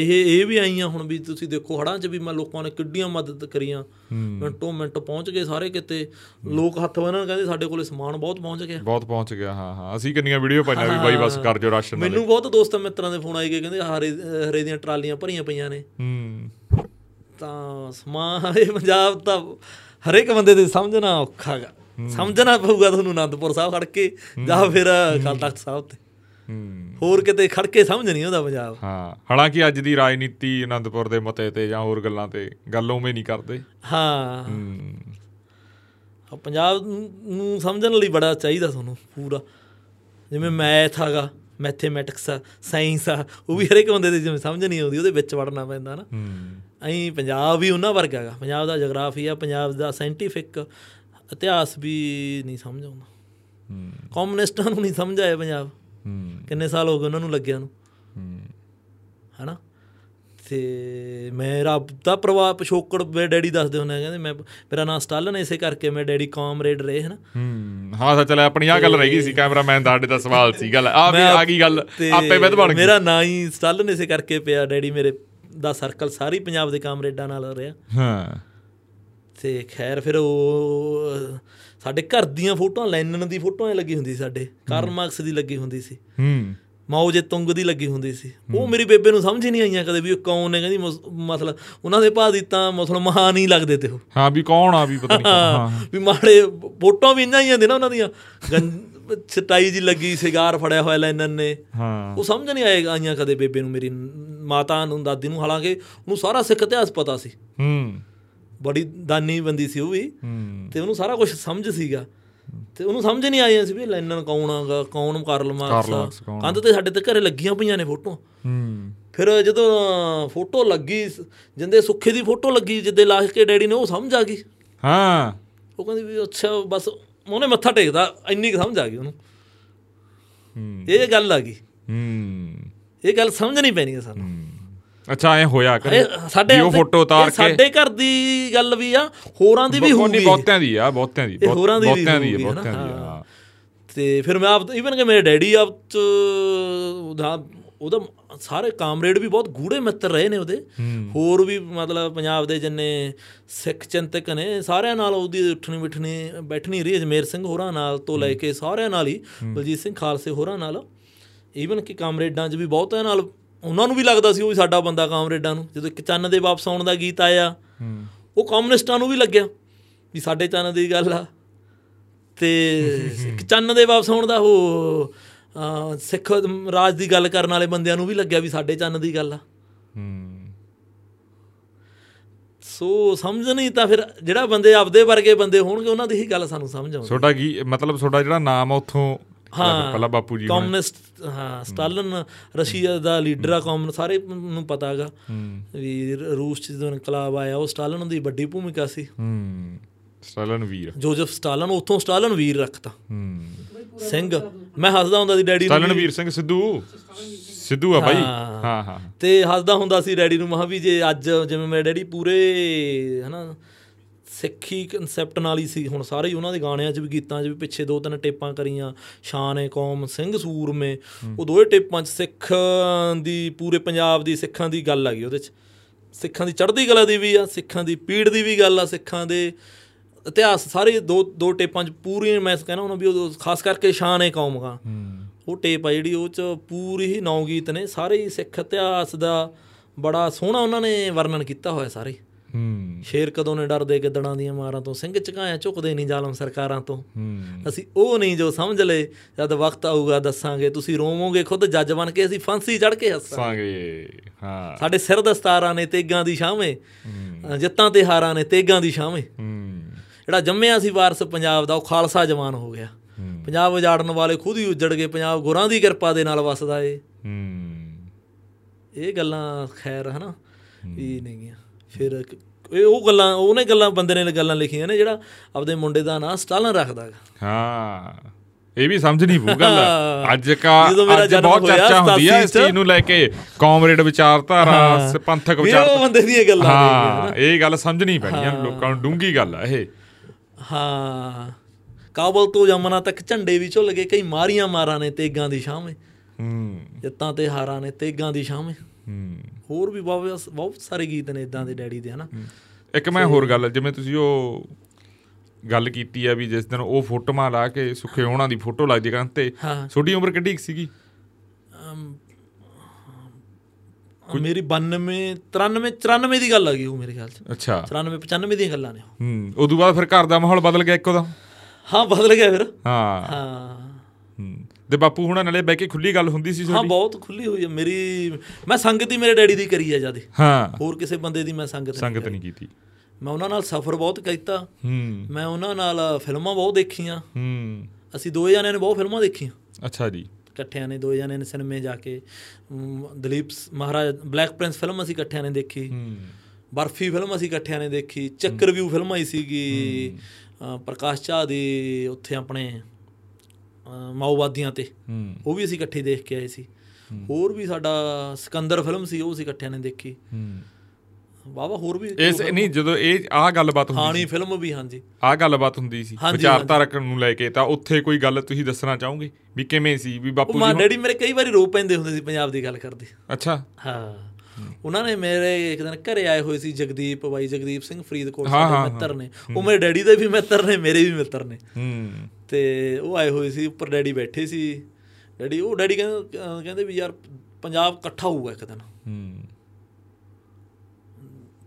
ਇਹ ਇਹ ਵੀ ਆਈਆਂ ਹੁਣ ਵੀ ਤੁਸੀਂ ਦੇਖੋ ਹੜਾਂ 'ਚ ਵੀ ਮੈਂ ਲੋਕਾਂ ਨੇ ਕਿੱਡੀਆਂ ਮਦਦ ਕਰੀਆਂ ਮਿੰਟੋ ਮਿੰਟ ਪਹੁੰਚ ਗਏ ਸਾਰੇ ਕਿਤੇ ਲੋਕ ਹੱਥ ਬੰਨਣ ਕਹਿੰਦੇ ਸਾਡੇ ਕੋਲੇ ਸਮਾਨ ਬਹੁਤ ਪਹੁੰਚ ਗਿਆ
ਬਹੁਤ ਪਹੁੰਚ ਗਿਆ ਹਾਂ ਹਾਂ ਅਸੀਂ ਕਿੰਨੀਆਂ ਵੀਡੀਓ ਪਾਈਆਂ ਵੀ ਬਾਈ ਬਸ ਕਰ ਜੋ ਰਾਸ਼ਨ ਨਾਲ
ਮੈਨੂੰ ਬਹੁਤ ਦੋਸਤਾਂ ਮਿੱਤਰਾਂ ਦੇ ਫੋਨ ਆਏ ਗਏ ਕਹਿੰਦੇ ਹਰੇ ਹਰੇ ਦੀਆਂ ਟਰਾਲੀਆਂ ਭਰੀਆਂ ਪਈਆਂ ਨੇ
ਹੂੰ
ਤਾਂ ਸਮਾਨ ਇਹ ਪੰਜਾਬ ਤਾਂ ਹਰੇਕ ਬੰਦੇ ਦੇ ਸਮਝਣਾ ਔਖਾਗਾ ਸਮਝਣਾ ਪਊਗਾ ਤੁਹਾਨੂੰ ਅਨੰਦਪੁਰ ਸਾਹਿਬ ਖੜ ਕੇ ਜਾਂ ਫਿਰ ਅਕਾਲ ਤਖਤ ਸਾਹਿਬ ਤੇ
ਹੂੰ
ਹੋਰ ਕਿਤੇ ਖੜ ਕੇ ਸਮਝ ਨਹੀਂ ਆਉਂਦਾ ਪੰਜਾਬ
ਹਾਂ ਹਾਲਾਂਕਿ ਅੱਜ ਦੀ ਰਾਜਨੀਤੀ ਆਨੰਦਪੁਰ ਦੇ ਮਤੇ ਤੇ ਜਾਂ ਹੋਰ ਗੱਲਾਂ ਤੇ ਗੱਲ ਉਵੇਂ ਨਹੀਂ ਕਰਦੇ
ਹਾਂ
ਹੂੰ
ਆ ਪੰਜਾਬ ਨੂੰ ਨੂੰ ਸਮਝਣ ਲਈ ਬੜਾ ਚਾਹੀਦਾ ਤੁਹਾਨੂੰ ਪੂਰਾ ਜਿਵੇਂ ਮੈਥ ਹੈਗਾ ਮੈਥਮੈਟਿਕਸ ਆ ਸਾਇੰਸ ਆ ਉਹ ਵੀ ਹਰੇਕ ਬੰਦੇ ਦੇ ਜਿਵੇਂ ਸਮਝ ਨਹੀਂ ਆਉਂਦੀ ਉਹਦੇ ਵਿੱਚ ਵੜਨਾ ਪੈਂਦਾ ਨਾ
ਹੂੰ
ਐਂ ਪੰਜਾਬ ਵੀ ਉਹਨਾਂ ਵਰਗਾ ਹੈਗਾ ਪੰਜਾਬ ਦਾ ਜਗਰਾਫੀਆ ਪੰਜਾਬ ਦਾ ਸਾਇੰਟੀਫਿਕ ਇਤਿਹਾਸ ਵੀ ਨਹੀਂ ਸਮਝ ਆਉਂਦਾ
ਹੂੰ।
ਕਮਿਊਨਿਸਟਾਂ ਨੂੰ ਨਹੀਂ ਸਮਝ ਆਇਆ ਪੰਜਾਬ
ਹੂੰ
ਕਿੰਨੇ ਸਾਲ ਹੋ ਗਏ ਉਹਨਾਂ ਨੂੰ ਲੱਗਿਆ ਨੂੰ
ਹੂੰ
ਹਨਾ ਤੇ ਮੇਰਾ ਦਾ ਪ੍ਰਭਾਵ ਪਿਛੋਕੜ ਮੇਰੇ ਡੈਡੀ ਦੱਸਦੇ ਹੁੰਦੇ ਆ ਕਹਿੰਦੇ ਮੈਂ ਮੇਰਾ ਨਾਂ ਸਟਾਲਨ ਹੈ, ਇਸੇ ਕਰਕੇ ਮੇਰੇ ਡੈਡੀ ਕਾਮਰੇਡ ਰਹੇ ਹਨਾ
ਹੂੰ ਹਾਂ ਸੱਚ ਲੈ ਆਪਣੀ ਆ ਗੱਲ ਰਹਿ ਗਈ ਸੀ ਕੈਮਰਾਮੈਨ ਦਾਡੇ ਦਾ ਸਵਾਲ ਸੀ ਗੱਲ ਆ ਵੀ
ਮੈਂ
ਆ ਗਈ ਗੱਲ
ਤੇ
ਆਪੇ ਵਿਧ ਬਣ ਗਈ
ਮੇਰਾ ਨਾਂ ਹੀ ਸਟਾਲਨ ਇਸੇ ਕਰਕੇ ਪਿਆ ਡੈਡੀ ਮੇਰੇ ਦਾ ਸਰਕਲ ਸਾਰੀ ਪੰਜਾਬ ਦੇ ਕਾਮਰੇਡਾਂ ਨਾਲ ਰਿਹਾ
ਹਾਂ
ਤੇ ਖੈਰ ਫਿਰ ਉਹ ਅਹ, ਸਾਡੇ ਘਰ ਦੀਆਂ ਫੋਟੋਆਂ ਲੈਨਨ ਦੀ ਫੋਟੋਆਂ ਹੀ ਲੱਗੀ ਹੁੰਦੀ ਸੀ ਸਾਡੇ ਕਾਰਲ ਮਾਰਕਸ ਦੀ ਲੱਗੀ ਹੁੰਦੀ ਸੀ
ਹੂੰ
ਮਾਓ ਜੇ ਤੁੰਗ ਦੀ ਲੱਗੀ ਹੁੰਦੀ ਸੀ ਉਹ ਮੇਰੀ ਬੇਬੇ ਨੂੰ ਸਮਝ ਹੀ ਨਹੀਂ ਆਈਆਂ ਕਦੇ ਵੀ ਉਹ ਕੌਣ ਨੇ ਕਹਿੰਦੀ ਮੁਸ- ਮਤਲਬ ਉਹਨਾਂ ਦੇ ਭਾਦੀ ਤਾਂ ਮੁਸਲਮਾਨ ਹੀ ਲੱਗਦੇ ਤੇ ਉਹ
ਹਾਂ ਵੀ ਕੌਣ ਆ ਵੀ ਪਤਾ ਨਹੀਂ ਕੌਣ। ਹਾਂ
ਵੀ ਮਾੜੇ ਫੋਟੋਆਂ ਵੀ ਇੰਨਾਂ ਹੀ ਆਂਦੇ ਨਾ ਉਹਨਾਂ ਦੀਆਂ ਗੰ- ਚਟਾਈ ਜੀ ਲੱਗੀ ਸਿਗਾਰ ਫੜਿਆ ਹੋਇਆ ਲੈਨਨ ਨੇ
ਹਾਂ
ਉਹ ਸਮਝ ਨਹੀਂ ਆਏਗਾ ਆਈਆਂ ਕਦੇ ਬੇਬੇ ਨੂੰ ਮੇਰੀ ਮਾਤਾ ਨੂੰ ਦਾਦੀ ਨੂੰ ਹਾਲਾਂਕਿ ਉਹਨੂੰ ਸਾਰਾ ਸਿੱਖ ਇਤਿਹਾਸ ਪਤਾ ਸੀ
ਹੂੰ
ਬੜੀ ਦਾਨੀ ਬੰਦੀ ਸੀ ਉਹ ਵੀ
ਹੂੰ
ਤੇ ਉਹਨੂੰ ਸਾਰਾ ਕੁਝ ਸਮਝ ਸੀਗਾ ਤੇ ਉਹਨੂੰ ਸਮਝ ਨਹੀਂ ਆਈਆਂ ਸੀ ਵੀ ਲੈਨਨ ਕੌਣ ਆਗਾ ਕੌਣ ਕਾਰਲ ਮਾਰਕਸ
ਮਾਰਕਸ ਕੌਣ
ਕੰਧ ਤੇ ਸਾਡੇ ਤੇ ਘਰੇ ਲੱਗੀਆਂ ਪਈਆਂ ਨੇ ਫੋਟੋਆਂ
ਹੂੰ
ਫਿਰ ਜਦੋਂ ਫੋਟੋ ਲੱਗੀ ਜਿੰਦੇ ਸੁੱਖੇ ਦੀ ਫੋਟੋ ਲੱਗੀ ਜਿੱਦੇ ਲਾਸ਼ ਕੇ ਡੈਡੀ ਨੇ ਉਹ ਸਮਝ ਆ ਗਈ
ਹਾਂ
ਉਹ ਕਹਿੰਦੀ ਵੀ ਅੱਛਾ ਬਸ ਉਹਨੇ ਮੱਥਾ ਟੇਕਦਾ ਇੰਨੀ ਕੁ ਸਮਝ ਆ ਗਈ ਉਹਨੂੰ
ਹੂੰ।
ਇਹ ਗੱਲ ਆ ਗਈ
ਹੂੰ
ਇਹ ਗੱਲ ਸਮਝਣੀ ਪੈਣੀ ਹੈ ਸਾਨੂੰ
ਅੱਛਾ ਐ ਹੋਇਆ ਕਰ
ਇਹ ਸਾਡੇ
ਵੀ ਉਹ
ਆਪਦੇ-
ਫੋਟੋ ਉਤਾਰ
ਇਹ
ਕੇ
ਸਾਡੇ ਘਰ ਦੀ ਗੱਲ ਵੀ ਆ ਹੋਰਾਂ ਦੀ ਵੀ
ਉਹਨੀ
ਹੋਊਗੀ
ਬਹੁਤਿਆਂ ਦੀ ਆ ਬਹੁਤਿਆਂ ਦੀ
ਇਹ ਹੋਰਾਂ ਦੀ ਵੀ
ਬਹੁਤਿਆਂ ਦੀ ਆ,
ਹੋਊਗੀ,
ਬਹੁਤਿਆਂ ਦੀ ਆ,
ਹਨਾ?
ਹਾਂ
ਤੇ ਫਿਰ ਮੈਂ ਆਪ ਈਵਨ ਕਿ ਮੇਰੇ ਡੈਡੀ ਆਪ ਚ ਉਹਦਾ ਉਹਦਾ ਸਾਰੇ ਕਾਮਰੇਡ ਵੀ ਬਹੁਤ ਗੂੜੇ ਮਿੱਤਰ ਰਹੇ ਨੇ ਉਹਦੇ ਹੋਰ ਵੀ ਮਤਲਬ ਪੰਜਾਬ ਦੇ ਜਿੰਨੇ ਸਿੱਖ ਚਿੰਤਕ ਨੇ ਸਾਰਿਆਂ ਨਾਲ ਉਹਦੀ ਉੱਠਣੀ ਬਿਠਣੀ ਬੈਠਣੀ ਰਹੀ ਅਜਮੇਰ ਸਿੰਘ ਹੋਰਾਂ ਨਾਲ ਤੋਂ ਲੈ ਕੇ ਸਾਰਿਆਂ ਨਾਲ ਹੀ ਬਲਜੀਤ ਸਿੰਘ ਖਾਲਸੇ ਹੋਰਾਂ ਨਾਲ ਈਵਨ ਕਿ ਕਾਮਰੇਡਾਂ 'ਚ ਵੀ ਬਹੁਤਿਆਂ ਨਾਲ ਉਹਨਾਂ ਨੂੰ ਵੀ ਲੱਗਦਾ ਸੀ ਉਹ ਵੀ ਸਾਡਾ ਬੰਦਾ ਕਾਮਰੇਡਾਂ ਨੂੰ ਜਦੋਂ ਇੱਕ ਚੰਨ ਦੇ ਵਾਪਸ ਆਉਣ ਦਾ ਗੀਤ ਆਇਆ
ਹੂੰ
ਉਹ ਕਮਿਊਨਿਸਟਾਂ ਨੂੰ ਵੀ ਲੱਗਿਆ ਵੀ ਸਾਡੇ ਚੰਨ ਦੀ ਗੱਲ ਆ ਤੇ ਇੱਕ ਚੰਨ ਦੇ ਵਾਪਸ ਆਉਣ ਦਾ ਉਹ ਅਹ, ਸਿੱਖ ਰਾਜ ਦੀ ਗੱਲ ਕਰਨ ਵਾਲੇ ਬੰਦਿਆਂ ਨੂੰ ਵੀ ਲੱਗਿਆ ਵੀ ਸਾਡੇ ਚੰਨ ਦੀ ਗੱਲ ਆ
ਹੂੰ
ਸੋ ਸਮਝ ਨਹੀਂ ਤਾਂ ਫਿਰ ਜਿਹੜਾ ਬੰਦੇ ਆਪਦੇ ਵਰਗੇ ਬੰਦੇ ਹੋਣਗੇ ਉਹਨਾਂ ਦੀ ਹੀ ਗੱਲ ਸਾਨੂੰ ਸਮਝ ਆਉਂਦੀ
ਤੁਹਾਡਾ ਕੀ ਮਤਲਬ ਤੁਹਾਡਾ ਜਿਹੜਾ ਨਾਮ ਆ ਉੱਥੋਂ
ਹਾਂ।
ਪਹਿਲਾਂ ਬਾਪੂ ਜੀ ਹੋਣੇ।
ਕਮਿਊਨਿਸਟ ਹਾਂ ਸਟਾਲਨ ਰਸ਼ੀਆ ਦਾ ਲੀਡਰ ਆ ਕਮਿਊਨ ਸਾਰੇ ਨੂੰ ਪਤਾ ਹੈਗਾ
ਹੂੰ
ਵੀ ਰ- ਰੂਸ ਚ ਜਦੋਂ ਇਨਕਲਾਬ ਆਇਆ ਉਹ ਸਟਾਲਨ ਦੀ ਵੱਡੀ ਭੂਮਿਕਾ ਸੀ
ਹੂੰ ਸਟਾਲਨ ਵੀਰ
ਜੋਜ਼ef ਸਟਾਲਨ ਉੱਥੋਂ ਸਟਾਲਨ ਵੀਰ ਰੱਖਤਾ
ਹੂੰ
ਸਿੰਘ ਮੈਂ ਹੱਸਦਾ ਹੁੰਦਾ ਸੀ ਡੈਡੀ ਨੂੰ
ਸਟਾਲਨ ਵੀਰ ਸਿੰਘ ਸਿੱਧੂ ਸਿੱਧੂ ਆ ਬਾਈ
ਹਾਂ।
ਹਾਂ ਹਾਂ
ਤੇ ਹੱਸਦਾ ਹੁੰਦਾ ਸੀ ਡੈਡੀ ਨੂੰ ਮਹਾ ਵੀ ਜੇ ਅੱਜ ਜਿਵੇਂ ਮੇਰੇ ਡੈਡੀ ਪੂਰੇ ਹਨਾ ਸਿੱਖੀ ਕਨਸੈਪਟ ਨਾਲ ਹੀ ਸੀ ਹੁਣ ਸਾਰੇ ਹੀ ਉਹਨਾਂ ਦੇ ਗਾਣਿਆਂ 'ਚ ਵੀ ਗੀਤਾਂ 'ਚ ਵੀ ਪਿੱਛੇ ਦੋ ਤਿੰਨ ਟੇਪਾਂ ਕਰੀਆਂ ਸ਼ਾਨ ਏ ਕੌਮ ਸਿੰਘ ਸੂਰਮੇ ਉਹ ਦੋਏ ਟੇਪਾਂ 'ਚ ਸਿੱਖ ਦੀ ਪੂਰੇ ਪੰਜਾਬ ਦੀ ਸਿੱਖਾਂ ਦੀ ਗੱਲ ਆ ਗਈ ਉਹਦੇ 'ਚ ਸਿੱਖਾਂ ਦੀ ਚੜ੍ਹਦੀ ਕਲਾ ਦੀ ਵੀ ਆ ਸਿੱਖਾਂ ਦੀ ਪੀੜ ਦੀ ਵੀ ਗੱਲ ਆ ਸਿੱਖਾਂ ਦੇ ਇਤਿਹਾਸ ਸਾਰੇ ਦੋ ਦੋ ਟੇਪਾਂ 'ਚ ਪੂਰੀਆਂ ਮੈਂ ਕਹਿੰਦਾ ਉਹਨਾਂ ਵੀ ਉਹ ਖਾਸ ਕਰਕੇ ਸ਼ਾਨ ਏ ਕੌਮ ਦਾ ਉਹ ਟੇਪ ਆ ਜਿਹੜੀ ਉਹ ਚ ਪੂਰੀ ਹੀ ਨੌ ਗੀਤ ਨੇ ਸਾਰੇ ਹੀ ਸਿੱਖ ਇਤਿਹਾਸ ਦਾ ਬੜਾ ਸੋਹਣਾ ਉਹਨਾਂ ਨੇ ਵਰਣਨ ਕੀਤਾ ਹੋਇਆ ਸਾਰੇ ਹੀ।
ਹੂੰ
ਸ਼ੇਰ ਕਦੋਂ ਨੇ ਡਰਦੇ ਗਿੱਦੜਾਂ ਦੀਆਂ ਮਾਰਾਂ ਤੋਂ ਸਿੰਘ ਝੁਕਾਇਆ ਝੁਕਦੇ ਨਹੀਂ ਜ਼ਾਲਮ ਸਰਕਾਰਾਂ ਤੋਂ
ਹੂੰ
ਅਸੀਂ ਉਹ ਨਹੀਂ ਜੋ ਸਮਝ ਲਏ ਜਦ ਵਕਤ ਆਊਗਾ ਦੱਸਾਂਗੇ ਤੁਸੀਂ ਰੋਵੋਗੇ ਖੁਦ ਜੱਜ ਬਣ ਕੇ ਅਸੀਂ ਫਾਂਸੀ ਚੜ ਕੇ ਹੱਸਾਂ
ਸਾਂਗੇ ਹਾਂ
ਸਾਡੇ ਸਿਰ ਦਸਤਾਰਾਂ ਨੇ ਤੇਗਾਂ ਦੀ ਛਾਵੇਂ ਅ, ਜਿੱਤਾਂ ਤੇ ਹਾਰਾਂ ਨੇ ਤੇਗਾਂ ਦੀ ਛਾਵੇਂ
ਹੂੰ
ਜਿਹੜਾ ਜੰਮਿਆ ਸੀ ਵਾਰਸ ਪੰਜਾਬ ਦਾ ਉਹ ਖਾਲਸਾ ਜਵਾਨ ਹੋ ਗਿਆ
ਹੂੰ।
ਪੰਜਾਬ ਉਜਾੜਨ ਵਾਲੇ ਖੁਦ ਹੀ ਉਜੜ ਗਏ ਪੰਜਾਬ ਗੁਰਾਂ ਦੀ ਕਿਰਪਾ ਦੇ ਨਾਲ ਵਸਦਾ ਏ
ਹੂੰ
ਇਹ ਗੱਲਾਂ ਖੈਰ ਹਨਾ ਇਹ ਨਹੀਂ ਗਿਆ ਫਿਰ ਇੱਕ- ਇਹ ਉਹ ਗੱਲਾਂ ਉਹਨੇ ਗੱਲਾਂ ਬੰਦੇ ਨੇ ਗੱਲਾਂ ਲਿਖੀਆਂ ਨੇ ਜਿਹੜਾ ਆਪਦੇ ਮੁੰਡੇ ਦਾ ਨਾਂ ਸਟਾਲਨ ਰੱਖਦਾ ਗਾ।
ਹਾਂ ਇਹ ਵੀ ਸਮਝਣੀ ਪਊ ਗੱਲ ਅੱਜ ਕਾ
ਜਦੋਂ ਮੇਰਾ
ਅੱਜ
ਜਨਮ
ਬਹੁਤ
ਹੋਇਆ,
ਚਰਚਾ ਹੁੰਦੀ ਆ ਇਸ
87
ਚੀਜ਼ ਨੂੰ ਲੈ ਕੇ ਕਾਮਰੇਡ ਵਿਚਾਰਧਾਰਾ ਸ- ਪੰਥਕ
ਵੀ ਉਹ
ਵਿਚਾਰਧਾਰਾ
ਬੰਦੇ ਦੀਆਂ ਗੱਲਾਂ ਨੇ
ਹਾਂ ਇਹ ਗੱਲ ਸਮਝਣੀ ਪੈਣੀ ਆ ਲੋਕਾਂ ਨੂੰ ਡੂੰਗੀ ਗੱਲ ਆ ਇਹ
ਹਾਂ ਕਾਬਲ ਤੋਂ ਜਮਨਾ ਤੱਕ ਝੰਡੇ ਵੀ ਝੁੱਲ ਗਏ ਕਈ ਮਾਰੀਆਂ ਮਾਰਾਂ ਨੇ ਤੇਗਾਂ ਦੀ ਛਾਵੇਂ
ਹੂੰ
ਜਿੱਤਾਂ ਤੇ ਹਾਰਾਂ ਨੇ ਤੇਗਾਂ ਦੀ ਛਾਵੇਂ
ਹੂੰ
ਹੋਰ ਵੀ ਬਹੁਤ ਬਹੁਤ ਸਾਰੇ ਗੀਤ ਨੇ ਇਦਾਂ ਦੇ ਡੈਡੀ ਦੇ ਹਨਾ
ਇੱਕ ਮੈਂ ਹੋਰ ਗੱਲ ਜਿਵੇਂ ਤੁਸੀਂ ਉਹ ਗੱਲ ਕੀਤੀ ਆ ਵੀ ਜਿਸ ਦਿਨ ਉਹ ਫੋਟੋਆਂ ਲਾ ਕੇ ਸੁੱਖੇ ਹੋਣਾ ਦੀ ਫੋਟੋ ਲੱਗਦੀ ਕੰਨ ਤੇ
ਹਾਂ।
ਛੋਟੀ ਉਮਰ ਕਿੱਡੀ ਕੁ ਸੀਗੀ
ਅਮ, ਮੇਰੀ 92 93 94 ਦੀ ਗੱਲ ਆ ਗਈ ਉਹ ਮੇਰੇ ਖਿਆਲ ਚ
ਅੱਛਾ
94 95 ਦੀਆਂ ਗੱਲਾਂ ਨੇ ਉਹ।
ਹੂੰ ਉਦੋਂ ਬਾਅਦ ਫਿਰ ਘਰ ਦਾ ਮਾਹੌਲ ਬਦਲ ਗਿਆ ਇੱਕੋ ਦਾ
ਹਾਂ ਬਦਲ ਗਿਆ ਫਿਰ
ਹਾਂ
ਹਾਂ
ਹੂੰ। ਤੇ ਬਾਪੂ ਹੁਣਾਂ ਨਾਲੇ ਬਹਿ ਕੇ ਖੁੱਲੀ ਗੱਲ ਹੁੰਦੀ ਸੀ
ਹਾਂ
ਤੁਹਾਡੀ
ਬਹੁਤ ਖੁੱਲੀ ਹੋਈ ਹੈ ਮੇਰੀ ਮੈਂ ਸੰਗਤ ਹੀ ਮੇਰੇ ਡੈਡੀ ਦੀ ਕਰੀ ਆ ਜਿਆਦੇ
ਹਾਂ
ਹੋਰ ਕਿਸੇ ਬੰਦੇ ਦੀ ਮੈਂ ਸੰਗਤ ਨਹੀਂ
ਸੰਗਤ ਨਹੀਂ ਕੀਤੀ
ਮੈਂ ਉਹਨਾਂ ਨਾਲ ਸਫ਼ਰ ਬਹੁਤ ਕੀਤਾ
ਹੂੰ
ਮੈਂ ਉਹਨਾਂ ਨਾਲ ਫਿਲਮਾਂ ਬਹੁਤ ਦੇਖੀਆਂ
ਹੂੰ
ਅਸੀਂ ਦੋ ਜਣਿਆਂ ਨੇ ਬਹੁਤ ਫਿਲਮਾਂ ਦੇਖੀਆਂ
ਅੱਛਾ ਜੀ
ਇਕੱਠਿਆਂ ਨੇ ਦੋ ਜਣਿਆਂ ਨੇ ਸਿਨੇਮੇ ਜਾ ਕੇ ਅਮ, ਦਲੀਪ ਸ- ਮਹਾਰਾਜ ਬਲੈਕ ਪ੍ਰਿੰਸ ਫਿਲਮ ਅਸੀਂ ਇਕੱਠਿਆਂ ਨੇ ਦੇਖੀ
ਹੂੰ
ਬਰਫੀ ਫਿਲਮ ਅਸੀਂ ਇਕੱਠਿਆਂ ਨੇ ਦੇਖੀ ਚੱਕਰ ਵਿਊ ਫਿਲਮ ਆਈ ਸੀਗੀ ਅ, ਪ੍ਰਕਾਸ਼ ਝਾ ਦੀ ਉੱਥੇ ਆਪਣੇ ਅ, ਮਾਓਵਾਦੀਆਂ ਤੇ
ਹੂੰ
ਉਹ ਵੀ ਅਸੀਂ ਇਕੱਠੇ ਦੇਖ ਕੇ ਆਏ ਸੀ ਹੋਰ ਵੀ ਸਾਡਾ ਸਿਕੰਦਰ ਫਿਲਮ ਸੀ ਉਹ ਅਸੀਂ ਇਕੱਠਿਆਂ ਨੇ ਦੇਖੀ
ਹੂੰ
ਵਾਵਾ ਹੋਰ ਵੀ
ਇਸ ਨਹੀਂ ਜਦੋਂ ਇਹ ਆਹ ਗੱਲਬਾਤ ਹੁੰਦੀ
ਖਾਣੀ ਫਿਲਮ ਵੀ ਹਾਂਜੀ
ਆਹ ਗੱਲਬਾਤ ਹੁੰਦੀ ਸੀ
ਹਾਂਜੀ,
ਵਿਚਾਰਤਾ ਰੱਖਣ ਨੂੰ ਲੈ ਕੇ ਤਾਂ ਉੱਥੇ ਕੋਈ ਗੱਲ ਤੁਸੀਂ ਦੱਸਣਾ ਚਾਹੋਗੇ ਵੀ ਕਿਵੇਂ ਸੀ ਵੀ ਬਾਪੂ
ਉਹ
ਜੀ
ਮਾਂ
ਹੁਣ-
ਡੈਡੀ ਮੇਰੇ ਕਈ ਵਾਰੀ ਰੋ ਪੈਂਦੇ ਹੁੰਦੇ ਸੀ ਪੰਜਾਬ ਦੀ ਗੱਲ ਕਰਦੇ
ਅੱਛਾ
ਹਾਂ ਉਹਨਾਂ ਨੇ ਮੇਰੇ ਇੱਕ ਦਿਨ ਘਰੇ ਆਏ ਹੋਏ ਸੀ ਜਗਦੀਪ ਬਾਈ ਜਗਦੀਪ ਸਿੰਘ ਫਰੀਦਕੋਟ
ਹਾਂ, ਹਾਂ,
ਸਾਡੇ ਮਿੱਤਰ ਨੇ ਉਹ ਮੇਰੇ ਡੈਡੀ ਦੇ ਵੀ ਮਿੱਤਰ ਨੇ ਮੇਰੇ ਵੀ ਮਿੱਤਰ ਨੇ
ਹੂੰ
ਤੇ ਉਹ ਆਏ ਹੋਏ ਸੀ ਉੱਪਰ ਡੈਡੀ ਬੈਠੇ ਸੀ ਡੈਡੀ ਉਹ ਡੈਡੀ ਕਹਿੰਦੇ ਅਹ ਕਹਿੰਦੇ ਵੀ ਯਾਰ ਪੰਜਾਬ ਇਕੱਠਾ ਹੋਊਗਾ ਇੱਕ ਦਿਨ
ਹੂੰ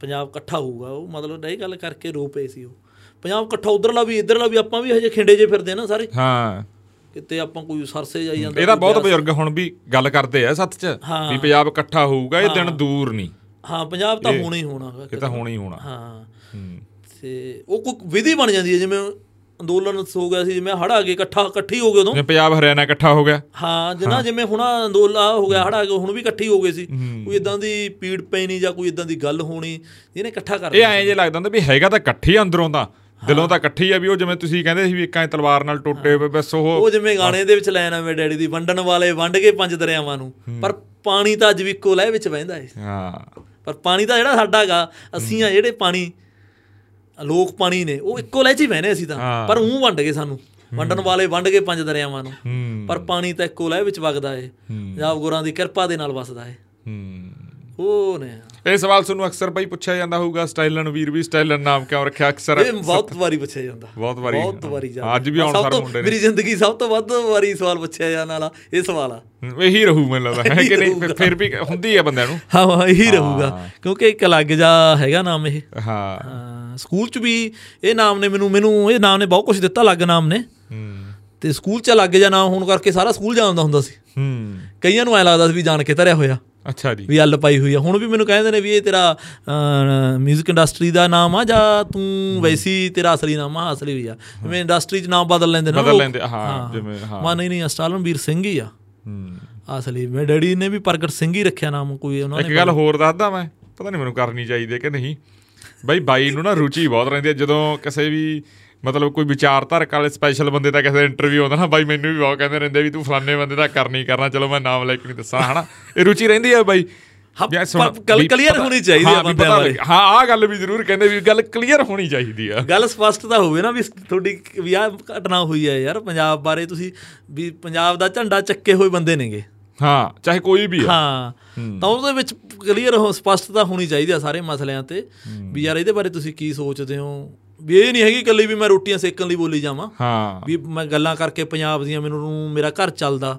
ਪੰਜਾਬ ਇਕੱਠਾ ਹੋਊਗਾ ਉਹ ਮਤਲਬ ਇਹ ਗੱਲ ਕਰਕੇ ਰੋ ਪਏ ਸੀ ਉਹ ਪੰਜਾਬ ਇਕੱਠਾ ਉਧਰਲਾ ਵੀ ਇਧਰਲਾ ਵੀ ਆਪਾਂ ਵੀ ਹਜੇ ਖਿੰਡੇ ਜੇ ਫਿਰਦੇ ਆ ਨਾ ਸਾਰੇ
ਹਾਂ
ਕਿਤੇ ਆਪਾਂ ਕੋਈ ਸਰਸੇ ਜਾਈ ਜਾਂਦਾ
ਇਹਦਾ ਬਹੁਤ ਬਜ਼ੁਰਗ ਹੁਣ ਵੀ ਗੱਲ ਕਰਦੇ ਆ ਸੱਚ ਚ
ਹਾਂ।
ਵੀ ਪੰਜਾਬ ਇਕੱਠਾ ਹੋਊਗਾ ਇਹ ਦਿਨ ਦੂਰ ਨਹੀਂ
ਹਾਂ ਪੰਜਾਬ ਤਾਂ ਹੋਣਾ ਹੀ ਹੋਣਾ ਗਾ।
ਇਹ ਤਾਂ ਹੋਣਾ ਹੀ ਹੋਣਾ
ਹਾਂ
ਹੂੰ
ਤੇ ਉਹ ਕੋਈ ਵਿਧੀ ਬਣ ਜਾਂਦੀ ਹੈ ਜਿਵੇਂ ਅੰਦੋਲਨ ਹੋ ਗਿਆ ਸੀ ਜਿਵੇਂ ਹੜ ਆ ਗਏ ਇਕੱਠਾ ਇਕੱਠੀ ਹੋ ਗਏ ਉਦੋਂ
ਜਿਵੇਂ ਪੰਜਾਬ ਹਰਿਆਣਾ ਇਕੱਠਾ ਹੋ ਗਿਆ
ਹਾਂ ਜਿਨਾ ਜਿਵੇਂ ਹੁਣ ਆਹ ਅੰਦੋਲਨ ਆਹ ਹੋ ਗਿਆ ਹੜ ਆ ਗਿਆ ਹੁਣ ਵੀ ਇਕੱਠੀ ਹੋ ਗਏ ਸੀ ਕੋਈ ਇਦਾਂ ਦੀ ਪੀੜ ਪੈਣੀ ਜਾਂ ਕੋਈ ਇਦਾਂ ਦੀ ਗੱਲ ਹੋਣੀ ਜਿਹਨੇ ਇਕੱਠਾ ਕਰ
ਇਹ ਐਂ ਜੇ ਲੱਗਦਾ ਹੁੰਦਾ ਵੀ ਹੈਗਾ ਤਾਂ ਇਕੱਠੀ ਆ ਅੰਦਰੋਂ ਤਾਂ ਦਿਲੋਂ ਤਾਂ ਇਕੱਠੀ ਆ ਵੀ ਉਹ ਜਿਵੇਂ ਤੁਸੀਂ ਕਹਿੰਦੇ ਸੀ ਵੀ ਇੱਕਾਂ ਤਲਵਾਰ ਨਾਲ ਟੁੱਟੇ ਹੋਏ ਬਸ ਉਹ
ਉਹ ਜਿਵੇਂ ਗਾਣੇ ਦੇ ਵਿੱਚ ਲੈਣ ਆ ਮੇਰੇ ਡੈਡੀ ਦੀ ਵੰਡਣ ਵਾਲੇ ਵੰਡ ਕੇ ਪੰਜ ਦਰਿਆਵਾਂ ਨੂੰ ਪਰ ਪਾਣੀ ਤਾਂ ਅੱਜ ਵੀ ਇੱਕੋ ਲਹਿ ਵਿੱਚ ਵਹਿੰਦਾ ਏ
ਹਾਂ
ਪਰ ਪਾਣੀ ਤਾਂ ਜਿਹੜਾ ਸਾਡਾ ਗਾ ਅਸੀਂ ਆ ਜਿਹੜੇ ਪਾਣੀ ਲੋਕ ਪਾਣੀ ਨੇ ਉਹ ਇੱਕੋ ਲਹਿ ਚ ਹੀ ਵਹਿੰਦੇ ਅਸੀਂ ਤਾਂ
ਹਾਂ।
ਪਰ ਉਹ ਵੰਡ ਗਏ ਸਾਨੂੰ ਵੰਡਣ ਵਾਲੇ ਵੰਡ ਕੇ ਪੰਜ ਦਰਿਆਵਾਂ ਨੂੰ
ਹੂੰ
ਪਰ ਪਾਣੀ ਤਾਂ ਇੱਕੋ ਲਹਿ ਵਿੱਚ ਵਗਦਾ ਏ
ਹੂੰ।
ਪੰਜਾਬ ਗੁਰਾਂ ਦੀ ਕਿਰਪਾ ਦੇ ਨਾਲ ਵਸਦਾ ਏ
ਹੂੰ
ਉਹ ਨੇ
ਇਹ ਸਵਾਲ ਤੁਹਾਨੂੰ ਅਕਸਰ ਬਈ ਪੁੱਛਿਆ ਜਾਂਦਾ ਹੋਊਗਾ ਸਟਾਈਲਨ ਵੀਰ ਵੀ ਸਟਾਈਲਨ ਨਾਮ ਕਿਉਂ ਰੱਖਿਆ ਅਕਸਰ
ਇਹ ਬਹੁਤ ਵਾਰੀ ਪੁੱਛਿਆ ਜਾਂਦਾ
ਬਹੁਤ ਵਾਰੀ
ਬਹੁਤ ਵਾਰੀ ਜਾਂਦਾ
ਅੱਜ ਵੀ ਆਉਣ
ਸਭ
ਸਾਰ
ਤੋਂ-
ਮੁੰਡੇ ਨੇ
ਮੇਰੀ ਜ਼ਿੰਦਗੀ ਸਭ ਤੋਂ ਵੱਧ ਵਾਰੀ ਸਵਾਲ ਪੁੱਛਿਆ ਜਾਣ ਵਾਲਾ ਇਹ ਸਵਾਲ ਆ
ਹੂੰ, ਇਹੀ ਰਹੂ ਮੈਨੂੰ ਲੱਗਦਾ ਹੈ ਕਿ ਨਹੀਂ ਫਿਰ- ਫਿਰ ਵੀ ਹੁੰਦੀ ਆ ਬੰਦਿਆਂ ਨੂੰ
ਹਾਂ ਹਾਂ ਇਹੀ ਰਹੂਗਾ ਕਿਉਂਕਿ ਇੱਕ ਅਲੱਗ ਜਿਹਾ ਹੈਗਾ ਨਾਮ ਇਹ
ਹਾਂ
ਹਾਂ, ਸਕੂਲ ਚ ਵੀ ਇਹ ਨਾਮ ਨੇ ਮੈਨੂੰ ਮੈਨੂੰ ਇਹ ਨਾਮ ਨੇ ਬਹੁਤ ਕੁਝ ਦਿੱਤਾ ਅਲੱਗ ਨਾਮ ਨੇ
ਹੂੰ
ਤੇ ਸਕੂਲ ਚ ਅਲੱਗ ਜਿਹਾ ਨਾਮ ਹੋਣ ਕਰਕੇ ਸਾਰਾ ਸਕੂਲ ਜਾਣਦਾ ਹੁੰਦਾ ਸੀ
ਹੂੰ
ਕਈਆਂ ਨੂੰ ਐ ਲੱਗਦਾ ਸੀ ਵੀ ਜਾਣ ਕੇ ਧਰਿਆ ਹੋਇਆ
ਅੱਛਾ ਜੀ
ਵੀ ਅੱਲ ਪਾਈ ਹੋਈ ਆ ਹੁਣ ਵੀ ਮੈਨੂੰ ਕਹਿੰਦੇ ਨੇ ਵੀ ਇਹ ਤੇਰਾ 뮤직 ਇੰਡਸਟਰੀ ਦਾ ਨਾਮ ਆ ਜਾਂ ਤੂੰ ਵੈਸੀ ਤੇਰਾ ਅਸਲੀ ਨਾਮ ਆ ਅਸਲੀ ਵੀ ਆ ਜਿਵੇਂ ਇੰਡਸਟਰੀ 'ਚ ਨਾਮ ਬਦਲ ਲੈਂਦੇ ਨੇ ਨਾ
ਬਦਲ
ਲੋਕ।
ਲੈਂਦੇ, ਹਾਂ, ਜਿਵੇਂ, ਹਾਂ।
ਮੈਂ ਨਹੀਂ ਨਹੀਂ ਸਟਾਲਨ ਵੀਰ ਸਿੰਘ ਹੀ ਆ
ਹੂੰ
ਅਸਲੀ ਮੇਰੇ ਡੈਡੀ ਨੇ ਵੀ ਪ੍ਰਗਟ ਸਿੰਘ ਹੀ ਰੱਖਿਆ ਨਾਮ ਕੋਈ ਉਹਨਾਂ
ਇੱਕ
ਨੇ
ਗੱਲ ਹੋਰ ਦੱਸਦਾ ਮੈਂ ਪਤਾ ਨਹੀਂ ਮੈਨੂੰ ਕਰਨੀ ਚਾਹੀਦੀ ਹੈ ਕਿ ਨਹੀਂ ਬਈ ਬਾਈ ਨੂੰ ਨਾ ਰੁਚੀ ਬਹੁਤ ਰਹਿੰਦੀ ਹੈ ਜਦੋਂ ਕਿਸੇ ਵੀ ਮਤਲਬ ਕੋਈ ਵਿਚਾਰਧਾਰਕ ਵਾਲੇ ਸਪੈਸ਼ਲ ਬੰਦੇ ਤਾਂ ਕਿਸੇ ਇੰਟਰਵਿਊ ਆਉਂਦਾ ਨਾ ਬਾਈ ਮੈਨੂੰ ਵੀ ਬਹੁਤ ਕਹਿੰਦੇ ਰਹਿੰਦੇ ਵੀ ਤੂੰ ਫਲਾਣੇ ਬੰਦੇ ਦਾ ਕਰਨੀ ਕਰਨਾ ਚਲੋ ਮੈਂ ਨਾਮ ਲੈ ਕੇ ਨਹੀਂ ਦੱਸਾਂ ਹਨਾ ਇਹ ਰੁਚੀ ਰਹਿੰਦੀ ਆ ਬਾਈ
ਹਾਂ,
ਵੀ ਇਹ ਸੁਣ-
ਪਰ ਗੱਲ
ਵੀ
clear
ਪਤਾ-
ਹੋਣੀ ਚਾਹੀਦੀ ਆ
ਹਾਂ, ਵੀ
ਬੰਦਿਆਂ
ਪਤਾ
ਬਾਰੇ।
ਲੱਗ- ਹਾਂ ਆਹ ਗੱਲ ਵੀ ਜ਼ਰੂਰ ਕਹਿੰਦੇ ਵੀ ਗੱਲ ਕਲੀਅਰ ਹੋਣੀ ਚਾਹੀਦੀ ਆ
ਗੱਲ ਸਪਸ਼ਟ ਤਾਂ ਹੋਵੇ ਨਾ ਵੀ ਤੁਹਾਡੀ ਵੀ ਆਹ ਘਟਨਾ ਹੋਈ ਹੈ ਯਾਰ ਪੰਜਾਬ ਬਾਰੇ ਤੁਸੀਂ ਵੀ ਪੰਜਾਬ ਦਾ ਝੰਡਾ ਚੱਕੇ ਹੋਏ ਬੰਦੇ ਨੇਗੇ
ਹਾਂ ਚਾਹੇ ਕੋਈ ਵੀ ਆ
ਹਾਂ ਤਾਂ ਉਹਦੇ ਵਿੱਚ ਕਲੀਅਰ ਹੋ ਸਪਸ਼ਟਤਾ ਹੋਣੀ ਚਾਹੀਦੀ ਆ ਸਾਰੇ ਮਸਲਿਆਂ ਤੇ ਵੀ ਯਾਰ ਇਹਦੇ ਬਾਰੇ ਤੁਸੀਂ ਕੀ ਸੋਚਦੇ ਹੋ ਵੀ ਇਹ ਨਹੀਂ ਹੈਗੀ ਇਕੱਲੀ ਵੀ ਮੈਂ ਰੋਟੀਆਂ ਸੇਕਣ ਲਈ ਬੋਲੀ ਜਾਵਾਂ
ਹਾਂ
ਵੀ ਮੈਂ ਗੱਲਾਂ ਕਰਕੇ ਪੰਜਾਬ ਦੀਆਂ ਮੈਨੂੰ ਮੇਰਾ ਘਰ ਚੱਲਦਾ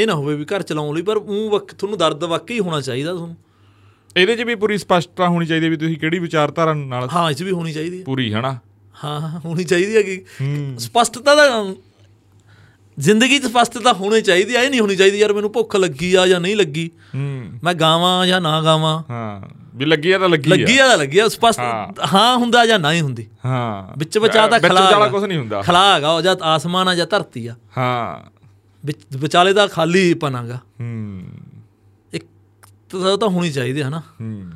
ਇਹ ਨਾ ਹੋਵੇ ਵੀ ਘਰ ਚਲਾਉਣ ਲਈ ਪਰ ਉਹ ਤੁਹਾਨੂੰ ਦਰਦ ਵਾਕਈ ਹੋਣਾ ਚਾਹੀਦਾ ਤੁਹਾਨੂੰ
ਇਹਦੇ 'ਚ ਵੀ ਪੂਰੀ ਸਪਸ਼ਟਤਾ ਹੋਣੀ ਚਾਹੀਦੀ ਹੈ ਵੀ ਤੁਸੀਂ ਕਿਹੜੀ ਵਿਚਾਰਧਾਰਾ ਨਾਲ
ਹਾਂ ਇਸ ਵੀ ਹੋਣੀ ਚਾਹੀਦੀ ਹੈ
ਪੂਰੀ ਹਨਾ
ਹਾਂ ਹੋਣੀ ਚਾਹੀਦੀ ਹੈ ਕਿ ਸਪਸ਼ਟਤਾ ਦਾ ਜ਼ਿੰਦਗੀ 'ਚ ਸਪਸ਼ਟਤਾ ਹੋਣੀ ਚਾਹੀਦੀ ਆ ਇਹ ਨਹੀਂ ਹੋਣੀ ਚਾਹੀਦੀ ਯਾਰ ਮੈਨੂੰ ਭੁੱਖ ਲੱਗੀ ਆ ਜਾਂ ਨਹੀਂ ਲੱਗੀ
ਹੂੰ
ਮੈਂ ਗਾਵਾਂ ਜਾਂ ਨਾ ਗਾਵਾਂ
ਹਾਂ ਵੀ ਲੱਗੀ ਆ ਤਾਂ ਲੱਗੀ ਆ
ਲੱਗੀ ਆ ਤਾਂ ਲੱਗੀ ਆ ਸਪਸ਼ਟ ਹਾਂ ਹੁੰਦਾ ਜਾਂ ਨਹੀਂ ਹੁੰਦੀ
ਹਾਂ
ਵਿੱਚ ਵਿਚਾਰ ਦਾ
ਵਿੱਚ
ਖਲਾ
ਵਿਚਾਲਾ
ਹੈਗਾ।
ਕੁਝ ਨਹੀਂ ਹੁੰਦਾ
ਖਲਾ ਹੈਗਾ ਉਹ ਜਾਂ ਆਸਮਾਨ ਆ ਜਾਂ ਧਰਤੀ ਆ
ਹਾਂ
ਵਿੱਚ ਵਿਚਾਲੇ ਦਾ ਖਾਲੀ ਪਨਾਗਾ
ਹੂੰ
ਇੱਕ ਤਾਂ ਤਾਂ ਹੋਣੀ ਚਾਹੀਦੀ ਹੈ ਨਾ
ਹੂੰ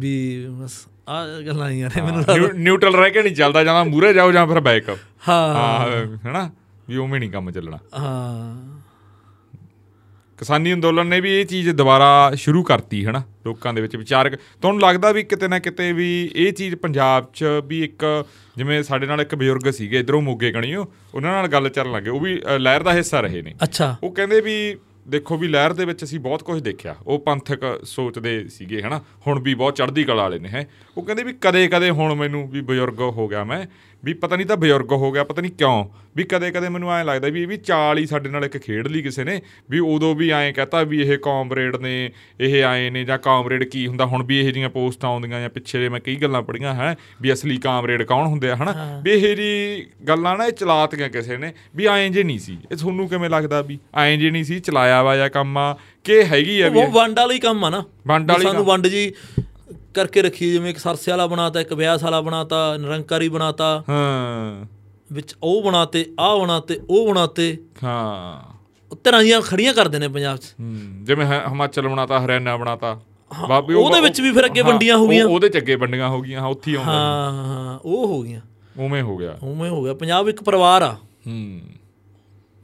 ਵੀ ਬਸ ਆ ਗੱਲਾਂ ਹੀ ਆ ਨੇ ਮੈਨੂੰ
ਨਿਊ- ਨਿਊਟਰਲ ਰਹਿ ਕੇ ਨਹੀਂ ਚੱਲਦਾ ਜਾਂਦਾ ਮੂਰੇ ਜਾਓ ਜਾਂ ਫਿਰ ਬੈਕ
ਹਾਂ
ਹਾਂ ਹੈਨਾ ਵੀ ਉਵੇਂ ਨਹੀਂ ਕੰਮ ਚੱਲਣਾ
ਹਾਂ
ਕਿਸਾਨੀ ਅੰਦੋਲਨ ਨੇ ਵੀ ਇਹ ਚੀਜ਼ ਦੁਬਾਰਾ ਸ਼ੁਰੂ ਕਰਤੀ ਹੈਨਾ ਲੋਕਾਂ ਦੇ ਵਿੱਚ ਵਿਚਾਰਕ ਤੁਹਾਨੂੰ ਲੱਗਦਾ ਵੀ ਕਿਤੇ ਨਾ ਕਿਤੇ ਵੀ ਇਹ ਚੀਜ਼ ਪੰਜਾਬ 'ਚ ਵੀ ਇੱਕ ਜਿਵੇਂ ਸਾਡੇ ਨਾਲ ਇੱਕ ਬਜ਼ੁਰਗ ਸੀਗੇ ਇਧਰੋਂ ਮੋਗੇ ਕਣੀਓ ਉਹਨਾਂ ਨਾਲ ਗੱਲ ਚੱਲਣ ਲੱਗੇ ਉਹ ਵੀ ਅ, ਲਹਿਰ ਦਾ ਹਿੱਸਾ ਰਹੇ ਨੇ
ਅੱਛਾ
ਉਹ ਕਹਿੰਦੇ ਵੀ ਦੇਖੋ ਵੀ ਲਹਿਰ ਦੇ ਵਿੱਚ ਅਸੀਂ ਬਹੁਤ ਕੁਝ ਦੇਖਿਆ ਉਹ ਪੰਥਕ ਸੋਚਦੇ ਸੀਗੇ ਹਨਾ ਹੁਣ ਵੀ ਬਹੁਤ ਚੜ੍ਹਦੀ ਕਲਾ ਵਾਲੇ ਨੇ ਹੈ ਉਹ ਕਹਿੰਦੇ ਵੀ ਕਦੇ-ਕਦੇ ਹੁਣ ਮੈਨੂੰ ਵੀ ਬਜ਼ੁਰਗ ਹੋ ਗਿਆ ਮੈਂ ਵੀ ਪਤਾ ਨਹੀਂ ਤਾਂ ਬਜ਼ੁਰਗ ਹੋ ਗਿਆ ਪਤਾ ਨਹੀਂ ਕਿਉਂ ਵੀ ਕਦੇ-ਕਦੇ ਮੈਨੂੰ ਐਂ ਲੱਗਦਾ ਵੀ ਇਹ ਵੀ ਚਾਲ ਹੀ ਸਾਡੇ ਨਾਲ ਇੱਕ ਖੇਡ ਲਈ ਕਿਸੇ ਨੇ ਵੀ ਉਦੋਂ ਵੀ ਐਂ ਕਹਤਾ ਵੀ ਇਹ ਕਾਮਰੇਡ ਨੇ ਇਹ ਆਏ ਨੇ ਜਾਂ ਕਾਮਰੇਡ ਕੀ ਹੁੰਦਾ ਹੁਣ ਵੀ ਇਹੋ ਜਿਹੀਆਂ ਪੋਸਟਾਂ ਆਉਂਦੀਆਂ ਜਾਂ ਪਿੱਛੇ ਜੇ ਮੈਂ ਕਈ ਗੱਲਾਂ ਪੜ੍ਹੀਆਂ ਹੈ ਵੀ ਅਸਲੀ ਕਾਮਰੇਡ ਕੌਣ ਹੁੰਦੇ ਆ ਹਨਾ ਵੀ ਇਹ ਜੀ ਗੱਲਾਂ ਨਾ ਇਹ ਚਲਾਤੀਆਂ ਕਿਸੇ ਨੇ ਵੀ ਐਂ ਜੇ ਨਹੀਂ ਸੀ ਇਹ ਤੁਹਾਨੂੰ ਕਿਵੇਂ ਲੱਗਦਾ ਵੀ ਐਂ ਜੇ ਨਹੀਂ ਸੀ ਚਲਾਇਆ ਵਾ ਜਾਂ ਕੰਮ ਆ ਕਿ ਹੈਗੀ ਆ ਵੀ
ਉਹ ਵੰਡ ਵਾਲਾ ਹੀ ਕੰਮ ਆ ਨਾ
ਵੰਡ ਵਾਲੀ
ਸਾਨੂੰ ਵੰਡ ਜੀ ਕਰਕੇ ਰੱਖੀ ਹੈ, ਜਿਵੇਂ ਇੱਕ ਸਰਸੇ ਵਾਲਾ ਬਣਾਤਾ ਇੱਕ ਵਿਆਸ ਵਾਲਾ ਬਣਾਤਾ ਨਿਰੰਕਾਰੀ ਬਣਾਤਾ
ਹਾਂ
ਵਿੱਚ ਉਹ ਬਣਾਤੇ ਆਹ ਬਣਾਤੇ ਉਹ ਬਣਾਤੇ
ਹਾਂ
ਉਹ ਤਰ੍ਹਾਂ ਦੀਆਂ ਖੜੀਆਂ ਕਰਦੇ ਨੇ ਪੰਜਾਬ 'ਚ
ਹਮ, ਜਿਵੇਂ ਹ- ਹਿਮਾਚਲ ਬਣਾਤਾ ਹਰਿਆਣਾ ਬਣਾਤਾ ਬਾਬੀ
ਉਹਦੇ ਵਿੱਚ ਵੀ ਫਿਰ ਅੱਗੇ ਵੰਡੀਆਂ ਹੋ ਗਈਆਂ।
ਉਹਦੇ ਚ ਅੱਗੇ ਵੰਡੀਆਂ ਹੋ ਗਈਆਂ ਹਾਂ ਉੱਥੇ ਹੀ ਆਉਂਦਾ
ਹਾਂ ਹਾਂ ਉਹ ਹੋ ਗਈਆਂ
ਉਵੇਂ ਹੋ ਗਿਆ
ਉਵੇਂ ਹੋ ਗਿਆ ਪੰਜਾਬ ਇੱਕ ਪਰਿਵਾਰ ਆ
ਹੂੰ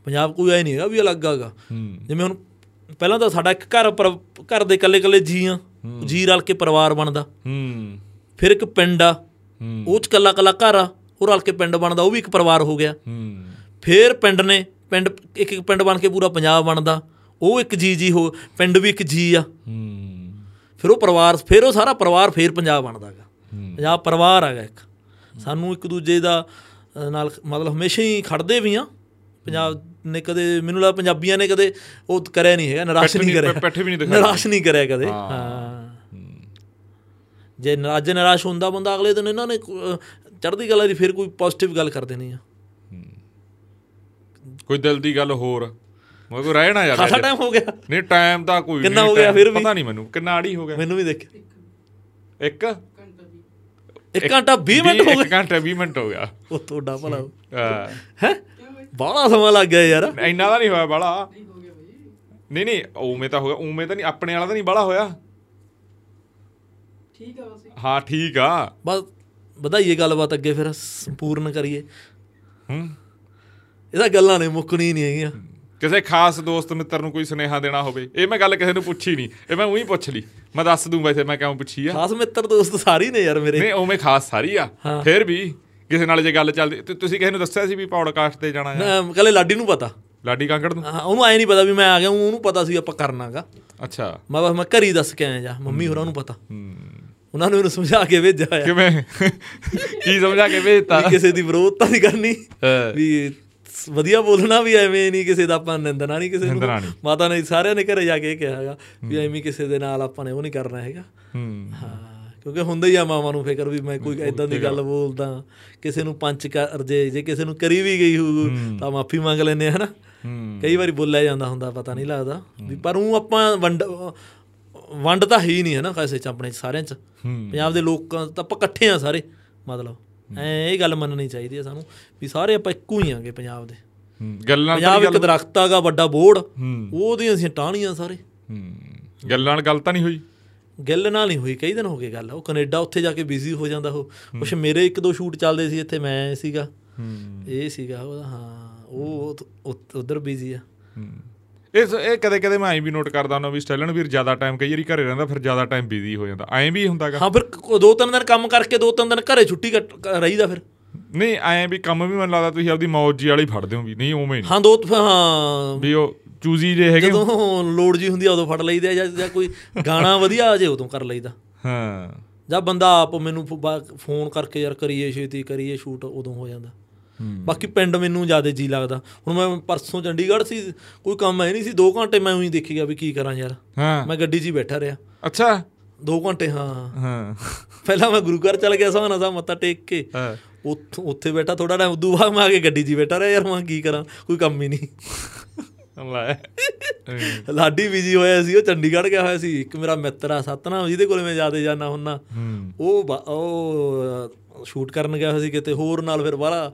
ਪੰਜਾਬ ਕੋਈ ਐ ਨਹੀਂ ਹੈਗਾ ਵੀ ਅਲੱਗ ਹੈਗਾ
ਹੂੰ
ਜਿਵੇਂ ਹੁਣ ਪਹਿਲਾਂ ਤਾਂ ਸਾਡਾ ਇੱਕ ਘਰ ਪਰ- ਘਰ ਦੇ ਇਕੱਲੇ ਇਕੱਲੇ ਜੀ ਆ ਜੀ ਰਲ ਕੇ ਪਰਿਵਾਰ ਬਣਦਾ
ਹੂੰ
ਫਿਰ ਇੱਕ ਪਿੰਡ ਆ
ਹੂੰ।
ਉਹ ਚ ਇਕੱਲਾ ਇਕੱਲਾ ਘਰ ਆ ਉਹ ਰਲ ਕੇ ਪਿੰਡ ਬਣਦਾ ਉਹ ਵੀ ਇੱਕ ਪਰਿਵਾਰ ਹੋ ਗਿਆ
ਹੂੰ
ਫਿਰ ਪਿੰਡ ਨੇ ਪਿੰਡ ਇੱਕ ਇੱਕ ਪਿੰਡ ਬਣ ਕੇ ਪੂਰਾ ਪੰਜਾਬ ਬਣਦਾ ਉਹ ਇੱਕ ਜੀ ਜੀ ਹੋ ਪਿੰਡ ਵੀ ਇੱਕ ਜੀ ਆ
ਹੂੰ
ਫਿਰ ਉਹ ਪਰਿਵਾਰ ਫਿਰ ਉਹ ਸਾਰਾ ਪਰਿਵਾਰ ਫਿਰ ਪੰਜਾਬ ਬਣਦਾ ਹੈਗਾ ਪੰਜਾਬ ਪਰਿਵਾਰ ਹੈਗਾ ਇੱਕ ਸਾਨੂੰ ਇੱਕ ਦੂਜੇ ਦਾ ਅ, ਨਾਲ ਮਤਲਬ ਹਮੇਸ਼ਾ ਹੀ ਖੜਦੇ ਵੀ ਆ ਪੰਜਾਬ ਨੇ ਕਦੇ ਮੈਨੂੰ ਲੱਗਦਾ ਪੰਜਾਬੀਆਂ ਨੇ ਕਦੇ ਉਹ ਕਰਿਆ ਨਹੀਂ ਹੈਗਾ ਨਿਰਾਸ਼
ਪਿੱਠ
ਨਹੀਂ
ਨਹੀਂ-
ਕਰਿਆ
ਪਿੱਠ ਵੀ ਨਹੀਂ ਦਿਖਾਈ।
ਨਿਰਾਸ਼ ਨਹੀਂ ਕਰਿਆ ਕਦੇ ਹਾਂ ਜੇ ਨ- ਅੱਜ ਨਿਰਾਸ਼ ਹੁੰਦਾ ਬੰਦਾ ਅਗਲੇ ਦਿਨ ਇਹਨਾਂ ਨੇ ਕੋ- ਅ, ਚੜ੍ਹਦੀ ਕਲਾ ਦੀ ਫਿਰ ਕੋਈ ਪੋਜ਼ਿਟਿਵ ਗੱਲ ਕਰ ਦੇਣੀ ਆ
ਕੋਈ ਦਿਲ ਦੀ ਗੱਲ ਹੋਰ ਮੈਂ ਕੋਈ ਰਹਿਣਾ ਯਾਰ
ਖਾਸਾ ਟਾਈਮ ਹੋ ਗਿਆ
ਨਹੀਂ ਟਾਈਮ ਦਾ ਕੋਈ
ਕਿੰਨਾ
ਨਹੀਂ,
ਹੋ ਗਿਆ
time
ਫਿਰ ਵੀ?
ਪਤਾ ਨਹੀਂ ਮੈਨੂੰ ਕਿੰਨਾ ਅੜੀ ਹੋ ਗਿਆ
ਮੈਨੂੰ ਵੀ ਦੇਖਿਆ
ਇੱਕ
1 ਘੰਟਾ 20 ਮਿੰਟ ਹੋ ਗਏ
ਇੱਕ ਘੰਟਾ 20 ਮਿੰਟ ਹੋ ਗਿਆ
ਉਹ ਤੁਹਾਡਾ ਭਲਾ
ਅਹ,
ਹੈ ਬਾਹਲਾ ਸਮਾਂ ਲੱਗ ਗਿਆ ਯਾਰ
ਇੰਨਾ ਤਾਂ ਨਹੀਂ ਹੋਇਆ ਬਾਲਾ ਨਹੀਂ ਨਹੀਂ ਉਵੇਂ ਤਾਂ ਹੋ ਗਿਆ ਉਵੇਂ ਤਾਂ ਨਹੀਂ ਆਪਣੇ ਵਾਲਾ ਤਾਂ ਨਹੀਂ ਬਾਲਾ ਹੋਇਆ
ਠੀਕ ਆ ਵਸੇ
ਹਾਂ ਠੀਕ ਆ
ਬਸ ਵਧਾਈਏ ਗੱਲਬਾਤ ਅੱਗੇ ਫਿਰ ਸੰਪੂਰਨ ਕਰੀਏ
ਹੂੰ
ਇਹਦਾ ਗੱਲਾਂ ਨੇ ਮੁੱਕਣੀ ਨਹੀਂ ਹੈਗੀਆਂ
ਕਿਸੇ ਖਾਸ ਦੋਸਤ ਮਿੱਤਰ ਨੂੰ ਕੋਈ ਸੁਨੇਹਾ ਦੇਣਾ ਹੋਵੇ ਇਹ ਮੈਂ ਗੱਲ ਕਿਸੇ ਨੂੰ ਪੁੱਛੀ ਨਹੀਂ ਇਹ ਮੈਂ ਉਹੀ ਪੁੱਛ ਲਈ ਮੈਂ ਦੱਸ ਦੂੰ ਵੈਸੇ ਮੈਂ ਕਿਉਂ ਪੁੱਛੀ ਆ
ਖਾਸ ਮਿੱਤਰ ਦੋਸਤ ਸਾਰੇ ਹੀ ਨੇ ਯਾਰ ਮੇਰੇ
ਨਹੀਂ ਉਵੇਂ ਖਾਸ ਸਾਰੀ ਆ ਫਿਰ ਵੀ ਕਿਸੇ ਨਾਲ ਜੇ ਗੱਲ ਚੱਲਦੀ ਤੇ ਤੁਸੀਂ ਕਿਸੇ ਨੂੰ ਦੱਸਿਆ ਸੀ ਵੀ ਪੌਡਕਾਸਟ ਤੇ ਜਾਣਾ ਆ
ਨਾ, ਕੱਲੇ ਲਾਡੀ ਨੂੰ ਪਤਾ
ਲਾਡੀ ਕਾਂਗੜ ਨੂੰ
ਹਾਂ, ਉਹਨੂੰ ਐ ਨਹੀਂ ਪਤਾ ਵੀ ਮੈਂ ਆ ਗਿਆ ਊਂ ਉਹਨੂੰ ਪਤਾ ਸੀ ਆਪਾਂ ਕਰਨਾਗਾ
ਅੱਛਾ
ਮੈਂ ਬਸ ਮੈਂ ਘਰੀ ਦੱਸ ਕੇ ਆਇਆ ਜਾ ਮੰਮੀ ਹੋਰਾਂ ਨੂੰ ਪਤਾ ਉਹਨਾਂ ਨੂੰ ਇਹਨੂੰ ਸਮਝਾ ਕੇ ਭੇਜਿਆ ਹੋਇਆ
ਕਿਵੇਂ ਕੀ ਸਮਝਾ ਕੇ ਭੇਜਤਾ
ਵੀ ਕਿਸੇ ਦੀ ਵਿਰੋਧਤਾ ਨਹੀਂ ਕਰਨੀ
ਹਾਂ।
ਵੀ ਸ- ਵਧੀਆ ਬੋਲਣਾ ਵੀ ਐਵੇਂ ਨਹੀਂ ਕਿਸੇ ਦਾ ਆਪਾਂ ਨਿੰਦਣਾ ਨਹੀਂ ਕਿਸੇ ਨੂੰ
ਨਿੰਦਣਾ ਨਹੀਂ।
ਮਾਤਾ ਨੇ ਸਾਰਿਆਂ ਨੇ ਘਰੇ ਜਾ ਕੇ ਇਹ ਕਿਹਾ ਹੈਗਾ ਵੀ ਐਵੇਂ ਕਿਸੇ ਦੇ ਨਾਲ ਆਪਾਂ ਨੇ ਉਹ ਨਹੀਂ ਕਰਨਾ ਹੈਗਾ
ਹੂੰ
ਹਾਂ ਕਿਉਂਕਿ ਹੁੰਦਾ ਹੀ ਆ ਮਾਵਾਂ ਨੂੰ ਫਿਕਰ ਵੀ ਮੈਂ ਕੋਈ ਐਦਾਂ ਦੀ ਗੱਲ ਬੋਲਦਾ ਕਿਸੇ ਨੂੰ ਪੰਚ ਕਰ ਜੇ ਜੇ ਕਿਸੇ ਨੂੰ ਕਰੀ ਵੀ ਗਈ ਹੋਊ ਤਾਂ ਮਾਫੀ ਮੰਗ ਲੈਨੇ ਹਨਾ ਕਈ ਵਾਰੀ ਬੋਲਿਆ ਜਾਂਦਾ ਹੁੰਦਾ ਪਤਾ ਨਹੀਂ ਲੱਗਦਾ ਵੀ ਪਰ ਉਹ ਆਪਾਂ ਵੰਡ ਵੰਡ ਤਾਂ ਹੈ ਹੀ ਨਹੀਂ ਹਨਾ ਕਿਸੇ ਚ ਆਪਣੇ 'ਚ, ਸਾਰਿਆਂ ਚ ਪੰਜਾਬ ਦੇ ਲੋਕਾਂ ਤਾਂ ਆਪਾਂ ਇਕੱਠੇ ਆ ਸਾਰੇ ਮਤਲਬ ਐ ਇਹ ਗੱਲ ਮੰਨਣੀ ਚਾਹੀਦੀ ਆ ਸਾਨੂੰ ਵੀ ਸਾਰੇ ਆਪਾਂ ਇੱਕੋ ਹੀ ਆਂਗੇ ਪੰਜਾਬ ਦੇ
ਹੂੰ, ਗੱਲਾਂ ਤਾਂ
ਪੰਜਾਬ ਇੱਕ ਦਰਖਤ ਆਗਾ ਵੱਡਾ ਬੋੜ
ਹੂੰ।
ਉਹਦੀਆਂ ਅਸੀਂ ਟਾਹਣੀਆਂ ਸਾਰੇ
ਹੂੰ, ਗੱਲਾਂ ਨਾਲ ਗੱਲ ਤਾਂ ਨਹੀਂ ਹੋਈ
ਗਿੱਲ ਨਾਲ ਨਹੀਂ ਹੋਈ ਕਈ ਦਿਨ ਹੋ ਗਏ ਗੱਲ ਉਹ ਕੈਨੇਡਾ ਉੱਥੇ ਜਾ ਕੇ ਬਿਜ਼ੀ ਹੋ ਜਾਂਦਾ ਉਹ ਕੁਛ ਮੇਰੇ ਇੱਕ ਦੋ ਸ਼ੂਟ ਚੱਲਦੇ ਸੀ ਇੱਥੇ ਮੈਂ ਸੀਗਾ ਇਹ ਸੀਗਾ ਉਹਦਾ ਹਾਂ ਉਹ ਉਧਰ ਬਿਜ਼ੀ ਆ
ਇਸ ਇਹ ਕਦੇ ਕਦੇ ਮੈਂ ਐਂ ਵੀ ਨੋਟ ਕਰਦਾ ਹੁੰਦਾ ਵੀ ਸਟੈਲਨ ਵੀਰ ਜ਼ਿਆਦਾ ਟਾਈਮ ਕਈ ਵਾਰੀ ਘਰੇ ਰਹਿੰਦਾ ਫਿਰ ਜ਼ਿਆਦਾ ਟਾਈਮ ਬਿਜ਼ੀ ਹੋ ਜਾਂਦਾ ਐਂ ਵੀ ਹੁੰਦਾਗਾ
ਹਾਂ ਫਿਰ ਕ- ਦੋ ਤਿੰਨ ਦਿਨ ਕੰਮ ਕਰਕੇ ਦੋ ਤਿੰਨ ਦਿਨ ਘਰੇ ਛੁੱਟੀ ਕੱਟ- ਕ- ਰਹੀਦਾ ਫਿਰ
ਨਹੀਂ ਐਂ ਵੀ ਕੰਮ ਵੀ ਮੈਨੂੰ ਲੱਗਦਾ ਤੁਸੀਂ ਆਪਦੀ ਮੌਜ ਜੀ ਵਾਲੀ ਫੜਦੇ ਹੋ ਵੀ ਨਹੀਂ ਉਵੇਂ ਨਹੀਂ
ਹਾਂ ਦੋ ਹਾਂ
ਵੀ ਉਹ ਚੂਜ਼ੀ ਜੇ ਹੈਗੇ ਹੋ।
ਜਦੋਂ ਲੋੜ ਜੀ ਹੁੰਦੀ ਆ ਉਦੋਂ ਫੜ ਲਈਦੇ ਆ ਜਾਂ ਜਾਂ ਕੋਈ ਗਾਣਾ ਵਧੀਆ ਆ ਜੇ ਉਦੋਂ ਕਰ ਲਈਦਾ
ਹਾਂ
ਜਾਂ ਬੰਦਾ ਆਪ ਮੈਨੂੰ ਫੋ- ਬਾ- ਫੋਨ ਕਰਕੇ ਯਾਰ ਕਰੀਏ ਛੇਤੀ ਕਰੀਏ ਸ਼ੂਟ ਉਦੋਂ ਹੋ ਜਾਂਦਾ ਬਾਕੀ ਪਿੰਡ ਮੈਨੂੰ ਜਿਆਦਾ ਜੀ ਲੱਗਦਾ ਹੁਣ ਮੈਂ ਪਰਸੋਂ ਚੰਡੀਗੜ੍ਹ ਸੀ ਕੋਈ ਕੰਮ ਹੈ ਨਹੀਂ ਸੀ 2 ਘੰਟੇ ਮੈਂ ਉਹੀ ਦੇਖੀ ਗਿਆ ਵੀ ਕੀ ਕਰਾਂ ਯਾਰ
ਹਾਂ
ਮੈਂ ਗੱਡੀ 'ਚ ਹੀ ਬੈਠਾ ਰਿਹਾ
ਅੱਛਾ
2 ਘੰਟੇ ਹਾਂ
ਹਾਂ
ਪਹਿਲਾਂ ਮੈਂ ਗੁਰੂ ਘਰ ਚਲ ਗਿਆ ਸੋਹਣਾ ਦਾ ਮੱਥਾ ਟੇਕ ਕੇ
ਹਾਂ।
ਉੱਥ- ਉੱਥੇ ਬੈਠਾ ਥੋੜਾ ਟਾਈਮ ਉਦੋਂ ਬਾਅਦ ਮੈਂ ਆ ਕੇ ਗੱਡੀ 'ਚ ਹੀ ਬੈਠਾ ਰਿਹਾ ਯਾਰ ਮੈਂ ਕੀ ਕਰਾਂ ਕੋਈ ਕੰਮ ਹੀ ਨਹੀਂ <laughs>
ਲੈ
ਲਾਡੀ ਬਿਜੀ ਹੋਇਆ ਸੀ ਉਹ ਚੰਡੀਗੜ੍ਹ ਗਿਆ ਹੋਇਆ ਸੀ ਇੱਕ ਮੇਰਾ ਮਿੱਤਰ ਆ ਸਤਨਾਮ ਜਿਹਦੇ ਕੋਲ ਮੈਂ ਜਾਦੇ ਜਾਣਾ ਹੁੰਨਾ
ਹੂੰ
ਉਹ ਬਾ- ਉਹ ਸ਼ੂਟ ਕਰਨ ਗਿਆ ਹੋਇਆ ਸੀ ਕਿਤੇ ਹੋਰ ਨਾਲ ਫਿਰ ਬਾਹਲਾ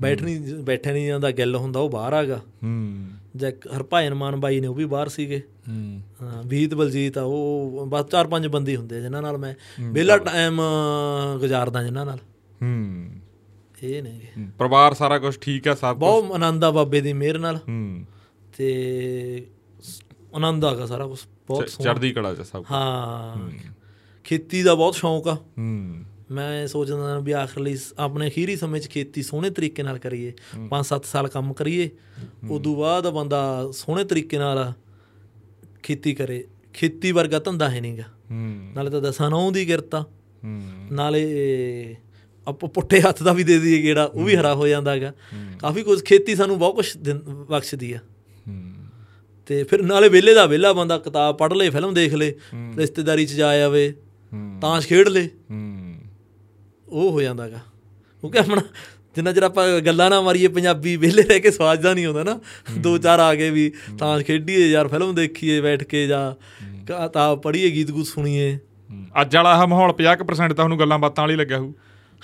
ਬੈਠ ਨਹੀਂ ਬੈਠਿਆ ਨਹੀਂ ਜਾਂਦਾ ਗੱਲ ਹੁੰਦਾ ਉਹ ਬਾਹਰ ਆਗਾ
ਹੂੰ
ਜਾਂ ਇੱਕ ਹਰਭਾਇਨ ਮਾਨ ਬਾਈ ਨੇ ਉਹ ਵੀ ਬਾਹਰ ਸੀਗੇ
ਹੂੰ
ਹਾਂ, ਵੀਤ ਬਲਜੀਤ ਆ ਉਹ ਬਸ ਚਾਰ ਪੰਜ ਬੰਦੇ ਹੁੰਦੇ ਆ ਜਿਨ੍ਹਾਂ ਨਾਲ ਮੈਂ ਵਿਹਲਾ ਟਾਈਮ ਗੁਜ਼ਾਰਦਾ ਜਿਨ੍ਹਾਂ ਨਾਲ
ਹੂੰ
ਇਹ ਨੇਗੇ
ਹੂੰ। ਪਰਿਵਾਰ ਸਾਰਾ ਕੁਝ ਠੀਕ ਹੈ ਸਭ
ਬਹੁਤ ਆਨੰਦ ਆ ਬਾਬੇ ਦੀ ਮਿਹਰ ਨਾਲ
ਹੂੰ
ਤੇ ਸ- ਆਨੰਦ ਆਗਾ ਸਾਰਾ ਕੁਝ ਬਹੁਤ ਸੋਹਣਾ
ਚੜਦੀ ਕਲਾ ਚ ਸਭ
ਹਾਂ ਖੇਤੀ ਦਾ ਬਹੁਤ ਸ਼ੌਂਕ ਆ
ਹੂੰ
ਮੈਂ ਸੋਚਦਾ ਵੀ ਆਖਰਲੀ ਸ- ਆਪਣੇ ਅਖੀਰੀ ਸਮੇਂ 'ਚ ਖੇਤੀ ਸੋਹਣੇ ਤਰੀਕੇ ਨਾਲ ਕਰੀਏ 5-7 ਸਾਲ ਕੰਮ ਕਰੀਏ ਉਦੋਂ ਬਾਅਦ ਬੰਦਾ ਸੋਹਣੇ ਤਰੀਕੇ ਨਾਲ ਖੇਤੀ ਕਰੇ ਖੇਤੀ ਵਰਗਾ ਧੰਦਾ ਹੈ ਨਹੀਂਗਾ
ਹੂੰ
ਨਾਲੇ ਤਾਂ ਦਸਾਂ ਨੌਂ ਦੀ ਗਿਰਤਾ
ਹੂੰ
ਨਾਲੇ ਆਪਾਂ ਪੁੱਠੇ ਹੱਥ ਦਾ ਵੀ ਦੇ ਦਈਏ ਗੇੜਾ ਉਹ ਵੀ ਹਰਾ ਹੋ ਜਾਂਦਾ ਹੈਗਾ ਕਾਫੀ ਕੁਝ ਖੇਤੀ ਸਾਨੂੰ ਬਹੁਤ ਕੁਝ ਬਖਸ਼ਦੀ ਆ
ਹੂੰ
ਤੇ ਫਿਰ ਨਾਲੇ ਵਿਹਲੇ ਦਾ ਵਿਹਲਾ ਬੰਦਾ ਕਿਤਾਬ ਪੜ੍ਹ ਲੇ ਫਿਲਮ ਦੇਖ ਲੇ ਰਿਸ਼ਤੇਦਾਰੀ 'ਚ ਜਾ ਆਵੇ
ਹੂੰ।
ਤਾਸ਼ ਖੇਡ ਲੇ
ਹੂੰ
ਉਹ ਹੋ ਜਾਂਦਾ ਹੈਗਾ ਕਿਉਂਕਿ ਆਪਣਾ ਜਿੰਨਾ ਚਿਰ ਆਪਾਂ ਗੱਲਾਂ ਨਾ ਮਾਰੀਏ ਪੰਜਾਬੀ ਵਿਹਲੇ ਰਹਿ ਕੇ ਸਵਾਦ ਦਾ ਨਹੀਂ ਆਉਂਦਾ ਨਾ ਦੋ ਚਾਰ ਆ ਗਏ ਵੀ ਤਾਸ਼ ਖੇਡੀਏ ਯਾਰ ਫਿਲਮ ਦੇਖੀਏ ਬੈਠ ਕੇ ਜਾਂ ਕਿਤਾਬ ਪੜ੍ਹੀਏ ਗੀਤ ਗੂਤ ਸੁਣੀਏ
ਹੂੰ। ਅੱਜ ਵਾਲਾ ਆਹ ਮਾਹੌਲ 50% ਤਾਂ ਤੁਹਾਨੂੰ ਗੱਲਾਂ ਬਾਤਾਂ ਵਾਲੀ ਲੱਗਿਆ ਹੋਊ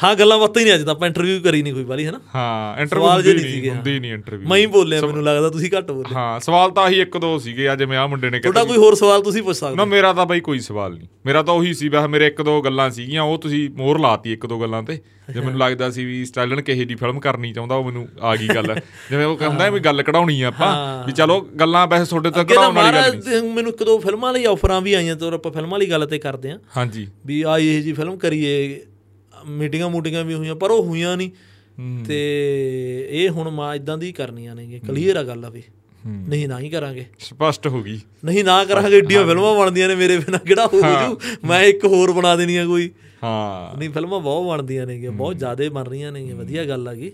ਹਾਂ ਗੱਲਾਂ ਬਾਤਾਂ ਹੀ ਨਹੀਂ ਅੱਜ ਤਾਂ ਆਪਾਂ ਇੰਟਰਵਿਊ ਕਰੀ ਨਹੀਂ ਕੋਈ ਵਾਲੀ ਹੈ ਨਾ
ਹਾਂ
ਸਵਾਲ
ਇੰਟਰਵਿਊ
ਜਿਹੇ ਨਹੀਂ
ਹੁੰਦੀ
ਸੀਗੇ,
ਨਹੀਂ
ਹਾਂ।
ਹੁੰਦੀ ਨਹੀਂ ਇੰਟਰਵਿਊ
ਮੈਂ ਹੀ ਬੋਲਿਆ ਮੈਨੂੰ ਲੱਗਦਾ ਤੁਸੀਂ ਘੱਟ ਬੋਲੇ
ਹਾਂ ਸਵਾਲ ਤਾਂ ਆਹੀ ਇੱਕ ਦੋ ਸੀਗੇ ਅੱਜ ਮੈਂ ਆ ਮੁੰਡੇ ਨੇ
ਤੁਹਾਡਾ
ਕਿਹਾ
ਕੋਈ ਹੋਰ ਸਵਾਲ ਤੁਸੀਂ ਪੁੱਛ ਸਕਦੇ
ਨਾ ਮੇਰਾ ਤਾਂ ਬਈ ਕੋਈ ਸਵਾਲ ਨਹੀਂ ਮੇਰਾ ਤਾਂ ਉਹੀ ਸੀ ਬਸ ਮੇਰੇ ਇੱਕ ਦੋ ਗੱਲਾਂ ਸੀਗੀਆਂ ਉਹ ਤੁਸੀਂ ਮੋਹਰ ਲਾਤੀ ਇੱਕ ਦੋ ਗੱਲਾਂ ਤੇ ਜੇ ਮੈਨੂੰ ਲੱਗਦਾ ਸੀ ਵੀ ਸਟਾਈਲਨ ਕਿਹੇ ਦੀ ਫਿਲਮ ਕਰਨੀ ਚਾਹੁੰਦਾ ਉਹ ਮੈਨੂੰ ਆ ਗਈ ਗੱਲ ਜਿਵੇਂ ਉਹ ਕਹਿੰਦਾ ਵੀ ਗੱਲ ਕਢਾਉਣੀ ਆ ਆਪਾਂ ਵੀ ਚਲੋ ਗੱਲਾਂ ਵੈਸੇ ਤੁਹਾਡੇ ਤੋਂ
ਅੱਗੇ ਤਾਂ
ਕਢਾਉਣ ਵਾਲੀ ਗੱਲ ਨਹੀਂ
ਮਹਾਰਾਜ ਮੈਨੂੰ ਇੱਕ ਦੋ ਫਿਲਮਾਂ ਲਈ ਆਫਰਾਂ ਵੀ ਆਈਆਂ ਤੇ ਆਪਾਂ ਫਿਲਮਾਂ ਲਈ ਗੱਲ ਤੇ ਕਰਦੇ ਆਂ
ਹਾਂਜੀ
ਵੀ ਆ ਇਹ ਜੀ ਫਿਲਮ ਕਰੀਏ ਮੀਟਿੰਗਾਂ ਮੂਟਿੰਗਾਂ ਵੀ ਹੋਈਆਂ ਪਰ ਉਹ ਹੋਈਆਂ ਨਹੀਂ ਤੇ ਇਹ ਹੁਣ ਮਾ ਇਦਾਂ ਦੀ ਕਰਨੀਆਂ ਨੇ ਕਲੀਅਰ ਆ ਗੱਲ ਆ ਵੀ ਨਹੀਂ ਨਾ ਹੀ ਕਰਾਂਗੇ
ਸਪਸ਼ਟ ਹੋ ਗਈ
ਨਹੀਂ ਨਾ ਕਰਾਂਗੇ ਏਡੀਆਂ ਫਿਲਮਾਂ ਬਣਦੀਆਂ ਨੇ ਮੇਰੇ ਬਿਨਾ ਕਿਹੜਾ ਹੋ ਜੂ ਮੈਂ ਇੱਕ ਹੋਰ ਬਣਾ ਦੇਣੀ ਆ ਕੋਈ
ਹਾਂ
ਨਹੀਂ ਫਿਲਮਾਂ ਬਹੁਤ ਬਣਦੀਆਂ ਨੇਗੀਆਂ ਬਹੁਤ ਜ਼ਿਆਦਾ ਬਣ ਰਹੀਆਂ ਨੇਗੀਆਂ ਵਧੀਆ ਗੱਲ ਹੈਗੀ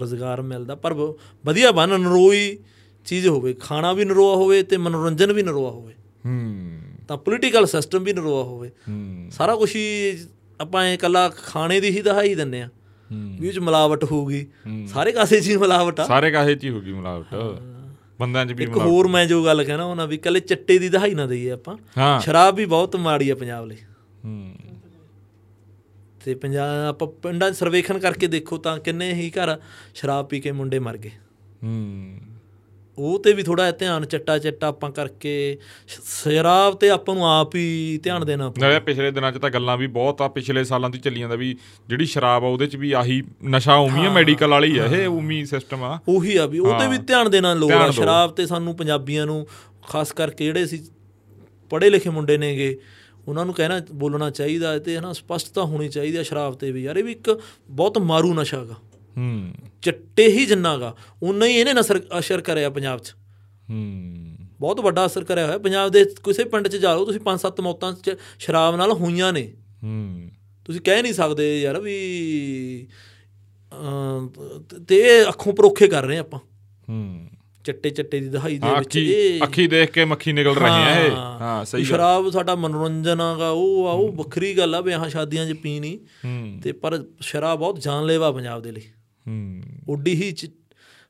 ਰੋਜ਼ਗਾਰ ਮਿਲਦਾ ਪਰ ਵ- ਵਧੀਆ ਬਣ ਨਰੋਈ ਚੀਜ਼ ਹੋਵੇ ਖਾਣਾ ਵੀ ਨਰੋਆ ਹੋਵੇ ਤੇ ਮਨੋਰੰਜਨ ਵੀ ਨਰੋਆ ਹੋਵੇ
ਹੂੰ
ਤਾਂ ਪੋਲੀਟੀਕਲ ਸਿਸਟਮ ਵੀ ਨਰੋਆ ਹੋਵੇ
ਹੂੰ
ਸਾਰਾ ਕੁਝ ਹੀ ਆਪਾਂ ਇਹ ਕੱਲਾ ਖਾਣੇ ਦੀ ਹੀ ਦਹਾਈ ਦਿੰਨੇ ਆ ਵੀ ਉਹ ਚ ਮਿਲਾਵਟ ਹੋਊਗੀ ਸਾਰੇ ਕਾਸੇ 'ਚ ਹੀ ਮਿਲਾਵਟ ਆ
ਸਾਰੇ ਕਾਹੇ ਚ ਹੀ ਹੋ ਗਈ ਮਿਲਾਵਟ ਬੰਦਿਆਂ ਚ ਵੀ
ਇੱਕ ਹੋਰ ਮੈਂ ਜੋ ਗੱਲ ਕਹਿਣਾ ਉਹਨਾਂ ਵੀ ਕੱਲੇ ਚਿੱਟੇ ਦੀ ਦਹਾਈ ਨਾ ਦਈਏ ਆਪਾਂ
ਹਾਂ
ਸ਼ਰਾਬ ਵੀ ਬਹੁਤ ਮਾੜੀ ਆ ਪੰਜਾਬ ਲਈ
ਹੂੰ
ਤੇ ਪੰਜਾਬ ਆਪਾਂ ਪਿੰਡਾਂ 'ਚ ਸਰਵੇਖਣ ਕਰਕੇ ਦੇਖੋ ਤਾਂ ਕਿੰਨੇ ਹੀ ਘਰ ਸ਼ਰਾਬ ਪੀ ਕੇ ਮੁੰਡੇ ਮਰ ਗਏ
ਹੂੰ
ਉਹ ਤੇ ਵੀ ਥੋੜਾ ਧਿਆਨ ਚੱਟਾ ਚੱਟਾ ਆਪਾਂ ਕਰਕੇ ਸ਼- ਸ਼ਰਾਬ ਤੇ ਆਪਾਂ ਨੂੰ ਆਪ ਹੀ ਧਿਆਨ ਦੇਣਾ ਪਊ।
ਨਾਲੇ ਪਿਛਲੇ ਦਿਨਾਂ 'ਚ ਤਾਂ ਗੱਲਾਂ ਵੀ ਬਹੁਤ ਆ ਪਿਛਲੇ ਸਾਲਾਂ ਤੋਂ ਚੱਲੀਆਂ ਦਾ ਵੀ ਜਿਹੜੀ ਸ਼ਰਾਬ ਆ ਉਹਦੇ 'ਚ ਵੀ ਆਹੀ ਨਸ਼ਾ ਉਮੀ ਆ ਮੈਡੀਕਲ ਵਾਲੀ ਆ ਇਹ ਉਮੀ ਸਿਸਟਮ ਆ
ਉਹੀ ਆ ਵੀ ਉਹ ਤੇ ਵੀ ਧਿਆਨ ਦੇਣਾ ਲੋੜ
ਧਿਆਨ
ਆ
ਦਿਓ।
ਸ਼ਰਾਬ ਤੇ ਸਾਨੂੰ ਪੰਜਾਬੀਆਂ ਨੂੰ ਖਾਸ ਕਰਕੇ ਜਿਹੜੇ ਸੀ ਪੜ੍ਹੇ ਲਿਖੇ ਮੁੰਡੇ ਨੇਗੇ ਉਹਨਾਂ ਨੂੰ ਕਹਿਣਾ ਬੋਲਣਾ ਚਾਹੀਦਾ ਹੈ ਤੇ ਹਨਾ ਸਪਸ਼ਟਤਾ ਹੋਣੀ ਚਾਹੀਦੀ ਆ ਸ਼ਰਾਬ ਤੇ ਵੀ ਯਾਰ ਇਹ ਵੀ ਇੱਕ ਬਹੁਤ ਮਾਰੂ ਨਸ਼ਾ ਹੈਗਾ
ਹੂੰ
ਚੱਟੇ ਹੀ ਜਿੰਨਾਗਾ ਉਨਾ ਹੀ ਇਹਨੇ ਨਸਰ ਅਸਰ ਕਰਿਆ ਪੰਜਾਬ 'ਚ
ਹੂੰ
ਬਹੁਤ ਵੱਡਾ ਅਸਰ ਕਰਿਆ ਹੋਇਆ ਪੰਜਾਬ ਦੇ ਕਿਸੇ ਪਿੰਡ 'ਚ ਜਾ ਲਓ ਤੁਸੀਂ 5-7 ਮੌਤਾਂ 'ਚ ਸ਼ਰਾਬ ਨਾਲ ਹੋਈਆਂ ਨੇ
ਹੂੰ
ਤੁਸੀਂ ਕਹਿ ਨਹੀਂ ਸਕਦੇ ਯਾਰ ਵੀ ਅਮ, ਤੇ- ਤੇ ਇਹ ਅੱਖੋਂ ਪਰੋਖੇ ਕਰ ਰਹੇ ਆਪਾਂ
ਹੂੰ
ਚੱਟੇ ਚੱਟੇ ਦੀ ਦਹਾਈ ਦੇ
ਹਾਂ,
ਵਿੱਚ
ਅੱਖੀ
ਇਹ
ਅੱਖੀ ਦੇਖ ਕੇ ਮੱਖੀ ਨਿਕਲ ਰਹੀ ਆ ਇਹ ਹਾਂ
ਵੀ
ਸਹੀ ਗੱਲ
ਸ਼ਰਾਬ ਸਾਡਾ ਮਨੋਰੰਜਨ ਆਗਾ ਉਹ ਆ ਉਹ ਵੱਖਰੀ ਗੱਲ ਆ ਵਿਆਹਾਂ ਸ਼ਾਦੀਆਂ 'ਚ ਪੀਣੀ
ਹੂੰ
ਤੇ ਪਰ ਸ਼ਰਾਬ ਬਹੁਤ ਜਾਨਲੇਵਾ ਪੰਜਾਬ ਦੇ ਲਈ
ਹੂੰ
ਉੱਡੀ ਹੀ ਚ-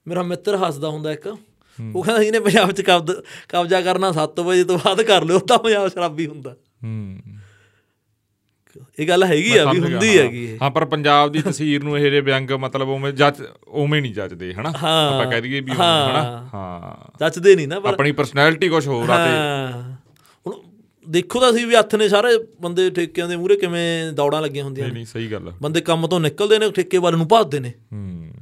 ਮੇਰਾ ਮਿੱਤਰ ਹੱਸਦਾ ਹੁੰਦਾ ਇੱਕ ਉਹ ਕਹਿੰਦਾ ਇਹਨੇ ਪੰਜਾਬ 'ਚ ਕਬਦ- ਕਬਜ਼ਾ ਕਰਨਾ 7 ਵਜੇ ਤੋਂ ਬਾਅਦ ਕਰ ਲਿਓ ਤਾਂ ਪੰਜਾਬ ਸ਼ਰਾਬੀ ਹੁੰਦਾ
ਹੂੰ
ਇਹ ਗੱਲ ਹੈਗੀ ਆ ਵੀ ਹੁੰਦੀ ਹੈਗੀ ਇਹ
ਹਾਂ ਪਰ ਪੰਜਾਬ ਦੀ ਤਸਵੀਰ ਨੂੰ ਇਹ ਜੇ ਵਿਅੰਗ ਮਤਲਬ ਉਵੇਂ ਜੱਜ ਉਵੇਂ ਨਹੀਂ ਜੱਜਦੇ ਹਨਾ
ਹਾਂ।
ਆਪਾਂ ਕਹਿ ਦਈਏ ਵੀ ਉਵੇਂ,
ਹਾਂ।
ਹਨਾ ਹਾਂ
ਜੱਜਦੇ ਨਹੀਂ ਨਾ ਪਰ
ਆਪਣੀ ਪਰਸਨੈਲਿਟੀ ਕੁਝ ਹੋਰ ਆ ਤੇ
ਹਾਂ ਹੁਣ ਦੇਖੋ ਤਾਂ ਅਸੀਂ ਵੀ ਹੱਥ ਨੇ ਸਾਰੇ ਬੰਦੇ ਠੇਕਿਆਂ ਦੇ ਮੂਹਰੇ ਕਿਵੇਂ ਦੌੜਾਂ ਲੱਗੀਆਂ ਹੁੰਦੀਆਂ
ਨਹੀਂ
ਨੇ
ਨਹੀਂ ਸਹੀ ਗੱਲ ਆ
ਬੰਦੇ ਕੰਮ ਤੋਂ ਨਿਕਲਦੇ ਨੇ ਠੇਕੇ ਵੱਲ ਨੂੰ ਭੱਜਦੇ ਨੇ
ਹੂੰ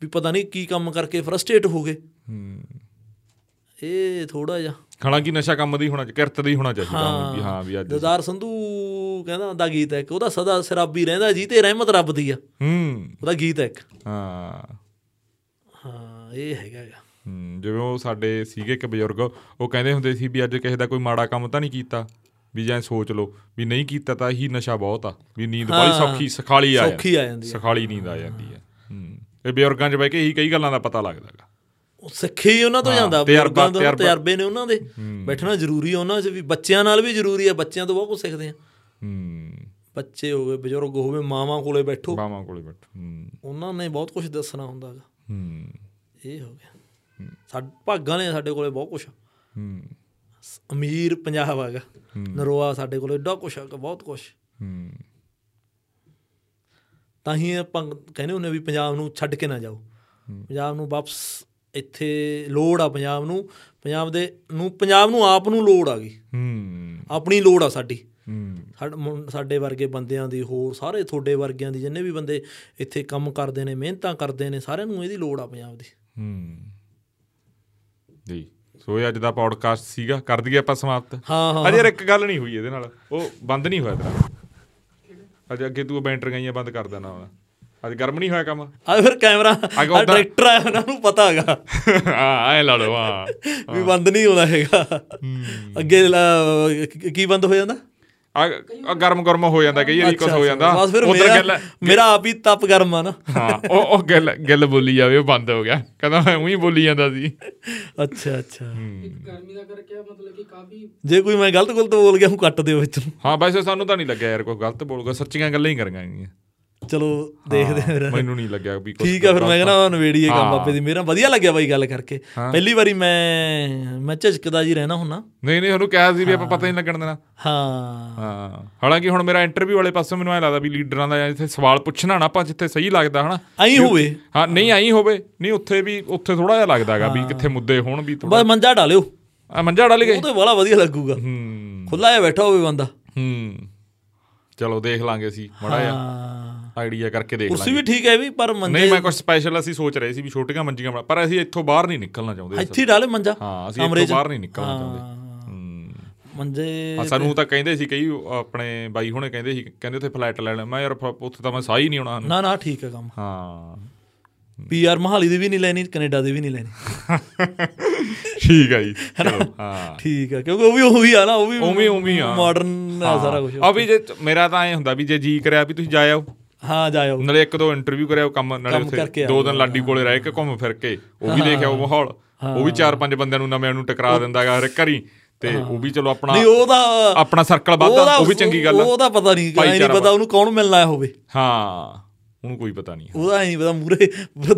ਵੀ ਪਤਾ ਨਹੀਂ ਕੀ ਕੰਮ ਕਰਕੇ ਫਰਸਟ੍ਰੇਟ ਹੋ ਗਏ
ਹੂੰ
ਇਹ ਥੋੜਾ ਜਿਹਾ
ਹਾਲਾਂਕਿ ਨਸ਼ਾ ਕੰਮ ਦੀ ਹੋਣਾ ਚਾਹੀਦਾ ਕਿਰਤ ਦੀ ਹੋਣਾ ਚਾਹੀਦਾ ਹੁਣ ਵੀ ਹਾਂ ਵੀ ਅੱਜ
ਦਦਾਰ ਸੰਧੂ ਕਹਿੰਦਾ ਹੁੰਦਾ ਗੀਤ ਹੈ ਇੱਕ ਉਹਦਾ ਸਦਾ ਸ਼ਰਾਬੀ ਰਹਿੰਦਾ ਜੀ ਤੇ ਰਹਿਮਤ ਰੱਬ ਦੀ ਆ
ਹੂੰ
ਉਹਦਾ ਗੀਤ ਹੈ ਇੱਕ
ਹਾਂ
ਹਾਂ ਇਹ ਹੈਗਾ ਗਾ।
ਹੂੰ, ਜਿਵੇਂ ਉਹ ਸਾਡੇ ਸੀਗੇ ਇੱਕ ਬਜ਼ੁਰਗ ਉਹ ਕਹਿੰਦੇ ਹੁੰਦੇ ਸੀ ਵੀ ਅੱਜ ਕਿਸੇ ਦਾ ਕੋਈ ਮਾੜਾ ਕੰਮ ਤਾਂ ਨਹੀਂ ਕੀਤਾ ਵੀ ਜਾਂ ਸੋਚ ਲਓ ਵੀ ਨਹੀਂ ਕੀਤਾ ਤਾਂ ਇਹੀ ਨਸ਼ਾ ਬਹੁਤ ਆ ਵੀ ਨੀਂਦ ਬੜੀ ਸੌਖੀ ਸਖਾਲੀ ਆ
ਸੌਖੀ ਆ ਜਾਂਦੀ ਆ।
ਸਖਾਲੀ ਨੀਂਦ ਆ ਜਾਂਦੀ ਹੈ ਹੂੰ ਇਹ ਬਜ਼ੁਰਗਾਂ 'ਚ ਬਹਿ ਕੇ ਇਹੀ ਕਈ ਗੱਲਾਂ ਦਾ ਪਤਾ ਲੱਗਦਾ ਗਾ
ਉਹ ਸਿੱਖੀ ਉਹਨਾਂ ਤੋਂ ਜਾਂਦਾ
ਤਜਰਬਾ-
ਬਜ਼ੁਰਗਾਂ ਤੋਂ
ਤਜਰਬਾ।
ਤਜਰਬੇ ਨੇ ਉਹਨਾਂ ਦੇ ਬੈਠਣਾ ਜ਼ਰੂਰੀ ਆ ਉਹਨਾਂ 'ਚ ਵੀ ਬੱਚਿਆਂ ਨਾਲ ਵੀ ਜ਼ਰੂਰੀ ਆ ਬੱਚਿਆਂ ਤੋਂ ਬਹੁਤ ਕੁਝ ਸਿੱਖਦੇ ਆ
ਹੂੰ
ਬੱਚੇ ਹੋਵੇ ਬਜ਼ੁਰਗ ਹੋਵੇ ਮਾਵਾਂ ਕੋਲੇ ਬੈਠੋ
ਬਾਵਾਂ ਕੋਲੇ ਬੈਠ ਹੂੰ
ਉਹਨਾਂ ਨੇ ਬਹੁਤ ਕੁਝ ਦੱਸਣਾ ਹੁੰਦਾ ਗਾ
ਹੂੰ
ਇਹ ਹੋ ਗਿਆ ਸਾਡ ਭਾਗਾਂ ਨੇ ਸਾਡੇ ਕੋਲੇ ਬਹੁਤ ਕੁਝ
ਹੂੰ
ਅਮੀਰ ਪੰਜਾਬ ਹੈਗਾ ਨਰੋਆ ਸਾਡੇ ਕੋਲੇ ਏਡਾ ਕੁਛ ਹੈਗਾ ਬਹੁਤ ਕੁਝ
ਹੂੰ
ਤਾਂ ਹੀ ਆਪਾਂ ਕਹਿੰਦੇ ਹੁੰਦੇ ਵੀ ਪੰਜਾਬ ਨੂੰ ਛੱਡ ਕੇ ਨਾ ਜਾਓ ਪੰਜਾਬ ਨੂੰ ਵਾਪਸ ਇੱਥੇ ਲੋੜ ਆ ਪੰਜਾਬ ਨੂੰ ਪੰਜਾਬ ਦੇ ਨੂੰ ਪੰਜਾਬ ਨੂੰ ਆਪ ਨੂੰ ਲੋੜ ਆ ਗਈ
ਹੂੰ
ਆਪਣੀ ਲੋੜ ਆ ਸਾਡੀ
ਹੂੰ
ਸਾਡ- ਮੁੰ- ਸਾਡੇ ਵਰਗੇ ਬੰਦਿਆਂ ਦੀ ਹੋਰ ਸਾਰੇ ਤੁਹਾਡੇ ਵਰਗਿਆਂ ਦੀ ਜਿੰਨੇ ਵੀ ਬੰਦੇ ਇੱਥੇ ਕੰਮ ਕਰਦੇ ਨੇ ਮਿਹਨਤਾਂ ਕਰਦੇ ਨੇ ਸਾਰਿਆਂ ਨੂੰ ਇਹਦੀ ਲੋੜ ਆ ਪੰਜਾਬ ਦੀ
ਹੂੰ ਜੀ ਸੋ ਇਹ ਅੱਜ ਦਾ ਪੌਡਕਾਸਟ ਸੀਗਾ ਕਰ ਦਈਏ ਆਪਾਂ ਸਮਾਪਤ
ਹਾਂ ਹਾਂ
ਅਜੇ ਯਾਰ ਇੱਕ ਗੱਲ ਨਹੀਂ ਹੋਈ ਇਹਦੇ ਨਾਲ ਉਹ ਬੰਦ ਨਹੀਂ ਹੋਇਆ ਤੇਰਾ ਅੱਜ ਅੱਗੇ ਤੂੰ ਬੈਂਟਰ ਗਈਆਂ ਬੰਦ ਕਰ ਦੇਣਾ ਹੁਣ ਅੱਜ ਗਰਮ ਨਹੀਂ ਹੋਇਆ ਕੰਮ
ਆ ਫਿਰ ਕੈਮਰਾ ਆ
ਉੱਦਾਂ-
ਡਾਇਰੈਕਟਰ ਆ ਉਹਨਾਂ ਨੂੰ ਪਤਾ ਹੈਗਾ
ਹਾਂ ਐ ਲੜੋ ਹਾਂ
ਵੀ ਬੰਦ ਨਹੀਂ ਹੋਣਾ ਹੈਗਾ ਅੱਗੇ ਲ- ਕੀ- ਕੀ ਬੰਦ ਹੋ ਜਾਂਦਾ
ਆ ਆ ਗਰਮ ਗਰਮ ਹੋ ਜਾਂਦਾ ਕਈ ਵਾਰੀ ਕੁਝ ਹੋ ਜਾਂਦਾ
ਬਸ ਫਿਰ
ਉੱਧਰ
ਮੇਰਾ
ਗਿੱਲ-
ਮੇਰਾ ਆਪ ਹੀ ਤਪ ਗਰਮ ਆ ਨਾ
ਹਾਂ ਉਹ ਉਹ ਗੱਲ ਗੱਲ ਬੋਲੀ ਜਾਵੇ ਉਹ ਬੰਦ ਹੋ ਗਿਆ ਕਹਿੰਦਾ ਮੈਂ ਉਹੀ ਬੋਲੀ ਜਾਂਦਾ ਸੀ
ਅੱਛਾ ਅੱਛਾ
ਇੱਕ ਗਰਮੀ ਦਾ ਕਰਕੇ ਆ, ਮਤਲਬ ਕਿ ਕਾਫੀ
ਜੇ ਕੋਈ ਮੈਂ ਗਲਤ ਗਲਤ ਬੋਲ ਗਿਆ ਹੂੰ ਕੱਟ ਦਿਓ ਵਿੱਚ ਨੂੰ।
ਹਾਂ ਵੈਸੇ ਸਾਨੂੰ ਤਾਂ ਨਹੀਂ ਲੱਗਿਆ ਯਾਰ ਕੋਈ ਗਲਤ ਬੋਲੂਗਾ ਸੱਚੀਆਂ ਗੱਲਾਂ ਹੀ ਕਰਾਂਗਾ
ਚਲੋ ਦੇਖਦੇ ਹਾਂ ਫਿਰ
ਮੈਨੂੰ ਨਹੀਂ ਲੱਗਿਆ ਵੀ ਕੁਛ
ਠੀਕ ਆ ਫਿਰ ਮੈਂ ਕਹਿੰਦਾ ਉਹ ਨਵੇੜੀਏ ਕੰਮ
ਹਾਂ।
ਬਾਬੇ ਦੀ ਮੇਰਾ ਵਧੀਆ ਲੱਗਿਆ ਬਾਈ ਗੱਲ ਕਰਕੇ ਪਹਿਲੀ ਵਾਰੀ ਮੈਂ ਮੈਂ ਝਿਜਕਦਾ ਜੀ ਰਹਿਣਾ ਹੁੰਨਾ
ਨਹੀਂ ਨਹੀਂ ਉਹਨੂੰ ਕਿਹਾ ਸੀ ਵੀ ਆਪਾਂ ਪਤਾ ਹੀ ਨਹੀਂ ਲੱਗਣ ਦੇਣਾ
ਹਾਂ
ਹਾਂ ਹਾਲਾਂਕਿ ਹੁਣ ਮੇਰਾ ਇੰਟਰਵਿਊ ਵਾਲੇ ਪਾਸੋਂ ਮੈਨੂੰ ਐ ਲੱਗਦਾ ਵੀ ਲੀਡਰਾਂ ਦਾ ਜਿੱਥੇ ਸਵਾਲ ਪੁੱਛਣਾ ਨਾ ਆਪਾਂ ਜਿੱਥੇ ਸਹੀ ਲੱਗਦਾ ਹਨਾ
ਐਂ ਹੋਵੇ
ਹਾਂ ਨਹੀਂ ਐਂ ਹੋਵੇ ਨਹੀਂ ਉੱਥੇ ਵੀ ਉੱਥੇ ਥੋੜਾ ਜਿਹਾ ਲੱਗਦਾਗਾ ਵੀ ਕਿੱਥੇ ਮੁੱਦੇ ਹੋਣ ਵੀ ਥੋੜਾ
ਬਸ ਮੰਜਾ ਢਾ ਲਿਓ ਉਹ
ਆ ਮੰਜਾ ਢਾਲ ਗਏ
ਤੇ ਬੜਾ ਵਧੀਆ ਲੱਗੂਗਾ
ਹੂੰ
ਖੁੱਲਾ ਜਿਹਾ ਬੈਠਾ ਹੋਵੇ ਬੰਦਾ
ਹੂੰ ਚਲੋ ਦੇਖ ਲਾਂਗੇ ਅਸੀਂ ਮੜਾ ਜਿਹਾ
ਹਾਂ
ਆਈਡੀਆ ਕਰਕੇ ਦੇਖ
ਕੁਰਸੀ
ਲਾਂਗੇ
ਵੀ ਠੀਕ ਹੈ ਇਹ ਵੀ ਪਰ ਮੰਜੇ
ਨਹੀਂ ਮੈਂ ਕੁਝ ਸਪੈਸ਼ਲ ਅਸੀਂ ਸੋਚ ਰਹੇ ਸੀ ਵੀ ਛੋਟੀਆਂ ਮੰਜੀਆਂ ਬਣਾ- ਪਰ ਅਸੀਂ ਇੱਥੋਂ ਬਾਹਰ ਨਹੀਂ ਨਿਕਲਣਾ ਚਾਹੁੰਦੇ
ਇੱਥੇ ਢਾਲੇ ਮੰਜਾ
ਹਾਂ ਅਸੀਂ
ਕਮਰੇ
ਇੱਥੋਂ
'ਚ।
ਬਾਹਰ ਨਹੀਂ ਨਿਕਲਣਾ ਚਾਹੁੰਦੇ
ਹਾਂ,
ਹੂੰ
ਮੰਜੇ
ਆ ਸਾਨੂੰ ਤਾਂ ਕਹਿੰਦੇ ਸੀ ਕਈ ਆਪਣੇ ਬਾਈ ਹੁਣੇ ਕਹਿੰਦੇ ਸੀ ਕਹਿੰਦੇ ਉੱਥੇ ਫਲੈਟ ਲੈਣਾ ਮੈਂ ਯਾਰ ਫ- ਉੱਥੇ ਤਾਂ ਮੈਂ ਸਾਹ ਹੀ ਨਹੀਂ ਆਉਣਾ ਸਾਨੂੰ।
ਨਾ ਨਾ ਠੀਕ ਹੈ ਕੰਮ
ਹਾਂ
ਪੀਆਰ ਮਹਾਲੀ ਦੀ ਵੀ ਨਹੀਂ ਲੈਣੀ ਕੈਨੇਡਾ ਦੀ ਵੀ ਨਹੀਂ ਲੈਣੀ
<laughs> ਠੀਕ ਹੈ ਜੀ ਚਲੋ, ਹਾਂ
ਠੀਕ ਹੈ ਕਿਉਂਕਿ ਉਹ ਵੀ ਉਹੀ ਆ ਨਾ ਉਹ ਵੀ
ਉਵੇਂ- ਉਵੇਂ ਆ।
ਮਾਡਰਨ ਆ ਸਾਰਾ ਕੁਝ
ਆ ਵੀ ਜੇ ਮੇਰਾ ਤਾਂ ਐ ਹੁੰਦਾ ਵੀ ਜੇ ਜੀ ਕਰਿਆ ਵੀ ਤੁਸੀਂ ਜਾਇਓ
ਹਾਂ ਜਾਇਓ
ਨਾਲੇ ਇੱਕ ਦੋ ਇੰਟਰਵਿਊ ਕਰਿਓ ਕੰਮ ਨਾਲੇ
ਕੰਮ ਕਰਕੇ
ਉੱਥੇ ਦੋ ਦਿਨ ਲਾਡੀ ਕੋਲੇ ਰਹਿ ਕੇ ਘੁੰਮ ਫਿਰ ਕੇ ਉਹ ਵੀ ਦੇਖਿਆ ਉਹ ਮਾਹੌਲ ਉਹ ਵੀ ਚਾਰ ਪੰਜ ਬੰਦਿਆਂ ਨੂੰ ਨਵੇਂ ਨੂੰ ਟਕਰਾ ਦਿੰਦਾਗਾ ਹਰ ਇੱਕ ਵਾਰੀ ਤੇ ਉਹ ਵੀ ਚਲੋ ਆਪਣਾ
ਨਹੀਂ ਉਹਦਾ
ਆਪਣਾ ਸਰਕਲ ਵੱਧਦਾ ਉਹ ਵੀ ਚੰਗੀ ਗੱਲ ਆ।
ਉਹਦਾ ਪਤਾ ਨਹੀਂ ਕਿ ਨਹੀਂ
ਭਾਈਚਾਰਾ
ਪਤਾ ਉਹਨੂੰ ਕੌਣ ਮਿਲਣਾ ਆਇਆ ਹੋਵੇ
ਹਾਂ ਉਹਨੂੰ ਕੋਈ ਪਤਾ ਨਹੀਂ
ਉਹਦਾ ਨਹੀਂ ਪਤਾ ਮੂਰੇ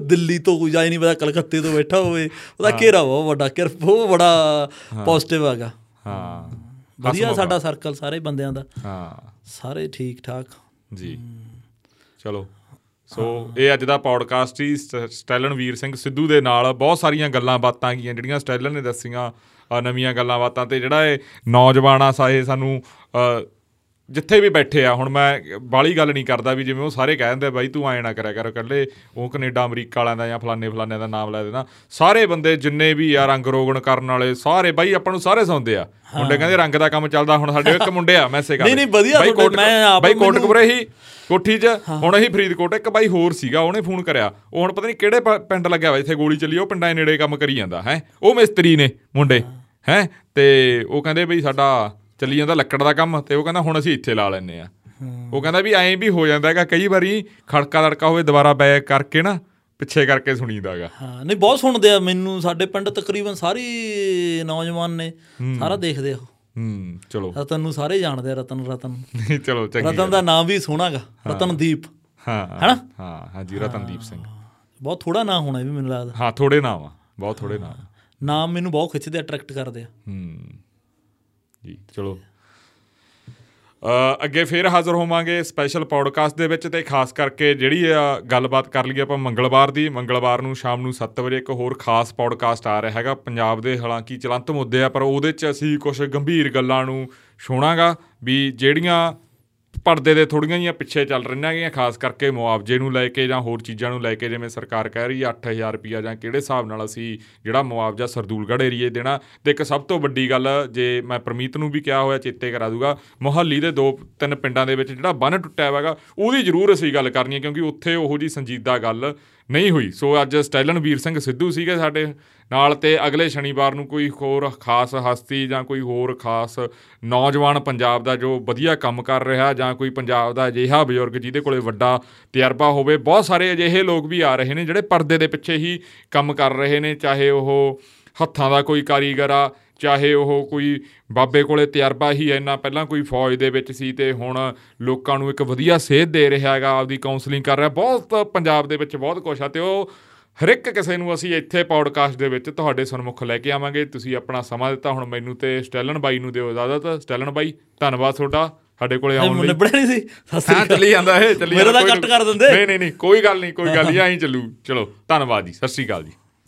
ਦਿੱਲੀ ਤੋਂ ਕੋਈ ਜਾਇ ਨਹੀਂ ਪਤਾ ਕਲਕੱਤੇ ਤੋਂ ਬੈਠਾ ਹੋਵੇ ਉਹਦਾ ਘੇਰਾ ਬਹੁਤ ਵੱਡਾ ਘੇਰ ਬਹੁਤ ਬੜਾ ਪੋਜ਼ਿਟਿਵ ਹੈਗਾ
ਹਾਂ
ਵਧੀਆ ਸਾਡਾ ਸਰਕਲ ਸਾਰੇ ਬੰਦਿਆਂ ਦਾ
ਹਾਂ
ਸਾਰੇ ਠੀਕ ਠਾਕ
ਜੀ ਚਲੋ ਸੋ ਇਹ ਅੱਜ ਦਾ ਪੌਡਕਾਸਟ ਸੀ ਸਟ- ਸਟੈਲਨ ਵੀਰ ਸਿੰਘ ਸਿੱਧੂ ਦੇ ਨਾਲ ਬਹੁਤ ਸਾਰੀਆਂ ਗੱਲਾਂ ਬਾਤਾਂ ਗੀਆਂ ਜਿਹੜੀਆਂ ਸਟੈਲਨ ਨੇ ਦੱਸੀਆਂ ਅ, ਨਵੀਆਂ ਗੱਲਾਂ ਬਾਤਾਂ ਤੇ ਜਿਹੜਾ ਇਹ ਨੌਜਵਾਨ ਆ ਸਾਹੇ ਸਾਨੂੰ ਅ, ਜਿੱਥੇ ਵੀ ਬੈਠੇ ਆ ਹੁਣ ਮੈਂ ਬਾਲੀ ਗੱਲ ਨਹੀਂ ਕਰਦਾ ਵੀ ਜਿਵੇਂ ਉਹ ਸਾਰੇ ਕਹਿ ਦਿੰਦੇ ਆ, ਬਾਈ ਤੂੰ ਐਂ ਨਾ ਕਰਿਆ ਕਰ ਇਕੱਲੇ ਉਹ ਕੈਨੇਡਾ ਅਮਰੀਕਾ ਵਾਲਿਆਂ ਦਾ ਜਾਂ ਫਲਾਨੇ ਫਲਾਨੇ ਦਾ ਨਾਮ ਲੈ ਦੇਣਾ ਸਾਰੇ ਬੰਦੇ ਜਿੰਨੇ ਵੀ ਆ ਰੰਗ ਰੋਗਣ ਕਰਨ ਵਾਲੇ ਸਾਰੇ ਬਾਈ ਆਪਾਂ ਨੂੰ ਸਾਰੇ ਸੌਂਦੇ ਆ ਮੁੰਡੇ ਕਹਿੰਦੇ ਰੰਗ ਦਾ ਕੰਮ ਚੱਲਦਾ ਹੁਣ ਸਾਡੇ ਇੱਕ ਮੁੰਡੇ ਆ ਮੈਸੇਜ ਕਰ
ਨਹੀਂ, ਨਹੀਂ, ਵਧੀਆ
ਬਾਈ
ਤੁਹਾਡੇ-
ਕੋਟ-
ਮੈਂ ਆਪ
ਬਾਈ ਕੋਟ
ਮੈਨੂੰ-
ਕਪੂਰੇ ਹੀ ਕੋਠੀ 'ਚ ਹੁਣ ਅਸੀਂ ਫਰੀਦਕੋਟ ਇੱਕ ਬਾਈ ਹੋਰ ਸੀਗਾ ਉਹਨੇ ਫੋਨ ਕਰਿਆ ਉਹ ਹੁਣ ਪਤਾ ਨਹੀਂ ਕਿਹੜੇ ਪ- ਪਿੰਡ ਲੱਗਿਆ ਵਾ ਜਿੱਥੇ ਗੋਲੀ ਚੱਲੀ ਉਹ ਪਿੰਡਾਂ ਦੇ ਨੇੜੇ ਕੰਮ ਕਰੀ ਜਾਂਦਾ ਹੈ ਉਹ ਮਿਸਤਰੀ ਨੇ ਮੁੰਡੇ ਹੈ ਤੇ ਉਹ ਕਹਿੰਦੇ ਬਈ ਸਾਡਾ ਚੱਲੀ ਜਾਂਦਾ ਲੱਕੜ ਦਾ ਕੰਮ ਤੇ ਉਹ ਕਹਿੰਦਾ ਹੁਣ ਅਸੀਂ ਇੱਥੇ ਲਾ ਲੈਨੇ ਆ ਉਹ ਕਹਿੰਦਾ ਵੀ ਐਂ ਵੀ ਹੋ ਜਾਂਦਾ ਹੈਗਾ ਕਈ ਵਾਰੀ ਖੜਕਾ ਲੜਕਾ ਹੋਵੇ ਦੁਬਾਰਾ ਬੈਕ ਕਰਕੇ ਨਾ ਪਿੱਛੇ ਕਰਕੇ ਸੁਣੀਦਾਗਾ
ਹਾਂ ਨਹੀਂ ਬਹੁਤ ਸੁਣਦੇ ਆ ਮੈਨੂੰ ਸਾਡੇ ਪਿੰਡ ਤਕਰੀਬਨ ਸਾਰੀ ਨੌਜਵਾਨ ਨੇ ਸਾਰਾ ਦੇਖਦੇ ਆ ਉਹ।
ਹੂੰ ਚਲੋ
ਰਤਨ ਨੂੰ ਸਾਰੇ ਜਾਣਦੇ ਆ ਰਤਨ ਰਤਨ
ਨਹੀਂ ਚਲੋ ਚੰਗੀ
ਰਤਨ ਦਾ ਨਾਮ ਵੀ ਸੋਹਣਾਗਾ ਰਤਨਦੀਪ
ਹਾਂ
ਹੈਨਾ?
ਹਾਂ ਹਾਂ ਜੀ ਰਤਨਦੀਪ ਸਿੰਘ
ਬਹੁਤ ਥੋੜਾ ਨਾਮ ਹੋਣਾ ਇਹ ਵੀ ਮੈਨੂੰ ਲੱਗਦਾ
ਹਾਂ ਥੋੜੇ ਨਾਮ ਆ ਬਹੁਤ ਥੋੜੇ ਨਾਮ ਆ।
ਨਾਮ ਮੈਨੂੰ ਬਹੁਤ ਖਿੱਚਦੇ ਅਟਰੈਕਟ ਕਰਦੇ ਆ
ਹੂੰ ਜੀ ਚਲੋ ਅ, ਅੱਗੇ ਫੇਰ ਹਾਜ਼ਰ ਹੋਵਾਂਗੇ ਸਪੈਸ਼ਲ ਪੌਡਕਾਸਟ ਦੇ ਵਿੱਚ ਤੇ ਖਾਸ ਕਰਕੇ ਜਿਹੜੀ ਅ, ਗੱਲਬਾਤ ਕਰ ਲਈ ਆਪਾਂ ਮੰਗਲਵਾਰ ਦੀ ਮੰਗਲਵਾਰ ਨੂੰ ਸ਼ਾਮ ਨੂੰ 7 ਵਜੇ ਇੱਕ ਹੋਰ ਖਾਸ ਪੌਡਕਾਸਟ ਆ ਰਿਹਾ ਹੈਗਾ ਪੰਜਾਬ ਦੇ ਹਾਲਾਂਕਿ ਚਲੰਤ ਮੁੱਦੇ ਆ ਪਰ ਉਹਦੇ 'ਚ ਅਸੀਂ ਕੁਝ ਗੰਭੀਰ ਗੱਲਾਂ ਨੂੰ ਛੋਣਾਗਾ ਵੀ ਜਿਹੜੀਆਂ ਪਰਦੇ ਦੇ ਥੋੜੀਆਂ ਜੀਆਂ ਪਿੱਛੇ ਚੱਲ ਰਹੀਆਂ ਹੈਗੀਆਂ ਖਾਸ ਕਰਕੇ ਮੁਆਵਜ਼ੇ ਨੂੰ ਲੈ ਕੇ ਜਾਂ ਹੋਰ ਚੀਜ਼ਾਂ ਨੂੰ ਲੈ ਕੇ ਜਿਵੇਂ ਸਰਕਾਰ ਕਹਿ ਰਹੀ ਹੈ 8000 ਰੁਪਿਆ ਜਾਂ ਕਿਹੜੇ ਹਿਸਾਬ ਨਾਲ ਅਸੀਂ ਜਿਹੜਾ ਮੁਆਵਜ਼ਾ ਸਰਦੂਲਗੜ੍ਹ ਏਰੀਏ ਦੇਣਾ ਤੇ ਇੱਕ ਸਭ ਤੋਂ ਵੱਡੀ ਗੱਲ ਜੇ ਮੈਂ ਪ੍ਰਮੀਤ ਨੂੰ ਵੀ ਕਿਹਾ ਹੋਇਆ ਚੇਤੇ ਕਰਾ ਦੂਗਾ ਮੁਹੱਲੀ ਦੇ ਦੋ ਤਿੰਨ ਪਿੰਡਾਂ ਦੇ ਵਿੱਚ ਜਿਹੜਾ ਬੰਨ ਟੁੱਟਿਆ ਹੋਇਆਗਾ ਉਹਦੀ ਜ਼ਰੂਰ ਅਸੀਂ ਗੱਲ ਕਰਨੀ ਹੈ ਕਿਉਂਕਿ ਉੱਥੇ ਉਹੋ ਜੀ ਸੰਜੀਦਾ ਗੱਲ ਨਹੀਂ ਹੋਈ ਸੋ ਅੱਜ ਸਟੈਲਨ ਵੀਰ ਸਿੰਘ ਸਿੱਧੂ ਸੀਗੇ ਸਾਡੇ ਨਾਲ ਤੇ ਅਗਲੇ ਸ਼ਨੀਵਾਰ ਨੂੰ ਕੋਈ ਹੋਰ ਖਾਸ ਹਸਤੀ ਜਾਂ ਕੋਈ ਹੋਰ ਖਾਸ ਨੌਜਵਾਨ ਪੰਜਾਬ ਦਾ ਜੋ ਵਧੀਆ ਕੰਮ ਕਰ ਰਿਹਾ ਜਾਂ ਕੋਈ ਪੰਜਾਬ ਦਾ ਅਜਿਹਾ ਬਜ਼ੁਰਗ ਜਿਹਦੇ ਕੋਲੇ ਵੱਡਾ ਤਜਰਬਾ ਹੋਵੇ ਬਹੁਤ ਸਾਰੇ ਅਜਿਹੇ ਲੋਕ ਵੀ ਆ ਰਹੇ ਨੇ ਜਿਹੜੇ ਪਰਦੇ ਦੇ ਪਿੱਛੇ ਹੀ ਕੰਮ ਕਰ ਰਹੇ ਨੇ ਚਾਹੇ ਉਹ ਹੱਥਾਂ ਦਾ ਕੋਈ ਕਾਰੀਗਰ ਆ ਚਾਹੇ ਉਹ ਕੋਈ ਬਾਬੇ ਕੋਲੇ ਤਜਰਬਾ ਹੀ ਇੰਨਾ ਪਹਿਲਾਂ ਕੋਈ ਫੌਜ ਦੇ ਵਿੱਚ ਸੀ ਤੇ ਹੁਣ ਲੋਕਾਂ ਨੂੰ ਇੱਕ ਵਧੀਆ ਸੇਧ ਦੇ ਰਿਹਾ ਹੈਗਾ ਆਪਦੀ ਕਾਉਂਸਲਿੰਗ ਕਰ ਰਿਹਾ ਬਹੁਤ ਪੰਜਾਬ ਦੇ ਵਿੱਚ ਬਹੁਤ ਕੁਛ ਆ ਤੇ ਉਹ ਹਰ ਇੱਕ ਕਿਸੇ ਨੂੰ ਅਸੀਂ ਇੱਥੇ ਪੌਡਕਾਸਟ ਦੇ ਵਿੱਚ ਤੁਹਾਡੇ ਸਨਮੁਖ ਲੈ ਕੇ ਆਵਾਂਗੇ ਤੁਸੀਂ ਆਪਣਾ ਸਮਾਂ ਦਿੱਤਾ ਹੁਣ ਮੈਨੂੰ ਤੇ ਸਟੈਲਨ ਬਾਈ ਨੂੰ ਦਿਓ ਇਜਾਜ਼ਤ ਸਟੈਲਨ ਬਾਈ ਧੰਨਵਾਦ ਤੁਹਾਡਾ ਸਾਡੇ ਕੋਲੇ ਆਉਣ
ਮੈਨੂੰ
ਲਈ
ਨਿਬੜਿਆ ਨਹੀਂ ਸੀ ਸਤਿ ਸ੍ਰੀ
ਹਾਂ
ਅਕਾਲ।
ਚੱਲੀ ਜਾਂਦਾ ਇਹ ਚੱਲੀ
ਮੇਰਾ
ਜਾਂਦਾ,
ਤਾਂ
ਕੋਈ
ਕੱਟ ਕਰ
ਨਹੀਂ-
ਦਿੰਦੇ।
ਨਹੀਂ ਨਹੀਂ ਨਹੀਂ ਕੋਈ ਗੱਲ ਨਹੀਂ ਕੋਈ ਗੱਲ ਨਹੀਂ ਐਂ ਚੱਲੂ ਚਲੋ ਧੰਨਵਾਦ ਜੀ ਸਤਿ ਸ਼੍ਰੀ ਅਕਾਲ ਜੀ